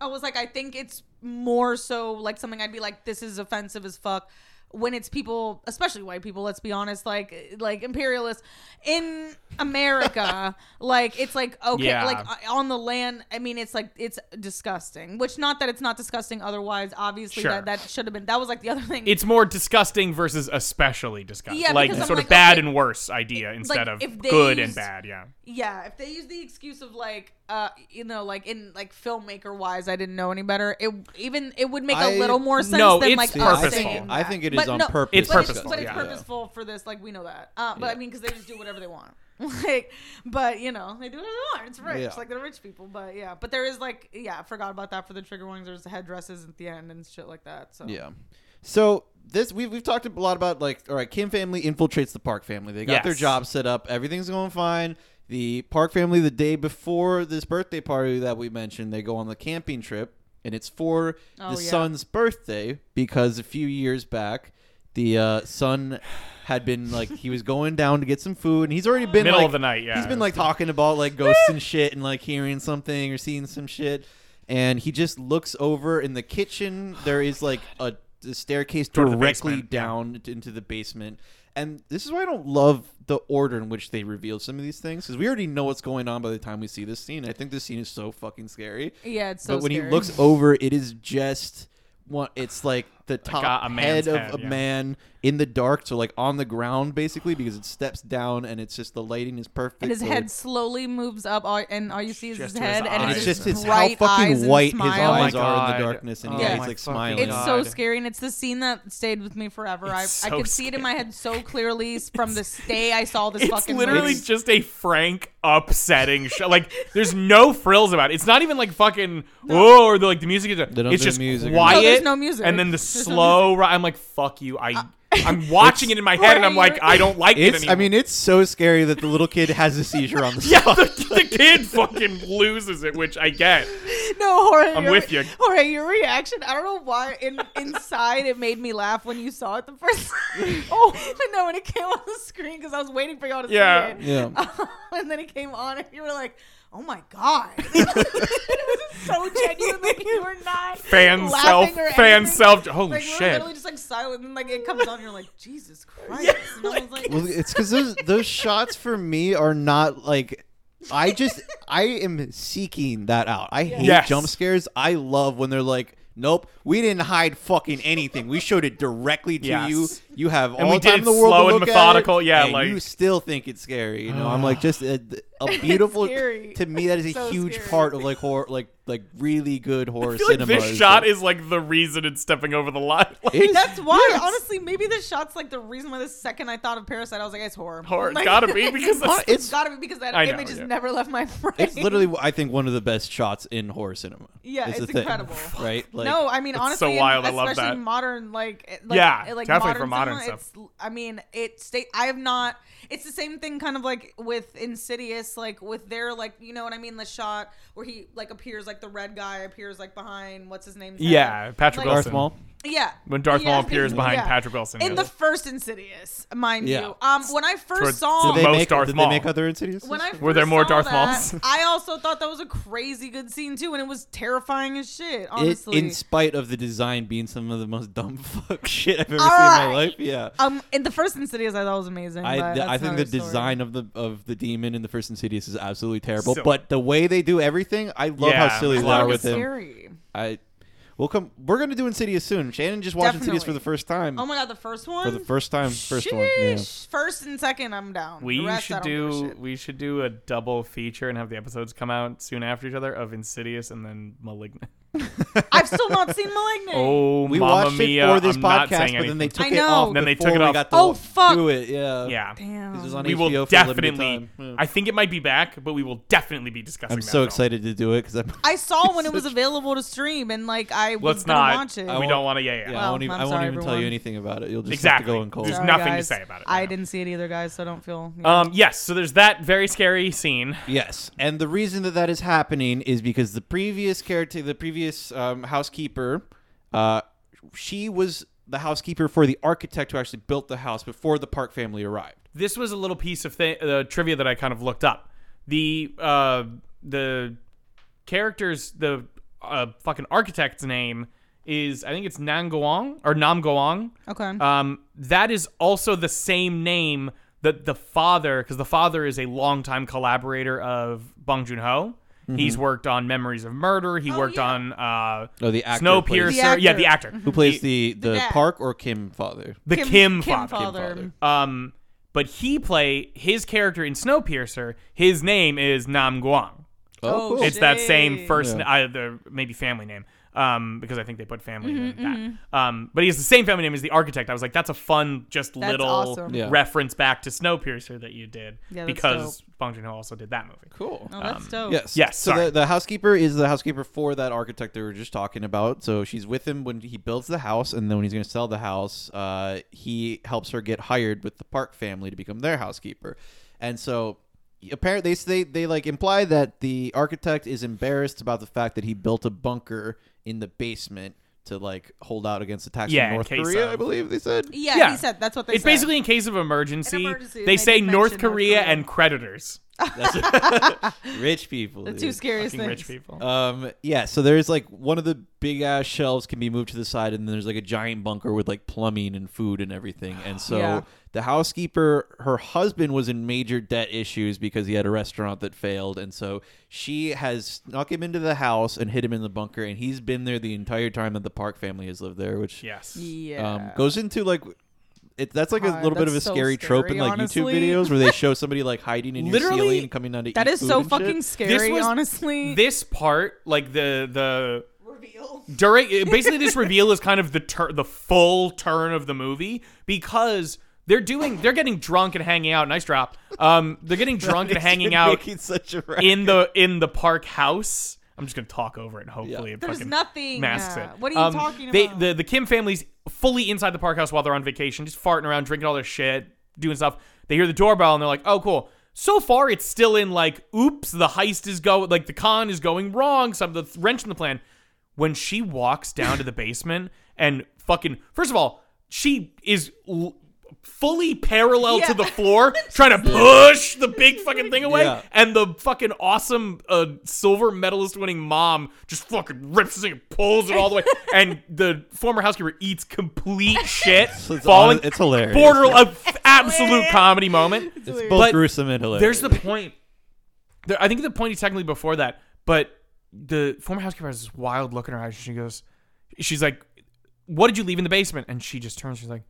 [SPEAKER 3] I was like, I think it's more so like something I'd be like, this is offensive as fuck. When it's people, especially white people, let's be honest, like like imperialists in America, like it's like okay,
[SPEAKER 1] Yeah.
[SPEAKER 3] like uh, on the land. I mean, it's like it's disgusting. Which not that it's not disgusting otherwise. Obviously,
[SPEAKER 1] Sure.
[SPEAKER 3] that that should have been. That was like the other thing.
[SPEAKER 1] it's more disgusting versus especially disgusting.
[SPEAKER 3] Yeah,
[SPEAKER 1] like
[SPEAKER 3] because I'm
[SPEAKER 1] sort of
[SPEAKER 3] like,
[SPEAKER 1] bad
[SPEAKER 3] okay,
[SPEAKER 1] and worse idea instead
[SPEAKER 3] if
[SPEAKER 1] of
[SPEAKER 3] they
[SPEAKER 1] good and
[SPEAKER 3] used-
[SPEAKER 1] bad. Yeah.
[SPEAKER 3] Yeah, if they use the excuse of like, uh, you know, like in like filmmaker wise, I didn't know any better. It even it would make a
[SPEAKER 2] I-
[SPEAKER 3] little more sense
[SPEAKER 1] No,
[SPEAKER 3] than
[SPEAKER 1] it's
[SPEAKER 3] like
[SPEAKER 1] purposeful.
[SPEAKER 3] us saying.
[SPEAKER 2] I
[SPEAKER 3] that.
[SPEAKER 2] think it is
[SPEAKER 3] But
[SPEAKER 2] on
[SPEAKER 3] no,
[SPEAKER 2] purpose.
[SPEAKER 1] It's
[SPEAKER 3] but
[SPEAKER 1] purposeful,
[SPEAKER 3] but it's
[SPEAKER 1] yeah.
[SPEAKER 3] purposeful for this. Like we know that. Uh, but I
[SPEAKER 2] Yeah.
[SPEAKER 3] mean, because they just do whatever they want. Like, but you know, they do whatever they want. It's rich,
[SPEAKER 2] Yeah.
[SPEAKER 3] like they're rich people. But yeah, but there is like, yeah, I forgot about that for the trigger warnings. There's headdresses at the end and shit like that. So
[SPEAKER 2] Yeah. So this we've we've talked a lot about like all right, Kim family infiltrates the Park family. They got their
[SPEAKER 1] Yes.
[SPEAKER 2] job set up. Everything's going fine. The Park family the day before this birthday party that we mentioned, they go on the camping trip and it's for
[SPEAKER 3] Oh,
[SPEAKER 2] the
[SPEAKER 3] yeah.
[SPEAKER 2] son's birthday because a few years back the uh, son had been like he was going down to get some food and he's already been
[SPEAKER 1] Middle
[SPEAKER 2] like,
[SPEAKER 1] of the night, yeah.
[SPEAKER 2] he's been like talking about like ghosts and shit and like hearing something or seeing some shit and he just looks over in the kitchen there is like a, a staircase
[SPEAKER 1] Toward the
[SPEAKER 2] directly
[SPEAKER 1] basement, yeah.
[SPEAKER 2] down t- into the basement and this is why i don't love the order in which they reveal some of these things because we already know what's going on by the time we see this scene i think this scene is so fucking scary
[SPEAKER 3] yeah, it's so.
[SPEAKER 2] but when
[SPEAKER 3] scary.
[SPEAKER 2] he looks over, it is just one. It's like the top
[SPEAKER 1] a- a man's
[SPEAKER 2] head of
[SPEAKER 1] head,
[SPEAKER 2] a
[SPEAKER 1] yeah.
[SPEAKER 2] man in the dark, so like on the ground basically, because it steps down and it's just the lighting is perfect.
[SPEAKER 3] And his
[SPEAKER 2] so
[SPEAKER 3] head
[SPEAKER 2] it's-
[SPEAKER 3] slowly moves up, all, and all you see is his
[SPEAKER 1] Just
[SPEAKER 3] head,
[SPEAKER 1] his
[SPEAKER 3] and
[SPEAKER 2] and
[SPEAKER 1] eyes.
[SPEAKER 2] it's just
[SPEAKER 3] his
[SPEAKER 2] his how
[SPEAKER 3] bright eyes
[SPEAKER 2] fucking
[SPEAKER 3] and
[SPEAKER 2] white his
[SPEAKER 3] smile.
[SPEAKER 1] Oh my
[SPEAKER 2] eyes are in
[SPEAKER 1] God.
[SPEAKER 2] the darkness, and
[SPEAKER 1] Oh
[SPEAKER 2] yeah,
[SPEAKER 3] my
[SPEAKER 2] he's like
[SPEAKER 1] fucking
[SPEAKER 2] smiling.
[SPEAKER 3] It's
[SPEAKER 1] God.
[SPEAKER 3] so scary, and it's the scene that stayed with me forever. I,
[SPEAKER 1] It's
[SPEAKER 3] I
[SPEAKER 1] so
[SPEAKER 3] could see it in my head so clearly from the day I saw this
[SPEAKER 1] It's
[SPEAKER 3] fucking
[SPEAKER 1] literally
[SPEAKER 3] movie.
[SPEAKER 1] just a frank, upsetting show. Like, there's no frills about it. It's not even like fucking oh, or the, like the music is.
[SPEAKER 2] don't
[SPEAKER 1] It's
[SPEAKER 2] do
[SPEAKER 1] just
[SPEAKER 2] music or
[SPEAKER 1] quiet.
[SPEAKER 3] anything. No, there's no music.
[SPEAKER 1] And then the
[SPEAKER 3] There's no Uh,
[SPEAKER 1] slow. ri- I'm like, fuck you. I I'm watching it in my head, and I'm like,
[SPEAKER 3] Right, you're-
[SPEAKER 1] I don't like it
[SPEAKER 2] It's.
[SPEAKER 1] anymore.
[SPEAKER 2] I mean, it's so scary that the little kid has a seizure on the
[SPEAKER 1] yeah,
[SPEAKER 2] spot.
[SPEAKER 1] the, the kid fucking loses it, which I get.
[SPEAKER 3] no, Jorge,
[SPEAKER 1] I'm
[SPEAKER 3] your-
[SPEAKER 1] with you.
[SPEAKER 3] Jorge, your reaction. I don't know why. In, inside, it made me laugh when you saw it the first. time. oh, no, when it came on the screen because I was waiting for y'all to
[SPEAKER 1] Yeah.
[SPEAKER 3] see it.
[SPEAKER 2] Yeah.
[SPEAKER 3] and then it came on, and you were like, "Oh my god!" it was so genuine. Like you were not
[SPEAKER 1] Fan self,
[SPEAKER 3] laughing or
[SPEAKER 1] fan
[SPEAKER 3] anything.
[SPEAKER 1] self. Holy
[SPEAKER 3] Like we were
[SPEAKER 1] shit!
[SPEAKER 3] literally just like silent, and like it comes on, and you're like, "Jesus Christ!" and I was like,
[SPEAKER 2] Well, it's because those those shots for me are not like. I just I am seeking that out. I hate
[SPEAKER 1] Yes.
[SPEAKER 2] jump scares. I love when they're like, "Nope, we didn't hide fucking anything. We showed it directly to
[SPEAKER 1] Yes.
[SPEAKER 2] you. You have all
[SPEAKER 1] And we
[SPEAKER 2] the time
[SPEAKER 1] did
[SPEAKER 2] in
[SPEAKER 1] it
[SPEAKER 2] the world
[SPEAKER 1] slow
[SPEAKER 2] to
[SPEAKER 1] and
[SPEAKER 2] look at it,
[SPEAKER 1] methodical. Yeah,
[SPEAKER 2] and
[SPEAKER 1] like-
[SPEAKER 2] you still think it's scary. You know, I'm like just a, a beautiful.
[SPEAKER 3] scary.
[SPEAKER 2] To me, that is a
[SPEAKER 3] So
[SPEAKER 2] huge
[SPEAKER 3] scary.
[SPEAKER 2] part of like horror, like like really good horror
[SPEAKER 1] I feel like
[SPEAKER 2] cinema.
[SPEAKER 1] this shot is like the reason it's stepping over the line. Like,
[SPEAKER 2] It is-
[SPEAKER 3] "That's why."
[SPEAKER 1] Yes.
[SPEAKER 3] Honestly, maybe this shot's like the reason why the second I thought of Parasite, I was like, "It's horror."
[SPEAKER 1] Horror.
[SPEAKER 3] Like,
[SPEAKER 1] Gotta be, because
[SPEAKER 3] it's,
[SPEAKER 1] that's-
[SPEAKER 2] It's-
[SPEAKER 3] gotta be because that
[SPEAKER 1] I know,
[SPEAKER 3] image has
[SPEAKER 1] yeah.
[SPEAKER 3] never left my brain.
[SPEAKER 2] It's literally, I think, one of the best shots in horror cinema.
[SPEAKER 3] Yeah,
[SPEAKER 2] is the
[SPEAKER 3] it's
[SPEAKER 2] thing,
[SPEAKER 3] incredible.
[SPEAKER 2] right? Like,
[SPEAKER 3] no, I mean
[SPEAKER 1] It's
[SPEAKER 3] honestly,
[SPEAKER 1] so
[SPEAKER 3] and
[SPEAKER 1] wild. I
[SPEAKER 3] especially
[SPEAKER 1] love that.
[SPEAKER 3] modern, like, it- like
[SPEAKER 1] Yeah,
[SPEAKER 3] it- like
[SPEAKER 1] definitely for
[SPEAKER 3] modern
[SPEAKER 1] modern
[SPEAKER 3] cinema,
[SPEAKER 1] stuff.
[SPEAKER 3] It's, I mean, it stay. I have not. It's the same thing, kind of like with Insidious, like with their like, you know what I mean? The shot where he like appears, like the red guy appears, like behind what's his name?
[SPEAKER 1] yeah, Patrick
[SPEAKER 3] Like-
[SPEAKER 1] Wilson.
[SPEAKER 2] Darth Maul.
[SPEAKER 3] yeah.
[SPEAKER 1] When Darth
[SPEAKER 3] Yeah,
[SPEAKER 1] Maul
[SPEAKER 3] they-
[SPEAKER 1] appears behind
[SPEAKER 3] yeah.
[SPEAKER 1] Patrick Wilson.
[SPEAKER 3] in
[SPEAKER 1] yeah.
[SPEAKER 3] the first Insidious, mind
[SPEAKER 2] Yeah.
[SPEAKER 3] you. Um, when I first
[SPEAKER 1] Towards-
[SPEAKER 3] saw,
[SPEAKER 1] to
[SPEAKER 2] Did they
[SPEAKER 1] Most
[SPEAKER 2] make,
[SPEAKER 1] Darth
[SPEAKER 2] did
[SPEAKER 1] Maul.
[SPEAKER 2] they make other Insidious?
[SPEAKER 3] Oh. When I first
[SPEAKER 1] Were there more
[SPEAKER 3] saw
[SPEAKER 1] Darth
[SPEAKER 3] that,
[SPEAKER 1] Mauls?
[SPEAKER 3] I also thought that was a crazy good scene too, and it was terrifying as shit.
[SPEAKER 2] it,
[SPEAKER 3] Honestly,
[SPEAKER 2] in spite of the design being some of the most dumb fuck shit I've ever
[SPEAKER 3] All
[SPEAKER 2] seen in
[SPEAKER 3] right.
[SPEAKER 2] my life, yeah.
[SPEAKER 3] Um, in the first Insidious, I thought was amazing.
[SPEAKER 2] I,
[SPEAKER 3] but
[SPEAKER 2] th- I
[SPEAKER 3] that's
[SPEAKER 2] think the
[SPEAKER 3] another story.
[SPEAKER 2] design of the of the demon in the first Insidious is absolutely terrible,
[SPEAKER 1] Silly.
[SPEAKER 2] but the way they do every thing, I love
[SPEAKER 1] Yeah.
[SPEAKER 2] how silly
[SPEAKER 1] I
[SPEAKER 2] they
[SPEAKER 1] thought
[SPEAKER 2] are
[SPEAKER 1] it
[SPEAKER 3] was
[SPEAKER 2] with him.
[SPEAKER 3] scary.
[SPEAKER 2] I We'll come. We're gonna do Insidious soon. Shannon just watched Insidious for
[SPEAKER 3] Definitely.
[SPEAKER 2] the first time.
[SPEAKER 3] Oh my god, the first one.
[SPEAKER 2] for the first time, first one. Yeah.
[SPEAKER 3] Sheesh. First and second, I'm down. The
[SPEAKER 1] We
[SPEAKER 3] rest, I
[SPEAKER 1] should
[SPEAKER 3] don't give a
[SPEAKER 1] do
[SPEAKER 3] shit.
[SPEAKER 1] we should do a double feature and have the episodes come out soon after each other of Insidious and then Malignant.
[SPEAKER 3] I've still not seen Malignant.
[SPEAKER 1] Oh,
[SPEAKER 2] We
[SPEAKER 1] Mamma
[SPEAKER 2] watched
[SPEAKER 1] Mia!
[SPEAKER 2] it for this
[SPEAKER 1] I'm not
[SPEAKER 2] podcast,
[SPEAKER 1] saying
[SPEAKER 2] but then they
[SPEAKER 1] anything.
[SPEAKER 2] took
[SPEAKER 3] I
[SPEAKER 2] it
[SPEAKER 3] know.
[SPEAKER 2] off.
[SPEAKER 1] Then they
[SPEAKER 2] before
[SPEAKER 1] took it
[SPEAKER 2] we
[SPEAKER 1] off.
[SPEAKER 2] got to
[SPEAKER 3] Oh,
[SPEAKER 2] wa-
[SPEAKER 3] fuck.
[SPEAKER 2] Do it, yeah.
[SPEAKER 1] yeah,
[SPEAKER 3] Damn.
[SPEAKER 2] This is on
[SPEAKER 1] we
[SPEAKER 2] HBO
[SPEAKER 1] will
[SPEAKER 2] for a limited
[SPEAKER 1] definitely.
[SPEAKER 2] time. Yeah.
[SPEAKER 1] I think it might be back, but we will definitely be discussing.
[SPEAKER 2] I'm
[SPEAKER 1] that
[SPEAKER 2] so
[SPEAKER 1] film.
[SPEAKER 2] excited to do it because I'm.
[SPEAKER 3] I saw when it was available to stream, and like I was
[SPEAKER 1] Let's
[SPEAKER 3] gonna
[SPEAKER 1] not.
[SPEAKER 3] watch it.
[SPEAKER 1] We don't want to. Yeah, yeah.
[SPEAKER 2] Yeah, I
[SPEAKER 3] Well,
[SPEAKER 2] won't even,
[SPEAKER 3] I'm
[SPEAKER 2] I won't
[SPEAKER 3] sorry,
[SPEAKER 2] even tell you
[SPEAKER 3] everyone.
[SPEAKER 2] anything about it. You'll just
[SPEAKER 1] Exactly.
[SPEAKER 2] have to go in cold.
[SPEAKER 1] There's
[SPEAKER 3] Sorry,
[SPEAKER 1] nothing to
[SPEAKER 3] guys.
[SPEAKER 1] say about it
[SPEAKER 3] I
[SPEAKER 1] now.
[SPEAKER 3] didn't see it either, guys, so don't feel.
[SPEAKER 1] Um. Yes. So there's that very scary scene.
[SPEAKER 2] Yes, and the reason that that is happening is because the previous character, the previous um, housekeeper, uh, she was the housekeeper for the architect who actually built the house before the Park family arrived.
[SPEAKER 1] This was a little piece of th- uh, trivia that I kind of looked up. The uh the characters the uh, fucking architect's name is I think it's Nan Goong or Nam Goong.
[SPEAKER 3] okay.
[SPEAKER 1] Um, that is also the same name that the father, because the father is a longtime collaborator of Bong Joon Ho. He's worked on Memories of Murder. He worked
[SPEAKER 3] Mm-hmm. Oh, yeah.
[SPEAKER 1] on uh,
[SPEAKER 2] No, the actor plays-
[SPEAKER 1] Snowpiercer.
[SPEAKER 3] Oh, The actor.
[SPEAKER 1] Yeah, the actor
[SPEAKER 2] Who plays the the,
[SPEAKER 3] dad.
[SPEAKER 2] Park or Kim father?
[SPEAKER 1] the Kim,
[SPEAKER 3] Kim- Kim
[SPEAKER 1] father.
[SPEAKER 3] father. Kim
[SPEAKER 1] Um, but he play his character in Snowpiercer. His name is Nam Guang.
[SPEAKER 3] Oh,
[SPEAKER 2] cool.
[SPEAKER 3] shit.
[SPEAKER 1] It's that same
[SPEAKER 3] Shade.
[SPEAKER 1] first, uh, the maybe family name, um, because I think they put family
[SPEAKER 3] Mm-hmm,
[SPEAKER 1] in that. Um, but he has the same family name as the architect. I was like, that's a fun, just little
[SPEAKER 3] awesome.
[SPEAKER 2] Yeah.
[SPEAKER 1] reference back to Snowpiercer that you did
[SPEAKER 3] Yeah, that's
[SPEAKER 1] because Bong Joon Ho also did that movie.
[SPEAKER 2] cool.
[SPEAKER 3] oh,
[SPEAKER 1] Um,
[SPEAKER 3] that's dope.
[SPEAKER 2] Yes.
[SPEAKER 1] Yes,
[SPEAKER 2] So
[SPEAKER 1] sorry.
[SPEAKER 2] the, the housekeeper is the housekeeper for that architect that we were just talking about. So she's with him when he builds the house, and then when he's going to sell the house, uh, he helps her get hired with the Park family to become their housekeeper. And so apparently they say they like imply that the architect is embarrassed about the fact that he built a bunker in the basement to like hold out against attacks
[SPEAKER 1] Yeah,
[SPEAKER 2] from
[SPEAKER 1] in
[SPEAKER 2] North
[SPEAKER 1] case
[SPEAKER 2] Korea.
[SPEAKER 1] of-
[SPEAKER 2] I believe they said.
[SPEAKER 3] Yeah,
[SPEAKER 1] Yeah.
[SPEAKER 3] he said that's what they
[SPEAKER 1] It's
[SPEAKER 3] said.
[SPEAKER 1] basically in case of emergency.
[SPEAKER 3] An emergency,
[SPEAKER 1] they
[SPEAKER 3] they
[SPEAKER 1] say
[SPEAKER 3] mention
[SPEAKER 1] North
[SPEAKER 3] North
[SPEAKER 1] Korea,
[SPEAKER 3] Korea.
[SPEAKER 1] and creditors,
[SPEAKER 2] Rich people.
[SPEAKER 3] the
[SPEAKER 2] dude.
[SPEAKER 3] two scariest
[SPEAKER 1] fucking rich
[SPEAKER 3] things.
[SPEAKER 1] people.
[SPEAKER 2] Um, yeah, so there's like one of the big ass shelves can be moved to the side, and then there's like a giant bunker with like plumbing and food and everything. And so
[SPEAKER 3] Yeah.
[SPEAKER 2] the housekeeper, her husband was in major debt issues because he had a restaurant that failed. And so she has snuck him into the house and hid him in the bunker, and he's been there the entire time that the Park family has lived there, which
[SPEAKER 1] yes.
[SPEAKER 3] Yeah.
[SPEAKER 2] um, goes into like. It, that's like a
[SPEAKER 3] God,
[SPEAKER 2] little bit of a
[SPEAKER 3] that's so
[SPEAKER 2] scary, trope in
[SPEAKER 3] scary,
[SPEAKER 2] like YouTube
[SPEAKER 3] honestly.
[SPEAKER 2] videos where they show somebody like hiding in
[SPEAKER 1] Literally,
[SPEAKER 2] your ceiling and coming down to
[SPEAKER 3] that
[SPEAKER 2] eat
[SPEAKER 3] is
[SPEAKER 2] food
[SPEAKER 3] so
[SPEAKER 2] and shit.
[SPEAKER 3] fucking scary.
[SPEAKER 1] was-
[SPEAKER 3] honestly,
[SPEAKER 1] This part, like the the
[SPEAKER 3] reveal.
[SPEAKER 1] during it- basically this reveal is kind of the tur- the full turn of the movie because they're doing they're getting drunk and hanging out nice drop um they're getting drunk and
[SPEAKER 2] It's
[SPEAKER 1] hanging out
[SPEAKER 2] making such a racket.
[SPEAKER 1] in the in the park house i'm just gonna talk over it and hopefully it
[SPEAKER 3] There's
[SPEAKER 1] fucking
[SPEAKER 3] nothing.
[SPEAKER 1] masks it
[SPEAKER 3] What are you
[SPEAKER 1] Um,
[SPEAKER 3] talking
[SPEAKER 1] they,
[SPEAKER 3] about?
[SPEAKER 1] the the kim family's fully inside the park house while they're on vacation just farting around drinking all their shit doing stuff they hear the doorbell and they're like oh cool so far it's still in like oops the heist is go like the con is going wrong some of the wrench in the plan when she walks down to the basement and fucking first of all she is l- fully parallel to
[SPEAKER 3] Yeah.
[SPEAKER 1] the floor trying to push the big fucking thing away
[SPEAKER 2] Yeah.
[SPEAKER 1] and the fucking awesome uh, silver medalist winning mom just fucking rips it and pulls it all the way and the former housekeeper eats complete shit
[SPEAKER 2] it's
[SPEAKER 1] falling
[SPEAKER 2] hon- it's hilarious.
[SPEAKER 1] border of absolute comedy moment
[SPEAKER 2] It's both
[SPEAKER 1] But
[SPEAKER 2] gruesome and
[SPEAKER 1] there's
[SPEAKER 2] hilarious.
[SPEAKER 1] the point there, i think the point is technically before that but the former housekeeper has this wild look in her eyes and she goes she's like what did you leave in the basement and she just turns she's like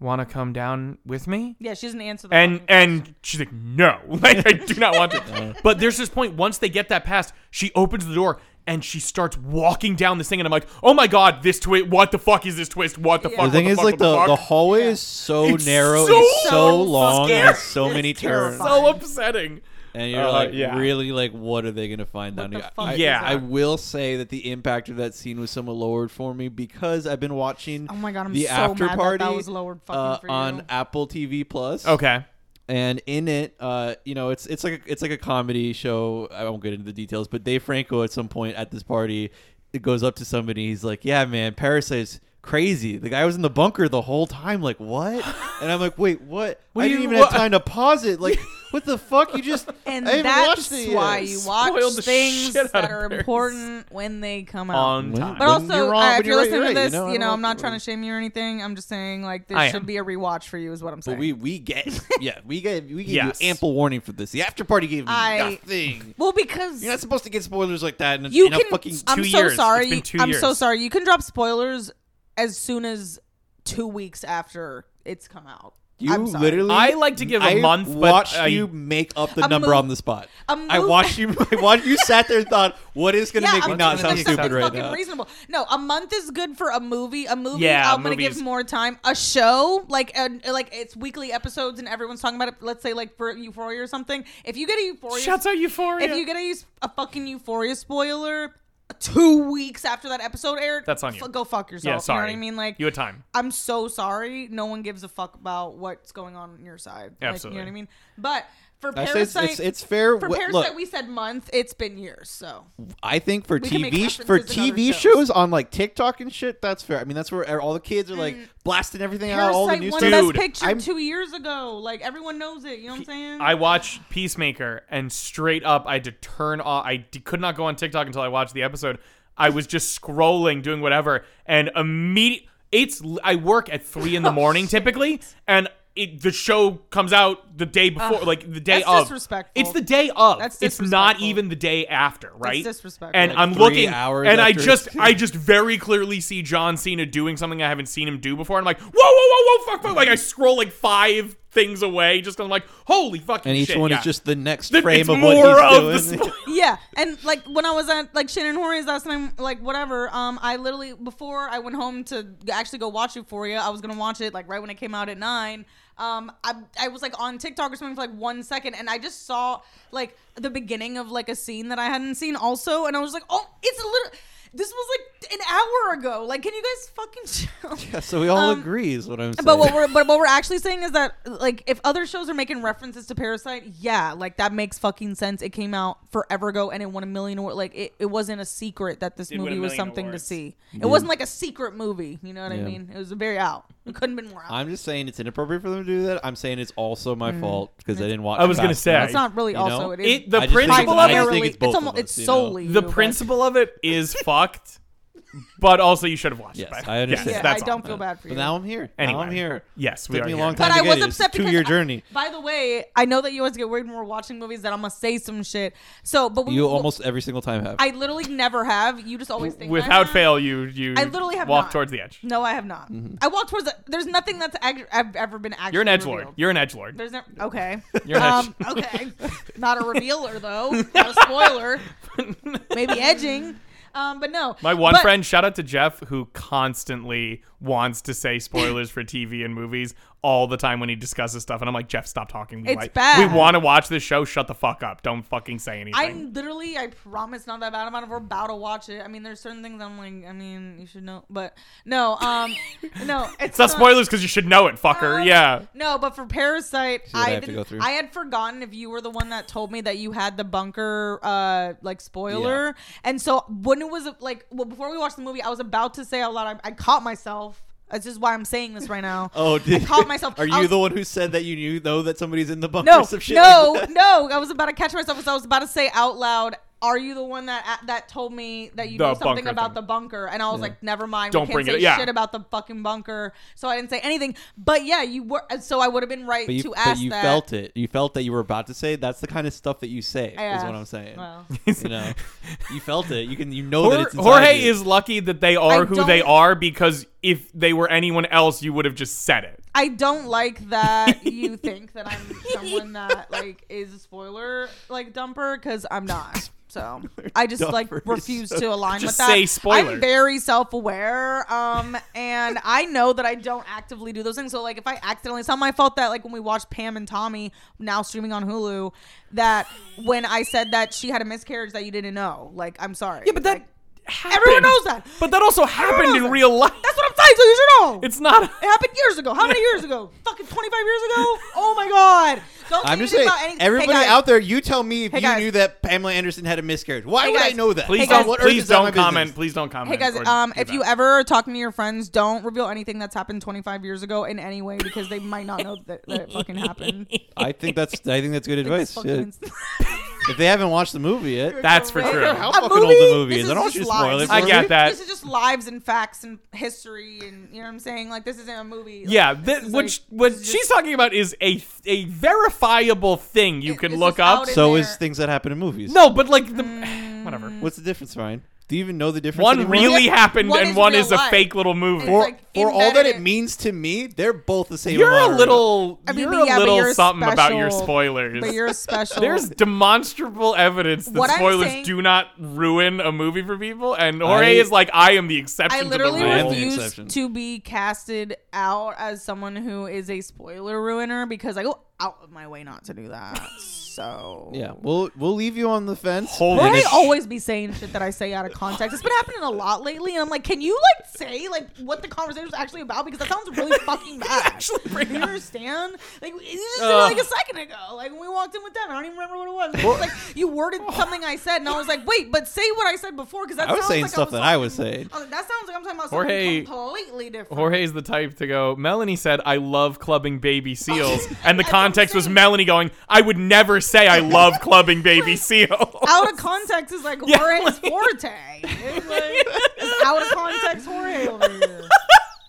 [SPEAKER 1] wanna come down with me
[SPEAKER 3] yeah, she doesn't answer the
[SPEAKER 1] and
[SPEAKER 3] fucking-
[SPEAKER 1] and she's like no like i do not want
[SPEAKER 2] Uh-huh.
[SPEAKER 1] to but there's this point once they get that past she opens the door and she starts walking down this thing and i'm like oh my god this twist what the fuck is this twist what the
[SPEAKER 3] Yeah.
[SPEAKER 1] fuck
[SPEAKER 2] the thing
[SPEAKER 1] what
[SPEAKER 2] is
[SPEAKER 1] fuck,
[SPEAKER 2] like
[SPEAKER 1] what the,
[SPEAKER 2] the, the
[SPEAKER 1] fuck?
[SPEAKER 2] hallway is so
[SPEAKER 1] It's
[SPEAKER 2] narrow,
[SPEAKER 1] so
[SPEAKER 2] it's so
[SPEAKER 1] fucking
[SPEAKER 2] long,
[SPEAKER 1] scary.
[SPEAKER 2] and it's so many turns,
[SPEAKER 3] terrifying.
[SPEAKER 1] so upsetting
[SPEAKER 2] and you're
[SPEAKER 1] Uh,
[SPEAKER 2] like,
[SPEAKER 1] yeah.
[SPEAKER 2] really, like, what are they gonna find down
[SPEAKER 3] the
[SPEAKER 2] here?
[SPEAKER 3] fuck
[SPEAKER 2] I-
[SPEAKER 1] is Yeah. that?
[SPEAKER 2] I will say that the impact of that scene was somewhat lowered for me because I've been watching.
[SPEAKER 3] Oh my God, I'm
[SPEAKER 2] the
[SPEAKER 3] so
[SPEAKER 2] after
[SPEAKER 3] mad that
[SPEAKER 2] party
[SPEAKER 3] that was lowered fucking
[SPEAKER 2] uh,
[SPEAKER 3] for you.
[SPEAKER 2] on Apple TV Plus.
[SPEAKER 1] okay
[SPEAKER 2] and in it, uh, you know, it's it's like a, it's like a comedy show. I won't get into the details, but Dave Franco at some point at this party, it goes up to somebody. He's like, "Yeah, man, Parasite's crazy. The guy was in the bunker the whole time. Like what? And I'm like, wait, what?
[SPEAKER 1] What
[SPEAKER 2] I
[SPEAKER 1] do
[SPEAKER 2] didn't
[SPEAKER 1] you-
[SPEAKER 2] even
[SPEAKER 1] what-
[SPEAKER 2] have time to pause it. Like what the fuck? You just
[SPEAKER 3] And
[SPEAKER 2] I haven't
[SPEAKER 3] that's
[SPEAKER 2] watched uh, it yet.
[SPEAKER 3] why you
[SPEAKER 1] Spoiled
[SPEAKER 3] watch
[SPEAKER 1] the
[SPEAKER 3] things
[SPEAKER 1] shit out
[SPEAKER 3] that
[SPEAKER 1] of
[SPEAKER 3] are
[SPEAKER 1] Paris.
[SPEAKER 3] important when they come out.
[SPEAKER 1] on
[SPEAKER 2] When-
[SPEAKER 1] time.
[SPEAKER 2] when
[SPEAKER 3] but also,
[SPEAKER 2] you're wrong,
[SPEAKER 3] uh,
[SPEAKER 2] when
[SPEAKER 3] if you're
[SPEAKER 2] you're right,
[SPEAKER 3] listening
[SPEAKER 2] you're
[SPEAKER 3] to
[SPEAKER 2] right.
[SPEAKER 3] this,
[SPEAKER 2] You know, I
[SPEAKER 3] you
[SPEAKER 2] don't
[SPEAKER 3] know, I'm
[SPEAKER 2] know.
[SPEAKER 3] not trying to shame you or anything. I'm just saying, like,
[SPEAKER 1] I
[SPEAKER 3] this
[SPEAKER 1] am.
[SPEAKER 3] should be a rewatch for you, is what I'm saying.
[SPEAKER 2] But we we get yeah we get we gave
[SPEAKER 1] Yes.
[SPEAKER 2] you ample warning for this. The after party gave me
[SPEAKER 3] I-
[SPEAKER 2] nothing.
[SPEAKER 3] well, because
[SPEAKER 2] You're not supposed to get spoilers like that in a,
[SPEAKER 3] you
[SPEAKER 2] in a
[SPEAKER 3] can.
[SPEAKER 2] fucking
[SPEAKER 3] I'm
[SPEAKER 1] two
[SPEAKER 3] so
[SPEAKER 1] years.
[SPEAKER 3] sorry.
[SPEAKER 1] It's been two
[SPEAKER 3] I'm so
[SPEAKER 1] years.
[SPEAKER 3] sorry. You can drop spoilers as soon as two weeks after it's come out.
[SPEAKER 2] You
[SPEAKER 3] I'm sorry.
[SPEAKER 2] literally.
[SPEAKER 1] I like to give a
[SPEAKER 2] I
[SPEAKER 1] month, but
[SPEAKER 2] Watched
[SPEAKER 1] I-
[SPEAKER 2] you make up the
[SPEAKER 3] A
[SPEAKER 2] number
[SPEAKER 3] mov-
[SPEAKER 2] on the spot.
[SPEAKER 3] a
[SPEAKER 2] I
[SPEAKER 3] mov-
[SPEAKER 2] watched you. I watched you. Sat there and thought, "What is going to
[SPEAKER 3] Yeah,
[SPEAKER 2] make me
[SPEAKER 3] I'm
[SPEAKER 2] not
[SPEAKER 3] thinking
[SPEAKER 2] sound
[SPEAKER 3] of
[SPEAKER 2] stupid
[SPEAKER 3] something
[SPEAKER 2] right
[SPEAKER 3] fucking
[SPEAKER 2] now?"
[SPEAKER 3] Reasonable. No, a month is good for a movie. A movie.
[SPEAKER 1] Yeah,
[SPEAKER 3] I'm gonna
[SPEAKER 1] movie
[SPEAKER 3] give
[SPEAKER 1] is-
[SPEAKER 3] more time. A show, like and like it's weekly episodes, and everyone's talking about it. Let's say like for Euphoria or something. If you get a Euphoria,
[SPEAKER 1] Shouts out Euphoria.
[SPEAKER 3] if you get a, eus- a fucking Euphoria spoiler two weeks after that episode aired,
[SPEAKER 1] That's on you.
[SPEAKER 3] f- go fuck yourself.
[SPEAKER 1] yeah, sorry.
[SPEAKER 3] You know what I mean? Like
[SPEAKER 1] you had time.
[SPEAKER 3] I'm so sorry. No one gives a fuck about what's going on on your side. Like,
[SPEAKER 1] Absolutely.
[SPEAKER 3] you know what I mean? But for
[SPEAKER 2] I say it's,
[SPEAKER 3] Parasite,
[SPEAKER 2] it's, it's fair.
[SPEAKER 3] for
[SPEAKER 2] Wh-
[SPEAKER 3] Parasite,
[SPEAKER 2] Look,
[SPEAKER 3] we said month. It's been years, so.
[SPEAKER 2] I think for
[SPEAKER 3] we can make
[SPEAKER 2] TV sh- for
[SPEAKER 3] references in other
[SPEAKER 2] TV shows.
[SPEAKER 3] shows.
[SPEAKER 2] on like TikTok and shit, that's fair. I mean, that's where e-, all the kids are like blasting everything out, all the
[SPEAKER 3] Mm. Parasite
[SPEAKER 2] new
[SPEAKER 3] won
[SPEAKER 2] stuff.
[SPEAKER 1] Dude,
[SPEAKER 3] Best Picture
[SPEAKER 2] I'm-
[SPEAKER 3] two years ago. Like everyone knows it. You know what I'm saying?
[SPEAKER 1] I watched Peacemaker, and straight up, I had to turn off. I d- could not go on TikTok until I watched the episode. I was just scrolling, doing whatever, and immediate. It's l- I work at three
[SPEAKER 3] Oh,
[SPEAKER 1] in the morning typically, and it, the show comes out the day before, like the day
[SPEAKER 3] that's
[SPEAKER 1] of.
[SPEAKER 3] disrespectful.
[SPEAKER 1] It's the day of.
[SPEAKER 3] That's
[SPEAKER 1] it's not
[SPEAKER 3] disrespectful.
[SPEAKER 1] even the day after, right?
[SPEAKER 3] disrespectful.
[SPEAKER 1] And
[SPEAKER 3] Like
[SPEAKER 1] I'm
[SPEAKER 2] three
[SPEAKER 1] looking,
[SPEAKER 2] hours
[SPEAKER 1] and I
[SPEAKER 2] after
[SPEAKER 1] just,
[SPEAKER 2] it's-
[SPEAKER 1] I just very clearly see John Cena doing something I haven't seen him do before. And I'm like, whoa, whoa, whoa, whoa, fuck, fuck! Like I scroll like five things away, just 'cause I'm like, holy fucking
[SPEAKER 2] and each
[SPEAKER 1] shit,
[SPEAKER 2] one
[SPEAKER 1] yeah.
[SPEAKER 2] is just the next
[SPEAKER 1] Then
[SPEAKER 2] frame
[SPEAKER 1] it's
[SPEAKER 2] of what
[SPEAKER 1] more of
[SPEAKER 2] he's
[SPEAKER 1] the
[SPEAKER 2] doing.
[SPEAKER 1] spoil-
[SPEAKER 3] yeah, and like when I was at like Shannon Horry's last time, like whatever. Um, I literally before I went home to actually go watch Euphoria, I was gonna watch it like right when it came out at nine. Um, I I was like on TikTok or something for like one second, and I just saw like the beginning of like a scene that I hadn't seen also, and I was like, oh, it's a little. This was like an hour ago. Like, can you guys fucking chill?
[SPEAKER 2] Yeah, so we all
[SPEAKER 3] Um,
[SPEAKER 2] agree is what I'm saying.
[SPEAKER 3] But what we're but what we're actually saying is that like if other shows are making references to Parasite, yeah, like that makes fucking sense. It came out forever ago and it won a million awards. Like it, it wasn't a secret that this
[SPEAKER 1] win a
[SPEAKER 3] movie was
[SPEAKER 1] million
[SPEAKER 3] something
[SPEAKER 1] awards.
[SPEAKER 3] to see. It wasn't like a secret movie. You know what I
[SPEAKER 2] Yeah.
[SPEAKER 3] mean? It was very out. It couldn't have been more out.
[SPEAKER 2] I'm just saying it's inappropriate for them to do that. I'm saying it's also my fault because I didn't watch.
[SPEAKER 1] I was
[SPEAKER 2] it
[SPEAKER 1] gonna
[SPEAKER 2] fast
[SPEAKER 1] say,
[SPEAKER 2] enough.
[SPEAKER 3] it's Mm. not really
[SPEAKER 2] You
[SPEAKER 3] also
[SPEAKER 2] know?
[SPEAKER 3] it is.
[SPEAKER 1] It, the
[SPEAKER 2] I just think
[SPEAKER 1] principle of
[SPEAKER 2] it's- I just
[SPEAKER 1] it,
[SPEAKER 2] think it's both
[SPEAKER 3] it's,
[SPEAKER 2] of
[SPEAKER 3] almo-
[SPEAKER 2] us,
[SPEAKER 3] it's
[SPEAKER 2] you know?
[SPEAKER 3] solely
[SPEAKER 1] the
[SPEAKER 3] you, but-
[SPEAKER 1] principle of it is fucked, but also you should have watched
[SPEAKER 2] Yes,
[SPEAKER 1] it. by-
[SPEAKER 2] I understand.
[SPEAKER 1] Yes,
[SPEAKER 3] Yeah,
[SPEAKER 1] that's
[SPEAKER 3] I
[SPEAKER 1] all.
[SPEAKER 3] don't feel bad for you.
[SPEAKER 2] But now I'm here. Now
[SPEAKER 1] Anyway.
[SPEAKER 2] I'm here.
[SPEAKER 1] Yes, we
[SPEAKER 2] took
[SPEAKER 1] are
[SPEAKER 2] me a
[SPEAKER 1] here.
[SPEAKER 2] long
[SPEAKER 1] But
[SPEAKER 2] time.
[SPEAKER 3] But
[SPEAKER 2] to
[SPEAKER 3] I
[SPEAKER 2] get
[SPEAKER 3] was
[SPEAKER 2] here. It's
[SPEAKER 3] upset
[SPEAKER 2] a
[SPEAKER 3] because
[SPEAKER 2] two-year
[SPEAKER 3] I-
[SPEAKER 2] journey.
[SPEAKER 3] by the way, I know that you always get worried when we're watching movies that I'm gonna say some shit. So, but we
[SPEAKER 2] You almost every single time have.
[SPEAKER 3] I literally never have. You just always think I
[SPEAKER 1] Without
[SPEAKER 3] have.
[SPEAKER 1] fail, you you
[SPEAKER 3] I literally have
[SPEAKER 1] walk
[SPEAKER 3] not.
[SPEAKER 1] towards the edge.
[SPEAKER 3] No, I have not. I walk towards. The, there's nothing that's ag- I've ever been actually.
[SPEAKER 1] You're an edge lord.
[SPEAKER 3] revealed.
[SPEAKER 1] You're an edge lord.
[SPEAKER 3] There's no, okay.
[SPEAKER 1] You're an
[SPEAKER 3] um, okay. Not a revealer though. Not a spoiler. Maybe edging. Um, but no.
[SPEAKER 1] My one
[SPEAKER 3] But-
[SPEAKER 1] friend, shout out to Jeff, who constantly wants to say spoilers for TV and movies all the time when he discusses stuff, and I'm like, Jeff, stop talking. We
[SPEAKER 3] It's
[SPEAKER 1] like-
[SPEAKER 3] bad.
[SPEAKER 1] We want to watch this show. Shut the fuck up. Don't fucking say anything.
[SPEAKER 3] I'm literally, I promise, not that bad about it. We're about to watch it. I mean, there's certain things I'm like, I mean, you should know, but no, um, no,
[SPEAKER 1] it's not spoilers because you should know it, fucker.
[SPEAKER 3] Um,
[SPEAKER 1] yeah.
[SPEAKER 3] No, but for Parasite,
[SPEAKER 2] what I
[SPEAKER 3] I,
[SPEAKER 2] have to
[SPEAKER 3] didn't-
[SPEAKER 2] go through?
[SPEAKER 3] I had forgotten if you were the one that told me that you had the bunker uh like spoiler. And so when it was like well before we watched the movie, I was about to say out loud I, I caught myself. That's just why I'm saying this right now.
[SPEAKER 2] oh, did,
[SPEAKER 3] I caught myself.
[SPEAKER 2] Are
[SPEAKER 3] I
[SPEAKER 2] you
[SPEAKER 3] was-
[SPEAKER 2] the one who said that you knew though that somebody's in the bunker?
[SPEAKER 3] no,
[SPEAKER 2] or some shit
[SPEAKER 3] no,
[SPEAKER 2] like that?
[SPEAKER 3] no. I was about to catch myself because I was about to say out loud, "Are you the one that that told me that you
[SPEAKER 1] The
[SPEAKER 3] knew something
[SPEAKER 1] bunker
[SPEAKER 3] about
[SPEAKER 1] thing.
[SPEAKER 3] the bunker?" And I was like, "Never mind.
[SPEAKER 1] Don't
[SPEAKER 3] we can't
[SPEAKER 1] bring
[SPEAKER 3] say
[SPEAKER 1] it- yeah.
[SPEAKER 3] shit about the fucking bunker." So I didn't say anything. But yeah, you were. So I would have been right
[SPEAKER 2] But you,
[SPEAKER 3] to
[SPEAKER 2] but
[SPEAKER 3] ask
[SPEAKER 2] you
[SPEAKER 3] that.
[SPEAKER 2] felt it. You felt that you were about to say. That's the kind of stuff that you say.
[SPEAKER 3] Yeah.
[SPEAKER 2] Is what I'm saying.
[SPEAKER 3] Well.
[SPEAKER 2] You know, you felt it. You can. You know that
[SPEAKER 1] Jorge,
[SPEAKER 2] it's inside
[SPEAKER 1] Jorge
[SPEAKER 2] you.
[SPEAKER 1] is lucky that they are
[SPEAKER 3] I
[SPEAKER 1] who they
[SPEAKER 3] don't-
[SPEAKER 1] are because if they were anyone else, you would have just said it.
[SPEAKER 3] I don't like that you think that I'm someone that like is a spoiler like dumper because I'm not. So I just like
[SPEAKER 2] Dumper is
[SPEAKER 3] refuse
[SPEAKER 2] so-
[SPEAKER 3] to align
[SPEAKER 1] Just
[SPEAKER 3] with that.
[SPEAKER 1] say spoiler.
[SPEAKER 3] I'm very self aware, um, and I know that I don't actively do those things. So like if I accidentally, it's not my fault that like when we watched Pam and Tommy now streaming on Hulu, that when I said that she had a miscarriage that you didn't know. Like I'm sorry. Yeah,
[SPEAKER 1] happened.
[SPEAKER 3] Everyone knows that.
[SPEAKER 1] But that also happened
[SPEAKER 3] knows
[SPEAKER 1] in
[SPEAKER 3] that.
[SPEAKER 1] real life.
[SPEAKER 3] that's what I'm saying. So you should know.
[SPEAKER 1] It's not.
[SPEAKER 3] It happened years ago. How many years ago? Fucking 25 years ago? Oh my god. Don't say
[SPEAKER 2] I'm just saying,
[SPEAKER 3] anything about anything.
[SPEAKER 2] everybody
[SPEAKER 3] hey guys,
[SPEAKER 2] out there, you tell me if
[SPEAKER 3] Hey,
[SPEAKER 2] you
[SPEAKER 3] guys.
[SPEAKER 2] knew that Pamela Anderson had a miscarriage. Why
[SPEAKER 3] Hey,
[SPEAKER 2] would I
[SPEAKER 3] guys.
[SPEAKER 2] know that?
[SPEAKER 1] Please
[SPEAKER 3] Hey, guys.
[SPEAKER 1] don't.
[SPEAKER 2] What earth
[SPEAKER 1] please
[SPEAKER 2] is that my
[SPEAKER 1] don't comment.
[SPEAKER 2] business?
[SPEAKER 1] Please don't comment.
[SPEAKER 3] Hey guys,
[SPEAKER 1] or
[SPEAKER 3] um,
[SPEAKER 1] do
[SPEAKER 3] if you
[SPEAKER 1] that.
[SPEAKER 3] ever are talking to your friends, don't reveal anything that's happened 25 years ago in any way because they might not know that, that it fucking happened.
[SPEAKER 2] I think that's I think that's good
[SPEAKER 3] It's
[SPEAKER 2] advice.
[SPEAKER 3] fucking
[SPEAKER 2] Yeah.
[SPEAKER 3] ins-
[SPEAKER 2] If they haven't watched the movie yet,
[SPEAKER 1] that's for
[SPEAKER 3] Right?
[SPEAKER 1] sure.
[SPEAKER 2] How
[SPEAKER 3] A
[SPEAKER 2] fucking old the movie
[SPEAKER 3] this
[SPEAKER 2] is. I don't want you
[SPEAKER 3] just
[SPEAKER 2] to spoil
[SPEAKER 3] lives.
[SPEAKER 2] it
[SPEAKER 1] I
[SPEAKER 2] for
[SPEAKER 1] get
[SPEAKER 2] me.
[SPEAKER 1] that.
[SPEAKER 3] This is just lives and facts and history and you know what I'm saying. Like this isn't a movie. Like,
[SPEAKER 1] Yeah,
[SPEAKER 3] this
[SPEAKER 1] th-
[SPEAKER 3] is
[SPEAKER 1] what
[SPEAKER 3] like-
[SPEAKER 1] sh- what
[SPEAKER 3] this is
[SPEAKER 1] she's
[SPEAKER 3] just-
[SPEAKER 1] talking about is a a verifiable thing you
[SPEAKER 3] It-
[SPEAKER 1] can
[SPEAKER 3] it's
[SPEAKER 1] look
[SPEAKER 3] just
[SPEAKER 1] up.
[SPEAKER 3] out in
[SPEAKER 2] So
[SPEAKER 3] there.
[SPEAKER 2] is things that happen in movies.
[SPEAKER 1] No, but like the whatever.
[SPEAKER 2] What's the difference, Ryan? Do you even know the difference?
[SPEAKER 1] One
[SPEAKER 2] anymore?
[SPEAKER 1] really
[SPEAKER 3] Yeah,
[SPEAKER 1] happened,
[SPEAKER 3] one
[SPEAKER 1] and
[SPEAKER 3] is
[SPEAKER 1] one
[SPEAKER 3] real
[SPEAKER 1] is a
[SPEAKER 3] life.
[SPEAKER 1] fake little movie.
[SPEAKER 2] for,
[SPEAKER 3] like
[SPEAKER 2] for all that
[SPEAKER 3] embedded
[SPEAKER 2] it
[SPEAKER 3] in-
[SPEAKER 2] means to me, they're both the same.
[SPEAKER 1] You're a
[SPEAKER 2] amount.
[SPEAKER 1] little,
[SPEAKER 3] I mean,
[SPEAKER 1] you're
[SPEAKER 3] but yeah,
[SPEAKER 1] a
[SPEAKER 3] but
[SPEAKER 1] little
[SPEAKER 3] you're
[SPEAKER 1] something about your
[SPEAKER 3] special-
[SPEAKER 1] spoilers.
[SPEAKER 3] But you're a special.
[SPEAKER 1] There's demonstrable evidence that
[SPEAKER 3] What I'm
[SPEAKER 1] spoilers
[SPEAKER 3] saying-
[SPEAKER 1] do not ruin a movie for people, and Jorge
[SPEAKER 2] I-
[SPEAKER 1] is like, I am the exception
[SPEAKER 3] I
[SPEAKER 1] to the
[SPEAKER 3] literally
[SPEAKER 2] I am
[SPEAKER 1] rule.
[SPEAKER 2] the exception.
[SPEAKER 3] refuse to be casted out as someone who is a spoiler ruiner because I go out of my way not to do that. So
[SPEAKER 2] Yeah, we'll we'll leave you on the fence.
[SPEAKER 1] Holy
[SPEAKER 2] and
[SPEAKER 3] Jorge
[SPEAKER 2] if-
[SPEAKER 3] always be saying shit that I say out of context. It's been happening a lot lately, and I'm like, can you like say like what the conversation was actually about? Because that sounds really fucking bad. actually, you understand? Like you just did it like a second ago. Like when we walked in with them, I don't even remember what it was. It's like you worded something I said, and I was like, wait, but say what I said before because that
[SPEAKER 2] I was
[SPEAKER 3] sounds
[SPEAKER 2] saying
[SPEAKER 3] like
[SPEAKER 2] stuff
[SPEAKER 3] I was
[SPEAKER 2] that
[SPEAKER 3] talking-
[SPEAKER 2] I was saying.
[SPEAKER 3] I was like, Oh, that sounds like I'm talking about
[SPEAKER 1] Jorge-
[SPEAKER 3] something completely different.
[SPEAKER 1] Jorge's the type to go, Melanie said, I love clubbing baby seals. And the
[SPEAKER 3] That's what I'm
[SPEAKER 1] context was
[SPEAKER 3] saying.
[SPEAKER 1] Melanie going, I would never say I love clubbing baby seals.
[SPEAKER 3] out of context is like
[SPEAKER 1] Yeah,
[SPEAKER 3] Jorge's
[SPEAKER 1] like-
[SPEAKER 3] forte. It's like it's out of context Jorge over here. Oh,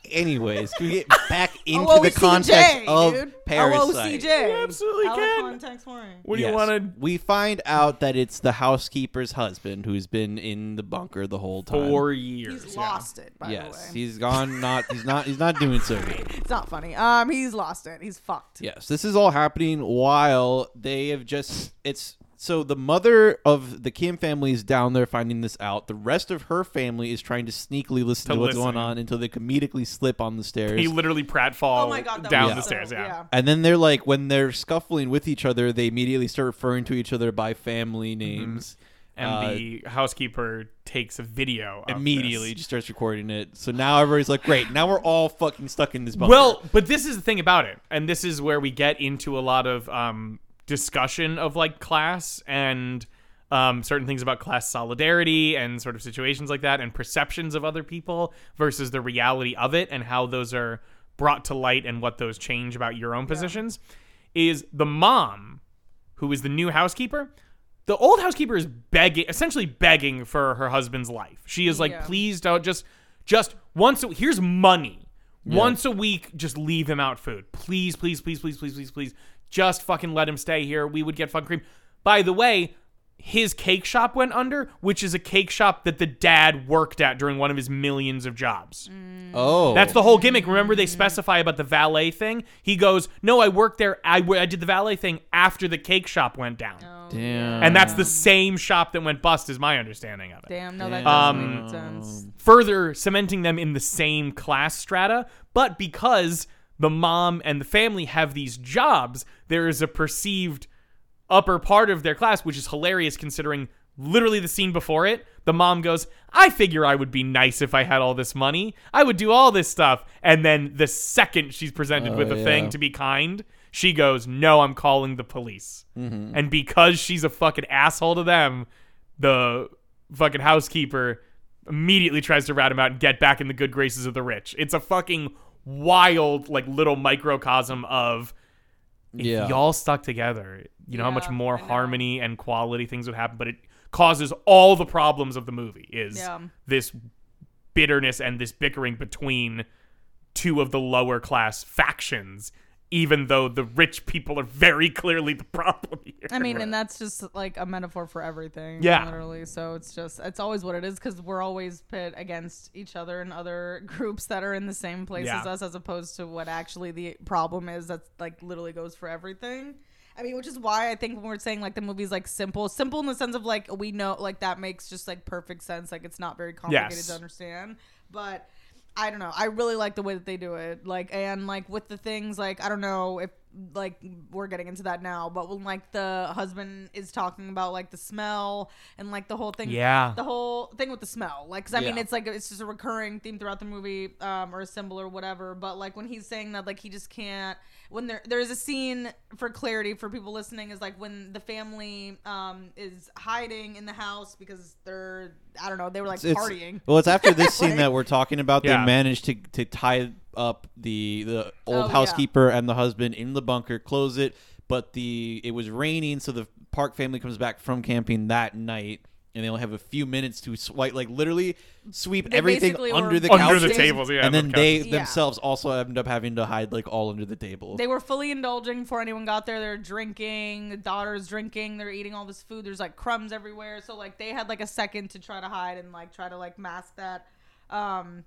[SPEAKER 2] Anyways, can we get back into the
[SPEAKER 3] OOCJ,
[SPEAKER 2] context of
[SPEAKER 3] dude. Oh,
[SPEAKER 2] Parasite?
[SPEAKER 3] OOCJ.
[SPEAKER 1] You absolutely
[SPEAKER 3] Out of
[SPEAKER 1] can.
[SPEAKER 3] context horror.
[SPEAKER 1] What do
[SPEAKER 2] Yes.
[SPEAKER 1] you want to
[SPEAKER 2] We find out that it's the housekeeper's husband who's been in the bunker the whole time.
[SPEAKER 1] Four years.
[SPEAKER 3] He's lost it, by
[SPEAKER 2] yes,
[SPEAKER 3] the way.
[SPEAKER 2] he's gone. Not he's not he's not doing so good.
[SPEAKER 3] It's not funny. Um, he's lost it. He's fucked.
[SPEAKER 2] Yes, this is all happening while they have just it's so the mother of the Kim family is down there finding this out. The rest of her family is trying to sneakily listen to,
[SPEAKER 1] To
[SPEAKER 2] what's
[SPEAKER 1] listen.
[SPEAKER 2] going on until they comedically slip on the stairs.
[SPEAKER 1] He literally pratfall
[SPEAKER 3] Oh my god, that
[SPEAKER 1] down
[SPEAKER 3] was
[SPEAKER 1] the
[SPEAKER 3] so-
[SPEAKER 1] stairs. Yeah.
[SPEAKER 2] and then they're like when they're scuffling with each other, they immediately start referring to each other by family
[SPEAKER 1] Mm-hmm.
[SPEAKER 2] names.
[SPEAKER 1] And
[SPEAKER 2] Uh,
[SPEAKER 1] the housekeeper takes a video of
[SPEAKER 2] immediately
[SPEAKER 1] this.
[SPEAKER 2] just starts recording it. So now everybody's like, "Great, now we're all fucking stuck in this bunker."
[SPEAKER 1] Well, but this is the thing about it, and this is where we get into a lot of um, discussion of like class and um, certain things about class solidarity and sort of situations like that, and perceptions of other people versus the reality of it, and how those are brought to light and what those change about your own positions. Is the mom who is the new housekeeper? The old housekeeper is begging, essentially begging for her husband's life. She is like,
[SPEAKER 3] Yeah.
[SPEAKER 1] please don't just, just once. A, here's money. Once a week, just leave him out food. Please, please, please, please, please, please, please. Just fucking let him stay here. We would get fun cream. By the way, his cake shop went under, which is a cake shop that the dad worked at during one of his millions of jobs.
[SPEAKER 2] oh,
[SPEAKER 1] That's the whole gimmick. Remember, they specify about the valet thing. He goes, "No, I worked there. I, w- I did the valet thing after the cake shop went down."
[SPEAKER 2] damn.
[SPEAKER 1] And that's the same shop that went bust, is my understanding of it.
[SPEAKER 3] Damn, no, that doesn't
[SPEAKER 1] Um,
[SPEAKER 3] make any sense.
[SPEAKER 1] Further cementing them in the same class strata, but because the mom and the family have these jobs, there is a perceived upper part of their class, which is hilarious considering literally the scene before it. The mom goes, I figure I would be nice if I had all this money. I would do all this stuff. And then the second she's presented with a
[SPEAKER 2] yeah.
[SPEAKER 1] thing to be kind, she goes, No, I'm calling the police. And because she's a fucking asshole to them, the fucking housekeeper immediately tries to rat him out and get back in the good graces of the rich. It's a fucking wild, like, little microcosm of
[SPEAKER 2] yeah.
[SPEAKER 1] y'all stuck together, you know how much
[SPEAKER 3] Yeah,
[SPEAKER 1] more
[SPEAKER 3] I know.
[SPEAKER 1] harmony and quality things would happen, but it causes all the problems of the movie is
[SPEAKER 3] Yeah.
[SPEAKER 1] this bitterness and this bickering between two of the lower class factions, even though the rich people are very clearly the problem here.
[SPEAKER 3] I mean, and that's just like a metaphor for everything.
[SPEAKER 1] Yeah.
[SPEAKER 3] Literally. So it's just, it's always what it is because we're always pit against each other and other groups that are in the same place
[SPEAKER 1] Yeah.
[SPEAKER 3] as us as opposed to what actually the problem is that's like literally goes for everything. I mean, which is why I think when we're saying like the movie's like simple, simple in the sense of like we know, like that makes just like perfect sense. Like it's not very complicated
[SPEAKER 1] Yes.
[SPEAKER 3] to understand. But I don't know. I really like the way that they do it. Like and like with the things like I don't know if like we're getting into that now, but when like the husband is talking about like the smell and like the whole thing,
[SPEAKER 1] Yeah.
[SPEAKER 3] the whole thing with the smell, like 'cause I mean
[SPEAKER 2] Yeah.
[SPEAKER 3] it's like it's just a recurring theme throughout the movie um, or a symbol or whatever. But like when he's saying that, like he just can't. When there there is a scene for clarity for people listening is like when the family um, is hiding in the house because they're I don't know they were like
[SPEAKER 2] It's-
[SPEAKER 3] partying.
[SPEAKER 2] Well, it's after this scene that we're talking about.
[SPEAKER 1] Yeah.
[SPEAKER 2] They managed to, to tie up the the
[SPEAKER 3] Oh,
[SPEAKER 2] old
[SPEAKER 3] yeah.
[SPEAKER 2] housekeeper and the husband in the bunker, close it. But the it was raining, so the Park family comes back from camping that night, and they only have a few minutes to swipe, like literally sweep
[SPEAKER 3] They
[SPEAKER 2] everything
[SPEAKER 3] basically
[SPEAKER 2] under
[SPEAKER 3] were
[SPEAKER 2] the couch,
[SPEAKER 1] under the
[SPEAKER 3] couches.
[SPEAKER 1] tables, yeah.
[SPEAKER 2] and then
[SPEAKER 1] under the
[SPEAKER 2] they
[SPEAKER 1] couches.
[SPEAKER 3] Yeah.
[SPEAKER 2] themselves also end up having to hide like all under the table.
[SPEAKER 3] They were fully indulging before anyone got there. They're drinking. The daughter's drinking. They're eating all this food. There's like crumbs everywhere. So like they had like a second to try to hide and like try to like mask that. Um,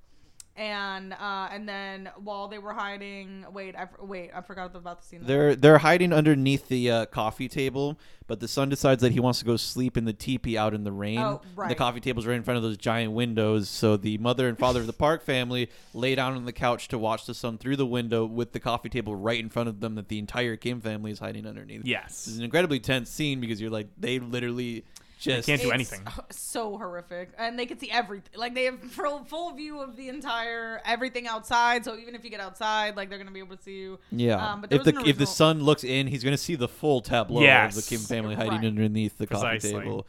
[SPEAKER 3] and uh, and then while they were hiding, wait, I wait, I forgot about the scene.
[SPEAKER 2] They're they're hiding underneath the uh, coffee table, but the son decides that he wants to go sleep in the teepee out in the rain.
[SPEAKER 3] Oh, right.
[SPEAKER 2] The coffee table's right in front of those giant windows, so the mother and father of the Park family lay down on the couch to watch the sun through the window with the coffee table right in front of them that the entire Kim family is hiding underneath.
[SPEAKER 1] Yes.
[SPEAKER 2] It's an incredibly tense scene because you're like they literally just
[SPEAKER 1] can't do
[SPEAKER 3] It's
[SPEAKER 1] anything.
[SPEAKER 3] So horrific, and they could see everything. Like they have full, full view of the entire everything outside. So even if you get outside, like they're gonna be able to see you.
[SPEAKER 2] yeah.
[SPEAKER 3] Um, but there
[SPEAKER 2] if
[SPEAKER 3] was
[SPEAKER 2] the
[SPEAKER 3] an
[SPEAKER 2] if the
[SPEAKER 3] original-
[SPEAKER 2] son looks in, he's going to see the full tableau of
[SPEAKER 1] Yes.
[SPEAKER 2] the Kim family hiding
[SPEAKER 3] Right.
[SPEAKER 2] underneath the coffee
[SPEAKER 1] Precisely.
[SPEAKER 2] table.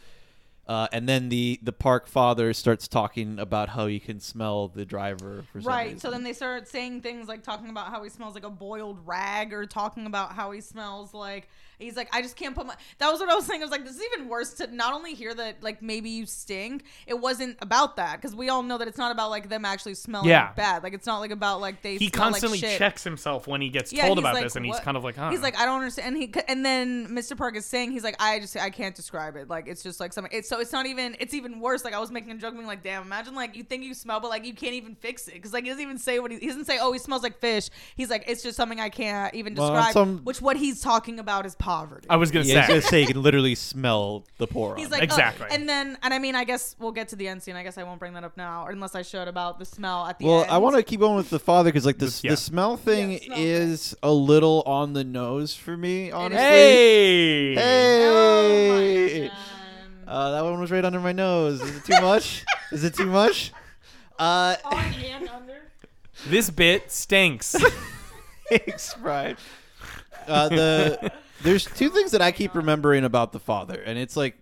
[SPEAKER 2] Uh, and then the the park father starts talking about how he can smell the driver for some
[SPEAKER 3] Right. So
[SPEAKER 2] reason.
[SPEAKER 3] then they start saying things like talking about how he smells like a boiled rag or talking about how he smells like he's like, I just can't put my that was what I was saying. I was like, this is even worse to not only hear that like maybe you stink. It wasn't about that because we all know that it's not about like them actually smelling
[SPEAKER 1] Yeah.
[SPEAKER 3] bad. Like it's not like about like they
[SPEAKER 1] he
[SPEAKER 3] smell like
[SPEAKER 1] constantly
[SPEAKER 3] shit.
[SPEAKER 1] checks himself when he gets
[SPEAKER 3] Yeah,
[SPEAKER 1] told
[SPEAKER 3] he's
[SPEAKER 1] about
[SPEAKER 3] like,
[SPEAKER 1] this, and he's
[SPEAKER 3] "What?"
[SPEAKER 1] kind of like, huh?
[SPEAKER 3] He's like, I don't understand. And he and then Mr. Park is saying, he's like, I just I can't describe it. Like it's just like something. It's so it's not even. It's even worse. Like I was making a joke, being like, damn, imagine like you think you smell, but like you can't even fix it because like he doesn't even say what he, he doesn't say. Oh, he smells like fish. He's like, it's just something I can't even
[SPEAKER 2] Well,
[SPEAKER 3] describe.
[SPEAKER 2] some-
[SPEAKER 3] which what he's talking about is poverty.
[SPEAKER 1] I was gonna say,
[SPEAKER 2] yeah, he's going to say he can literally smell the poor.
[SPEAKER 3] He's
[SPEAKER 2] on it.
[SPEAKER 3] like oh,
[SPEAKER 1] Exactly.
[SPEAKER 3] and then and I mean I guess we'll get to the end scene. I guess I won't bring that up now, or unless I should about the smell at the
[SPEAKER 2] well,
[SPEAKER 3] end.
[SPEAKER 2] I want to keep going with the father because like this
[SPEAKER 1] yeah.
[SPEAKER 2] the smell thing
[SPEAKER 3] Yeah, smell thing.
[SPEAKER 2] is a little on the nose for me. Honestly,
[SPEAKER 1] hey,
[SPEAKER 2] hey.
[SPEAKER 3] Oh my God.
[SPEAKER 2] Uh, that one was right under my nose. Is it too much? Is it too much? Uh,
[SPEAKER 3] On and under.
[SPEAKER 1] this bit stinks.
[SPEAKER 2] thanks, Brian. Uh, the there's two things that I keep remembering about the father, and it's like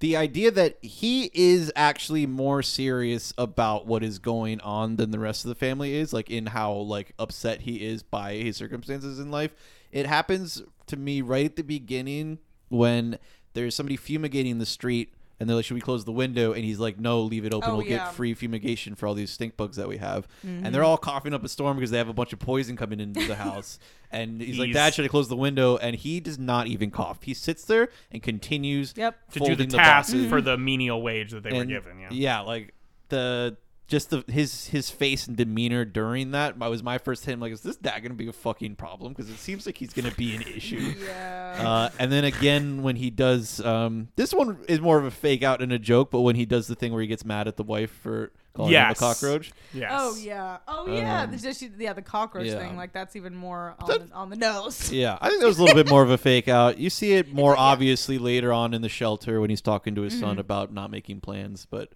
[SPEAKER 2] the idea that he is actually more serious about what is going on than the rest of the family is, like in how like upset he is by his circumstances in life. It happens to me right at the beginning when there's somebody fumigating in the street and they're like, Should we close the window? And he's like, No, leave it open.
[SPEAKER 3] Oh,
[SPEAKER 2] we'll
[SPEAKER 3] yeah. Mm-hmm.
[SPEAKER 2] get free fumigation for all these stink bugs that we have. And they're all coughing up a storm because they have a bunch of poison coming into the house. and he's like,
[SPEAKER 1] He's-
[SPEAKER 2] Dad, should I close the window? And he does not even cough. He sits there and continues
[SPEAKER 3] Yep.
[SPEAKER 1] to do the
[SPEAKER 2] folding
[SPEAKER 1] task
[SPEAKER 2] boxes.
[SPEAKER 1] for the menial wage that they were
[SPEAKER 2] And,
[SPEAKER 1] given. Yeah.
[SPEAKER 2] like the just the his his face and demeanor during that was my first hint. Like, is this dad gonna be a fucking problem? Because it seems like he's gonna be an issue.
[SPEAKER 3] Yeah.
[SPEAKER 2] Uh, and then again, when he does, um, this one is more of a fake out and a joke. But when he does the thing where he gets mad at the wife for calling him a
[SPEAKER 1] Yes.
[SPEAKER 2] cockroach,
[SPEAKER 1] Yes.
[SPEAKER 3] Oh yeah. Oh yeah.
[SPEAKER 2] Um,
[SPEAKER 3] There's just, yeah, the cockroach
[SPEAKER 2] yeah.
[SPEAKER 3] thing. Like that's even more on, the, on the nose.
[SPEAKER 2] yeah, I think that was a little bit more of a fake out. You see it more obviously later on in the shelter when he's talking to his son
[SPEAKER 3] Mm-hmm.
[SPEAKER 2] about not making plans. But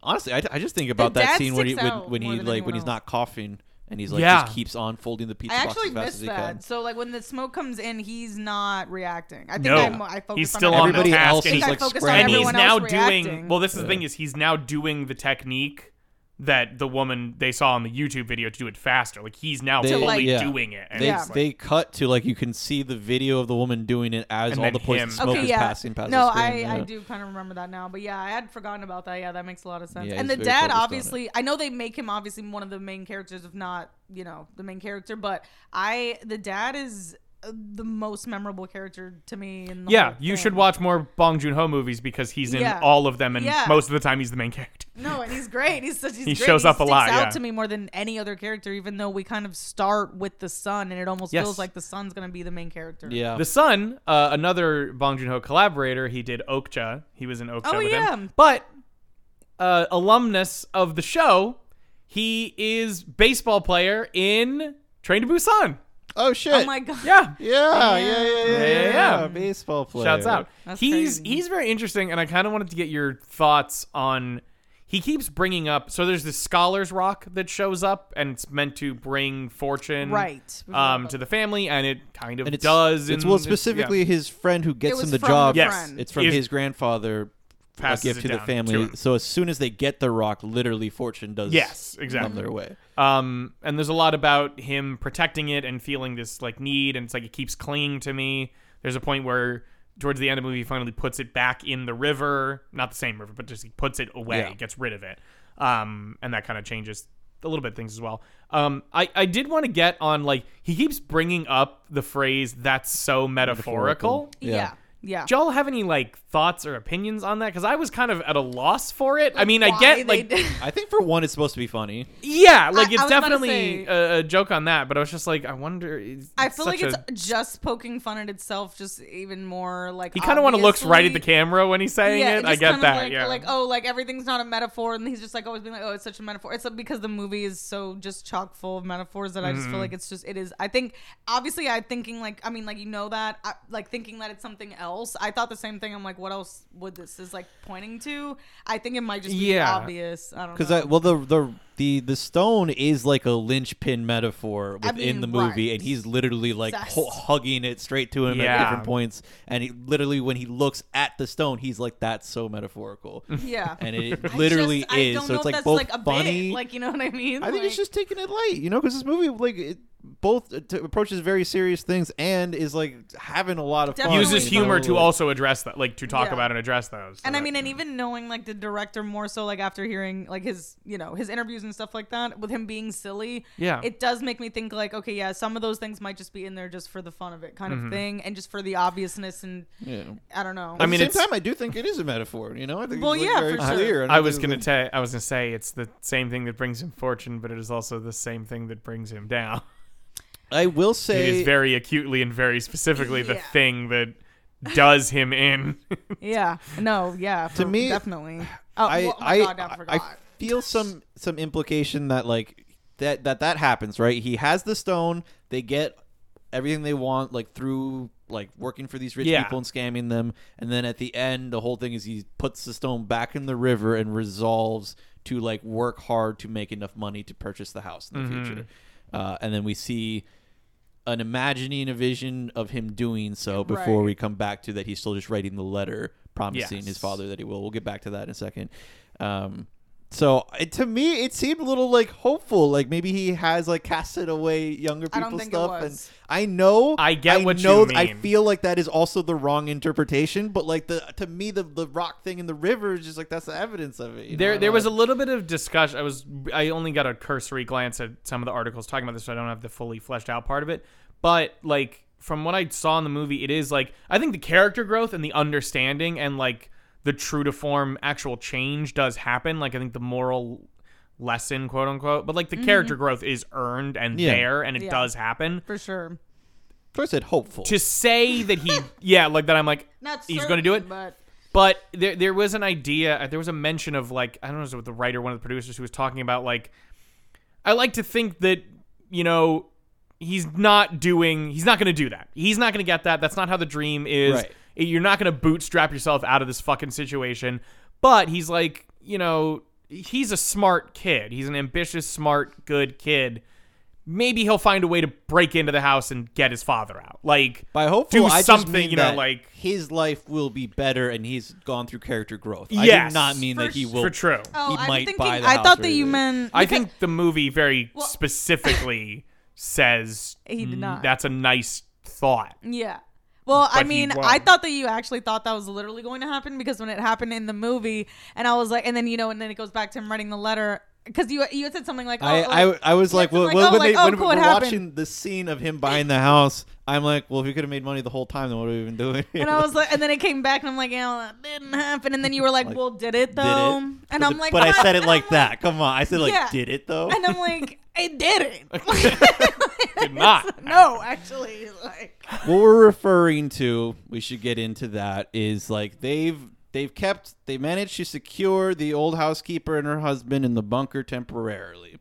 [SPEAKER 2] honestly, I, I just think about
[SPEAKER 3] dad
[SPEAKER 2] that scene when he
[SPEAKER 3] sticks
[SPEAKER 2] when,
[SPEAKER 3] out
[SPEAKER 2] when
[SPEAKER 3] more
[SPEAKER 2] he like
[SPEAKER 3] than
[SPEAKER 2] when
[SPEAKER 3] anyone
[SPEAKER 2] he's
[SPEAKER 3] else.
[SPEAKER 2] not coughing and he's like
[SPEAKER 1] Yeah.
[SPEAKER 2] just keeps on folding the pizza
[SPEAKER 3] I
[SPEAKER 2] box
[SPEAKER 3] actually
[SPEAKER 2] as fast
[SPEAKER 3] missed
[SPEAKER 2] as he
[SPEAKER 3] that.
[SPEAKER 2] can.
[SPEAKER 3] So like when the smoke comes in, he's not reacting. I think
[SPEAKER 1] No.
[SPEAKER 3] I, mo- I focused
[SPEAKER 1] He's
[SPEAKER 3] on
[SPEAKER 1] still on
[SPEAKER 3] everyone
[SPEAKER 2] Everybody
[SPEAKER 1] the
[SPEAKER 3] else.
[SPEAKER 1] task,
[SPEAKER 2] else
[SPEAKER 1] and
[SPEAKER 2] is
[SPEAKER 1] he's
[SPEAKER 3] I
[SPEAKER 2] like
[SPEAKER 3] focused on
[SPEAKER 1] and
[SPEAKER 2] scrambling.
[SPEAKER 1] he's
[SPEAKER 3] everyone else
[SPEAKER 1] now
[SPEAKER 3] reacting.
[SPEAKER 1] doing well this is the thing is he's now doing the technique that the woman they saw on the youtube video to do it faster like he's now
[SPEAKER 2] They-
[SPEAKER 1] fully
[SPEAKER 3] like-
[SPEAKER 2] yeah.
[SPEAKER 1] doing it and
[SPEAKER 2] They,
[SPEAKER 3] Yeah.
[SPEAKER 1] it's like,
[SPEAKER 2] they cut to like you can see the video of the woman doing it as
[SPEAKER 1] And
[SPEAKER 2] all
[SPEAKER 1] then
[SPEAKER 2] the poison
[SPEAKER 1] him.
[SPEAKER 2] smoke
[SPEAKER 3] Okay,
[SPEAKER 2] is
[SPEAKER 3] yeah.
[SPEAKER 2] passing past.
[SPEAKER 3] no,
[SPEAKER 2] the screen,
[SPEAKER 3] I, I
[SPEAKER 2] yeah.
[SPEAKER 3] do kind of remember that now. But yeah, I had forgotten about that. Yeah, that makes a lot of sense.
[SPEAKER 2] Yeah,
[SPEAKER 3] and the
[SPEAKER 2] he's very focused
[SPEAKER 3] dad,
[SPEAKER 2] on it.
[SPEAKER 3] obviously, I know they make him obviously one of the main characters, if not, you know, the main character. But I, the dad is uh, the most memorable character to me. In the
[SPEAKER 1] yeah
[SPEAKER 3] whole
[SPEAKER 1] you
[SPEAKER 3] thing.
[SPEAKER 1] should watch more bong joon-ho movies because he's in
[SPEAKER 3] Yeah.
[SPEAKER 1] all of them and
[SPEAKER 3] Yeah.
[SPEAKER 1] most of the time he's the main character
[SPEAKER 3] No, and he's great. He's such he's
[SPEAKER 1] He
[SPEAKER 3] great.
[SPEAKER 1] shows up a
[SPEAKER 3] sticks
[SPEAKER 1] lot,
[SPEAKER 3] Out
[SPEAKER 1] yeah.
[SPEAKER 3] to me more than any other character, even though we kind of start with the sun, and it almost
[SPEAKER 1] Yes.
[SPEAKER 3] feels like the sun's gonna be the main character.
[SPEAKER 2] Yeah.
[SPEAKER 1] the son uh, another bong joon-ho collaborator he did okja he was in okja
[SPEAKER 3] Oh,
[SPEAKER 1] with
[SPEAKER 3] yeah.
[SPEAKER 1] him but uh, alumnus of the show he is baseball player in train to busan
[SPEAKER 2] Oh shit!
[SPEAKER 3] Oh my god.
[SPEAKER 1] Yeah.
[SPEAKER 2] Yeah, yeah, yeah, yeah,
[SPEAKER 1] Yeah,
[SPEAKER 2] yeah,
[SPEAKER 1] yeah, yeah.
[SPEAKER 2] yeah. Baseball player.
[SPEAKER 1] Shouts out.
[SPEAKER 3] That's
[SPEAKER 1] he's
[SPEAKER 3] crazy.
[SPEAKER 1] he's very interesting, and I kind of wanted to get your thoughts on. He keeps bringing up. So there's this scholars rock that shows up, and it's meant to bring fortune,
[SPEAKER 3] Right.
[SPEAKER 1] um, to the family, and it kind of
[SPEAKER 2] And it's,
[SPEAKER 1] does.
[SPEAKER 2] It's
[SPEAKER 1] in
[SPEAKER 2] well
[SPEAKER 1] this-
[SPEAKER 2] specifically
[SPEAKER 1] yeah.
[SPEAKER 2] his friend who
[SPEAKER 3] It
[SPEAKER 2] gets him
[SPEAKER 3] was
[SPEAKER 2] the
[SPEAKER 3] from
[SPEAKER 2] job.
[SPEAKER 3] the
[SPEAKER 1] Yes.
[SPEAKER 3] friend.
[SPEAKER 2] It's from
[SPEAKER 1] Is-
[SPEAKER 2] his grandfather.
[SPEAKER 1] Passes
[SPEAKER 2] a gift
[SPEAKER 1] it
[SPEAKER 2] to the
[SPEAKER 1] down to
[SPEAKER 2] family.
[SPEAKER 1] him.
[SPEAKER 2] so as soon as they get the rock, literally fortune does.
[SPEAKER 1] Yes,
[SPEAKER 2] come
[SPEAKER 1] exactly.
[SPEAKER 2] their way.
[SPEAKER 1] Um, and there's a lot about him protecting it and feeling this like need, and it's like it keeps clinging to me. There's a point where towards the end of the movie, he finally puts it back in the river, not the same river, but just he puts it away,
[SPEAKER 2] Yeah.
[SPEAKER 1] gets rid of it, um, and that kind of changes a little bit things as well. Um, I I did want to get on like he keeps bringing up the phrase "that's so metaphorical."
[SPEAKER 3] yeah. Yeah. Yeah.
[SPEAKER 1] Do y'all have any like thoughts or opinions on that? Because I was kind of at a loss for it. I mean, I
[SPEAKER 3] Why
[SPEAKER 1] get
[SPEAKER 3] they
[SPEAKER 1] like
[SPEAKER 3] did-
[SPEAKER 2] I think for one, it's supposed to be funny.
[SPEAKER 1] yeah, like
[SPEAKER 3] I
[SPEAKER 1] it's
[SPEAKER 3] was about to
[SPEAKER 1] definitely a, a joke on that, but I was just like, I wonder. It's
[SPEAKER 3] I feel like
[SPEAKER 1] such
[SPEAKER 3] it's
[SPEAKER 1] a-
[SPEAKER 3] just poking fun at itself, just even more like
[SPEAKER 1] he kind of want to looks right at the
[SPEAKER 3] obviously-
[SPEAKER 1] camera when he's saying
[SPEAKER 3] Yeah,
[SPEAKER 1] it.
[SPEAKER 3] just
[SPEAKER 1] I get
[SPEAKER 3] kind
[SPEAKER 1] that.
[SPEAKER 3] Of like,
[SPEAKER 1] yeah,
[SPEAKER 3] like oh, like everything's not a metaphor, and he's just like always being like, oh, it's such a metaphor. It's because the movie is so just chock full of metaphors that I just
[SPEAKER 2] Mm-hmm.
[SPEAKER 3] feel like it's just it is. I think obviously I thinking like I mean like you know that I, like thinking that it's something else. I thought the same thing. I'm like, what else would this is like pointing to? I think it might just be
[SPEAKER 1] Yeah.
[SPEAKER 3] obvious. I don't know.
[SPEAKER 2] Because well, the the the the stone is like a linchpin metaphor
[SPEAKER 3] I
[SPEAKER 2] within
[SPEAKER 3] mean,
[SPEAKER 2] the movie,
[SPEAKER 3] right.
[SPEAKER 2] and he's literally like
[SPEAKER 3] Obsessed.
[SPEAKER 2] hu- hugging it straight to him at
[SPEAKER 1] Yeah.
[SPEAKER 2] different points. And he literally, when he looks at the stone, he's like, "That's so metaphorical,"
[SPEAKER 3] yeah.
[SPEAKER 2] and it
[SPEAKER 3] I
[SPEAKER 2] literally
[SPEAKER 3] just- I
[SPEAKER 2] is.
[SPEAKER 3] don't
[SPEAKER 2] So it's
[SPEAKER 3] know if
[SPEAKER 2] like
[SPEAKER 3] that's
[SPEAKER 2] both
[SPEAKER 3] like a
[SPEAKER 2] funny.
[SPEAKER 3] Bit, like you know what I mean?
[SPEAKER 2] I think
[SPEAKER 3] Like-
[SPEAKER 2] it's just taking it light, you know, because this movie like it both uh, t- approaches very serious things and is like having a lot of fun.
[SPEAKER 3] Definitely.
[SPEAKER 1] uses
[SPEAKER 2] you know,
[SPEAKER 1] humor to
[SPEAKER 2] like-
[SPEAKER 1] also address that, like to talk
[SPEAKER 3] Yeah.
[SPEAKER 1] about and address those. so
[SPEAKER 3] and I
[SPEAKER 1] that-
[SPEAKER 3] mean, and even knowing like the director more so, like after hearing like his, you know, his interviews and stuff like that, with him being silly,
[SPEAKER 1] Yeah.
[SPEAKER 3] it does make me think like, okay, yeah, some of those things might just be in there just for the fun of it, kind of thing, and just for the obviousness, and
[SPEAKER 2] Yeah.
[SPEAKER 3] I don't know.
[SPEAKER 1] I
[SPEAKER 2] Mm-hmm. I
[SPEAKER 1] mean,
[SPEAKER 2] mean, at the
[SPEAKER 1] it's-
[SPEAKER 2] same time, I do think it is a metaphor. You know, I think
[SPEAKER 3] Well,
[SPEAKER 2] it's like,
[SPEAKER 3] yeah,
[SPEAKER 2] very
[SPEAKER 3] for sure.
[SPEAKER 2] clear. don't
[SPEAKER 1] I
[SPEAKER 2] think
[SPEAKER 1] was
[SPEAKER 2] it's,
[SPEAKER 1] gonna
[SPEAKER 2] like-
[SPEAKER 1] tell. I was gonna say it's the same thing that brings him fortune, but it is also the same thing that brings him down.
[SPEAKER 2] I will say
[SPEAKER 1] it is very acutely and very specifically the
[SPEAKER 3] Yeah.
[SPEAKER 1] thing that does him in.
[SPEAKER 3] yeah, no, yeah, for,
[SPEAKER 2] me,
[SPEAKER 3] definitely. Oh,
[SPEAKER 2] I,
[SPEAKER 3] well, oh my
[SPEAKER 2] I,
[SPEAKER 3] God, I
[SPEAKER 2] I-
[SPEAKER 3] forgot.
[SPEAKER 2] I feel some some implication that like that that that happens right. He has the stone. They get everything they want like through like working for these rich
[SPEAKER 1] Yeah.
[SPEAKER 2] people and scamming them. And then at the end, the whole thing is he puts the stone back in the river and resolves to like work hard to make enough money to purchase the house in the future. Uh, and then we see an imagining a vision of him doing so before
[SPEAKER 3] Right.
[SPEAKER 2] we come back to that he's still just writing the letter promising
[SPEAKER 1] Yes.
[SPEAKER 2] his father that he will we'll get back to that in a second um so it, to me it seemed a little like hopeful like maybe he has like casted away younger
[SPEAKER 3] I don't
[SPEAKER 2] people
[SPEAKER 3] think it
[SPEAKER 2] stuff and
[SPEAKER 3] was.
[SPEAKER 2] i know
[SPEAKER 1] I get
[SPEAKER 2] I
[SPEAKER 1] what you
[SPEAKER 2] know th- i
[SPEAKER 1] mean.
[SPEAKER 2] feel like that is also the wrong interpretation but like the to me the, the rock thing in the river is just like that's the evidence of it you know? I
[SPEAKER 1] There,
[SPEAKER 2] don't
[SPEAKER 1] there was a
[SPEAKER 2] know.
[SPEAKER 1] little bit of discussion. I was, I only got a cursory glance at some of the articles talking about this, so I don't have the fully fleshed out part of it. But like from what I saw in the movie, it is like I think the character growth and the understanding and like the true to form actual change does happen. Like I think the moral lesson, quote unquote, but like the character growth is earned and
[SPEAKER 2] Yeah.
[SPEAKER 1] there, and it
[SPEAKER 3] Yeah.
[SPEAKER 1] does happen.
[SPEAKER 3] for sure.
[SPEAKER 2] I said hopeful
[SPEAKER 1] To say that he, yeah, like that, I'm like,
[SPEAKER 3] Not
[SPEAKER 1] he's going to do it.
[SPEAKER 3] certain, but
[SPEAKER 1] But there, there was an idea. uh, There was a mention of like I don't know, if it was the writer, one of the producers, who was talking about like I like to think that you know he's not doing. He's not going to do that. He's not going to get that. That's not how the dream is.
[SPEAKER 2] Right.
[SPEAKER 1] You're not going to bootstrap yourself out of this fucking situation. But he's like you know he's a smart kid. He's an ambitious, smart, good kid. Maybe he'll find a way to break into the house and get his father out. Like
[SPEAKER 2] By hopeful,
[SPEAKER 1] do
[SPEAKER 2] I just
[SPEAKER 1] something.
[SPEAKER 2] mean
[SPEAKER 1] you know,
[SPEAKER 2] that
[SPEAKER 1] like
[SPEAKER 2] his life will be better, and he's gone through character growth. I
[SPEAKER 1] Yes.
[SPEAKER 2] do not mean
[SPEAKER 3] For
[SPEAKER 2] that he
[SPEAKER 3] s-
[SPEAKER 2] will.
[SPEAKER 1] for true.
[SPEAKER 3] oh,
[SPEAKER 2] he
[SPEAKER 3] I'm
[SPEAKER 2] might
[SPEAKER 3] thinking.
[SPEAKER 2] buy the
[SPEAKER 3] I
[SPEAKER 2] house
[SPEAKER 3] thought
[SPEAKER 2] or
[SPEAKER 3] that you
[SPEAKER 2] the-
[SPEAKER 3] meant.
[SPEAKER 1] I think the movie very
[SPEAKER 3] Well-
[SPEAKER 1] specifically says
[SPEAKER 3] He did
[SPEAKER 1] "Mm,
[SPEAKER 3] not."
[SPEAKER 1] That's a nice thought.
[SPEAKER 3] Yeah. Well, I
[SPEAKER 1] But he
[SPEAKER 3] mean,
[SPEAKER 1] won.
[SPEAKER 3] I thought that you actually thought that was literally going to happen because when it happened in the movie, and I was like, and then you know, and then it goes back to him writing the letter because you you had said something like, oh,
[SPEAKER 2] I, I,
[SPEAKER 3] like-
[SPEAKER 2] I was
[SPEAKER 3] you
[SPEAKER 2] like,
[SPEAKER 3] had
[SPEAKER 2] well,
[SPEAKER 3] something
[SPEAKER 2] well,
[SPEAKER 3] oh,
[SPEAKER 2] when, they,
[SPEAKER 3] like, oh,
[SPEAKER 2] when
[SPEAKER 3] cool,
[SPEAKER 2] we
[SPEAKER 3] it
[SPEAKER 2] were
[SPEAKER 3] happened.
[SPEAKER 2] watching the scene of him buying the house, I'm like, well, if he could have made money the whole time, then what have we been doing? here?
[SPEAKER 3] And I was like, and then it came back, and I'm like, yeah, that didn't happen. And then you were like,
[SPEAKER 2] Like,
[SPEAKER 3] well, did it
[SPEAKER 2] did
[SPEAKER 3] though?
[SPEAKER 2] it?
[SPEAKER 3] And
[SPEAKER 2] but
[SPEAKER 3] I'm
[SPEAKER 2] the-
[SPEAKER 3] like,
[SPEAKER 2] but I
[SPEAKER 3] "What?"
[SPEAKER 2] said it
[SPEAKER 3] And
[SPEAKER 2] like
[SPEAKER 3] I'm
[SPEAKER 2] that. Come on, I said like,
[SPEAKER 3] Yeah.
[SPEAKER 2] did it though?
[SPEAKER 3] And I'm like, it didn't.
[SPEAKER 1] Did not.
[SPEAKER 3] no, actually, like,
[SPEAKER 2] what we're referring to we should get into that is like they've they've kept they managed to secure the old housekeeper and her husband in the bunker temporarily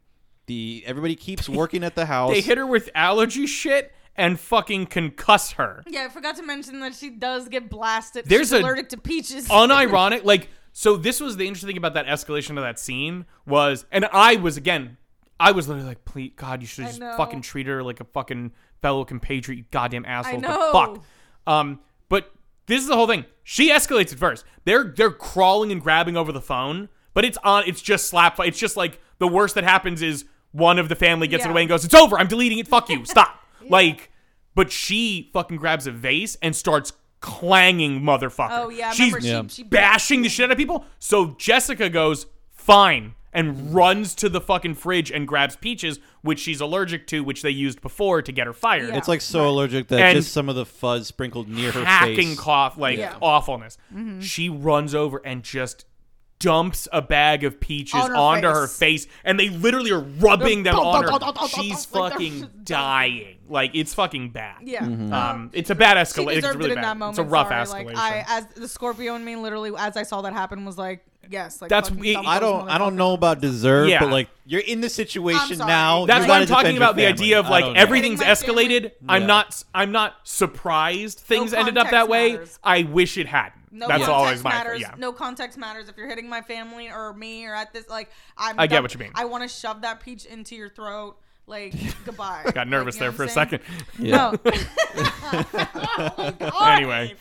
[SPEAKER 2] the everybody keeps working at the house
[SPEAKER 1] They hit her with allergy shit and fucking concuss her.
[SPEAKER 3] Yeah, I forgot to mention that she does get blasted.
[SPEAKER 1] There's
[SPEAKER 3] She's
[SPEAKER 1] a-
[SPEAKER 3] allergic to peaches.
[SPEAKER 1] unironic like so this was the interesting thing about that escalation of that scene was and i was again i was literally like please god you should
[SPEAKER 3] I
[SPEAKER 1] just
[SPEAKER 3] know.
[SPEAKER 1] fucking treat her like a fucking fellow compatriot you goddamn asshole But
[SPEAKER 3] know.
[SPEAKER 1] fuck um but this is the whole thing she escalates at first they're they're crawling and grabbing over the phone but it's on it's just slap it's just like the worst that happens is one of the family gets it
[SPEAKER 3] Yeah.
[SPEAKER 1] away and goes it's over i'm deleting it fuck you stop like but she fucking grabs a vase and starts clanging motherfucker
[SPEAKER 3] Oh, yeah, I
[SPEAKER 1] she's
[SPEAKER 3] remember she- Yeah. she-
[SPEAKER 1] bashing the shit out of people. So Jessica goes, fine, and runs to the fucking fridge and grabs peaches, which she's allergic to, which they used before to get her fired.
[SPEAKER 3] Yeah.
[SPEAKER 2] It's like so allergic that
[SPEAKER 1] And-
[SPEAKER 2] just some of the fuzz sprinkled near her
[SPEAKER 1] Hacking
[SPEAKER 2] face.
[SPEAKER 1] cough, like
[SPEAKER 3] Yeah. Mm-hmm.
[SPEAKER 1] awfulness. She runs over and just dumps a bag of peaches
[SPEAKER 3] On her
[SPEAKER 1] onto
[SPEAKER 3] face.
[SPEAKER 1] her face, and they literally are rubbing them
[SPEAKER 3] Dun,
[SPEAKER 1] on
[SPEAKER 3] dun, dun,
[SPEAKER 1] her.
[SPEAKER 3] dun, dun,
[SPEAKER 1] She's
[SPEAKER 3] dun, like they're
[SPEAKER 1] fucking
[SPEAKER 3] just-
[SPEAKER 1] dying. Like it's fucking bad.
[SPEAKER 3] Yeah.
[SPEAKER 1] Um, it's a bad
[SPEAKER 3] She
[SPEAKER 1] escalation. It's
[SPEAKER 3] deserved
[SPEAKER 1] really
[SPEAKER 3] it in
[SPEAKER 1] bad.
[SPEAKER 3] that moment.
[SPEAKER 1] it's a rough
[SPEAKER 3] sorry.
[SPEAKER 1] escalation.
[SPEAKER 3] Like, I, as the Scorpio in me, literally, as I saw that happen, was like, yes. Like,
[SPEAKER 1] That's-
[SPEAKER 3] fucking
[SPEAKER 1] it-
[SPEAKER 3] thump
[SPEAKER 2] I
[SPEAKER 3] those
[SPEAKER 2] don't I
[SPEAKER 3] motherfuckers.
[SPEAKER 2] don't know about deserve,
[SPEAKER 1] Yeah.
[SPEAKER 2] but like you're in the situation
[SPEAKER 3] sorry.
[SPEAKER 2] now.
[SPEAKER 1] That's
[SPEAKER 2] you
[SPEAKER 1] why I'm
[SPEAKER 2] gotta
[SPEAKER 1] talking
[SPEAKER 2] defend your
[SPEAKER 1] about the
[SPEAKER 2] family.
[SPEAKER 1] idea of
[SPEAKER 2] I
[SPEAKER 1] like
[SPEAKER 2] don't know.
[SPEAKER 1] everything's
[SPEAKER 3] Getting my family-
[SPEAKER 1] escalated. I'm
[SPEAKER 2] Yeah.
[SPEAKER 1] not I'm not surprised things ended up
[SPEAKER 3] context
[SPEAKER 1] that way.
[SPEAKER 3] matters.
[SPEAKER 1] I wish it hadn't.
[SPEAKER 3] No
[SPEAKER 1] That's
[SPEAKER 3] context
[SPEAKER 1] always my
[SPEAKER 3] matters.
[SPEAKER 1] yeah.
[SPEAKER 3] No context matters. If you're hitting my family or me or at this, like I'm.
[SPEAKER 1] I get
[SPEAKER 3] done-
[SPEAKER 1] what you mean.
[SPEAKER 3] I want to shove that peach into your throat. Like goodbye.
[SPEAKER 1] Got nervous there for a second.
[SPEAKER 2] Yeah.
[SPEAKER 3] No.
[SPEAKER 1] Anyway.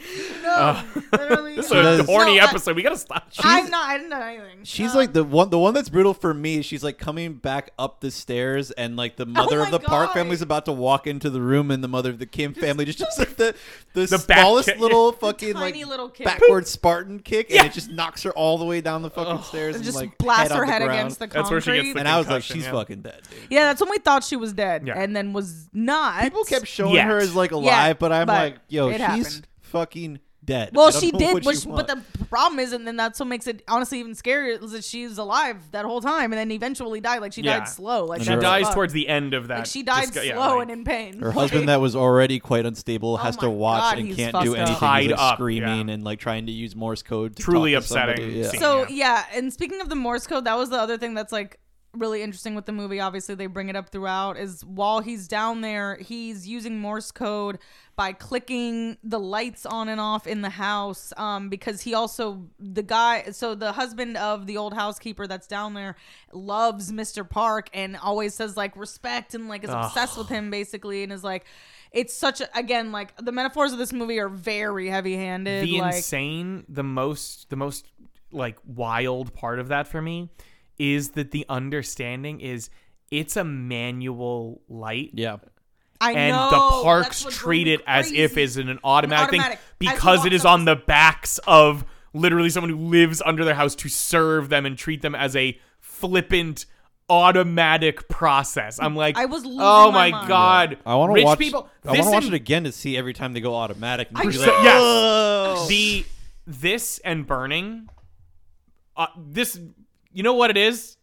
[SPEAKER 3] No. literally.
[SPEAKER 1] This is a
[SPEAKER 2] does-
[SPEAKER 1] horny
[SPEAKER 3] No, I-
[SPEAKER 1] episode. we gotta stop.
[SPEAKER 3] I'm not. I didn't do anything.
[SPEAKER 2] She's
[SPEAKER 3] Uh,
[SPEAKER 2] like the one. The one that's brutal for me. She's like coming back up the stairs, and like the mother
[SPEAKER 3] Oh my
[SPEAKER 2] of the Park
[SPEAKER 3] God.
[SPEAKER 2] family's about to walk into the room, and the mother of the Kim family just does like the the,
[SPEAKER 1] The back
[SPEAKER 2] smallest
[SPEAKER 1] kick.
[SPEAKER 2] little fucking
[SPEAKER 3] tiny
[SPEAKER 2] like
[SPEAKER 3] little kick.
[SPEAKER 2] backward Spartan kick,
[SPEAKER 1] Yeah.
[SPEAKER 2] and it just knocks her all the way down the fucking stairs,
[SPEAKER 3] and
[SPEAKER 2] and
[SPEAKER 3] just
[SPEAKER 2] like
[SPEAKER 3] blast
[SPEAKER 2] head on
[SPEAKER 3] her
[SPEAKER 2] the
[SPEAKER 3] head
[SPEAKER 2] ground.
[SPEAKER 3] against the concrete.
[SPEAKER 1] That's where she gets the-
[SPEAKER 2] And I was like,
[SPEAKER 1] Concussion,
[SPEAKER 2] she's
[SPEAKER 1] yeah.
[SPEAKER 2] fucking dead, dude.
[SPEAKER 3] yeah, that's when we thought she was dead,
[SPEAKER 1] Yeah.
[SPEAKER 3] and then was not.
[SPEAKER 2] People kept showing
[SPEAKER 1] Yet.
[SPEAKER 2] her as like alive, but I'm
[SPEAKER 3] but
[SPEAKER 2] like, yo,
[SPEAKER 3] it
[SPEAKER 2] she's
[SPEAKER 3] happened.
[SPEAKER 2] fucking dead. I
[SPEAKER 3] Well,
[SPEAKER 2] don't
[SPEAKER 3] she
[SPEAKER 2] know
[SPEAKER 3] did,
[SPEAKER 2] what
[SPEAKER 3] but,
[SPEAKER 2] you
[SPEAKER 3] she-
[SPEAKER 2] want.
[SPEAKER 3] but the problem is, and then that's what makes it honestly even scarier is that she's alive that whole time, and then eventually died. Like she
[SPEAKER 1] Yeah.
[SPEAKER 3] died slow. Like
[SPEAKER 1] She
[SPEAKER 3] that's
[SPEAKER 1] dies
[SPEAKER 3] fucked.
[SPEAKER 1] towards the end of that.
[SPEAKER 3] Like she died
[SPEAKER 1] discu- yeah,
[SPEAKER 3] slow
[SPEAKER 1] like,
[SPEAKER 3] and in pain.
[SPEAKER 2] Her husband that was already quite
[SPEAKER 1] Oh
[SPEAKER 2] unstable has
[SPEAKER 3] my
[SPEAKER 2] to watch
[SPEAKER 3] God,
[SPEAKER 2] and
[SPEAKER 3] he's
[SPEAKER 2] can't
[SPEAKER 3] fucked
[SPEAKER 2] do
[SPEAKER 3] up.
[SPEAKER 2] anything. He's,
[SPEAKER 1] Tied
[SPEAKER 2] like,
[SPEAKER 1] up,
[SPEAKER 2] screaming
[SPEAKER 1] yeah.
[SPEAKER 2] and like trying to use Morse code. To
[SPEAKER 1] Truly
[SPEAKER 2] talk to somebody.
[SPEAKER 1] upsetting
[SPEAKER 2] Yeah.
[SPEAKER 1] scene.
[SPEAKER 3] So
[SPEAKER 1] Yeah.
[SPEAKER 3] yeah. and speaking of the Morse code, that was the other thing that's like really interesting with the movie. Obviously, they bring it up throughout. Is while he's down there, he's using Morse code by clicking the lights on and off in the house. Um, because he also the guy, so the husband of the old housekeeper that's down there loves Mr. Park and always says like respect and like is obsessed with him basically, and is like. It's such a, again like the metaphors of this movie are very heavy-handed.
[SPEAKER 1] the
[SPEAKER 3] like,
[SPEAKER 1] insane the most the most like wild part of that for me is that the understanding is it's a manual light
[SPEAKER 2] yeah.
[SPEAKER 3] I
[SPEAKER 1] and
[SPEAKER 3] know,
[SPEAKER 1] the
[SPEAKER 3] that's
[SPEAKER 1] parks
[SPEAKER 3] what drove
[SPEAKER 1] treat
[SPEAKER 3] me
[SPEAKER 1] it as if
[SPEAKER 3] crazy.
[SPEAKER 1] it's an automatic,
[SPEAKER 3] Automatic.
[SPEAKER 1] thing
[SPEAKER 3] As he
[SPEAKER 1] because it
[SPEAKER 3] walks
[SPEAKER 1] is
[SPEAKER 3] up-
[SPEAKER 1] on the backs of literally someone who lives under their house to serve them and treat them as a flippant automatic process. I'm like,
[SPEAKER 3] I was losing
[SPEAKER 1] oh my,
[SPEAKER 3] my mind."
[SPEAKER 1] god,
[SPEAKER 2] I want to
[SPEAKER 1] rich
[SPEAKER 2] watch.
[SPEAKER 1] people.
[SPEAKER 2] I want
[SPEAKER 1] this
[SPEAKER 2] to watch
[SPEAKER 1] and-
[SPEAKER 2] it again to see every time they go automatic. And
[SPEAKER 3] I
[SPEAKER 2] be
[SPEAKER 3] know.
[SPEAKER 2] like,
[SPEAKER 1] Yes.
[SPEAKER 2] "Whoa."
[SPEAKER 1] the this and burning uh, this you know what it is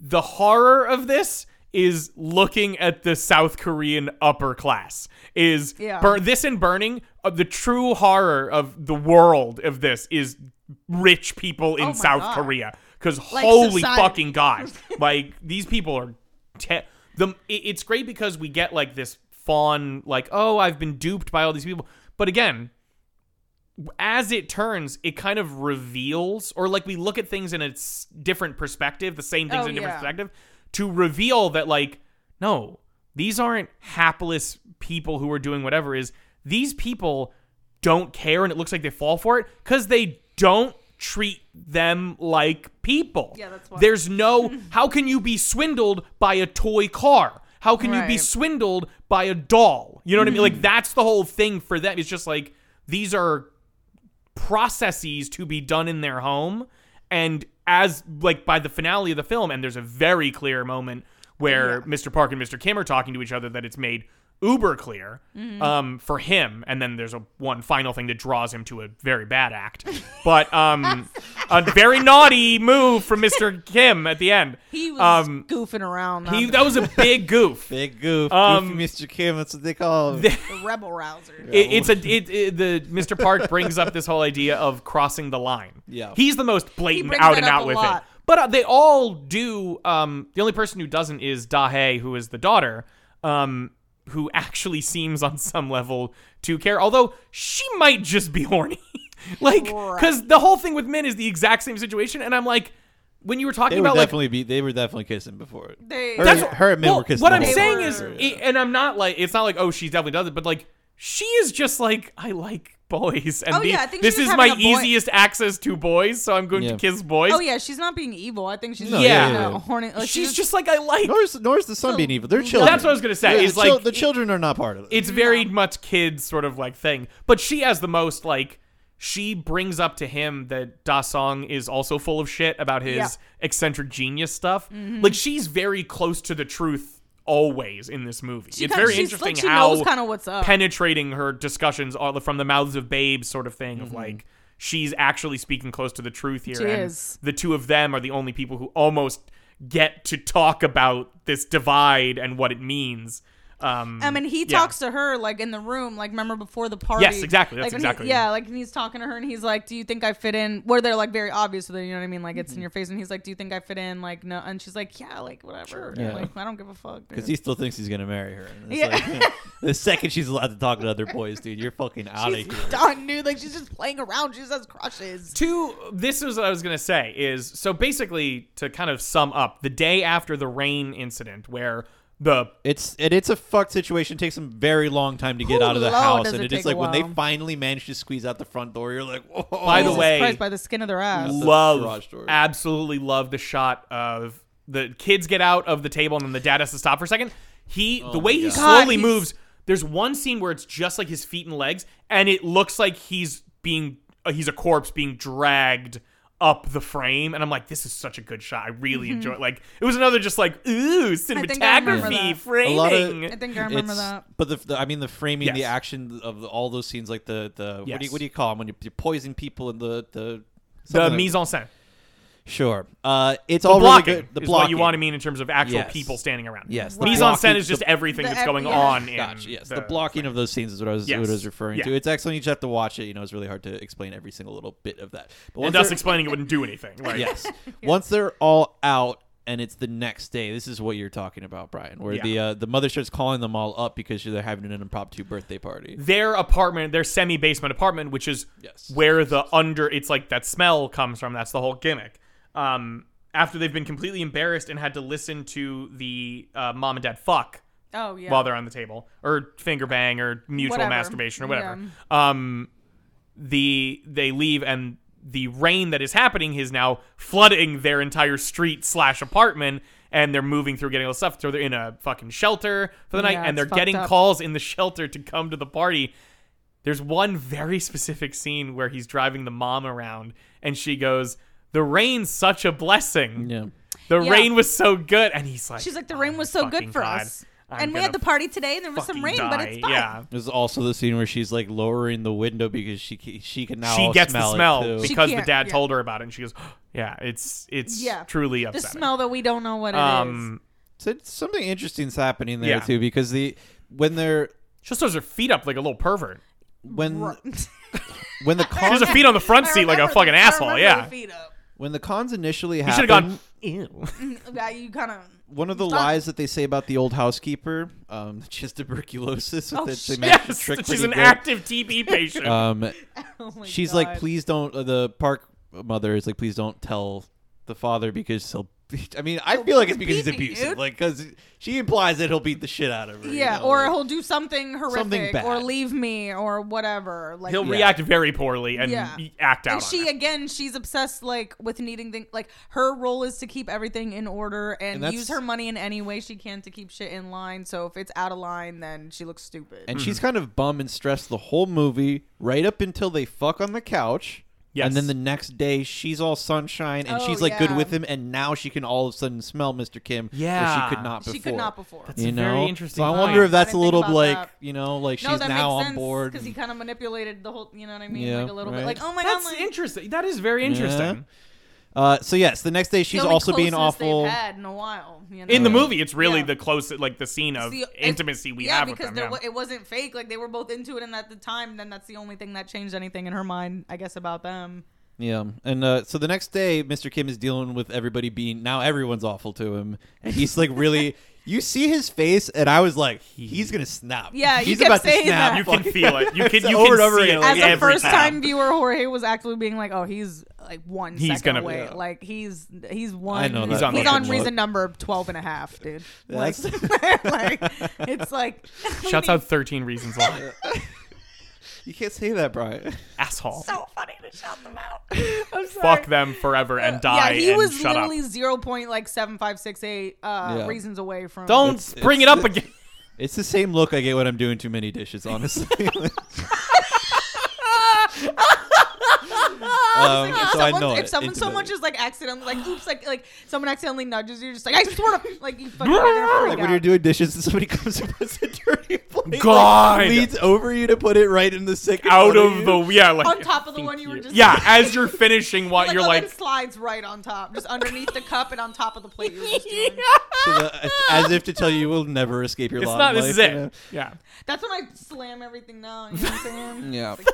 [SPEAKER 1] the horror of this is looking at the south korean upper class is
[SPEAKER 3] Yeah.
[SPEAKER 1] bur- this and burning uh, the true horror of the world of this is rich people in
[SPEAKER 3] Oh my
[SPEAKER 1] south
[SPEAKER 3] God.
[SPEAKER 1] korea because
[SPEAKER 3] Like
[SPEAKER 1] holy
[SPEAKER 3] society.
[SPEAKER 1] fucking god like these people are te- the it- it's great because we get like this fawn like oh i've been duped by all these people but again as it turns, it kind of reveals, or like we look at things in a s- different perspective, the same things
[SPEAKER 3] Oh,
[SPEAKER 1] in a different
[SPEAKER 3] yeah.
[SPEAKER 1] perspective, to reveal that, like, no, these aren't hapless people who are doing whatever is. These people don't care, and it looks like they fall for it because they don't treat them like people.
[SPEAKER 3] Yeah, that's why.
[SPEAKER 1] There's no, how can you be swindled by a toy car? How can you be
[SPEAKER 3] Right. Mm-hmm.
[SPEAKER 1] swindled by a doll? You know what I mean? Like, that's the whole thing for them. It's just like, these are processes to be done in their home and as like by the finale of the film and there's a very clear moment where mr park and mr kim are talking to each other that it's made uber clear um, for him and then there's a one final thing that draws him to a very bad act but um, a very naughty move from mr kim at the end
[SPEAKER 3] He was
[SPEAKER 1] um,
[SPEAKER 3] goofing around.
[SPEAKER 1] he,
[SPEAKER 3] on
[SPEAKER 1] that was a big goof
[SPEAKER 2] big goof,
[SPEAKER 1] Um,
[SPEAKER 2] goofy Mr. Kim. That's what they call him.
[SPEAKER 3] the rebel rouser.
[SPEAKER 1] it, it's a it, it- the Mr. Park brings up this whole idea of crossing the line.
[SPEAKER 2] Yeah.
[SPEAKER 1] he's the most blatant
[SPEAKER 3] brings
[SPEAKER 1] out
[SPEAKER 3] that
[SPEAKER 1] and
[SPEAKER 3] up
[SPEAKER 1] out
[SPEAKER 3] a
[SPEAKER 1] with it.
[SPEAKER 3] lot.
[SPEAKER 1] But uh, they all do. Um, the only person who doesn't is Dahe, who is the daughter. Um, who actually seems on some level to care. Although she might just be horny. like because the whole thing with men is the exact same situation, and I'm like, when you were talking
[SPEAKER 2] They would
[SPEAKER 1] about like
[SPEAKER 2] definitely be. They were definitely kissing before. it.
[SPEAKER 3] They
[SPEAKER 2] Her-
[SPEAKER 1] That's
[SPEAKER 2] her and men
[SPEAKER 1] well,
[SPEAKER 2] were kissing
[SPEAKER 1] What
[SPEAKER 2] the
[SPEAKER 1] I'm
[SPEAKER 2] whole
[SPEAKER 1] saying
[SPEAKER 3] time.
[SPEAKER 1] is,
[SPEAKER 3] They were.
[SPEAKER 1] it- and I'm not like, it's not like, oh, she definitely does it, but like, she is just like, I like boys, and
[SPEAKER 3] Oh,
[SPEAKER 1] the-
[SPEAKER 3] yeah, I think
[SPEAKER 1] this
[SPEAKER 3] she was
[SPEAKER 1] is my
[SPEAKER 3] having a boy-
[SPEAKER 1] easiest access to boys, so I'm going
[SPEAKER 2] Yeah.
[SPEAKER 1] to kiss boys.
[SPEAKER 3] Oh yeah, Oh, she's not being evil. I think she's
[SPEAKER 2] No,
[SPEAKER 3] just,
[SPEAKER 1] yeah,
[SPEAKER 3] you
[SPEAKER 1] yeah,
[SPEAKER 3] know,
[SPEAKER 2] yeah.
[SPEAKER 3] horny. Like,
[SPEAKER 1] She's just like, I like.
[SPEAKER 2] Nor is, nor is the son being evil. They're children.
[SPEAKER 1] That's what I was gonna say.
[SPEAKER 2] Yeah,
[SPEAKER 1] is
[SPEAKER 2] the chil-
[SPEAKER 1] like
[SPEAKER 2] the children are not part of it.
[SPEAKER 1] it's very much kids sort of like thing. But she has the most like she brings up to him that Da Song is also full of shit about his
[SPEAKER 3] Yeah. Mm-hmm.
[SPEAKER 1] eccentric genius stuff. Like she's very close to the truth always in this movie.
[SPEAKER 3] she
[SPEAKER 1] it's
[SPEAKER 3] kinda-
[SPEAKER 1] very
[SPEAKER 3] she's,
[SPEAKER 1] interesting
[SPEAKER 3] Like, she
[SPEAKER 1] how
[SPEAKER 3] knows kind of what's up.
[SPEAKER 1] penetrating her discussions are from the mouths of babes sort of thing of like she's actually speaking close to the truth here
[SPEAKER 3] Mm-hmm. She
[SPEAKER 1] and
[SPEAKER 3] is.
[SPEAKER 1] the two of them are the only people who almost get to talk about this divide and what it means um
[SPEAKER 3] I mean, he
[SPEAKER 1] yeah.
[SPEAKER 3] talks to her like in the room, like remember before the party.
[SPEAKER 1] Yes, exactly. That's
[SPEAKER 3] like, when
[SPEAKER 1] exactly-
[SPEAKER 3] He, yeah, like and he's talking to her, and he's like, "Do you think I fit in?" Where they're like very obvious, with it, you know what I mean? Like it's
[SPEAKER 1] Mm-hmm.
[SPEAKER 3] in your face, and he's like, "Do you think I fit in?" Like no, and she's like, "Yeah, like whatever." And,
[SPEAKER 2] Yeah.
[SPEAKER 3] Like I don't give a fuck. dude."
[SPEAKER 2] Because he still thinks he's gonna marry her. And it's
[SPEAKER 3] Yeah.
[SPEAKER 2] like, the second she's allowed to talk to other boys, dude, you're fucking out of
[SPEAKER 3] she's
[SPEAKER 2] here.
[SPEAKER 3] done, dude. Like she's just playing around. She just has crushes.
[SPEAKER 1] two this is what i was going to say is so basically to kind of sum up the day after the rain incident where the
[SPEAKER 2] It's and it's a fucked situation. It takes them very long time to get
[SPEAKER 3] Whew,
[SPEAKER 2] out of the
[SPEAKER 3] Lord,
[SPEAKER 2] house,
[SPEAKER 3] does
[SPEAKER 2] and
[SPEAKER 3] it
[SPEAKER 2] it's
[SPEAKER 3] take a
[SPEAKER 2] like when they
[SPEAKER 3] while.
[SPEAKER 2] finally manage to squeeze out the front door, you're like, whoa.
[SPEAKER 1] By the
[SPEAKER 3] Oh. Jesus
[SPEAKER 1] way-
[SPEAKER 3] Christ, by the skin of their ass.
[SPEAKER 2] Ooh. the garage
[SPEAKER 1] love
[SPEAKER 2] door.
[SPEAKER 1] absolutely love the shot of the kids get out of the table and then the dad has to stop for a second he the way
[SPEAKER 2] Oh my
[SPEAKER 1] he
[SPEAKER 2] God.
[SPEAKER 3] God,
[SPEAKER 1] slowly
[SPEAKER 3] he's-
[SPEAKER 1] moves there's one scene where it's just like his feet and legs and it looks like he's being uh, he's a corpse being dragged up the frame and i'm like this is such a good shot i really enjoy it like it was another just like ooh
[SPEAKER 3] think Mm-hmm. I remember
[SPEAKER 1] cinematography
[SPEAKER 3] that.
[SPEAKER 1] framing
[SPEAKER 2] lot of-
[SPEAKER 3] I think I remember
[SPEAKER 2] It's-
[SPEAKER 3] that.
[SPEAKER 2] But the, the- I mean, the framing, the
[SPEAKER 1] Yes.
[SPEAKER 2] action of the, all those scenes, like the the what, do you,
[SPEAKER 1] Yes.
[SPEAKER 2] what do you call them when you, you poison people and the the
[SPEAKER 1] the
[SPEAKER 2] something like-
[SPEAKER 1] mise en scène
[SPEAKER 2] Sure, uh, it's all
[SPEAKER 1] blocking
[SPEAKER 2] really good. The
[SPEAKER 1] is
[SPEAKER 2] blocking
[SPEAKER 1] what you want to mean in terms of actual
[SPEAKER 2] Yes.
[SPEAKER 1] people standing around.
[SPEAKER 2] Yes, the
[SPEAKER 1] mise en
[SPEAKER 2] blocking-
[SPEAKER 1] scène is
[SPEAKER 2] the-
[SPEAKER 1] just everything
[SPEAKER 3] the
[SPEAKER 1] that's
[SPEAKER 3] ev-
[SPEAKER 1] going
[SPEAKER 3] yeah.
[SPEAKER 1] on. In
[SPEAKER 2] Gotcha. Yes, the, blocking of those scenes is what I was what
[SPEAKER 1] Yes.
[SPEAKER 2] I was referring to.
[SPEAKER 1] Yeah.
[SPEAKER 2] It's excellent. You just have to watch it. You know, it's really hard to explain every single little bit of that. But
[SPEAKER 1] And
[SPEAKER 2] once
[SPEAKER 1] thus
[SPEAKER 2] they're-
[SPEAKER 1] explaining it wouldn't do anything. Like,
[SPEAKER 2] yes, once they're all out and it's the next day, this is what you're talking about, Brian, where the
[SPEAKER 1] Yeah.
[SPEAKER 2] uh, the mother starts calling them all up because they're having an impromptu birthday party.
[SPEAKER 1] Their apartment, their semi basement apartment, which is
[SPEAKER 2] Yes.
[SPEAKER 1] where the under, it's like that smell comes from. That's the whole gimmick. Um, after they've been completely embarrassed and had to listen to the uh, mom and dad fuck
[SPEAKER 3] Oh yeah.
[SPEAKER 1] while they're on the table, or finger bang, or mutual
[SPEAKER 3] Whatever.
[SPEAKER 1] masturbation, or whatever. Um, the they leave, and the rain that is happening is now flooding their entire street slash apartment, and they're moving through, getting all the stuff. So they're in a fucking shelter for the night,
[SPEAKER 3] Yeah,
[SPEAKER 1] and they're
[SPEAKER 3] it's fucked
[SPEAKER 1] getting
[SPEAKER 3] up.
[SPEAKER 1] calls in the shelter to come to the party. There's one very specific scene where he's driving the mom around, and she goes, "The rain's such a blessing.
[SPEAKER 2] Yeah.
[SPEAKER 1] The
[SPEAKER 3] Yeah.
[SPEAKER 1] rain was so good," and he's like, "Oh
[SPEAKER 3] She's like, the rain was so good
[SPEAKER 1] fucking
[SPEAKER 3] for
[SPEAKER 1] God.
[SPEAKER 3] us,
[SPEAKER 1] I'm
[SPEAKER 3] and we
[SPEAKER 1] gonna
[SPEAKER 3] had the party today, and there was some
[SPEAKER 1] fucking
[SPEAKER 3] rain, but it's
[SPEAKER 1] die."
[SPEAKER 3] fine.
[SPEAKER 1] Yeah.
[SPEAKER 2] There's also the scene where she's like lowering the window because she ca- she can now
[SPEAKER 1] she gets
[SPEAKER 2] smell
[SPEAKER 1] the
[SPEAKER 2] it,
[SPEAKER 1] smell
[SPEAKER 2] too.
[SPEAKER 3] She
[SPEAKER 1] because the
[SPEAKER 3] can't,
[SPEAKER 1] dad
[SPEAKER 3] yeah.
[SPEAKER 1] told her about it, and she goes, "Yeah, it's it's
[SPEAKER 3] Yeah.
[SPEAKER 1] truly
[SPEAKER 3] The
[SPEAKER 1] upsetting."
[SPEAKER 3] smell that we don't know what it is.
[SPEAKER 1] um,
[SPEAKER 2] So it's- something interesting's happening there
[SPEAKER 1] Yeah.
[SPEAKER 2] too because the when they're
[SPEAKER 1] she just throws her feet up like a little pervert.
[SPEAKER 2] when
[SPEAKER 3] Ru-
[SPEAKER 2] when the
[SPEAKER 1] She has
[SPEAKER 2] cons
[SPEAKER 1] her feet on the front
[SPEAKER 3] I
[SPEAKER 1] seat like a
[SPEAKER 3] remember
[SPEAKER 1] fucking
[SPEAKER 3] the- I
[SPEAKER 1] asshole.
[SPEAKER 3] remember
[SPEAKER 1] Yeah,
[SPEAKER 3] the feet up.
[SPEAKER 2] when the cons initially
[SPEAKER 1] he should have
[SPEAKER 2] happen,
[SPEAKER 1] gone. Ew.
[SPEAKER 3] Yeah, you kind of.
[SPEAKER 2] one of the
[SPEAKER 3] Stop.
[SPEAKER 2] lies that they say about the old housekeeper, um, she's tuberculosis.
[SPEAKER 3] Oh,
[SPEAKER 2] that they
[SPEAKER 3] shit.
[SPEAKER 2] managed to
[SPEAKER 1] yes,
[SPEAKER 2] trick
[SPEAKER 1] she's
[SPEAKER 2] pretty
[SPEAKER 1] an
[SPEAKER 2] good.
[SPEAKER 1] active TB patient.
[SPEAKER 2] Um,
[SPEAKER 3] Oh my
[SPEAKER 2] she's
[SPEAKER 3] God.
[SPEAKER 2] like, please don't. Uh, the park mother is like, please don't tell the father because he'll. I mean, I feel like it's because he's
[SPEAKER 3] beat me,
[SPEAKER 2] abusive,
[SPEAKER 3] dude.
[SPEAKER 2] like because she implies that he'll beat the shit out of her. you
[SPEAKER 3] Yeah,
[SPEAKER 2] know,
[SPEAKER 3] or
[SPEAKER 2] like-
[SPEAKER 3] he'll do something horrific,
[SPEAKER 2] bad.
[SPEAKER 3] or leave me, or whatever. Like,
[SPEAKER 1] He'll
[SPEAKER 2] Yeah.
[SPEAKER 1] react very poorly and
[SPEAKER 3] Yeah.
[SPEAKER 1] act out.
[SPEAKER 3] And
[SPEAKER 1] on
[SPEAKER 3] she
[SPEAKER 1] her.
[SPEAKER 3] again, she's obsessed like with needing things. Like her role is to keep everything in order and,
[SPEAKER 2] And that's-
[SPEAKER 3] use her money in any way she can to keep shit in line. So if it's out of line, then she looks stupid.
[SPEAKER 2] and
[SPEAKER 1] Mm-hmm.
[SPEAKER 2] she's kind of bum and stressed the whole movie, right up until they fuck on the couch.
[SPEAKER 1] Yes.
[SPEAKER 2] And then the next day, she's all sunshine and
[SPEAKER 3] Oh,
[SPEAKER 2] she's like good
[SPEAKER 3] yeah.
[SPEAKER 2] with him. And now she can all of a sudden smell Mr. Kim. where
[SPEAKER 1] Yeah.
[SPEAKER 2] she could not before.
[SPEAKER 3] she could not before.
[SPEAKER 1] That's
[SPEAKER 2] you
[SPEAKER 1] a
[SPEAKER 2] know,
[SPEAKER 1] very interesting.
[SPEAKER 2] so I
[SPEAKER 1] point.
[SPEAKER 2] wonder if that's a
[SPEAKER 3] didn't think
[SPEAKER 2] little
[SPEAKER 3] about
[SPEAKER 2] like
[SPEAKER 3] that.
[SPEAKER 2] you know, like
[SPEAKER 3] no,
[SPEAKER 2] she's
[SPEAKER 3] that
[SPEAKER 2] now
[SPEAKER 3] makes
[SPEAKER 2] on
[SPEAKER 3] sense
[SPEAKER 2] board.
[SPEAKER 3] because he kind of manipulated the whole. You know what I mean?
[SPEAKER 2] Yeah,
[SPEAKER 3] like a little
[SPEAKER 2] right.
[SPEAKER 3] bit. Like oh my
[SPEAKER 1] That's
[SPEAKER 3] god, like,
[SPEAKER 1] interesting. That is very interesting.
[SPEAKER 2] Uh, so yes, the next day
[SPEAKER 3] the
[SPEAKER 2] she's
[SPEAKER 3] only
[SPEAKER 2] also being
[SPEAKER 3] closeness they've
[SPEAKER 2] awful.
[SPEAKER 3] Had in a while. you
[SPEAKER 1] In the
[SPEAKER 3] know?
[SPEAKER 1] movie, it's really
[SPEAKER 3] Yeah.
[SPEAKER 1] the closest, like the scene of
[SPEAKER 3] It's the- it's-
[SPEAKER 1] intimacy we
[SPEAKER 3] yeah,
[SPEAKER 1] have with
[SPEAKER 3] because
[SPEAKER 1] them.
[SPEAKER 3] there
[SPEAKER 1] yeah.
[SPEAKER 3] wa- it wasn't fake. Like they were both into it, and at the time, then that's the only thing that changed anything in her mind, I guess, about them.
[SPEAKER 2] Yeah, and uh, so the next day, Mr. Kim is dealing with everybody being now everyone's awful to him, and he's like really. You see his face, and I was like, he's gonna snap.
[SPEAKER 3] Yeah, you
[SPEAKER 2] he's
[SPEAKER 3] kept
[SPEAKER 2] about to
[SPEAKER 3] saying
[SPEAKER 2] snap.
[SPEAKER 3] that.
[SPEAKER 1] You can feel it. You can.
[SPEAKER 2] It's
[SPEAKER 1] You
[SPEAKER 2] over
[SPEAKER 1] can
[SPEAKER 2] and over
[SPEAKER 1] see
[SPEAKER 2] again,
[SPEAKER 1] it
[SPEAKER 2] like,
[SPEAKER 3] As a
[SPEAKER 1] Oh, every
[SPEAKER 3] first time viewer, Jorge was actually being like, "Oh, he's like one
[SPEAKER 1] He's
[SPEAKER 3] second
[SPEAKER 1] gonna-
[SPEAKER 3] away.
[SPEAKER 1] yeah.
[SPEAKER 3] Like he's he's one.
[SPEAKER 2] I know
[SPEAKER 3] he's
[SPEAKER 1] that
[SPEAKER 3] on,
[SPEAKER 1] fucking
[SPEAKER 3] reason
[SPEAKER 2] look.
[SPEAKER 3] number 12 and a half, dude. Like,
[SPEAKER 2] That's-
[SPEAKER 3] like, it's like
[SPEAKER 1] Shouts out 13 Reasons Why.
[SPEAKER 2] You can't say that, Brian.
[SPEAKER 1] Asshole.
[SPEAKER 3] so funny to shout them out. I'm sorry.
[SPEAKER 1] Fuck them forever and die
[SPEAKER 3] Yeah, he
[SPEAKER 1] and
[SPEAKER 3] was
[SPEAKER 1] shut up.
[SPEAKER 3] literally zero point like seven five six eight uh,
[SPEAKER 2] Yeah.
[SPEAKER 3] reasons away from.
[SPEAKER 1] Don't
[SPEAKER 2] It's-
[SPEAKER 1] bring it
[SPEAKER 2] it's-
[SPEAKER 1] up again.
[SPEAKER 2] It's the same look I get when I'm doing too many dishes. Honestly. Um,
[SPEAKER 3] Like, if
[SPEAKER 2] so I
[SPEAKER 3] someone-
[SPEAKER 2] know
[SPEAKER 3] if
[SPEAKER 2] it
[SPEAKER 3] someone so
[SPEAKER 2] intimately.
[SPEAKER 3] much as like accidentally like oops like like someone accidentally nudges you, you're just like I swear to like you fucking you're gonna freak
[SPEAKER 2] like when
[SPEAKER 3] out.
[SPEAKER 2] you're doing dishes and somebody comes and puts a dirty plate, like,
[SPEAKER 1] God.
[SPEAKER 2] leads over you to put it right in the sink in
[SPEAKER 1] Out
[SPEAKER 2] front
[SPEAKER 1] of the
[SPEAKER 2] you.
[SPEAKER 1] yeah, like
[SPEAKER 3] on top of the one you were just
[SPEAKER 1] yeah. As you're finishing, what
[SPEAKER 3] like,
[SPEAKER 1] you're
[SPEAKER 3] oh,
[SPEAKER 1] like,
[SPEAKER 3] it slides right on top, just underneath the cup and on top of the plate. You were just doing.
[SPEAKER 2] to the, as if to tell you you will never escape your
[SPEAKER 1] it's
[SPEAKER 2] lot.
[SPEAKER 1] not.
[SPEAKER 2] in
[SPEAKER 1] This
[SPEAKER 2] life,
[SPEAKER 1] is
[SPEAKER 2] you know?
[SPEAKER 1] it. Yeah.
[SPEAKER 3] That's when I slam everything down. You know what I'm saying?
[SPEAKER 2] Yeah.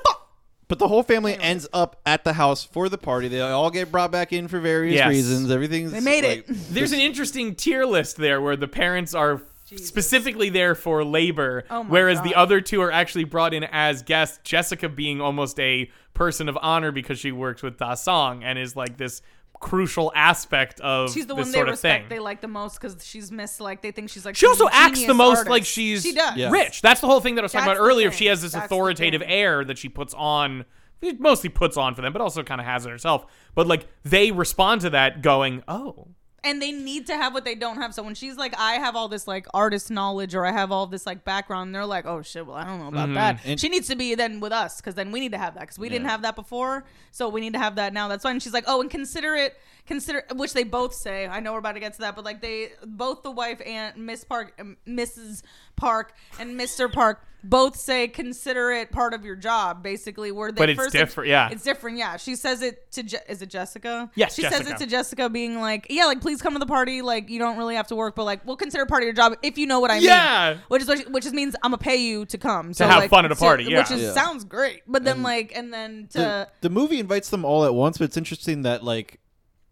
[SPEAKER 2] But the whole family ends up at the house for the party. They all get brought back in for various
[SPEAKER 1] Yes.
[SPEAKER 2] reasons. Everything's
[SPEAKER 3] They made
[SPEAKER 2] like,
[SPEAKER 3] it.
[SPEAKER 1] There's an interesting tier list there where the parents are
[SPEAKER 3] Jesus.
[SPEAKER 1] specifically there for labor,
[SPEAKER 3] Oh my
[SPEAKER 1] whereas the
[SPEAKER 3] God.
[SPEAKER 1] other two are actually brought in as guests. Jessica being almost a person of honor because she works with Da Song and is like this crucial aspect of
[SPEAKER 3] She's the
[SPEAKER 1] this
[SPEAKER 3] one they
[SPEAKER 1] sort of
[SPEAKER 3] respect.
[SPEAKER 1] thing.
[SPEAKER 3] They like the most because she's missed. Like they think she's like.
[SPEAKER 1] She also
[SPEAKER 3] some
[SPEAKER 1] acts the
[SPEAKER 3] genius
[SPEAKER 1] most
[SPEAKER 3] artist.
[SPEAKER 1] like she's
[SPEAKER 3] She does.
[SPEAKER 2] Yeah.
[SPEAKER 1] rich. That's the whole thing that I was talking
[SPEAKER 3] That's
[SPEAKER 1] about
[SPEAKER 3] the
[SPEAKER 1] earlier. If
[SPEAKER 3] thing.
[SPEAKER 1] she has this
[SPEAKER 3] That's the
[SPEAKER 1] authoritative
[SPEAKER 3] thing.
[SPEAKER 1] air that she puts on, it mostly puts on for them, but also kind of has it herself. But like they respond to that going, "Oh,
[SPEAKER 3] and they need to have what they don't have. So when she's like, I have all this like artist knowledge or I have all this like background, they're like, oh shit, well, I don't know
[SPEAKER 1] Mm-hmm.
[SPEAKER 3] about that.
[SPEAKER 2] And-
[SPEAKER 3] she needs to be then with us because then we need to have that because we didn't
[SPEAKER 2] Yeah.
[SPEAKER 3] have that before. So we need to have that now. That's why. And she's like, oh, and consider it, consider, which they both say. I know we're about to get to that, but like they, both the wife and Miss Park, um, Mrs. Park and Mr. Park both say, consider it part of your job, basically. Where they
[SPEAKER 1] But it's
[SPEAKER 3] first,
[SPEAKER 1] different, yeah.
[SPEAKER 3] It's different, yeah. She says it to, Je- is it Jessica?
[SPEAKER 1] Yes,
[SPEAKER 3] She says
[SPEAKER 1] Jessica.
[SPEAKER 3] it to Jessica being like, yeah, like please come to the party. Like you don't really have to work, but like we'll consider it part of your job if you know what I mean.
[SPEAKER 1] Yeah.
[SPEAKER 3] Which is what she- which just means I'm gonna pay you to come so
[SPEAKER 1] have
[SPEAKER 3] like,
[SPEAKER 1] fun at a
[SPEAKER 3] to-
[SPEAKER 1] party, yeah.
[SPEAKER 3] which is,
[SPEAKER 2] Yeah.
[SPEAKER 3] sounds great. But then like and then to
[SPEAKER 2] the, the movie invites them all at once, but it's interesting that like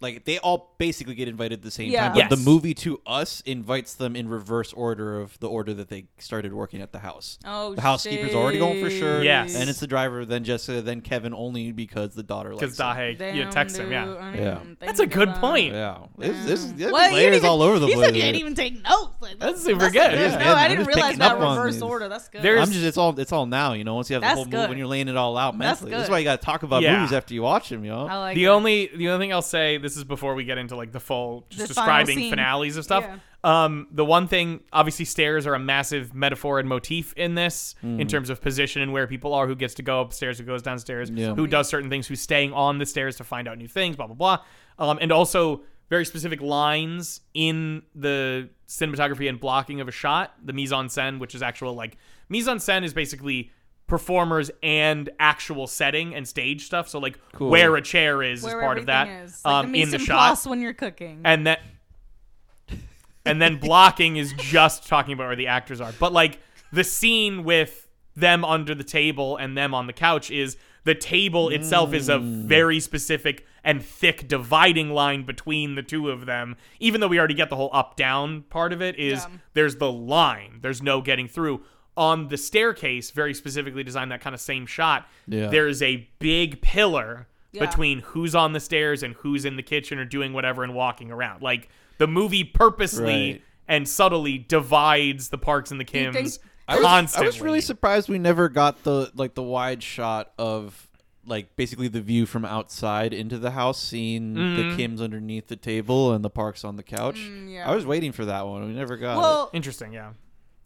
[SPEAKER 2] like they all basically get invited at the same
[SPEAKER 3] Yeah.
[SPEAKER 2] time.
[SPEAKER 1] Yes.
[SPEAKER 2] But the movie to us invites them in reverse order of the order that they started working at the house.
[SPEAKER 3] oh
[SPEAKER 2] the housekeeper's already going for sure.
[SPEAKER 1] Yes.
[SPEAKER 2] And it's the driver, then Jessica, then Kevin, only because the daughter
[SPEAKER 1] because
[SPEAKER 2] likes him.
[SPEAKER 1] Dahe, you text him, yeah."
[SPEAKER 2] Yeah.
[SPEAKER 1] That's a good point.
[SPEAKER 2] Yeah. This, this, this
[SPEAKER 3] Well, you
[SPEAKER 2] layer
[SPEAKER 3] didn't
[SPEAKER 2] is all
[SPEAKER 3] even-
[SPEAKER 2] over the
[SPEAKER 3] he
[SPEAKER 2] place.
[SPEAKER 3] said you didn't even take notes. Like,
[SPEAKER 1] That's super good.
[SPEAKER 2] Yeah.
[SPEAKER 3] no,
[SPEAKER 2] Yeah,
[SPEAKER 3] I
[SPEAKER 2] I'm
[SPEAKER 3] didn't
[SPEAKER 2] just
[SPEAKER 3] realize
[SPEAKER 2] picking
[SPEAKER 3] that
[SPEAKER 2] up on
[SPEAKER 3] reverse
[SPEAKER 2] these. Uh,
[SPEAKER 3] order. That's good.
[SPEAKER 1] There's-
[SPEAKER 2] I'm just it's all it's all now, you know, once you have the
[SPEAKER 3] That's
[SPEAKER 2] whole movie
[SPEAKER 3] good.
[SPEAKER 2] when you're laying it all out
[SPEAKER 3] That's
[SPEAKER 2] mentally. That's,
[SPEAKER 3] good.
[SPEAKER 2] why you gotta talk about
[SPEAKER 1] Yeah.
[SPEAKER 2] movies after you watch them, you know.
[SPEAKER 3] I like
[SPEAKER 1] the
[SPEAKER 3] it.
[SPEAKER 1] only the only thing I'll say this is before we get into like the full just
[SPEAKER 3] The final
[SPEAKER 1] describing
[SPEAKER 3] scene.
[SPEAKER 1] finales of stuff.
[SPEAKER 3] Yeah.
[SPEAKER 1] Um, the one thing obviously stairs are a massive metaphor and motif in this in terms of position and where people are, who gets to go upstairs, who goes downstairs,
[SPEAKER 2] Yeah.
[SPEAKER 1] who does certain things, who's staying on the stairs to find out new things, blah blah blah. Um, and also very specific lines in the cinematography and blocking of a shot, the mise en scène, which is actual like mise en scène is basically performers and actual setting and stage stuff. So like
[SPEAKER 2] Cool.
[SPEAKER 1] where a chair is is
[SPEAKER 3] where
[SPEAKER 1] part of that
[SPEAKER 3] everything is. Like
[SPEAKER 1] um,
[SPEAKER 3] the
[SPEAKER 1] in the
[SPEAKER 3] mise en
[SPEAKER 1] shot,
[SPEAKER 3] place when you're cooking.
[SPEAKER 1] and that and then blocking is just talking about where the actors are. But like the scene with them under the table and them on the couch is the table itself is a
[SPEAKER 2] Mm.
[SPEAKER 1] very specific and thick dividing line between the two of them. Even though we already get the whole up down part of it is
[SPEAKER 3] Yeah.
[SPEAKER 1] there's the line. There's no getting through. On the staircase, very specifically designed that kind of same shot.
[SPEAKER 2] Yeah.
[SPEAKER 1] There is a big pillar
[SPEAKER 3] Yeah.
[SPEAKER 1] between who's on the stairs and who's in the kitchen or doing whatever and walking around. Like the movie purposely
[SPEAKER 2] Right.
[SPEAKER 1] and subtly divides the Parks and the
[SPEAKER 3] you think-
[SPEAKER 1] Kims
[SPEAKER 2] I was,
[SPEAKER 1] constantly.
[SPEAKER 2] I was really surprised we never got the like the wide shot of like basically the view from outside into the house, seeing
[SPEAKER 1] Mm-hmm.
[SPEAKER 2] the Kims underneath the table and the Parks on the couch.
[SPEAKER 3] Mm, yeah.
[SPEAKER 2] I was waiting for that one. We never got
[SPEAKER 3] well,
[SPEAKER 1] Interesting, yeah.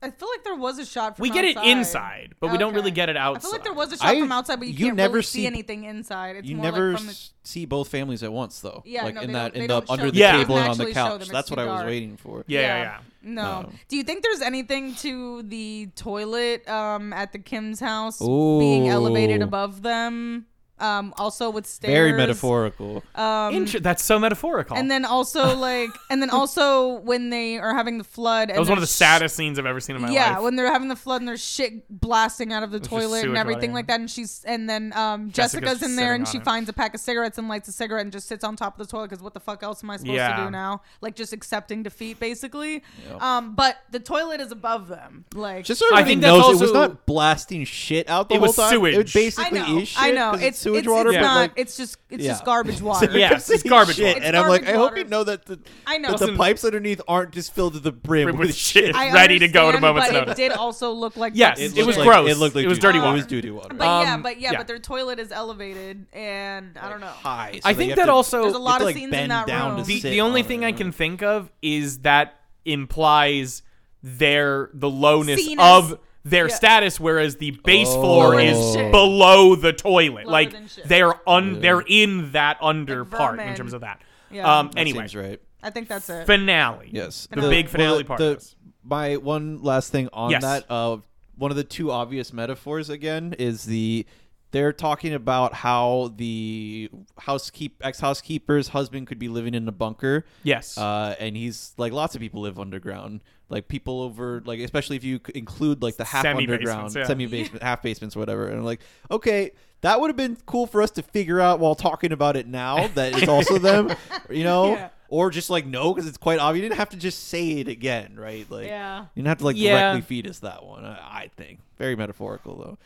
[SPEAKER 3] I feel like there was a shot. From
[SPEAKER 1] We get
[SPEAKER 3] outside.
[SPEAKER 1] it inside, but we don't
[SPEAKER 3] Okay.
[SPEAKER 1] really get it
[SPEAKER 3] I
[SPEAKER 1] outside.
[SPEAKER 3] feel like there was a shot
[SPEAKER 2] I-
[SPEAKER 3] from outside, but you,
[SPEAKER 2] you
[SPEAKER 3] can't
[SPEAKER 2] never
[SPEAKER 3] really see,
[SPEAKER 2] see-
[SPEAKER 3] anything inside.
[SPEAKER 2] it.
[SPEAKER 3] It's
[SPEAKER 2] You
[SPEAKER 3] more
[SPEAKER 2] never
[SPEAKER 3] like from the,
[SPEAKER 2] s- see both families at once, though.
[SPEAKER 3] Yeah,
[SPEAKER 2] like
[SPEAKER 3] no,
[SPEAKER 2] in
[SPEAKER 3] they
[SPEAKER 2] that
[SPEAKER 3] don't-
[SPEAKER 2] end
[SPEAKER 3] they
[SPEAKER 2] up
[SPEAKER 3] don't
[SPEAKER 2] under
[SPEAKER 3] show-
[SPEAKER 2] the
[SPEAKER 1] they don't
[SPEAKER 2] table and on
[SPEAKER 3] actually
[SPEAKER 2] the
[SPEAKER 3] show them.
[SPEAKER 2] couch.
[SPEAKER 3] It's
[SPEAKER 2] That's
[SPEAKER 3] too
[SPEAKER 2] what I was
[SPEAKER 3] dark.
[SPEAKER 2] waiting for.
[SPEAKER 1] yeah, yeah, yeah.
[SPEAKER 3] No.
[SPEAKER 2] No.
[SPEAKER 3] Do you think there's anything to the toilet um, at the Kim's house
[SPEAKER 2] Ooh.
[SPEAKER 3] being elevated above them? Um, also with stairs.
[SPEAKER 2] Very metaphorical.
[SPEAKER 3] Um,
[SPEAKER 1] Inter- that's so metaphorical.
[SPEAKER 3] and then also like, and then also when they are having the flood.
[SPEAKER 1] that was one of the saddest scenes I've ever seen in my
[SPEAKER 3] yeah,
[SPEAKER 1] life.
[SPEAKER 3] when they're having the flood and there's shit blasting out of the
[SPEAKER 1] just
[SPEAKER 3] toilet and
[SPEAKER 1] sewage
[SPEAKER 3] everything
[SPEAKER 1] running.
[SPEAKER 3] like that, and she's and then um,
[SPEAKER 1] Jessica's
[SPEAKER 3] Jessica's, in
[SPEAKER 1] just
[SPEAKER 3] there and
[SPEAKER 1] sitting
[SPEAKER 3] she
[SPEAKER 1] on it.
[SPEAKER 3] finds a pack of cigarettes and lights a cigarette and just sits on top of the toilet because what the fuck else am I supposed to
[SPEAKER 1] Yeah.
[SPEAKER 3] do now? Like just accepting defeat basically. Um, but the toilet is above them. Like
[SPEAKER 2] Just so everybody
[SPEAKER 1] think that's
[SPEAKER 2] knows, it was
[SPEAKER 1] also-
[SPEAKER 2] not blasting shit out the
[SPEAKER 1] It
[SPEAKER 2] whole
[SPEAKER 1] was
[SPEAKER 2] time.
[SPEAKER 1] sewage.
[SPEAKER 2] It
[SPEAKER 3] I
[SPEAKER 2] basically
[SPEAKER 3] know,
[SPEAKER 2] is shit.
[SPEAKER 3] I know.
[SPEAKER 2] 'cause
[SPEAKER 3] It's,
[SPEAKER 2] sewage
[SPEAKER 3] it's,
[SPEAKER 2] water,
[SPEAKER 3] it's
[SPEAKER 2] but
[SPEAKER 3] not.
[SPEAKER 2] like,
[SPEAKER 3] it's just it's
[SPEAKER 2] Yeah.
[SPEAKER 3] just garbage
[SPEAKER 2] So
[SPEAKER 3] water.
[SPEAKER 2] I kept
[SPEAKER 1] Yes, it's
[SPEAKER 2] saying
[SPEAKER 1] garbage
[SPEAKER 2] shit,
[SPEAKER 1] water.
[SPEAKER 2] and I'm like,
[SPEAKER 3] It's
[SPEAKER 2] I hope
[SPEAKER 3] garbage
[SPEAKER 2] you
[SPEAKER 3] water.
[SPEAKER 2] know that the,
[SPEAKER 3] I know.
[SPEAKER 2] that the
[SPEAKER 1] Listen-
[SPEAKER 2] pipes underneath aren't just filled to the brim
[SPEAKER 1] With
[SPEAKER 2] with, shit.
[SPEAKER 1] shit.
[SPEAKER 3] I
[SPEAKER 1] ready to go at a
[SPEAKER 3] understand,
[SPEAKER 1] moment's
[SPEAKER 3] but
[SPEAKER 1] notice.
[SPEAKER 3] It did also look like
[SPEAKER 1] Yes,
[SPEAKER 3] fucking
[SPEAKER 1] it
[SPEAKER 3] shit.
[SPEAKER 1] was
[SPEAKER 2] looked
[SPEAKER 1] gross.
[SPEAKER 2] It looked like
[SPEAKER 1] It was
[SPEAKER 2] doo-doo.
[SPEAKER 1] dirty
[SPEAKER 2] It
[SPEAKER 1] water.
[SPEAKER 2] was dirty water.
[SPEAKER 3] But yeah,
[SPEAKER 1] Um,
[SPEAKER 3] but yeah,
[SPEAKER 1] yeah.
[SPEAKER 3] but their toilet is elevated, and I don't know.
[SPEAKER 2] High, so
[SPEAKER 1] I
[SPEAKER 2] they
[SPEAKER 1] think
[SPEAKER 2] have
[SPEAKER 1] that
[SPEAKER 2] to-
[SPEAKER 1] also
[SPEAKER 3] There's a
[SPEAKER 2] you have
[SPEAKER 3] lot of
[SPEAKER 2] to, like,
[SPEAKER 3] scenes in
[SPEAKER 2] bend
[SPEAKER 3] that
[SPEAKER 2] down
[SPEAKER 3] room.
[SPEAKER 2] to
[SPEAKER 1] the,
[SPEAKER 2] sit
[SPEAKER 1] the only
[SPEAKER 2] on
[SPEAKER 1] thing
[SPEAKER 2] it.
[SPEAKER 1] I can think of is that implies their the lowness
[SPEAKER 3] Seen as-
[SPEAKER 1] of their
[SPEAKER 3] yeah.
[SPEAKER 1] status, whereas the base
[SPEAKER 2] Oh.
[SPEAKER 1] floor
[SPEAKER 2] Lower
[SPEAKER 1] is
[SPEAKER 2] than shit.
[SPEAKER 1] below the toilet.
[SPEAKER 3] Lower
[SPEAKER 1] like
[SPEAKER 3] than shit.
[SPEAKER 1] they're un they're in that under
[SPEAKER 3] Like
[SPEAKER 1] part in
[SPEAKER 3] vermin.
[SPEAKER 1] terms of that.
[SPEAKER 3] Yeah.
[SPEAKER 1] Um,
[SPEAKER 3] That
[SPEAKER 1] anyway,
[SPEAKER 2] Seems right.
[SPEAKER 3] I think that's it.
[SPEAKER 1] finale.
[SPEAKER 2] Yes,
[SPEAKER 1] the big finale
[SPEAKER 2] but
[SPEAKER 1] part.
[SPEAKER 2] the-
[SPEAKER 1] of this.
[SPEAKER 2] my one last thing on
[SPEAKER 1] Yes.
[SPEAKER 2] that. Uh, one of the two obvious metaphors again is the they're talking about how the housekeep ex housekeeper's husband could be living in a bunker.
[SPEAKER 1] Yes.
[SPEAKER 2] Uh, and he's like lots of people live underground. Like people over, like especially if you c- include like the half
[SPEAKER 1] Semi-basements,
[SPEAKER 2] underground,
[SPEAKER 1] yeah.
[SPEAKER 2] semi basement, half basements, whatever. And I'm like, okay, that would have been cool for us to figure out while talking about it now that it's also them, you know,
[SPEAKER 3] Yeah.
[SPEAKER 2] or just like no because it's quite obvious. You didn't have to just say it again, right? Like,
[SPEAKER 3] Yeah.
[SPEAKER 2] you didn't have to like
[SPEAKER 1] Yeah.
[SPEAKER 2] directly feed us that one. I, I think very metaphorical though.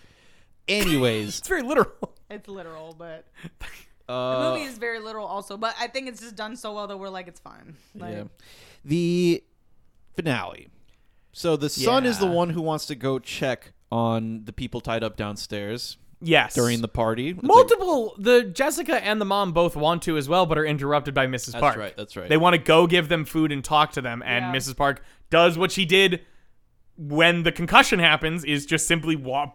[SPEAKER 2] Anyways,
[SPEAKER 1] it's very literal.
[SPEAKER 3] It's literal, but the
[SPEAKER 2] uh,
[SPEAKER 3] movie is very literal also. But I think it's just done so well that we're like, it's fine. Like,
[SPEAKER 2] yeah. The finale. So the son is the
[SPEAKER 1] Yeah.
[SPEAKER 2] one who wants to go check on the people tied up downstairs
[SPEAKER 1] Yes.
[SPEAKER 2] during the party. It's like-
[SPEAKER 1] multiple the Jessica and the mom both want to as well, but are interrupted by Mrs.
[SPEAKER 2] That's
[SPEAKER 1] Park.
[SPEAKER 2] right, that's right.
[SPEAKER 1] They want to go give them food and talk to them, and
[SPEAKER 3] Yeah.
[SPEAKER 1] Mrs. Park does what she did when the concussion happens: is just simply wa-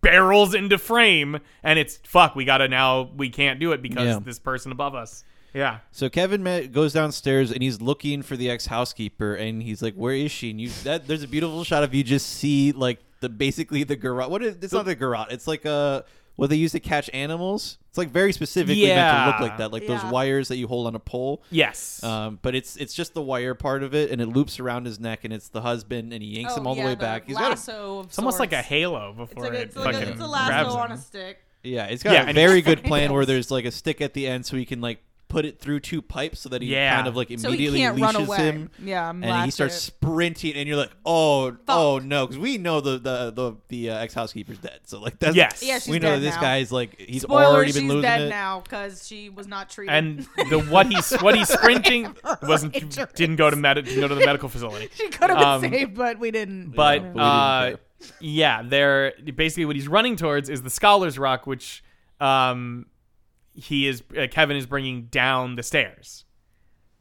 [SPEAKER 1] barrels into frame, and it's fuck. We gotta now. We can't do it because
[SPEAKER 2] Yeah.
[SPEAKER 1] this person above us. Yeah.
[SPEAKER 2] so Kevin met, goes downstairs and he's looking for the ex housekeeper and he's like, "Where is she?" And you that there's a beautiful shot of you just see like the basically the garage. What is it's not the garage. It's like a what they use to catch animals. It's like very specifically meant to look
[SPEAKER 1] Yeah.
[SPEAKER 2] like that, like
[SPEAKER 3] Yeah.
[SPEAKER 2] those wires that you hold on a pole.
[SPEAKER 1] Yes.
[SPEAKER 2] Um, but it's it's just the wire part of it, and it loops around his neck, and it's the husband, and he yanks him all the way back. He's got a,
[SPEAKER 3] Oh, lasso of
[SPEAKER 1] it's almost like a
[SPEAKER 3] sorts.
[SPEAKER 1] halo
[SPEAKER 3] It's
[SPEAKER 1] before
[SPEAKER 3] like a,
[SPEAKER 1] it
[SPEAKER 3] it's like
[SPEAKER 1] fucking
[SPEAKER 3] a, it's a
[SPEAKER 1] grabs
[SPEAKER 3] lasso
[SPEAKER 1] him.
[SPEAKER 3] on a stick.
[SPEAKER 2] yeah, it's got
[SPEAKER 1] Yeah,
[SPEAKER 2] a
[SPEAKER 1] and he-
[SPEAKER 2] very good plan where there's like a stick at the end, so he can like put it through two pipes, so that he
[SPEAKER 1] Yeah.
[SPEAKER 2] kind of like
[SPEAKER 3] So he
[SPEAKER 2] immediately
[SPEAKER 3] can't
[SPEAKER 2] leashes
[SPEAKER 3] run away. Mm,
[SPEAKER 2] him,
[SPEAKER 3] yeah,
[SPEAKER 2] and he starts sprinting, and you're like, oh, oh no, because we know the the the, the uh, ex housekeeper's dead, so like that's
[SPEAKER 1] Yes.
[SPEAKER 3] Yeah, she's
[SPEAKER 2] we know
[SPEAKER 3] dead
[SPEAKER 2] this
[SPEAKER 3] now.
[SPEAKER 2] guy's like he's
[SPEAKER 3] Spoiler:
[SPEAKER 2] already
[SPEAKER 3] She's
[SPEAKER 2] been losing
[SPEAKER 3] dead
[SPEAKER 2] it.
[SPEAKER 3] now because she was not treated.
[SPEAKER 1] And the what he's what he's sprinting wasn't didn't go to med- didn't go to the medical facility.
[SPEAKER 3] she could have been
[SPEAKER 1] um,
[SPEAKER 3] saved, but we didn't.
[SPEAKER 1] but,
[SPEAKER 2] but we didn't
[SPEAKER 1] uh,
[SPEAKER 2] care.
[SPEAKER 1] yeah, they're basically what he's running towards is the Scholar's Rock, which um, he is uh, Kevin is bringing down the stairs,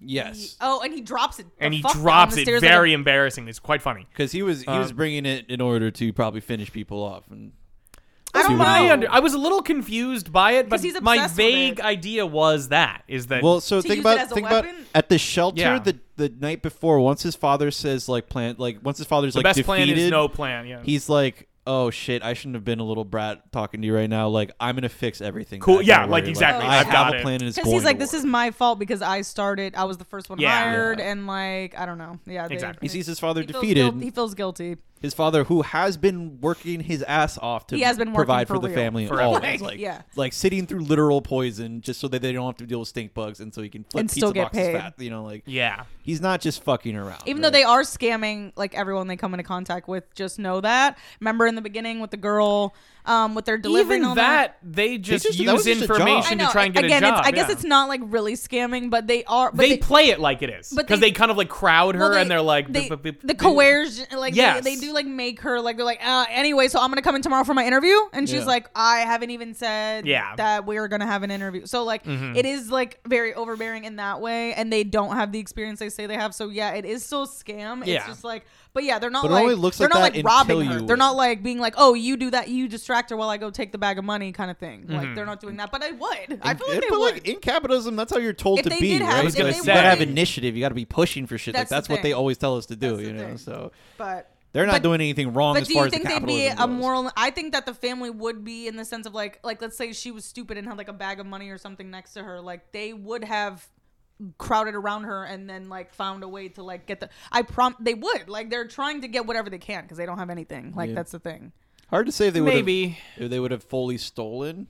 [SPEAKER 2] Yes,
[SPEAKER 3] oh, and he drops it. the
[SPEAKER 1] and he
[SPEAKER 3] fuck down
[SPEAKER 1] drops
[SPEAKER 3] the
[SPEAKER 1] it
[SPEAKER 3] stairs like a-
[SPEAKER 1] very embarrassing. It's quite funny.
[SPEAKER 2] because he was he was
[SPEAKER 1] Um,
[SPEAKER 2] bringing it in order to probably finish people off, and
[SPEAKER 3] I
[SPEAKER 2] That's
[SPEAKER 3] don't
[SPEAKER 2] what
[SPEAKER 1] I,
[SPEAKER 3] know.
[SPEAKER 1] under- I was a little confused by it, but
[SPEAKER 3] 'Cause he's
[SPEAKER 1] my
[SPEAKER 3] obsessed with
[SPEAKER 1] vague
[SPEAKER 3] it.
[SPEAKER 1] idea was that is that
[SPEAKER 2] Well, so
[SPEAKER 3] to
[SPEAKER 2] think
[SPEAKER 3] use it
[SPEAKER 2] about
[SPEAKER 3] as a
[SPEAKER 2] think
[SPEAKER 3] weapon?
[SPEAKER 2] about at the shelter
[SPEAKER 1] Yeah.
[SPEAKER 2] the the night before. Once his father says like plan like once his father's
[SPEAKER 1] the
[SPEAKER 2] like
[SPEAKER 1] best
[SPEAKER 2] defeated,
[SPEAKER 1] plan is no plan. Yeah,
[SPEAKER 2] he's like, oh shit, I shouldn't have been a little brat talking to you right now. Like I'm gonna fix everything.
[SPEAKER 1] Cool,
[SPEAKER 2] back,
[SPEAKER 1] yeah,
[SPEAKER 2] don't
[SPEAKER 1] like,
[SPEAKER 2] worry.
[SPEAKER 1] exactly,
[SPEAKER 2] I
[SPEAKER 3] I've
[SPEAKER 2] have
[SPEAKER 1] got
[SPEAKER 2] a
[SPEAKER 1] it.
[SPEAKER 2] plan and it's
[SPEAKER 3] Because he's
[SPEAKER 2] going
[SPEAKER 3] like,
[SPEAKER 2] to
[SPEAKER 3] this
[SPEAKER 2] work."
[SPEAKER 3] is my fault because I started. I was the first one
[SPEAKER 1] Yeah.
[SPEAKER 3] hired,
[SPEAKER 2] Yeah.
[SPEAKER 3] and like I don't know. Yeah, they-
[SPEAKER 1] Exactly.
[SPEAKER 2] He sees his father
[SPEAKER 3] he feels
[SPEAKER 2] defeated.
[SPEAKER 3] guilt- he feels guilty.
[SPEAKER 2] his father, who has been working his ass off to
[SPEAKER 3] He has been working
[SPEAKER 2] provide
[SPEAKER 3] for
[SPEAKER 2] the
[SPEAKER 3] real.
[SPEAKER 2] family
[SPEAKER 1] Forever. Like,
[SPEAKER 2] always, like
[SPEAKER 3] yeah.
[SPEAKER 2] like sitting through literal poison just so that they don't have to deal with stink bugs, and so he can flip
[SPEAKER 3] And
[SPEAKER 2] pizza
[SPEAKER 3] still get
[SPEAKER 2] boxes
[SPEAKER 3] paid.
[SPEAKER 2] fat. You know, like
[SPEAKER 1] yeah,
[SPEAKER 2] he's not just fucking around.
[SPEAKER 3] Even
[SPEAKER 2] right?
[SPEAKER 3] though they are scamming like everyone they come into contact with, just know that. Remember in the beginning with the girl, um, with their
[SPEAKER 1] even
[SPEAKER 3] delivery. and all
[SPEAKER 1] that, they just
[SPEAKER 2] just- that was
[SPEAKER 1] use
[SPEAKER 2] just a job.
[SPEAKER 3] I
[SPEAKER 1] information
[SPEAKER 3] know.
[SPEAKER 1] to try and get
[SPEAKER 3] Again,
[SPEAKER 1] a job.
[SPEAKER 3] it's, I guess
[SPEAKER 1] yeah.
[SPEAKER 3] it's not like really scamming, but they are. But
[SPEAKER 1] They,
[SPEAKER 3] they,
[SPEAKER 1] play it like it is
[SPEAKER 3] but
[SPEAKER 1] because
[SPEAKER 3] they-
[SPEAKER 1] they, kind of like crowd her
[SPEAKER 3] well, they-
[SPEAKER 1] and they're like
[SPEAKER 3] they-
[SPEAKER 1] "Bip, bip, bip,
[SPEAKER 3] the
[SPEAKER 1] bip."
[SPEAKER 3] coercion, like they-
[SPEAKER 1] Yes.
[SPEAKER 3] they, do, like make her like they're like uh, anyway. So I'm gonna come in tomorrow for my interview, and she's
[SPEAKER 2] Yeah.
[SPEAKER 3] like, I haven't even said
[SPEAKER 1] Yeah. Mm-hmm.
[SPEAKER 3] that we are gonna have an interview. So like it is like very overbearing in that way, and they don't have the experience they say they have. So yeah, it is still scam. It's
[SPEAKER 1] Yeah.
[SPEAKER 3] just like, but yeah, they're not.
[SPEAKER 2] But it
[SPEAKER 3] like,
[SPEAKER 2] only looks
[SPEAKER 3] they're
[SPEAKER 2] like
[SPEAKER 3] not
[SPEAKER 2] that
[SPEAKER 3] like robbing
[SPEAKER 2] until
[SPEAKER 3] her.
[SPEAKER 2] you
[SPEAKER 3] They're not
[SPEAKER 2] win.
[SPEAKER 3] like being like, oh, you do that, you distract her while I go take the bag of money, kind of thing.
[SPEAKER 1] Mm-hmm.
[SPEAKER 3] Like they're not doing that, but I would. I
[SPEAKER 2] In-
[SPEAKER 3] feel like
[SPEAKER 2] it-
[SPEAKER 3] they
[SPEAKER 2] but
[SPEAKER 3] would.
[SPEAKER 2] like in capitalism, that's how you're told
[SPEAKER 3] If
[SPEAKER 2] to
[SPEAKER 3] they
[SPEAKER 2] be,
[SPEAKER 3] did have-
[SPEAKER 2] right?
[SPEAKER 1] I was
[SPEAKER 2] You
[SPEAKER 1] gonna
[SPEAKER 2] gotta-
[SPEAKER 1] say.
[SPEAKER 2] you gotta have initiative. You gotta be pushing for shit. like
[SPEAKER 3] That's the
[SPEAKER 2] that's what they
[SPEAKER 3] thing.
[SPEAKER 2] always tell us to do.
[SPEAKER 3] That's the
[SPEAKER 2] you know.
[SPEAKER 3] thing.
[SPEAKER 2] So
[SPEAKER 3] but
[SPEAKER 2] They're not
[SPEAKER 3] But-
[SPEAKER 2] doing anything wrong
[SPEAKER 3] But
[SPEAKER 2] as
[SPEAKER 3] do
[SPEAKER 2] far
[SPEAKER 3] you
[SPEAKER 2] as the
[SPEAKER 3] think they'd be
[SPEAKER 2] capitalism
[SPEAKER 3] a
[SPEAKER 2] goes.
[SPEAKER 3] moral? I think that the family would be in the sense of like, like let's say she was stupid and had like a bag of money or something next to her. Like they would have crowded around her and then like found a way to like get the. I prom. They would like they're trying to get whatever they can because they don't have anything. Like
[SPEAKER 2] Yeah.
[SPEAKER 3] that's the thing.
[SPEAKER 2] Hard to say if they would
[SPEAKER 1] Maybe.
[SPEAKER 2] if they would have fully stolen.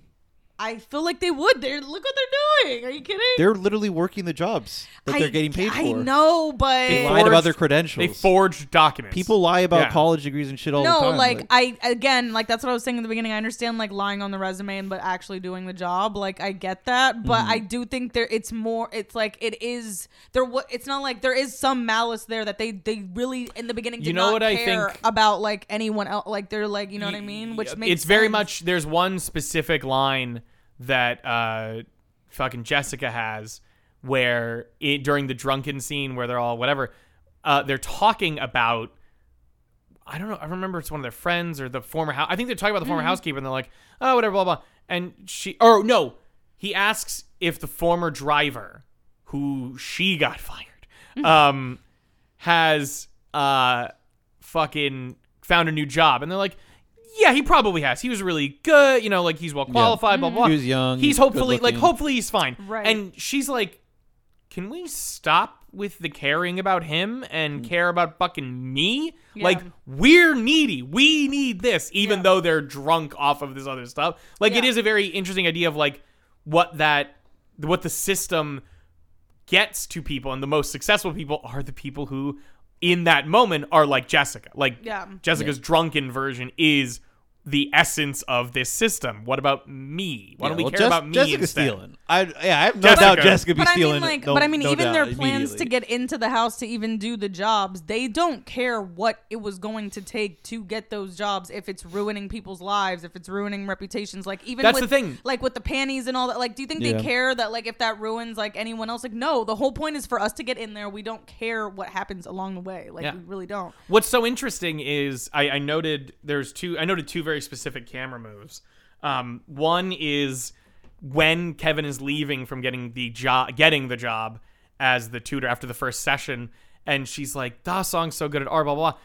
[SPEAKER 3] I feel like they would. They're look what they're doing. Are you kidding?
[SPEAKER 2] They're literally working the jobs that
[SPEAKER 3] I-
[SPEAKER 2] they're getting paid
[SPEAKER 3] I
[SPEAKER 2] for.
[SPEAKER 3] know, but
[SPEAKER 2] They
[SPEAKER 1] Forged-
[SPEAKER 2] lied about their
[SPEAKER 1] They
[SPEAKER 2] credentials.
[SPEAKER 1] forged documents.
[SPEAKER 2] People lie about
[SPEAKER 1] Yeah.
[SPEAKER 2] college degrees and shit all
[SPEAKER 3] no,
[SPEAKER 2] the time.
[SPEAKER 3] like I again, like that's what I was saying in the beginning. I understand like lying on the resume and but actually doing the job. Like I get that, but
[SPEAKER 1] Mm-hmm.
[SPEAKER 3] I do think there it's more. It's like it is there. wa It's not like there is some malice there that they they really in the beginning. Did
[SPEAKER 1] You know
[SPEAKER 3] not
[SPEAKER 1] what I
[SPEAKER 3] care
[SPEAKER 1] think-
[SPEAKER 3] about like anyone else. Like they're like you know what I mean, which
[SPEAKER 1] Y-
[SPEAKER 3] makes
[SPEAKER 1] it's very
[SPEAKER 3] sense.
[SPEAKER 1] much. There's one specific line that uh, fucking Jessica has where it, during the drunken scene where they're all whatever, uh, they're talking about. I don't know. I remember it's one of their friends or the former house. I think they're talking about the
[SPEAKER 3] Hmm.
[SPEAKER 1] former housekeeper, and they're like, "Oh, whatever, blah blah." And she, or no, he asks if the former driver, who she got
[SPEAKER 3] Mm-hmm.
[SPEAKER 1] fired, um, has uh fucking found a new job and they're like yeah he probably has he was really good you know like he's well qualified blah blah
[SPEAKER 2] He was young,
[SPEAKER 1] he's
[SPEAKER 2] he's
[SPEAKER 1] hopefully like
[SPEAKER 2] good-looking.
[SPEAKER 1] hopefully he's fine
[SPEAKER 3] Right.
[SPEAKER 1] and she's like can we stop with the caring about him and
[SPEAKER 3] Mm.
[SPEAKER 1] care about fucking me like we're needy we need this even
[SPEAKER 3] Yeah.
[SPEAKER 1] though they're drunk off of this other stuff like it
[SPEAKER 3] Yeah.
[SPEAKER 1] is a very interesting idea of like what that what the system gets to people and the most successful people are the people who in that moment are like Jessica. Like
[SPEAKER 3] Yeah.
[SPEAKER 1] Jessica's drunken version is the essence of this system. What about me? Why don't we
[SPEAKER 2] Yeah, well,
[SPEAKER 1] care
[SPEAKER 2] Jes-
[SPEAKER 1] about me
[SPEAKER 2] Jessica
[SPEAKER 1] instead?
[SPEAKER 2] stealing. I yeah, I have no doubt
[SPEAKER 1] Jessica.
[SPEAKER 2] Jessica be
[SPEAKER 3] But I
[SPEAKER 2] stealing.
[SPEAKER 3] mean, like,
[SPEAKER 2] no-
[SPEAKER 3] but I mean,
[SPEAKER 2] no
[SPEAKER 3] even
[SPEAKER 2] doubt,
[SPEAKER 3] their plans to
[SPEAKER 2] immediately.
[SPEAKER 3] get into the house to even do the jobs, they don't care what it was going to take to get those jobs. If it's ruining people's lives, if it's ruining reputations, like even
[SPEAKER 1] That's
[SPEAKER 3] with,
[SPEAKER 1] the thing.
[SPEAKER 3] like with the panties and all that. Like, do you think
[SPEAKER 2] Yeah.
[SPEAKER 3] they care that like if that ruins like anyone else? Like, no. The whole point is for us to get in there. We don't care what happens along the way. Like,
[SPEAKER 1] Yeah.
[SPEAKER 3] we really don't.
[SPEAKER 1] What's so interesting is I, I noted there's two I noted two very specific camera moves. Um, one is when Kevin is leaving from getting the job getting the job as the tutor after the first session, and she's like, Da song's so good at R blah blah. blah."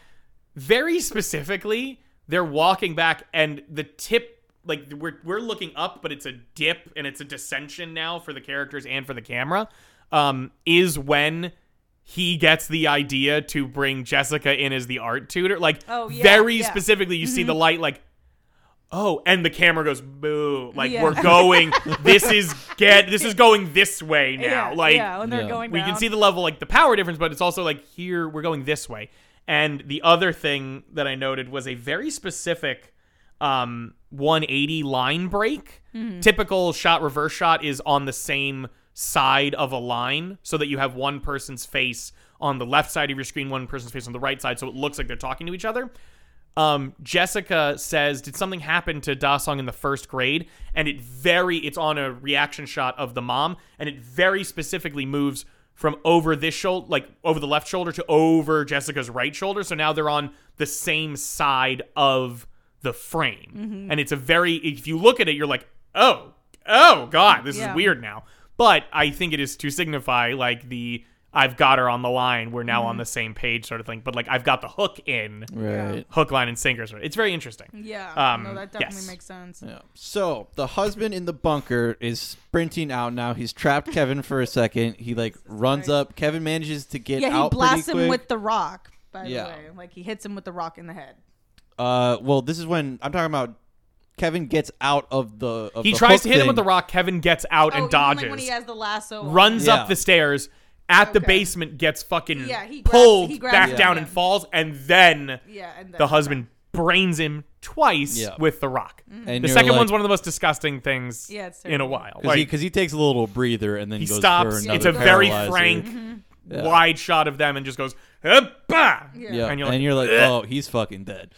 [SPEAKER 1] Very specifically, they're walking back and the tip like we're we're looking up, but it's a dip and it's a descension now for the characters and for the camera. Um, is when he gets the idea to bring Jessica in as the art tutor. Like
[SPEAKER 3] Oh, yeah,
[SPEAKER 1] very
[SPEAKER 3] yeah. Mm-hmm.
[SPEAKER 1] specifically, you see the light like, oh, and the camera goes boo. Like
[SPEAKER 3] Yeah.
[SPEAKER 1] we're going. this is get. This is going this way now.
[SPEAKER 3] yeah,
[SPEAKER 1] like
[SPEAKER 3] yeah, when they're
[SPEAKER 2] Yeah.
[SPEAKER 3] going,
[SPEAKER 1] we can
[SPEAKER 3] down.
[SPEAKER 1] see the level like the power difference, but it's also like here we're going this way. And the other thing that I noted was a very specific um 180 line break. Typical shot reverse shot is on the same side of a line so that you have one person's face on the left side of your screen, one person's face on the right side, so it looks like they're talking to each other. Um, Jessica says, "Did something happen to Da Song in the first grade?" And it very it's on a reaction shot of the mom, and it very specifically moves from over this shoulder, like over the left shoulder, to over Jessica's right shoulder. So now they're on the same side of the frame, and it's a very if you look at it, you're like, "Oh, oh God, this
[SPEAKER 3] Yeah.
[SPEAKER 1] is weird now." But I think it is to signify like the I've got her on the line. We're now on the same page, sort of thing. But like I've got the hook in
[SPEAKER 2] right.
[SPEAKER 1] hook, line, and sinker. sort of- It's very interesting.
[SPEAKER 3] Yeah,
[SPEAKER 1] Um,
[SPEAKER 3] no, that definitely
[SPEAKER 1] yes.
[SPEAKER 3] makes sense.
[SPEAKER 2] Yeah. So the husband in the bunker is sprinting out now. He's trapped Kevin for a second. He like runs up. Kevin manages to get
[SPEAKER 3] Yeah, he
[SPEAKER 2] out
[SPEAKER 3] blasts
[SPEAKER 2] pretty
[SPEAKER 3] him
[SPEAKER 2] quick.
[SPEAKER 3] with the rock. By
[SPEAKER 2] Yeah.
[SPEAKER 3] the way, like he hits him with the rock in the head.
[SPEAKER 2] uh, well, this is when I'm talking about. Kevin gets out of the. Of
[SPEAKER 1] He
[SPEAKER 2] the
[SPEAKER 1] tries
[SPEAKER 2] hook
[SPEAKER 1] to hit him with the
[SPEAKER 2] thing.
[SPEAKER 1] rock. Kevin gets out and
[SPEAKER 3] Oh, you mean, Like when
[SPEAKER 1] dodges,
[SPEAKER 3] he has the lasso. on.
[SPEAKER 1] runs
[SPEAKER 2] Yeah.
[SPEAKER 1] up the stairs, at the
[SPEAKER 3] Okay.
[SPEAKER 1] basement, gets fucking
[SPEAKER 3] Yeah, he grabs-
[SPEAKER 1] pulled
[SPEAKER 3] he grabs
[SPEAKER 1] back
[SPEAKER 3] him,
[SPEAKER 1] down
[SPEAKER 3] yeah.
[SPEAKER 1] and falls, and then
[SPEAKER 3] Yeah, and then,
[SPEAKER 1] the husband brains him twice
[SPEAKER 2] Yeah.
[SPEAKER 1] with the rock.
[SPEAKER 2] And
[SPEAKER 1] The
[SPEAKER 2] you're
[SPEAKER 1] second
[SPEAKER 2] like-
[SPEAKER 1] one's one of the most disgusting things
[SPEAKER 3] Mm. Yeah, it's
[SPEAKER 1] in a
[SPEAKER 3] terrible.
[SPEAKER 1] while.
[SPEAKER 2] Because
[SPEAKER 1] Like
[SPEAKER 2] he, 'cause he takes a little breather and then
[SPEAKER 1] he
[SPEAKER 2] goes For
[SPEAKER 1] stops.
[SPEAKER 2] another
[SPEAKER 1] It's a very
[SPEAKER 2] paralyzer.
[SPEAKER 1] frank,
[SPEAKER 3] Mm-hmm.
[SPEAKER 1] wide shot of them, and just goes, "Hup-bah!"
[SPEAKER 3] Yeah.
[SPEAKER 2] Yeah.
[SPEAKER 1] and you're like,
[SPEAKER 2] and you're like, oh, he's fucking dead.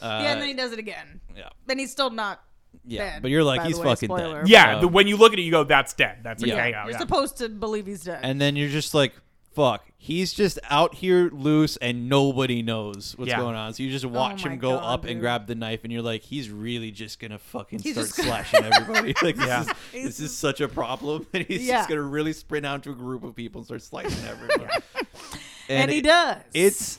[SPEAKER 2] Uh,
[SPEAKER 3] yeah, and then he does it again.
[SPEAKER 2] Yeah.
[SPEAKER 3] Then he's still not.
[SPEAKER 2] Yeah,
[SPEAKER 3] dead,
[SPEAKER 2] but you're like,
[SPEAKER 3] by the
[SPEAKER 2] he's
[SPEAKER 3] way,
[SPEAKER 2] fucking
[SPEAKER 3] spoiler.
[SPEAKER 2] dead.
[SPEAKER 1] "Yeah." the,
[SPEAKER 2] Um,
[SPEAKER 1] when you look at it, you go, "That's dead. That's a
[SPEAKER 2] Yeah.
[SPEAKER 1] KO."
[SPEAKER 3] You're
[SPEAKER 1] yeah.
[SPEAKER 3] supposed to believe he's dead.
[SPEAKER 2] and then you're just like, fuck, he's just out here loose and nobody knows what's
[SPEAKER 1] Yeah.
[SPEAKER 2] going on. So you just watch
[SPEAKER 3] Oh my
[SPEAKER 2] him go
[SPEAKER 3] God,
[SPEAKER 2] up and
[SPEAKER 3] dude.
[SPEAKER 2] grab the knife, and you're like, he's really just gonna fucking
[SPEAKER 3] He's
[SPEAKER 2] start
[SPEAKER 3] just gonna-
[SPEAKER 2] slashing everybody. Like, this,
[SPEAKER 1] Yeah.
[SPEAKER 2] is, this is such a problem, and he's
[SPEAKER 3] Yeah.
[SPEAKER 2] just gonna really sprint out to a group of people and start slicing everyone.
[SPEAKER 3] and, he does.
[SPEAKER 2] It's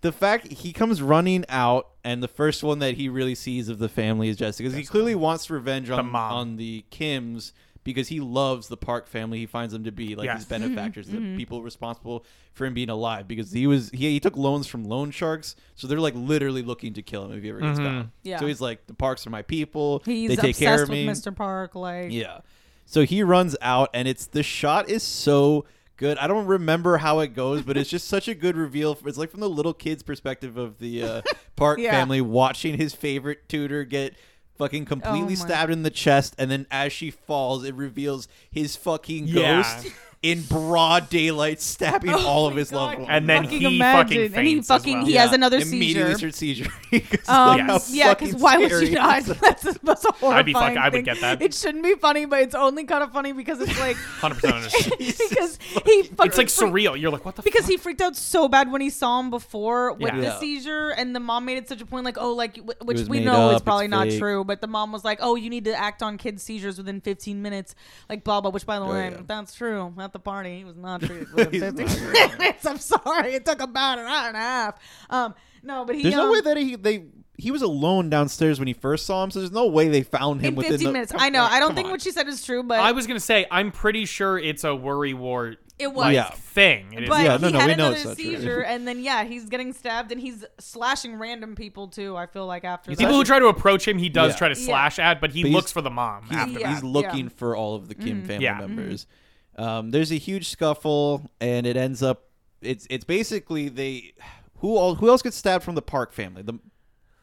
[SPEAKER 2] the fact he comes running out, and the first one that he really sees of the family is Jessica. 'cause He clearly wants revenge on
[SPEAKER 1] mom.
[SPEAKER 2] on the Kims because he loves the Park family. He finds them to be like
[SPEAKER 1] Yes.
[SPEAKER 2] his benefactors,
[SPEAKER 3] Mm-hmm.
[SPEAKER 2] the people responsible for him being alive. Because he was he, he took loans from loan sharks, so they're like literally looking to kill him if he ever gets found.
[SPEAKER 3] Yeah.
[SPEAKER 2] So he's like, the Parks are my people.
[SPEAKER 3] He's
[SPEAKER 2] they take
[SPEAKER 3] obsessed
[SPEAKER 2] care of
[SPEAKER 3] with
[SPEAKER 2] me.
[SPEAKER 3] Mr. Park. Like,
[SPEAKER 2] Yeah. So he runs out, and it's the shot is so good. I don't remember how it goes, but it's just such a good reveal. It's like from the little kid's perspective of the uh, Park
[SPEAKER 3] Yeah. Oh
[SPEAKER 2] family watching his favorite tutor get fucking completely
[SPEAKER 3] my-
[SPEAKER 2] stabbed in the chest, and then as she falls, it reveals his fucking
[SPEAKER 1] Yeah.
[SPEAKER 2] ghost in broad daylight, stabbing
[SPEAKER 3] Oh
[SPEAKER 2] all of
[SPEAKER 3] my
[SPEAKER 2] his
[SPEAKER 3] God.
[SPEAKER 2] loved ones.
[SPEAKER 1] And then
[SPEAKER 3] Fucking
[SPEAKER 1] he
[SPEAKER 3] imagine.
[SPEAKER 1] fucking faints.
[SPEAKER 3] And he
[SPEAKER 1] as
[SPEAKER 3] fucking-
[SPEAKER 1] well.
[SPEAKER 3] he has another
[SPEAKER 2] immediately
[SPEAKER 3] seizure.
[SPEAKER 2] starts seizure. 'Cause
[SPEAKER 3] Um,
[SPEAKER 2] of how
[SPEAKER 1] Yes.
[SPEAKER 3] Yeah, because
[SPEAKER 2] fucking
[SPEAKER 3] why would you
[SPEAKER 2] scary
[SPEAKER 3] not?
[SPEAKER 2] it is.
[SPEAKER 3] That's the most horrifying
[SPEAKER 1] I'd be fucking- I would
[SPEAKER 3] thing.
[SPEAKER 1] get that.
[SPEAKER 3] It shouldn't be funny, but it's only kind of funny because it's like
[SPEAKER 1] 100% understand.
[SPEAKER 3] because he fucking
[SPEAKER 1] It's like
[SPEAKER 3] freaked-
[SPEAKER 1] surreal. You're like, what the
[SPEAKER 3] Because he freaked out so bad when he saw him before with
[SPEAKER 1] Yeah.
[SPEAKER 3] the
[SPEAKER 2] Yeah.
[SPEAKER 3] seizure, and the mom made it such a point, like, oh, like, wh- which
[SPEAKER 2] was
[SPEAKER 3] we
[SPEAKER 2] made
[SPEAKER 3] know
[SPEAKER 2] up,
[SPEAKER 3] is
[SPEAKER 2] it's
[SPEAKER 3] probably not
[SPEAKER 2] fake.
[SPEAKER 3] true, but the mom was like, oh, you need to act on kids' seizures within 15 minutes, like, blah, blah, which by the way,
[SPEAKER 2] Oh, yeah.
[SPEAKER 3] that's true. At the party, he was not treated within
[SPEAKER 2] He's not
[SPEAKER 3] 15 minutes. I'm sorry. It took about an hour and a half. Um, no, but he.
[SPEAKER 2] There's
[SPEAKER 3] um,
[SPEAKER 2] no way that he they he was alone downstairs when he first saw him, so there's no way they found him
[SPEAKER 3] in
[SPEAKER 2] within
[SPEAKER 3] 15
[SPEAKER 2] the-
[SPEAKER 3] minutes.
[SPEAKER 2] Come
[SPEAKER 3] I know.
[SPEAKER 2] on,
[SPEAKER 3] I don't
[SPEAKER 2] come
[SPEAKER 3] think
[SPEAKER 2] on.
[SPEAKER 3] what she said is true, but
[SPEAKER 1] I was gonna say, I'm pretty sure it's a worry wart
[SPEAKER 3] it was.
[SPEAKER 1] like
[SPEAKER 2] Yeah.
[SPEAKER 1] thing. It is-
[SPEAKER 3] But
[SPEAKER 2] Yeah,
[SPEAKER 3] he
[SPEAKER 2] no, no,
[SPEAKER 3] had
[SPEAKER 2] we know
[SPEAKER 3] another
[SPEAKER 2] it's not true.
[SPEAKER 3] seizure, and then yeah, he's getting stabbed, and he's slashing random people too. I feel like after
[SPEAKER 1] People who
[SPEAKER 3] that.
[SPEAKER 1] try to approach him, he does
[SPEAKER 2] Yeah.
[SPEAKER 1] try to
[SPEAKER 3] Yeah.
[SPEAKER 1] slash at, but he
[SPEAKER 2] But he's-
[SPEAKER 1] looks for the mom after
[SPEAKER 2] he's,
[SPEAKER 3] Yeah. Mm-hmm.
[SPEAKER 1] that.
[SPEAKER 2] he's looking for all of the Kim family
[SPEAKER 1] Yeah.
[SPEAKER 2] members. Um, there's a huge scuffle, and it ends up it's it's basically they who all who else gets stabbed from the Park family. The,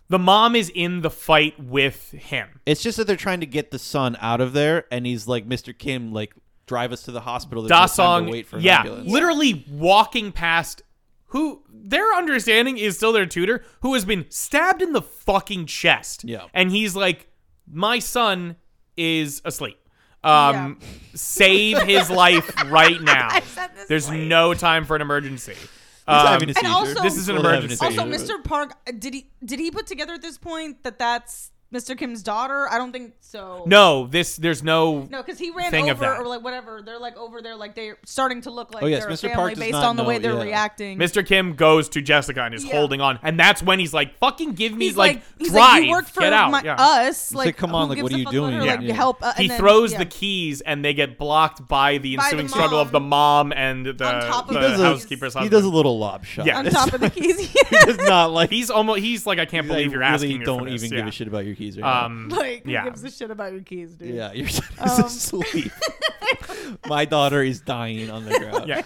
[SPEAKER 1] The mom is in the fight with him.
[SPEAKER 2] it's just that they're trying to get the son out of there, and he's like Mr. Kim, like drive us to the hospital. There's no
[SPEAKER 1] Da
[SPEAKER 2] time to
[SPEAKER 1] Song,
[SPEAKER 2] wait for an
[SPEAKER 1] yeah,
[SPEAKER 2] ambulance."
[SPEAKER 1] literally walking past. Who their understanding is still their tutor, who has been stabbed in the fucking chest.
[SPEAKER 2] Yeah.
[SPEAKER 1] and he's like, "My son is asleep. Um, save his life right now.
[SPEAKER 3] I said this
[SPEAKER 1] There's
[SPEAKER 3] twice.
[SPEAKER 1] no time for an emergency."
[SPEAKER 2] He's
[SPEAKER 1] Um,
[SPEAKER 2] having a seizure.
[SPEAKER 3] also- This
[SPEAKER 1] is an
[SPEAKER 2] He's having a
[SPEAKER 1] emergency.
[SPEAKER 3] also,
[SPEAKER 2] seizure.
[SPEAKER 3] Mr. Park, uh, did he did he put together at this point that that's Mr. Kim's daughter? I don't think so.
[SPEAKER 1] no, this there's no
[SPEAKER 3] No, because he ran
[SPEAKER 1] Thing of
[SPEAKER 3] over
[SPEAKER 1] that.
[SPEAKER 3] or like whatever. They're like over there, like they're starting to look like
[SPEAKER 2] Oh, yes,
[SPEAKER 3] they're a
[SPEAKER 2] Mr. Park
[SPEAKER 3] family
[SPEAKER 2] does
[SPEAKER 3] based
[SPEAKER 2] not
[SPEAKER 3] on the way
[SPEAKER 2] know,
[SPEAKER 3] they're
[SPEAKER 2] yeah.
[SPEAKER 3] reacting.
[SPEAKER 1] Mr. Kim goes to Jessica and is
[SPEAKER 3] Yeah.
[SPEAKER 1] holding on, and that's when he's like, "Fucking give me
[SPEAKER 3] He's
[SPEAKER 1] like,
[SPEAKER 3] like, he's
[SPEAKER 1] drive,
[SPEAKER 3] like, you work for
[SPEAKER 1] get out."
[SPEAKER 3] my,
[SPEAKER 1] yeah.
[SPEAKER 3] us. Like,
[SPEAKER 2] like, come on,
[SPEAKER 3] who
[SPEAKER 2] like,
[SPEAKER 3] gives
[SPEAKER 2] what
[SPEAKER 3] a
[SPEAKER 2] are you
[SPEAKER 3] fuck about
[SPEAKER 2] doing?
[SPEAKER 3] her? Like,
[SPEAKER 2] Yeah.
[SPEAKER 3] you help. uh, and
[SPEAKER 1] he
[SPEAKER 3] then-
[SPEAKER 1] throws
[SPEAKER 3] yeah.
[SPEAKER 1] the keys, and they get blocked by the
[SPEAKER 3] By the
[SPEAKER 1] ensuing struggle of the mom and the,
[SPEAKER 3] top of
[SPEAKER 1] the
[SPEAKER 3] He does a-
[SPEAKER 1] housekeeper's
[SPEAKER 2] he
[SPEAKER 1] husband.
[SPEAKER 2] does a little lob shot.
[SPEAKER 1] Yeah.
[SPEAKER 3] on
[SPEAKER 1] It's-
[SPEAKER 3] top of the keys.
[SPEAKER 2] he does not like.
[SPEAKER 1] he's almost. He's like, "I can't
[SPEAKER 2] I
[SPEAKER 1] believe you're
[SPEAKER 2] really
[SPEAKER 1] asking me
[SPEAKER 2] don't
[SPEAKER 1] for this.
[SPEAKER 2] even
[SPEAKER 1] yeah.
[SPEAKER 2] give a shit about your keys right now.
[SPEAKER 1] Um,
[SPEAKER 3] Like, who
[SPEAKER 1] Yeah.
[SPEAKER 3] gives a shit about your keys, dude?
[SPEAKER 2] Yeah, your son is
[SPEAKER 3] Um,
[SPEAKER 2] asleep. My daughter is dying on the ground.
[SPEAKER 1] yeah,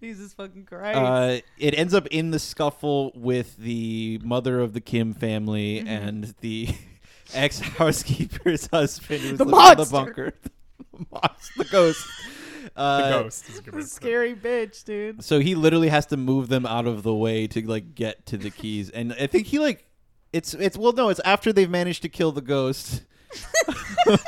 [SPEAKER 3] Jesus fucking Christ.
[SPEAKER 2] Uh, it ends up in the scuffle with the mother of the Kim family
[SPEAKER 3] Mm-hmm.
[SPEAKER 2] and the ex housekeeper's husband, who's
[SPEAKER 3] The
[SPEAKER 2] living in the
[SPEAKER 3] monster.
[SPEAKER 2] bunker, the, monster, the ghost.
[SPEAKER 1] the
[SPEAKER 2] Uh,
[SPEAKER 1] ghost. Is a good
[SPEAKER 3] This
[SPEAKER 1] word.
[SPEAKER 3] is scary bitch, dude.
[SPEAKER 2] So he literally has to move them out of the way to like get to the keys, and I think he like it's it's well no, it's after they've managed to kill the ghost.
[SPEAKER 3] It's not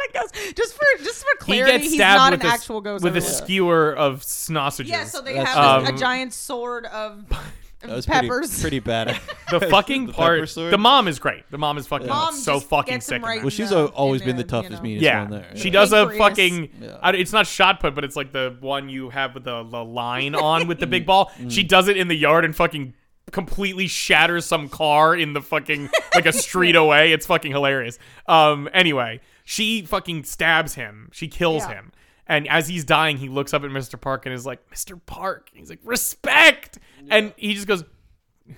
[SPEAKER 3] a ghost. Just for just for
[SPEAKER 1] He
[SPEAKER 3] clarity,
[SPEAKER 1] gets
[SPEAKER 3] he's
[SPEAKER 1] stabbed
[SPEAKER 3] not
[SPEAKER 1] with
[SPEAKER 3] an
[SPEAKER 1] a,
[SPEAKER 3] actual ghost.
[SPEAKER 1] with a
[SPEAKER 3] everyone.
[SPEAKER 1] skewer of sausages.
[SPEAKER 3] Yeah, so they
[SPEAKER 2] That's
[SPEAKER 3] have a-
[SPEAKER 1] true.
[SPEAKER 3] a giant sword of
[SPEAKER 2] That was pretty-
[SPEAKER 3] peppers.
[SPEAKER 2] pretty, bad.
[SPEAKER 1] the fucking
[SPEAKER 2] The pepper
[SPEAKER 1] part.
[SPEAKER 2] sword.
[SPEAKER 1] The mom is great. The mom is fucking
[SPEAKER 3] Mom
[SPEAKER 1] so
[SPEAKER 3] just
[SPEAKER 1] fucking
[SPEAKER 3] gets him
[SPEAKER 1] sick. in
[SPEAKER 3] right
[SPEAKER 1] that.
[SPEAKER 2] Well, she's
[SPEAKER 3] No,
[SPEAKER 2] al- always
[SPEAKER 3] in
[SPEAKER 2] been the
[SPEAKER 3] there, you
[SPEAKER 2] toughest,
[SPEAKER 3] know.
[SPEAKER 2] meanest
[SPEAKER 1] Yeah,
[SPEAKER 2] one there.
[SPEAKER 1] she
[SPEAKER 2] Yeah.
[SPEAKER 1] does a
[SPEAKER 3] Pancreas.
[SPEAKER 1] fucking.
[SPEAKER 2] Yeah.
[SPEAKER 1] I- it's not shot put, but it's like the one you have with the, the line on with the big ball. She
[SPEAKER 2] Mm.
[SPEAKER 1] does it in the yard and fucking completely shatters some car in the fucking like a street away. It's fucking hilarious. Um. Anyway, she fucking stabs him. She kills
[SPEAKER 3] Yeah.
[SPEAKER 1] him. And as he's dying, he looks up at Mr. Park and is like, "Mr. Park." He's like, "Respect." And he just goes,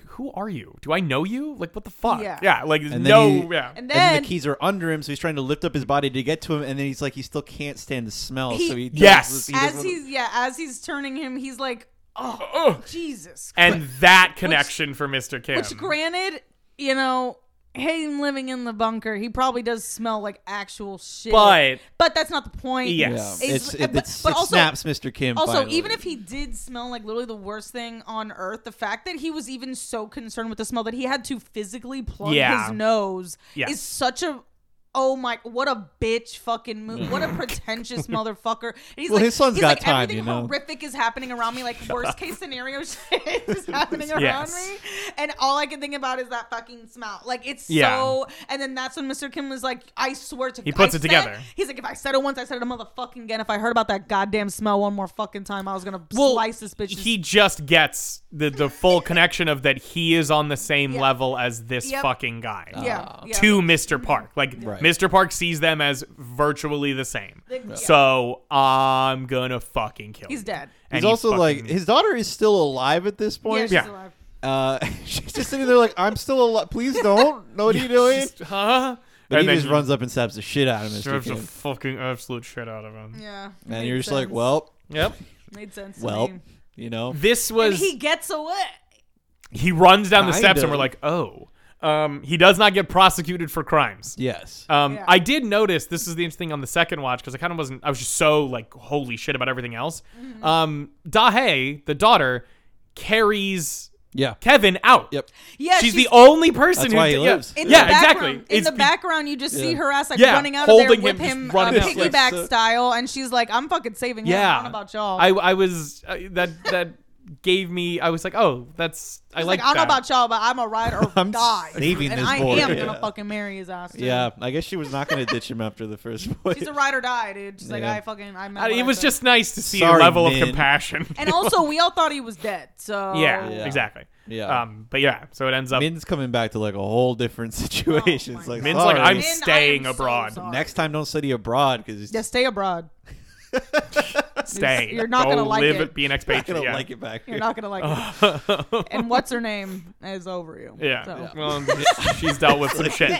[SPEAKER 1] "Who are you? Do I know you? Like, what the fuck?"
[SPEAKER 3] Yeah.
[SPEAKER 1] like
[SPEAKER 2] And then
[SPEAKER 1] no,
[SPEAKER 2] he-
[SPEAKER 1] yeah.
[SPEAKER 3] And
[SPEAKER 2] And then,
[SPEAKER 3] then
[SPEAKER 2] the keys are under him, so he's trying to lift up his body to get to him, and then he's like, he still can't stand the smell,
[SPEAKER 3] He-
[SPEAKER 2] so he does
[SPEAKER 1] Yes.
[SPEAKER 2] this- he does
[SPEAKER 3] as
[SPEAKER 2] one of-
[SPEAKER 3] he's yeah, as he's turning him, he's like, Oh
[SPEAKER 1] Ugh.
[SPEAKER 3] Jesus Christ.
[SPEAKER 1] and that connection for Mr. Kim.
[SPEAKER 3] Which granted, you know, him living in the bunker, he probably does smell like actual shit.
[SPEAKER 1] But-
[SPEAKER 3] But that's not the point.
[SPEAKER 1] Yes.
[SPEAKER 2] yeah,
[SPEAKER 1] It's-
[SPEAKER 2] it's, it,
[SPEAKER 3] but-
[SPEAKER 2] it's,
[SPEAKER 3] but
[SPEAKER 2] it
[SPEAKER 3] also-
[SPEAKER 2] snaps Mr. Kim.
[SPEAKER 3] Also,
[SPEAKER 2] finally.
[SPEAKER 3] even if he did smell like literally the worst thing on earth, the fact that he was even so concerned with the smell that he had to physically plug
[SPEAKER 1] Yeah.
[SPEAKER 3] his nose
[SPEAKER 1] Yes.
[SPEAKER 3] is such a oh my, what a bitch fucking move. What a pretentious motherfucker. And he's
[SPEAKER 2] Well,
[SPEAKER 3] like,
[SPEAKER 2] his son's
[SPEAKER 3] he's
[SPEAKER 2] got
[SPEAKER 3] like,
[SPEAKER 2] time,
[SPEAKER 3] everything
[SPEAKER 2] you know."
[SPEAKER 3] horrific is happening around me. Like, worst case scenario shit is happening around
[SPEAKER 1] Yes.
[SPEAKER 3] me. And all I can think about is that fucking smell. Like, it's
[SPEAKER 1] Yeah.
[SPEAKER 3] so. And then that's when Mr. Kim was like, I swear to
[SPEAKER 1] He puts
[SPEAKER 3] I
[SPEAKER 1] it
[SPEAKER 3] said-
[SPEAKER 1] together.
[SPEAKER 3] He's like, if I said it once, I said it a motherfucking again. If I heard about that goddamn smell one more fucking time, I was going to
[SPEAKER 1] Well,
[SPEAKER 3] slice this bitch.
[SPEAKER 1] He just gets the the full connection of that he is on the same level as this
[SPEAKER 3] Yep.
[SPEAKER 1] fucking guy.
[SPEAKER 3] yeah, yeah.
[SPEAKER 1] to Mr. Park. Like
[SPEAKER 2] Right.
[SPEAKER 1] Mr. Park sees them as virtually the same.
[SPEAKER 3] yeah.
[SPEAKER 1] So I'm gonna fucking kill.
[SPEAKER 3] He's
[SPEAKER 1] you.
[SPEAKER 3] dead.
[SPEAKER 1] And
[SPEAKER 2] He's
[SPEAKER 1] he
[SPEAKER 2] also like
[SPEAKER 1] fucking-
[SPEAKER 2] his daughter is still alive at this
[SPEAKER 3] Yeah,
[SPEAKER 2] point.
[SPEAKER 3] she's
[SPEAKER 1] Yeah.
[SPEAKER 3] alive.
[SPEAKER 2] Uh, she's just sitting there like, I'm still alive. Please don't. No, what are you doing?
[SPEAKER 1] huh?
[SPEAKER 2] But
[SPEAKER 1] and
[SPEAKER 2] he
[SPEAKER 1] then
[SPEAKER 2] just runs up and slaps the shit out of Mr.
[SPEAKER 1] serves the
[SPEAKER 2] Kim.
[SPEAKER 1] fucking absolute shit out of him.
[SPEAKER 3] Yeah.
[SPEAKER 2] And
[SPEAKER 3] made
[SPEAKER 2] you're just like,
[SPEAKER 3] sense.
[SPEAKER 2] well,
[SPEAKER 1] Yep.
[SPEAKER 3] made sense. to
[SPEAKER 2] well,
[SPEAKER 3] me.
[SPEAKER 2] you know.
[SPEAKER 1] This
[SPEAKER 3] And
[SPEAKER 1] was
[SPEAKER 3] he
[SPEAKER 1] he,
[SPEAKER 3] gets away.
[SPEAKER 1] runs down the
[SPEAKER 2] Kind
[SPEAKER 1] steps
[SPEAKER 2] of.
[SPEAKER 1] and we're like, oh. Um, he does not get prosecuted for crimes.
[SPEAKER 2] Yes.
[SPEAKER 1] Um,
[SPEAKER 3] Yeah.
[SPEAKER 1] I did notice this is the interesting thing on the second watch because I kind of wasn't. I was just so like holy shit about everything else.
[SPEAKER 3] Mm-hmm.
[SPEAKER 1] Um, Dahe, the daughter, carries
[SPEAKER 2] yeah.
[SPEAKER 1] Kevin out.
[SPEAKER 2] Yep.
[SPEAKER 3] Yeah,
[SPEAKER 1] she's, the only person
[SPEAKER 2] That's
[SPEAKER 1] who
[SPEAKER 2] why he
[SPEAKER 1] did- yeah.
[SPEAKER 2] lives.
[SPEAKER 1] Yeah,
[SPEAKER 3] In the background,
[SPEAKER 1] exactly.
[SPEAKER 3] In
[SPEAKER 1] It's
[SPEAKER 3] the
[SPEAKER 1] be-
[SPEAKER 3] background, you just see
[SPEAKER 2] Yeah.
[SPEAKER 3] her ass like
[SPEAKER 1] Yeah,
[SPEAKER 3] running out of there
[SPEAKER 1] holding
[SPEAKER 3] with
[SPEAKER 1] him,
[SPEAKER 3] him,
[SPEAKER 1] just running
[SPEAKER 3] uh,
[SPEAKER 1] out.
[SPEAKER 3] piggyback
[SPEAKER 2] It's, uh,
[SPEAKER 3] style, and she's like, "I'm fucking saving him. I
[SPEAKER 1] yeah.
[SPEAKER 3] don't know about y'all."
[SPEAKER 1] I I was uh, that that gave me. I was like, oh, that's I
[SPEAKER 3] She's
[SPEAKER 1] like.
[SPEAKER 3] I don't know
[SPEAKER 1] that.
[SPEAKER 3] about y'all, but I'm a ride or
[SPEAKER 2] I'm
[SPEAKER 3] die,
[SPEAKER 2] saving
[SPEAKER 3] and
[SPEAKER 2] this
[SPEAKER 3] I
[SPEAKER 2] boy.
[SPEAKER 3] am gonna
[SPEAKER 2] Yeah.
[SPEAKER 3] fucking marry his ass. dude.
[SPEAKER 2] Yeah. I guess she was not going to ditch him after the first point.
[SPEAKER 3] she's a ride or die, dude. She's like,
[SPEAKER 2] Yeah.
[SPEAKER 3] I fucking, I. meant
[SPEAKER 1] I-
[SPEAKER 3] what
[SPEAKER 1] it
[SPEAKER 3] I
[SPEAKER 1] was
[SPEAKER 3] said."
[SPEAKER 1] just nice to see a
[SPEAKER 2] Sorry,
[SPEAKER 1] level
[SPEAKER 2] Min.
[SPEAKER 1] of compassion.
[SPEAKER 3] And also, we all thought he was dead. So Oh,
[SPEAKER 1] yeah,
[SPEAKER 2] Yeah.
[SPEAKER 1] exactly.
[SPEAKER 2] Yeah.
[SPEAKER 1] Um, but yeah, so it ends up.
[SPEAKER 2] Min's coming back to like a whole different situation. It's
[SPEAKER 3] Oh my
[SPEAKER 2] like,
[SPEAKER 1] Min's like,
[SPEAKER 2] sorry.
[SPEAKER 1] I'm
[SPEAKER 3] Min, I am
[SPEAKER 1] staying
[SPEAKER 3] so
[SPEAKER 1] abroad.
[SPEAKER 3] sorry.
[SPEAKER 2] Next time, don't study abroad because
[SPEAKER 3] yeah, stay abroad.
[SPEAKER 1] stay.
[SPEAKER 3] you're not
[SPEAKER 1] Go
[SPEAKER 3] gonna like
[SPEAKER 1] live
[SPEAKER 3] it.
[SPEAKER 1] Be an
[SPEAKER 2] not
[SPEAKER 1] expatriate.
[SPEAKER 2] gonna
[SPEAKER 1] yeah.
[SPEAKER 2] like it back
[SPEAKER 3] You're
[SPEAKER 2] here.
[SPEAKER 3] not gonna like it. and what's her name is over you.
[SPEAKER 1] Yeah.
[SPEAKER 3] So.
[SPEAKER 1] Well, she's dealt with some shit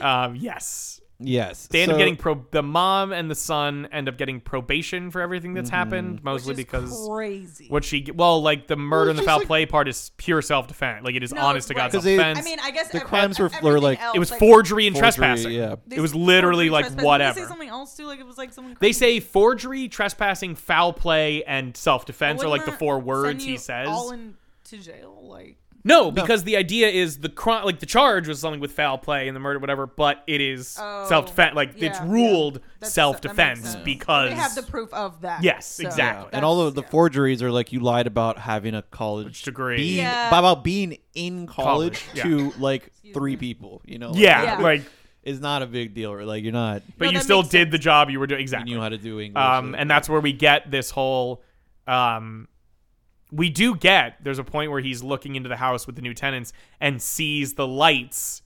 [SPEAKER 1] now. Um, yes.
[SPEAKER 2] Yes,
[SPEAKER 1] They end
[SPEAKER 2] so-
[SPEAKER 1] up getting pro- the mom and the son end up getting probation for everything that's
[SPEAKER 2] Mm-hmm.
[SPEAKER 1] happened, mostly
[SPEAKER 3] Which is
[SPEAKER 1] because
[SPEAKER 3] crazy.
[SPEAKER 1] what she well, like the murder
[SPEAKER 2] Well,
[SPEAKER 1] and the
[SPEAKER 2] it's
[SPEAKER 1] foul
[SPEAKER 2] just like-
[SPEAKER 1] play part is pure self defense. Like it is
[SPEAKER 3] No,
[SPEAKER 1] honest to
[SPEAKER 3] right.
[SPEAKER 1] God's
[SPEAKER 3] 'Cause
[SPEAKER 2] they-
[SPEAKER 1] offense.
[SPEAKER 3] I mean, I guess
[SPEAKER 2] The
[SPEAKER 3] ev-
[SPEAKER 2] crimes
[SPEAKER 3] ev-
[SPEAKER 2] were- were
[SPEAKER 3] everything
[SPEAKER 2] like-
[SPEAKER 3] else,
[SPEAKER 1] it was
[SPEAKER 3] like,
[SPEAKER 1] forgery and
[SPEAKER 2] Forgery,
[SPEAKER 1] trespassing.
[SPEAKER 2] yeah.
[SPEAKER 1] It was literally
[SPEAKER 3] forgery,
[SPEAKER 1] like
[SPEAKER 3] trespassing. Didn't They say
[SPEAKER 1] whatever.
[SPEAKER 3] something else too. Like it was like something.
[SPEAKER 1] They
[SPEAKER 3] Crazy.
[SPEAKER 1] say forgery, trespassing, foul play, and self defense are like the
[SPEAKER 3] Wouldn't
[SPEAKER 1] four
[SPEAKER 3] that
[SPEAKER 1] words
[SPEAKER 3] send
[SPEAKER 1] he
[SPEAKER 3] you
[SPEAKER 1] says.
[SPEAKER 3] All in to jail, like.
[SPEAKER 1] No, because the idea is the crime, like the charge was something with foul play and the murder, whatever. But it is
[SPEAKER 3] Oh,
[SPEAKER 1] self defense. Like it's
[SPEAKER 3] yeah, yeah.
[SPEAKER 1] ruled
[SPEAKER 3] That's- uh, that
[SPEAKER 1] self
[SPEAKER 3] makes
[SPEAKER 1] defense
[SPEAKER 3] sense.
[SPEAKER 1] because
[SPEAKER 3] They have the proof of that.
[SPEAKER 1] Yes,
[SPEAKER 3] so
[SPEAKER 1] exactly.
[SPEAKER 2] and all of the
[SPEAKER 3] that's- yeah.
[SPEAKER 2] forgeries are like you lied about having a college
[SPEAKER 1] degree.
[SPEAKER 2] being,
[SPEAKER 3] Yeah.
[SPEAKER 2] about being in college,
[SPEAKER 1] College, yeah.
[SPEAKER 2] to like three people. You know,
[SPEAKER 1] yeah,
[SPEAKER 3] Yeah.
[SPEAKER 1] like
[SPEAKER 2] it's not a big deal. Or like you're not
[SPEAKER 1] but
[SPEAKER 3] No,
[SPEAKER 1] you
[SPEAKER 3] that
[SPEAKER 1] still
[SPEAKER 3] makes
[SPEAKER 1] did
[SPEAKER 3] sense.
[SPEAKER 1] the job you were doing exactly.
[SPEAKER 2] you knew how to do English.
[SPEAKER 1] um, and that's where we get this whole. Um, we do get there's a point where he's looking into the house with the new tenants and sees the lights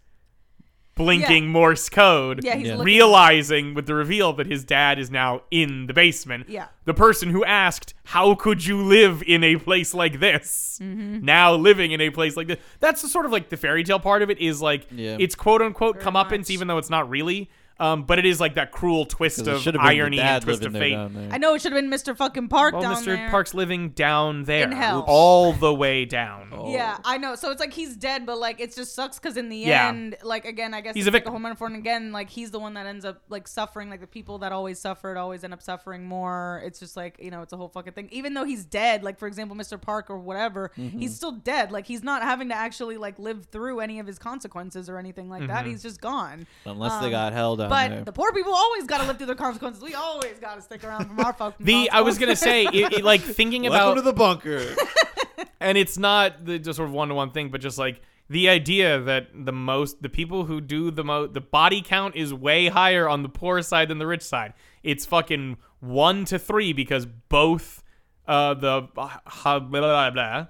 [SPEAKER 1] blinking Morse code.
[SPEAKER 3] Yeah, he's
[SPEAKER 2] Yeah.
[SPEAKER 3] looking-
[SPEAKER 1] realizing with the reveal that his dad is now in the basement.
[SPEAKER 3] Yeah.
[SPEAKER 1] The person who asked, How could you live in a place like this?
[SPEAKER 3] Mm-hmm.
[SPEAKER 1] Now living in a place like this. That's the sort of like the fairy tale part of it is like
[SPEAKER 2] Yeah.
[SPEAKER 1] it's quote unquote
[SPEAKER 3] Very
[SPEAKER 1] comeuppance,
[SPEAKER 3] much.
[SPEAKER 1] even though it's not really. Um, but it is like that cruel twist
[SPEAKER 2] 'Cause it
[SPEAKER 1] of
[SPEAKER 2] should've been your
[SPEAKER 1] irony
[SPEAKER 2] dad
[SPEAKER 1] and twist of
[SPEAKER 2] living there
[SPEAKER 1] fate.
[SPEAKER 2] down there.
[SPEAKER 3] I know it should have been Mr. Fucking Park
[SPEAKER 1] Well,
[SPEAKER 3] down
[SPEAKER 1] Mr.
[SPEAKER 3] there.
[SPEAKER 1] Park's living down there.
[SPEAKER 3] In hell.
[SPEAKER 1] All the way down.
[SPEAKER 2] Oh.
[SPEAKER 3] Yeah, I know. So it's like he's dead, but like it just sucks because in the
[SPEAKER 1] Yeah.
[SPEAKER 3] end, like again, I guess
[SPEAKER 1] He's a
[SPEAKER 3] it's like a
[SPEAKER 1] victim.
[SPEAKER 3] whole metaphor. And again, like he's the one that ends up like suffering. Like the people that always suffered always end up suffering more. It's just like you know, it's a whole fucking thing. Even though he's dead, like for example, Mr. Park or whatever,
[SPEAKER 1] Mm-hmm.
[SPEAKER 3] he's still dead. Like he's not having to actually like live through any of his consequences or anything like
[SPEAKER 1] Mm-hmm.
[SPEAKER 3] that. He's just gone.
[SPEAKER 2] unless
[SPEAKER 3] um,
[SPEAKER 2] they got held
[SPEAKER 1] Uh,
[SPEAKER 2] down
[SPEAKER 3] but
[SPEAKER 2] there.
[SPEAKER 3] the poor people always got to live through their consequences. We always got to stick around from our fucking.
[SPEAKER 1] The I was gonna
[SPEAKER 3] consequences.
[SPEAKER 1] say, it, it, like thinking
[SPEAKER 2] Welcome
[SPEAKER 1] about
[SPEAKER 2] to the bunker.
[SPEAKER 1] and it's not the just sort of one to one thing, but just like the idea that the most the people who do the most the body count is way higher on the poor side than the rich side. It's fucking one to three because both uh the uh, ha- blah, blah, blah,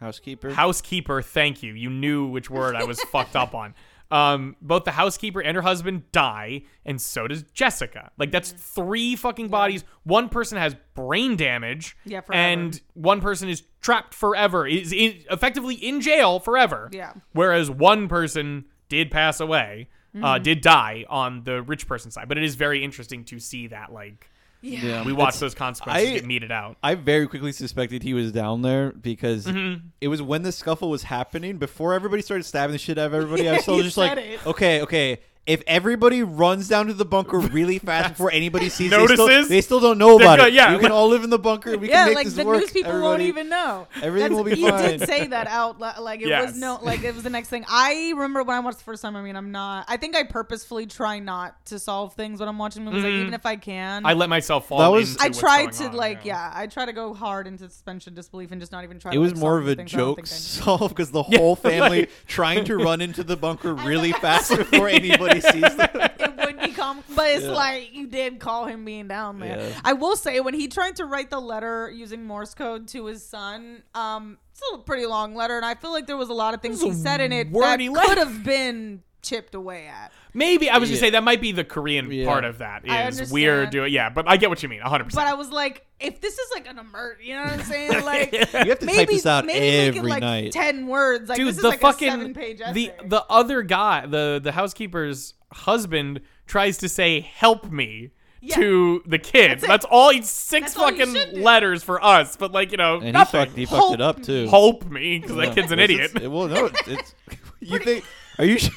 [SPEAKER 2] Housekeeper.
[SPEAKER 1] housekeeper. Thank you. You knew which word I was fucked up on. Um, both the housekeeper and her husband die, and so does Jessica. Like that's
[SPEAKER 3] Mm-hmm.
[SPEAKER 1] three fucking bodies. One person has brain damage,
[SPEAKER 3] Yeah, forever.
[SPEAKER 1] and one person is trapped forever, is in, effectively in jail forever.
[SPEAKER 3] Yeah.
[SPEAKER 1] Whereas one person did pass away, uh,
[SPEAKER 3] Mm-hmm.
[SPEAKER 1] did die on the rich person side. But it is very interesting to see that like
[SPEAKER 2] yeah.
[SPEAKER 1] we watch those consequences
[SPEAKER 2] I-
[SPEAKER 1] get meted out.
[SPEAKER 2] I very quickly suspected he was down there because
[SPEAKER 1] Mm-hmm.
[SPEAKER 2] it was when the scuffle was happening before everybody started stabbing the shit out of everybody. I was
[SPEAKER 3] You
[SPEAKER 2] still just like,
[SPEAKER 3] said it.
[SPEAKER 2] okay, okay, If everybody runs down to the bunker really fast before anybody sees, they still-
[SPEAKER 1] Notices?
[SPEAKER 2] they still, don't know about
[SPEAKER 1] go-
[SPEAKER 2] it.
[SPEAKER 1] yeah.
[SPEAKER 2] we can all live in the bunker. We
[SPEAKER 3] yeah,
[SPEAKER 2] can make
[SPEAKER 3] like
[SPEAKER 2] this
[SPEAKER 3] the
[SPEAKER 2] work.
[SPEAKER 3] news people won't
[SPEAKER 2] everybody.
[SPEAKER 3] even know.
[SPEAKER 2] everything will be
[SPEAKER 3] you
[SPEAKER 2] fine.
[SPEAKER 3] did say that out loud. Like it
[SPEAKER 1] Yes.
[SPEAKER 3] was no, like it was the next thing. I remember when I watched the first time. I mean, I'm not. I think I purposefully try not to solve things when I'm watching movies, like, even if I can.
[SPEAKER 1] Mm. I let myself fall.
[SPEAKER 2] That was-
[SPEAKER 1] into
[SPEAKER 3] I
[SPEAKER 1] what's
[SPEAKER 3] try
[SPEAKER 1] going
[SPEAKER 3] to
[SPEAKER 1] on,
[SPEAKER 3] like, yeah. I try to go hard into suspension disbelief and just not even try.
[SPEAKER 2] It
[SPEAKER 3] to,
[SPEAKER 2] was
[SPEAKER 3] like,
[SPEAKER 2] more of
[SPEAKER 3] solve
[SPEAKER 2] a
[SPEAKER 3] things I don't
[SPEAKER 2] joke
[SPEAKER 3] think I need.
[SPEAKER 2] solve because the whole family
[SPEAKER 1] like-
[SPEAKER 2] trying to run into the bunker really fast before anybody sees them.
[SPEAKER 3] it would be com but it's
[SPEAKER 2] Yeah.
[SPEAKER 3] like you did call him being down there.
[SPEAKER 2] Yeah.
[SPEAKER 3] I will say when he tried to write the letter using Morse code to his son, um, it's a pretty long letter, and I feel like there was a lot of things
[SPEAKER 1] This
[SPEAKER 3] he
[SPEAKER 1] is a
[SPEAKER 3] said in it that
[SPEAKER 1] wordy letter.
[SPEAKER 3] could have been chipped away at.
[SPEAKER 1] Maybe I was gonna
[SPEAKER 2] Yeah.
[SPEAKER 1] say that might be the Korean
[SPEAKER 2] Yeah.
[SPEAKER 1] part of that
[SPEAKER 3] I
[SPEAKER 1] is we're
[SPEAKER 3] understand.
[SPEAKER 1] doing yeah, but I get what you mean, hundred
[SPEAKER 3] But
[SPEAKER 1] percent.
[SPEAKER 3] I was like, if this is like an emer, you know what I'm saying? Like
[SPEAKER 2] You have to
[SPEAKER 3] maybe
[SPEAKER 2] type this out
[SPEAKER 3] maybe
[SPEAKER 2] every
[SPEAKER 3] make it like
[SPEAKER 2] night.
[SPEAKER 3] ten words. Like
[SPEAKER 1] Dude,
[SPEAKER 3] this is
[SPEAKER 1] the
[SPEAKER 3] like
[SPEAKER 1] fucking
[SPEAKER 3] a seven page essay.
[SPEAKER 1] the the other guy, the the housekeeper's husband tries to say "help me"
[SPEAKER 3] Yeah.
[SPEAKER 1] to the kid.
[SPEAKER 3] That's it.
[SPEAKER 1] That's, all. He's six
[SPEAKER 3] That's all you should
[SPEAKER 1] fucking
[SPEAKER 3] do.
[SPEAKER 1] letters for us, but like you know,
[SPEAKER 2] And he
[SPEAKER 1] nothing.
[SPEAKER 2] fucked, he
[SPEAKER 3] Hope-
[SPEAKER 2] fucked it up too.
[SPEAKER 1] Help me, because that
[SPEAKER 2] Yeah.
[SPEAKER 1] kid's an
[SPEAKER 2] This
[SPEAKER 1] idiot.
[SPEAKER 2] is- well, no, it's, it's you think. Are you? sure?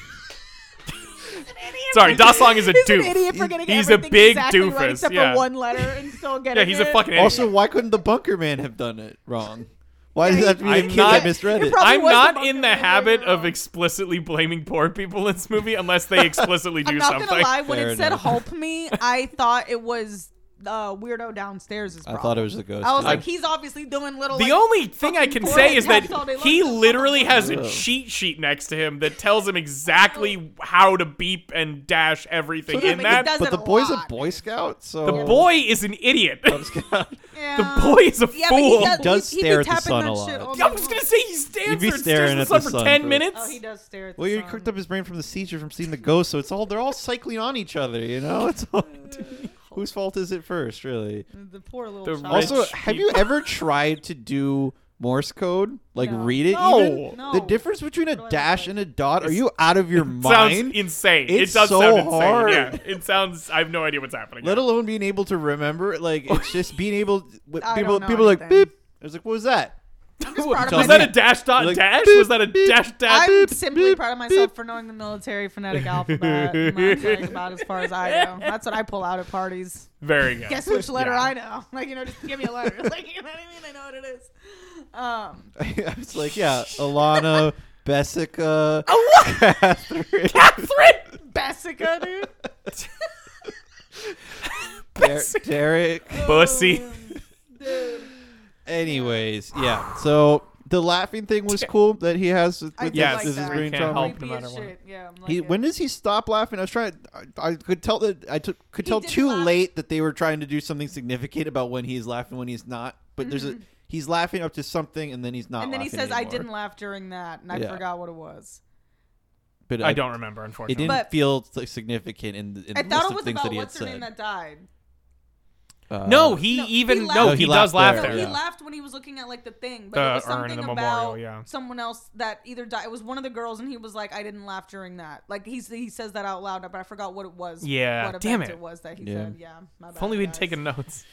[SPEAKER 1] Sorry, Dasong is a
[SPEAKER 3] He's an
[SPEAKER 1] doof.
[SPEAKER 3] idiot for getting
[SPEAKER 1] He's a
[SPEAKER 3] everything
[SPEAKER 1] big
[SPEAKER 3] exactly
[SPEAKER 1] doofus,
[SPEAKER 3] Right except
[SPEAKER 1] yeah.
[SPEAKER 3] for one letter and still getting
[SPEAKER 1] yeah, he's a
[SPEAKER 3] it.
[SPEAKER 1] fucking idiot.
[SPEAKER 2] Also, why couldn't the bunker man have done it wrong? Why does it have to be
[SPEAKER 1] I'm
[SPEAKER 2] the kid
[SPEAKER 1] not-
[SPEAKER 2] that misread
[SPEAKER 3] You're
[SPEAKER 2] it?
[SPEAKER 3] probably
[SPEAKER 1] I'm
[SPEAKER 3] was the
[SPEAKER 1] not
[SPEAKER 3] bunker
[SPEAKER 1] in the
[SPEAKER 3] man, you're
[SPEAKER 1] habit
[SPEAKER 3] wrong.
[SPEAKER 1] of explicitly blaming poor people in this movie unless they explicitly do
[SPEAKER 3] I'm not
[SPEAKER 1] something.
[SPEAKER 3] gonna lie. When
[SPEAKER 2] Fair
[SPEAKER 3] it said
[SPEAKER 2] enough.
[SPEAKER 3] "help me," I thought it was the weirdo downstairs. Is
[SPEAKER 2] I thought it was the ghost.
[SPEAKER 3] I was
[SPEAKER 2] yeah.
[SPEAKER 3] like, he's obviously doing little.
[SPEAKER 1] The
[SPEAKER 3] like,
[SPEAKER 1] only thing I
[SPEAKER 3] fucking
[SPEAKER 1] can
[SPEAKER 3] forehead
[SPEAKER 1] say is that
[SPEAKER 3] taps all day long.
[SPEAKER 1] he
[SPEAKER 3] Just
[SPEAKER 1] literally has a
[SPEAKER 2] Ugh.
[SPEAKER 1] cheat sheet next to him that tells him exactly how to beep and dash everything
[SPEAKER 3] Oh. So
[SPEAKER 1] in that.
[SPEAKER 3] that- does
[SPEAKER 2] but
[SPEAKER 3] it
[SPEAKER 2] the
[SPEAKER 3] a
[SPEAKER 2] boy's
[SPEAKER 3] lot.
[SPEAKER 2] a Boy Scout, so
[SPEAKER 1] The boy is an idiot. the
[SPEAKER 3] yeah.
[SPEAKER 1] boy is a
[SPEAKER 3] Uh, Yeah, but he
[SPEAKER 1] fool.
[SPEAKER 3] does,
[SPEAKER 2] does
[SPEAKER 3] he, he be
[SPEAKER 2] stare at the
[SPEAKER 3] tapping
[SPEAKER 2] sun
[SPEAKER 3] that
[SPEAKER 2] a lot.
[SPEAKER 3] shit all
[SPEAKER 1] I
[SPEAKER 3] day
[SPEAKER 1] was
[SPEAKER 3] long.
[SPEAKER 1] gonna say he stands
[SPEAKER 2] be
[SPEAKER 1] there and stares
[SPEAKER 2] staring
[SPEAKER 1] at
[SPEAKER 2] at
[SPEAKER 1] the sun
[SPEAKER 2] the
[SPEAKER 1] for
[SPEAKER 2] sun
[SPEAKER 1] ten
[SPEAKER 2] for-
[SPEAKER 1] minutes.
[SPEAKER 3] Oh, he does stare at the
[SPEAKER 2] Well, you
[SPEAKER 3] sun.
[SPEAKER 2] cooked up his brain from the seizure from seeing the ghost, so it's all they're all cycling on each other. You know, it's all. Whose fault is it first, really?
[SPEAKER 3] The poor little
[SPEAKER 1] The
[SPEAKER 3] child.
[SPEAKER 1] rich-
[SPEAKER 2] Also, have you ever tried to do Morse code, like
[SPEAKER 3] No.
[SPEAKER 2] read it?
[SPEAKER 1] No.
[SPEAKER 2] even?
[SPEAKER 3] No.
[SPEAKER 2] The difference between a
[SPEAKER 3] What do I look
[SPEAKER 2] dash
[SPEAKER 3] like?
[SPEAKER 2] and a dot. Are you out of your
[SPEAKER 1] Sounds
[SPEAKER 2] mind?
[SPEAKER 1] insane.
[SPEAKER 2] It's
[SPEAKER 1] it does
[SPEAKER 2] so
[SPEAKER 1] sound insane.
[SPEAKER 2] hard.
[SPEAKER 1] Yeah, it sounds. I have no idea what's happening.
[SPEAKER 2] Let alone being able to remember. it, Like it's just being able. People,
[SPEAKER 3] I don't
[SPEAKER 2] people
[SPEAKER 3] know
[SPEAKER 2] are like
[SPEAKER 3] anything.
[SPEAKER 2] beep. I was like, what was that?
[SPEAKER 3] I'm just proud of
[SPEAKER 1] was
[SPEAKER 2] Tell
[SPEAKER 1] that
[SPEAKER 2] me.
[SPEAKER 1] a dash dot
[SPEAKER 2] Like,
[SPEAKER 1] dash?
[SPEAKER 2] beep,
[SPEAKER 1] was that a
[SPEAKER 2] beep,
[SPEAKER 1] dash dash?
[SPEAKER 3] I'm
[SPEAKER 2] Beep,
[SPEAKER 3] simply
[SPEAKER 2] beep,
[SPEAKER 3] proud of myself
[SPEAKER 2] beep.
[SPEAKER 3] for knowing the military phonetic alphabet. and that's like about as far as I go. That's what I pull out at parties.
[SPEAKER 1] Very good.
[SPEAKER 3] Guess which letter
[SPEAKER 1] Yeah.
[SPEAKER 3] I know. Like you know, just give me a letter. Like you know what I mean? I know what it is. Um,
[SPEAKER 2] I was like, yeah, Alana, Bessica, Catherine,
[SPEAKER 1] Catherine.
[SPEAKER 3] Bessica, dude.
[SPEAKER 2] Der- Derek.
[SPEAKER 1] Bussy.
[SPEAKER 3] Dude.
[SPEAKER 2] Anyways, yeah. So the laughing thing was cool that he has with,
[SPEAKER 3] I
[SPEAKER 2] with
[SPEAKER 3] did
[SPEAKER 1] Yes.
[SPEAKER 2] his, with his
[SPEAKER 3] like that.
[SPEAKER 2] brain
[SPEAKER 1] Can't
[SPEAKER 2] trauma.
[SPEAKER 1] help.
[SPEAKER 3] Creepy
[SPEAKER 1] no
[SPEAKER 3] as
[SPEAKER 1] matter what.
[SPEAKER 3] shit. Yeah, I'm like
[SPEAKER 2] He,
[SPEAKER 3] it.
[SPEAKER 2] when does he stop laughing? I was trying. I, I could tell that I took, could
[SPEAKER 3] He
[SPEAKER 2] tell
[SPEAKER 3] did
[SPEAKER 2] too
[SPEAKER 3] laugh.
[SPEAKER 2] late that they were trying to do something significant about when he's laughing, when he's not. But there's a he's laughing up to something, and then he's not.
[SPEAKER 3] Mm-hmm. and then he
[SPEAKER 2] laughing
[SPEAKER 3] says, "I
[SPEAKER 2] anymore."
[SPEAKER 3] didn't laugh during that, and I
[SPEAKER 2] Yeah.
[SPEAKER 3] forgot what it was."
[SPEAKER 2] But
[SPEAKER 1] I don't remember,
[SPEAKER 2] It
[SPEAKER 1] unfortunately.
[SPEAKER 2] didn't
[SPEAKER 3] But-
[SPEAKER 2] feel like significant in, the- in
[SPEAKER 3] I
[SPEAKER 2] the
[SPEAKER 3] thought
[SPEAKER 2] list
[SPEAKER 3] it
[SPEAKER 2] of
[SPEAKER 3] was
[SPEAKER 2] things that
[SPEAKER 3] about
[SPEAKER 2] he
[SPEAKER 3] what's
[SPEAKER 2] had
[SPEAKER 3] her name
[SPEAKER 2] said.
[SPEAKER 3] that died.
[SPEAKER 2] Uh,
[SPEAKER 1] No, he
[SPEAKER 3] No, he
[SPEAKER 1] even
[SPEAKER 3] laughed.
[SPEAKER 1] no,
[SPEAKER 3] No,
[SPEAKER 1] he,
[SPEAKER 2] he
[SPEAKER 1] does
[SPEAKER 2] laughed
[SPEAKER 1] laugh
[SPEAKER 2] there,
[SPEAKER 1] there.
[SPEAKER 3] No,
[SPEAKER 2] yeah.
[SPEAKER 3] he laughed when he was looking at like the thing, but
[SPEAKER 1] The
[SPEAKER 3] it was
[SPEAKER 1] urn and
[SPEAKER 3] something
[SPEAKER 1] the
[SPEAKER 3] about
[SPEAKER 1] memorial, yeah.
[SPEAKER 3] someone else that either died. It was one of the girls, and he was like, "I didn't laugh during that." Like he he says that out loud, but I forgot what it was.
[SPEAKER 1] Yeah,
[SPEAKER 3] what
[SPEAKER 1] damn
[SPEAKER 3] event
[SPEAKER 1] it.
[SPEAKER 3] it was that he
[SPEAKER 2] Yeah.
[SPEAKER 3] said. Yeah, my bad,
[SPEAKER 1] If only we'd
[SPEAKER 3] guys.
[SPEAKER 1] taken notes.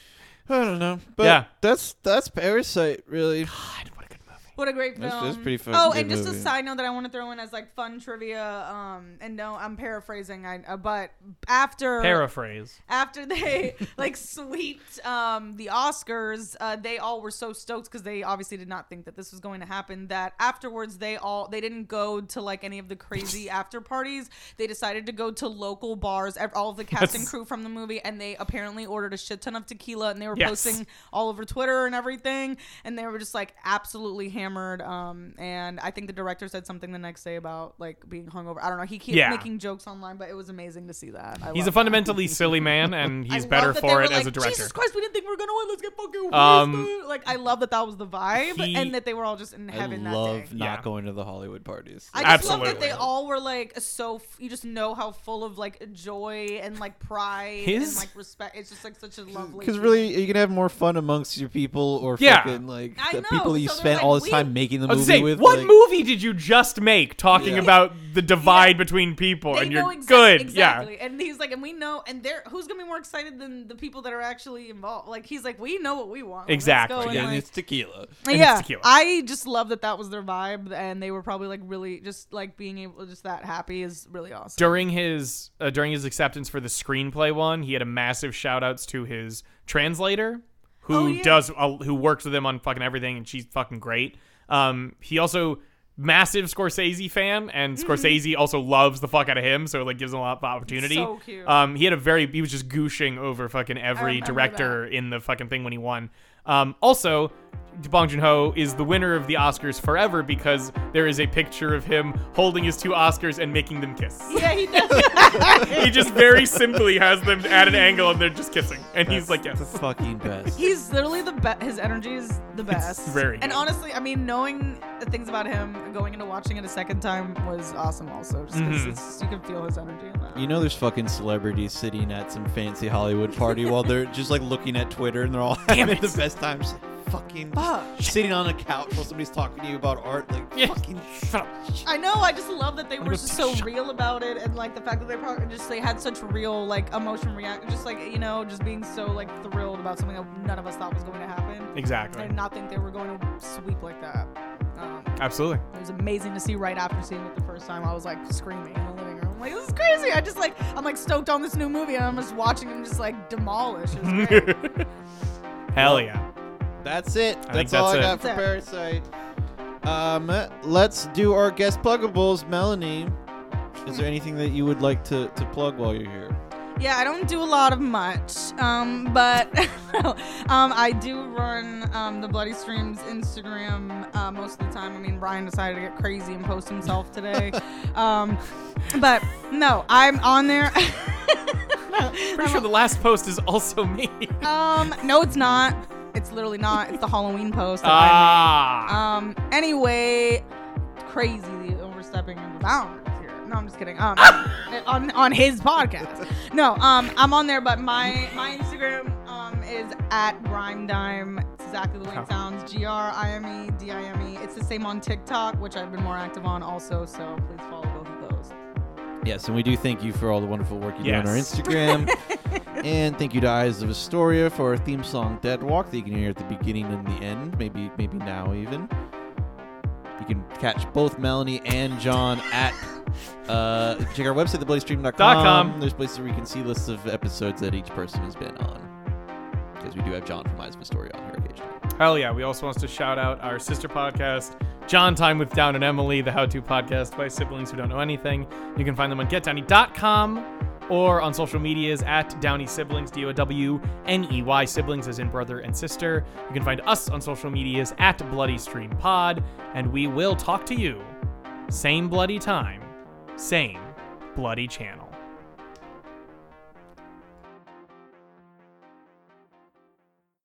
[SPEAKER 2] I don't know. But
[SPEAKER 1] Yeah.
[SPEAKER 2] that's that's Parasite, really.
[SPEAKER 1] God, what a good movie.
[SPEAKER 3] What a great film!
[SPEAKER 2] That's- that's pretty fun-
[SPEAKER 3] Oh,
[SPEAKER 2] good
[SPEAKER 3] and just
[SPEAKER 2] movie.
[SPEAKER 3] a side note that I want to throw in as like fun trivia. Um, and no, I'm paraphrasing. I uh, but after
[SPEAKER 1] Paraphrase.
[SPEAKER 3] after they like sweeped um, the Oscars, uh, they all were so stoked because they obviously did not think that this was going to happen. That afterwards, they all they didn't go to like any of the crazy after parties. They decided to go to local bars. ev- All of the cast and
[SPEAKER 1] Yes.
[SPEAKER 3] crew from the movie, and they apparently ordered a shit ton of tequila, and they were
[SPEAKER 1] Yes.
[SPEAKER 3] posting all over Twitter and everything. And they were just like absolutely hammered. Um, and I think the director said something the next day about like being hungover. I don't know. He kept
[SPEAKER 1] Yeah.
[SPEAKER 3] making jokes online, but it was amazing to see that. I
[SPEAKER 1] He's
[SPEAKER 3] love
[SPEAKER 1] a
[SPEAKER 3] that.
[SPEAKER 1] fundamentally silly man, and he's
[SPEAKER 3] I
[SPEAKER 1] better
[SPEAKER 3] love that they
[SPEAKER 1] for
[SPEAKER 3] were
[SPEAKER 1] it as
[SPEAKER 3] like,
[SPEAKER 1] a director.
[SPEAKER 3] Jesus Christ, we didn't think we were gonna win. Let's get fucking
[SPEAKER 1] Um,
[SPEAKER 3] wasted. Like I love that that was the vibe,
[SPEAKER 1] he-
[SPEAKER 3] and that they were all just in
[SPEAKER 2] I
[SPEAKER 3] heaven that
[SPEAKER 2] love
[SPEAKER 3] day.
[SPEAKER 2] not
[SPEAKER 1] Yeah.
[SPEAKER 2] going to the Hollywood parties.
[SPEAKER 3] I just love that
[SPEAKER 1] Absolutely.
[SPEAKER 3] they all were like so. F- you just know how full of like joy and like pride
[SPEAKER 1] His-
[SPEAKER 3] and like respect. It's just like such a lovely.
[SPEAKER 2] Because
[SPEAKER 3] feeling.
[SPEAKER 2] really, you can have more fun amongst your people or
[SPEAKER 1] Yeah.
[SPEAKER 2] fucking like
[SPEAKER 3] I
[SPEAKER 2] the
[SPEAKER 3] know,
[SPEAKER 2] people you
[SPEAKER 3] so they're
[SPEAKER 2] spent
[SPEAKER 3] like,
[SPEAKER 2] all this
[SPEAKER 3] we
[SPEAKER 2] time making the
[SPEAKER 1] I
[SPEAKER 2] movie
[SPEAKER 1] was saying,
[SPEAKER 2] with.
[SPEAKER 1] what
[SPEAKER 2] like-
[SPEAKER 1] movie did you just make talking
[SPEAKER 2] Yeah.
[SPEAKER 1] about the divide between people
[SPEAKER 3] They
[SPEAKER 1] oh, and you're
[SPEAKER 3] know exac-
[SPEAKER 1] good?
[SPEAKER 3] Exactly. And he's like, and we know, and they're who's gonna be more excited than the people that are actually involved? Like he's like, we know what we want. Let's
[SPEAKER 1] Exactly.
[SPEAKER 3] go and,
[SPEAKER 1] Yeah,
[SPEAKER 2] And
[SPEAKER 3] like-
[SPEAKER 2] it's tequila.
[SPEAKER 1] it's
[SPEAKER 3] yeah.
[SPEAKER 1] tequila.
[SPEAKER 3] I just love that that was their vibe, and they were probably like really just like being able just that happy is really awesome.
[SPEAKER 1] during his uh, during his acceptance for the screenplay one, he had a massive shout outs to his translator who
[SPEAKER 3] Oh, yeah.
[SPEAKER 1] does uh, who works with him on fucking everything and she's fucking great. Um he also massive Scorsese fan and
[SPEAKER 3] Mm-hmm.
[SPEAKER 1] Scorsese also loves the fuck out of him, so it, like gives him a lot of opportunity.
[SPEAKER 3] So cute.
[SPEAKER 1] Um he had a very he was just gooshing over fucking every
[SPEAKER 3] remember
[SPEAKER 1] director in the fucking thing when he won. Um also Bong Joon Ho is the winner of the Oscars forever because there is a picture of him holding his two Oscars and making them kiss
[SPEAKER 3] yeah, he does.
[SPEAKER 1] he just very simply has them at an angle and they're just kissing. And he's like,
[SPEAKER 2] the
[SPEAKER 1] yes.
[SPEAKER 2] fucking best.
[SPEAKER 3] He's literally the best. His energy is the best.
[SPEAKER 1] very
[SPEAKER 3] And
[SPEAKER 1] good.
[SPEAKER 3] honestly, I mean, knowing the things about him, going into watching it a second time was awesome. Also, just 'cause
[SPEAKER 1] Mhm.
[SPEAKER 3] it's, you can feel his energy in that.
[SPEAKER 2] You know, there's fucking celebrities sitting at some fancy Hollywood party while they're just like looking at Twitter and they're all
[SPEAKER 1] Damn
[SPEAKER 2] having
[SPEAKER 1] it.
[SPEAKER 2] the best time. Just, like, fucking just
[SPEAKER 3] Fuck.
[SPEAKER 2] sitting on a couch while somebody's talking to you about art. Like,
[SPEAKER 1] Yeah.
[SPEAKER 2] fucking
[SPEAKER 1] Shut up.
[SPEAKER 3] I know. I just love that they were
[SPEAKER 1] gonna
[SPEAKER 3] just
[SPEAKER 1] take
[SPEAKER 3] so
[SPEAKER 1] a shot.
[SPEAKER 3] real about it, and like the fact that they probably just they had such real like emotion react, just like you know, just being so like thrilled about something that none of us thought was going to happen. I
[SPEAKER 1] Exactly.
[SPEAKER 3] did not think they were going to sweep like that. Um,
[SPEAKER 1] Absolutely.
[SPEAKER 3] it was amazing to see right after seeing it the first time. I was like screaming in the living room. I'm like, this is crazy. I just like, I'm like stoked on this new movie and I'm just watching him just like demolish. It was great.
[SPEAKER 1] Hell yeah.
[SPEAKER 2] That's it.
[SPEAKER 1] I think
[SPEAKER 2] that's all I
[SPEAKER 1] that's
[SPEAKER 2] got
[SPEAKER 1] it.
[SPEAKER 2] for
[SPEAKER 3] That's
[SPEAKER 2] Parasite. Um, let's do our guest pluggables. Melanie, is there anything that you would like to, to plug while you're here?
[SPEAKER 3] yeah, I don't do a lot of much, um, but um, I do run um, the Bloody Streams Instagram uh, most of the time. I mean, Brian decided to get crazy and post himself today. um, but no, I'm on there. No, I'm
[SPEAKER 1] Pretty sure the last post is also me.
[SPEAKER 3] Um, no, it's not. It's literally not. It's the Halloween post. that I made.
[SPEAKER 1] Ah.
[SPEAKER 3] Um. Anyway, crazy overstepping of the bounds here. No, I'm just kidding. Um, on on his podcast. No. Um, I'm on there, but my my Instagram um is at grime dime. It's exactly the way
[SPEAKER 1] Huh.
[SPEAKER 3] it sounds. G R I M E D I M E. It's the same on TikTok, which I've been more active on also. So please follow both of those.
[SPEAKER 2] Yes, and we do thank you for all the wonderful work you do on our
[SPEAKER 1] Yes.
[SPEAKER 2] Instagram. and thank you to Eyes of Astoria for our theme song Dead Walk that you can hear at the beginning and the end, maybe maybe now even. You can catch both Melanie and John at uh, check our website,
[SPEAKER 1] Dot com.
[SPEAKER 2] thebloodystream.com. There's places where you can see lists of episodes that each person has been on. Because we do have John from Eyes of Astoria on here occasionally.
[SPEAKER 1] Hell yeah. We also want to shout out our sister podcast, John Time with Down and Emily, the how to podcast by siblings who don't know anything. You can find them on getdowny.com or on social medias at Downey Siblings, D O W N E Y Siblings, as in brother and sister. You can find us on social medias at Bloody Stream Pod, and we will talk to you same bloody time, same bloody channel.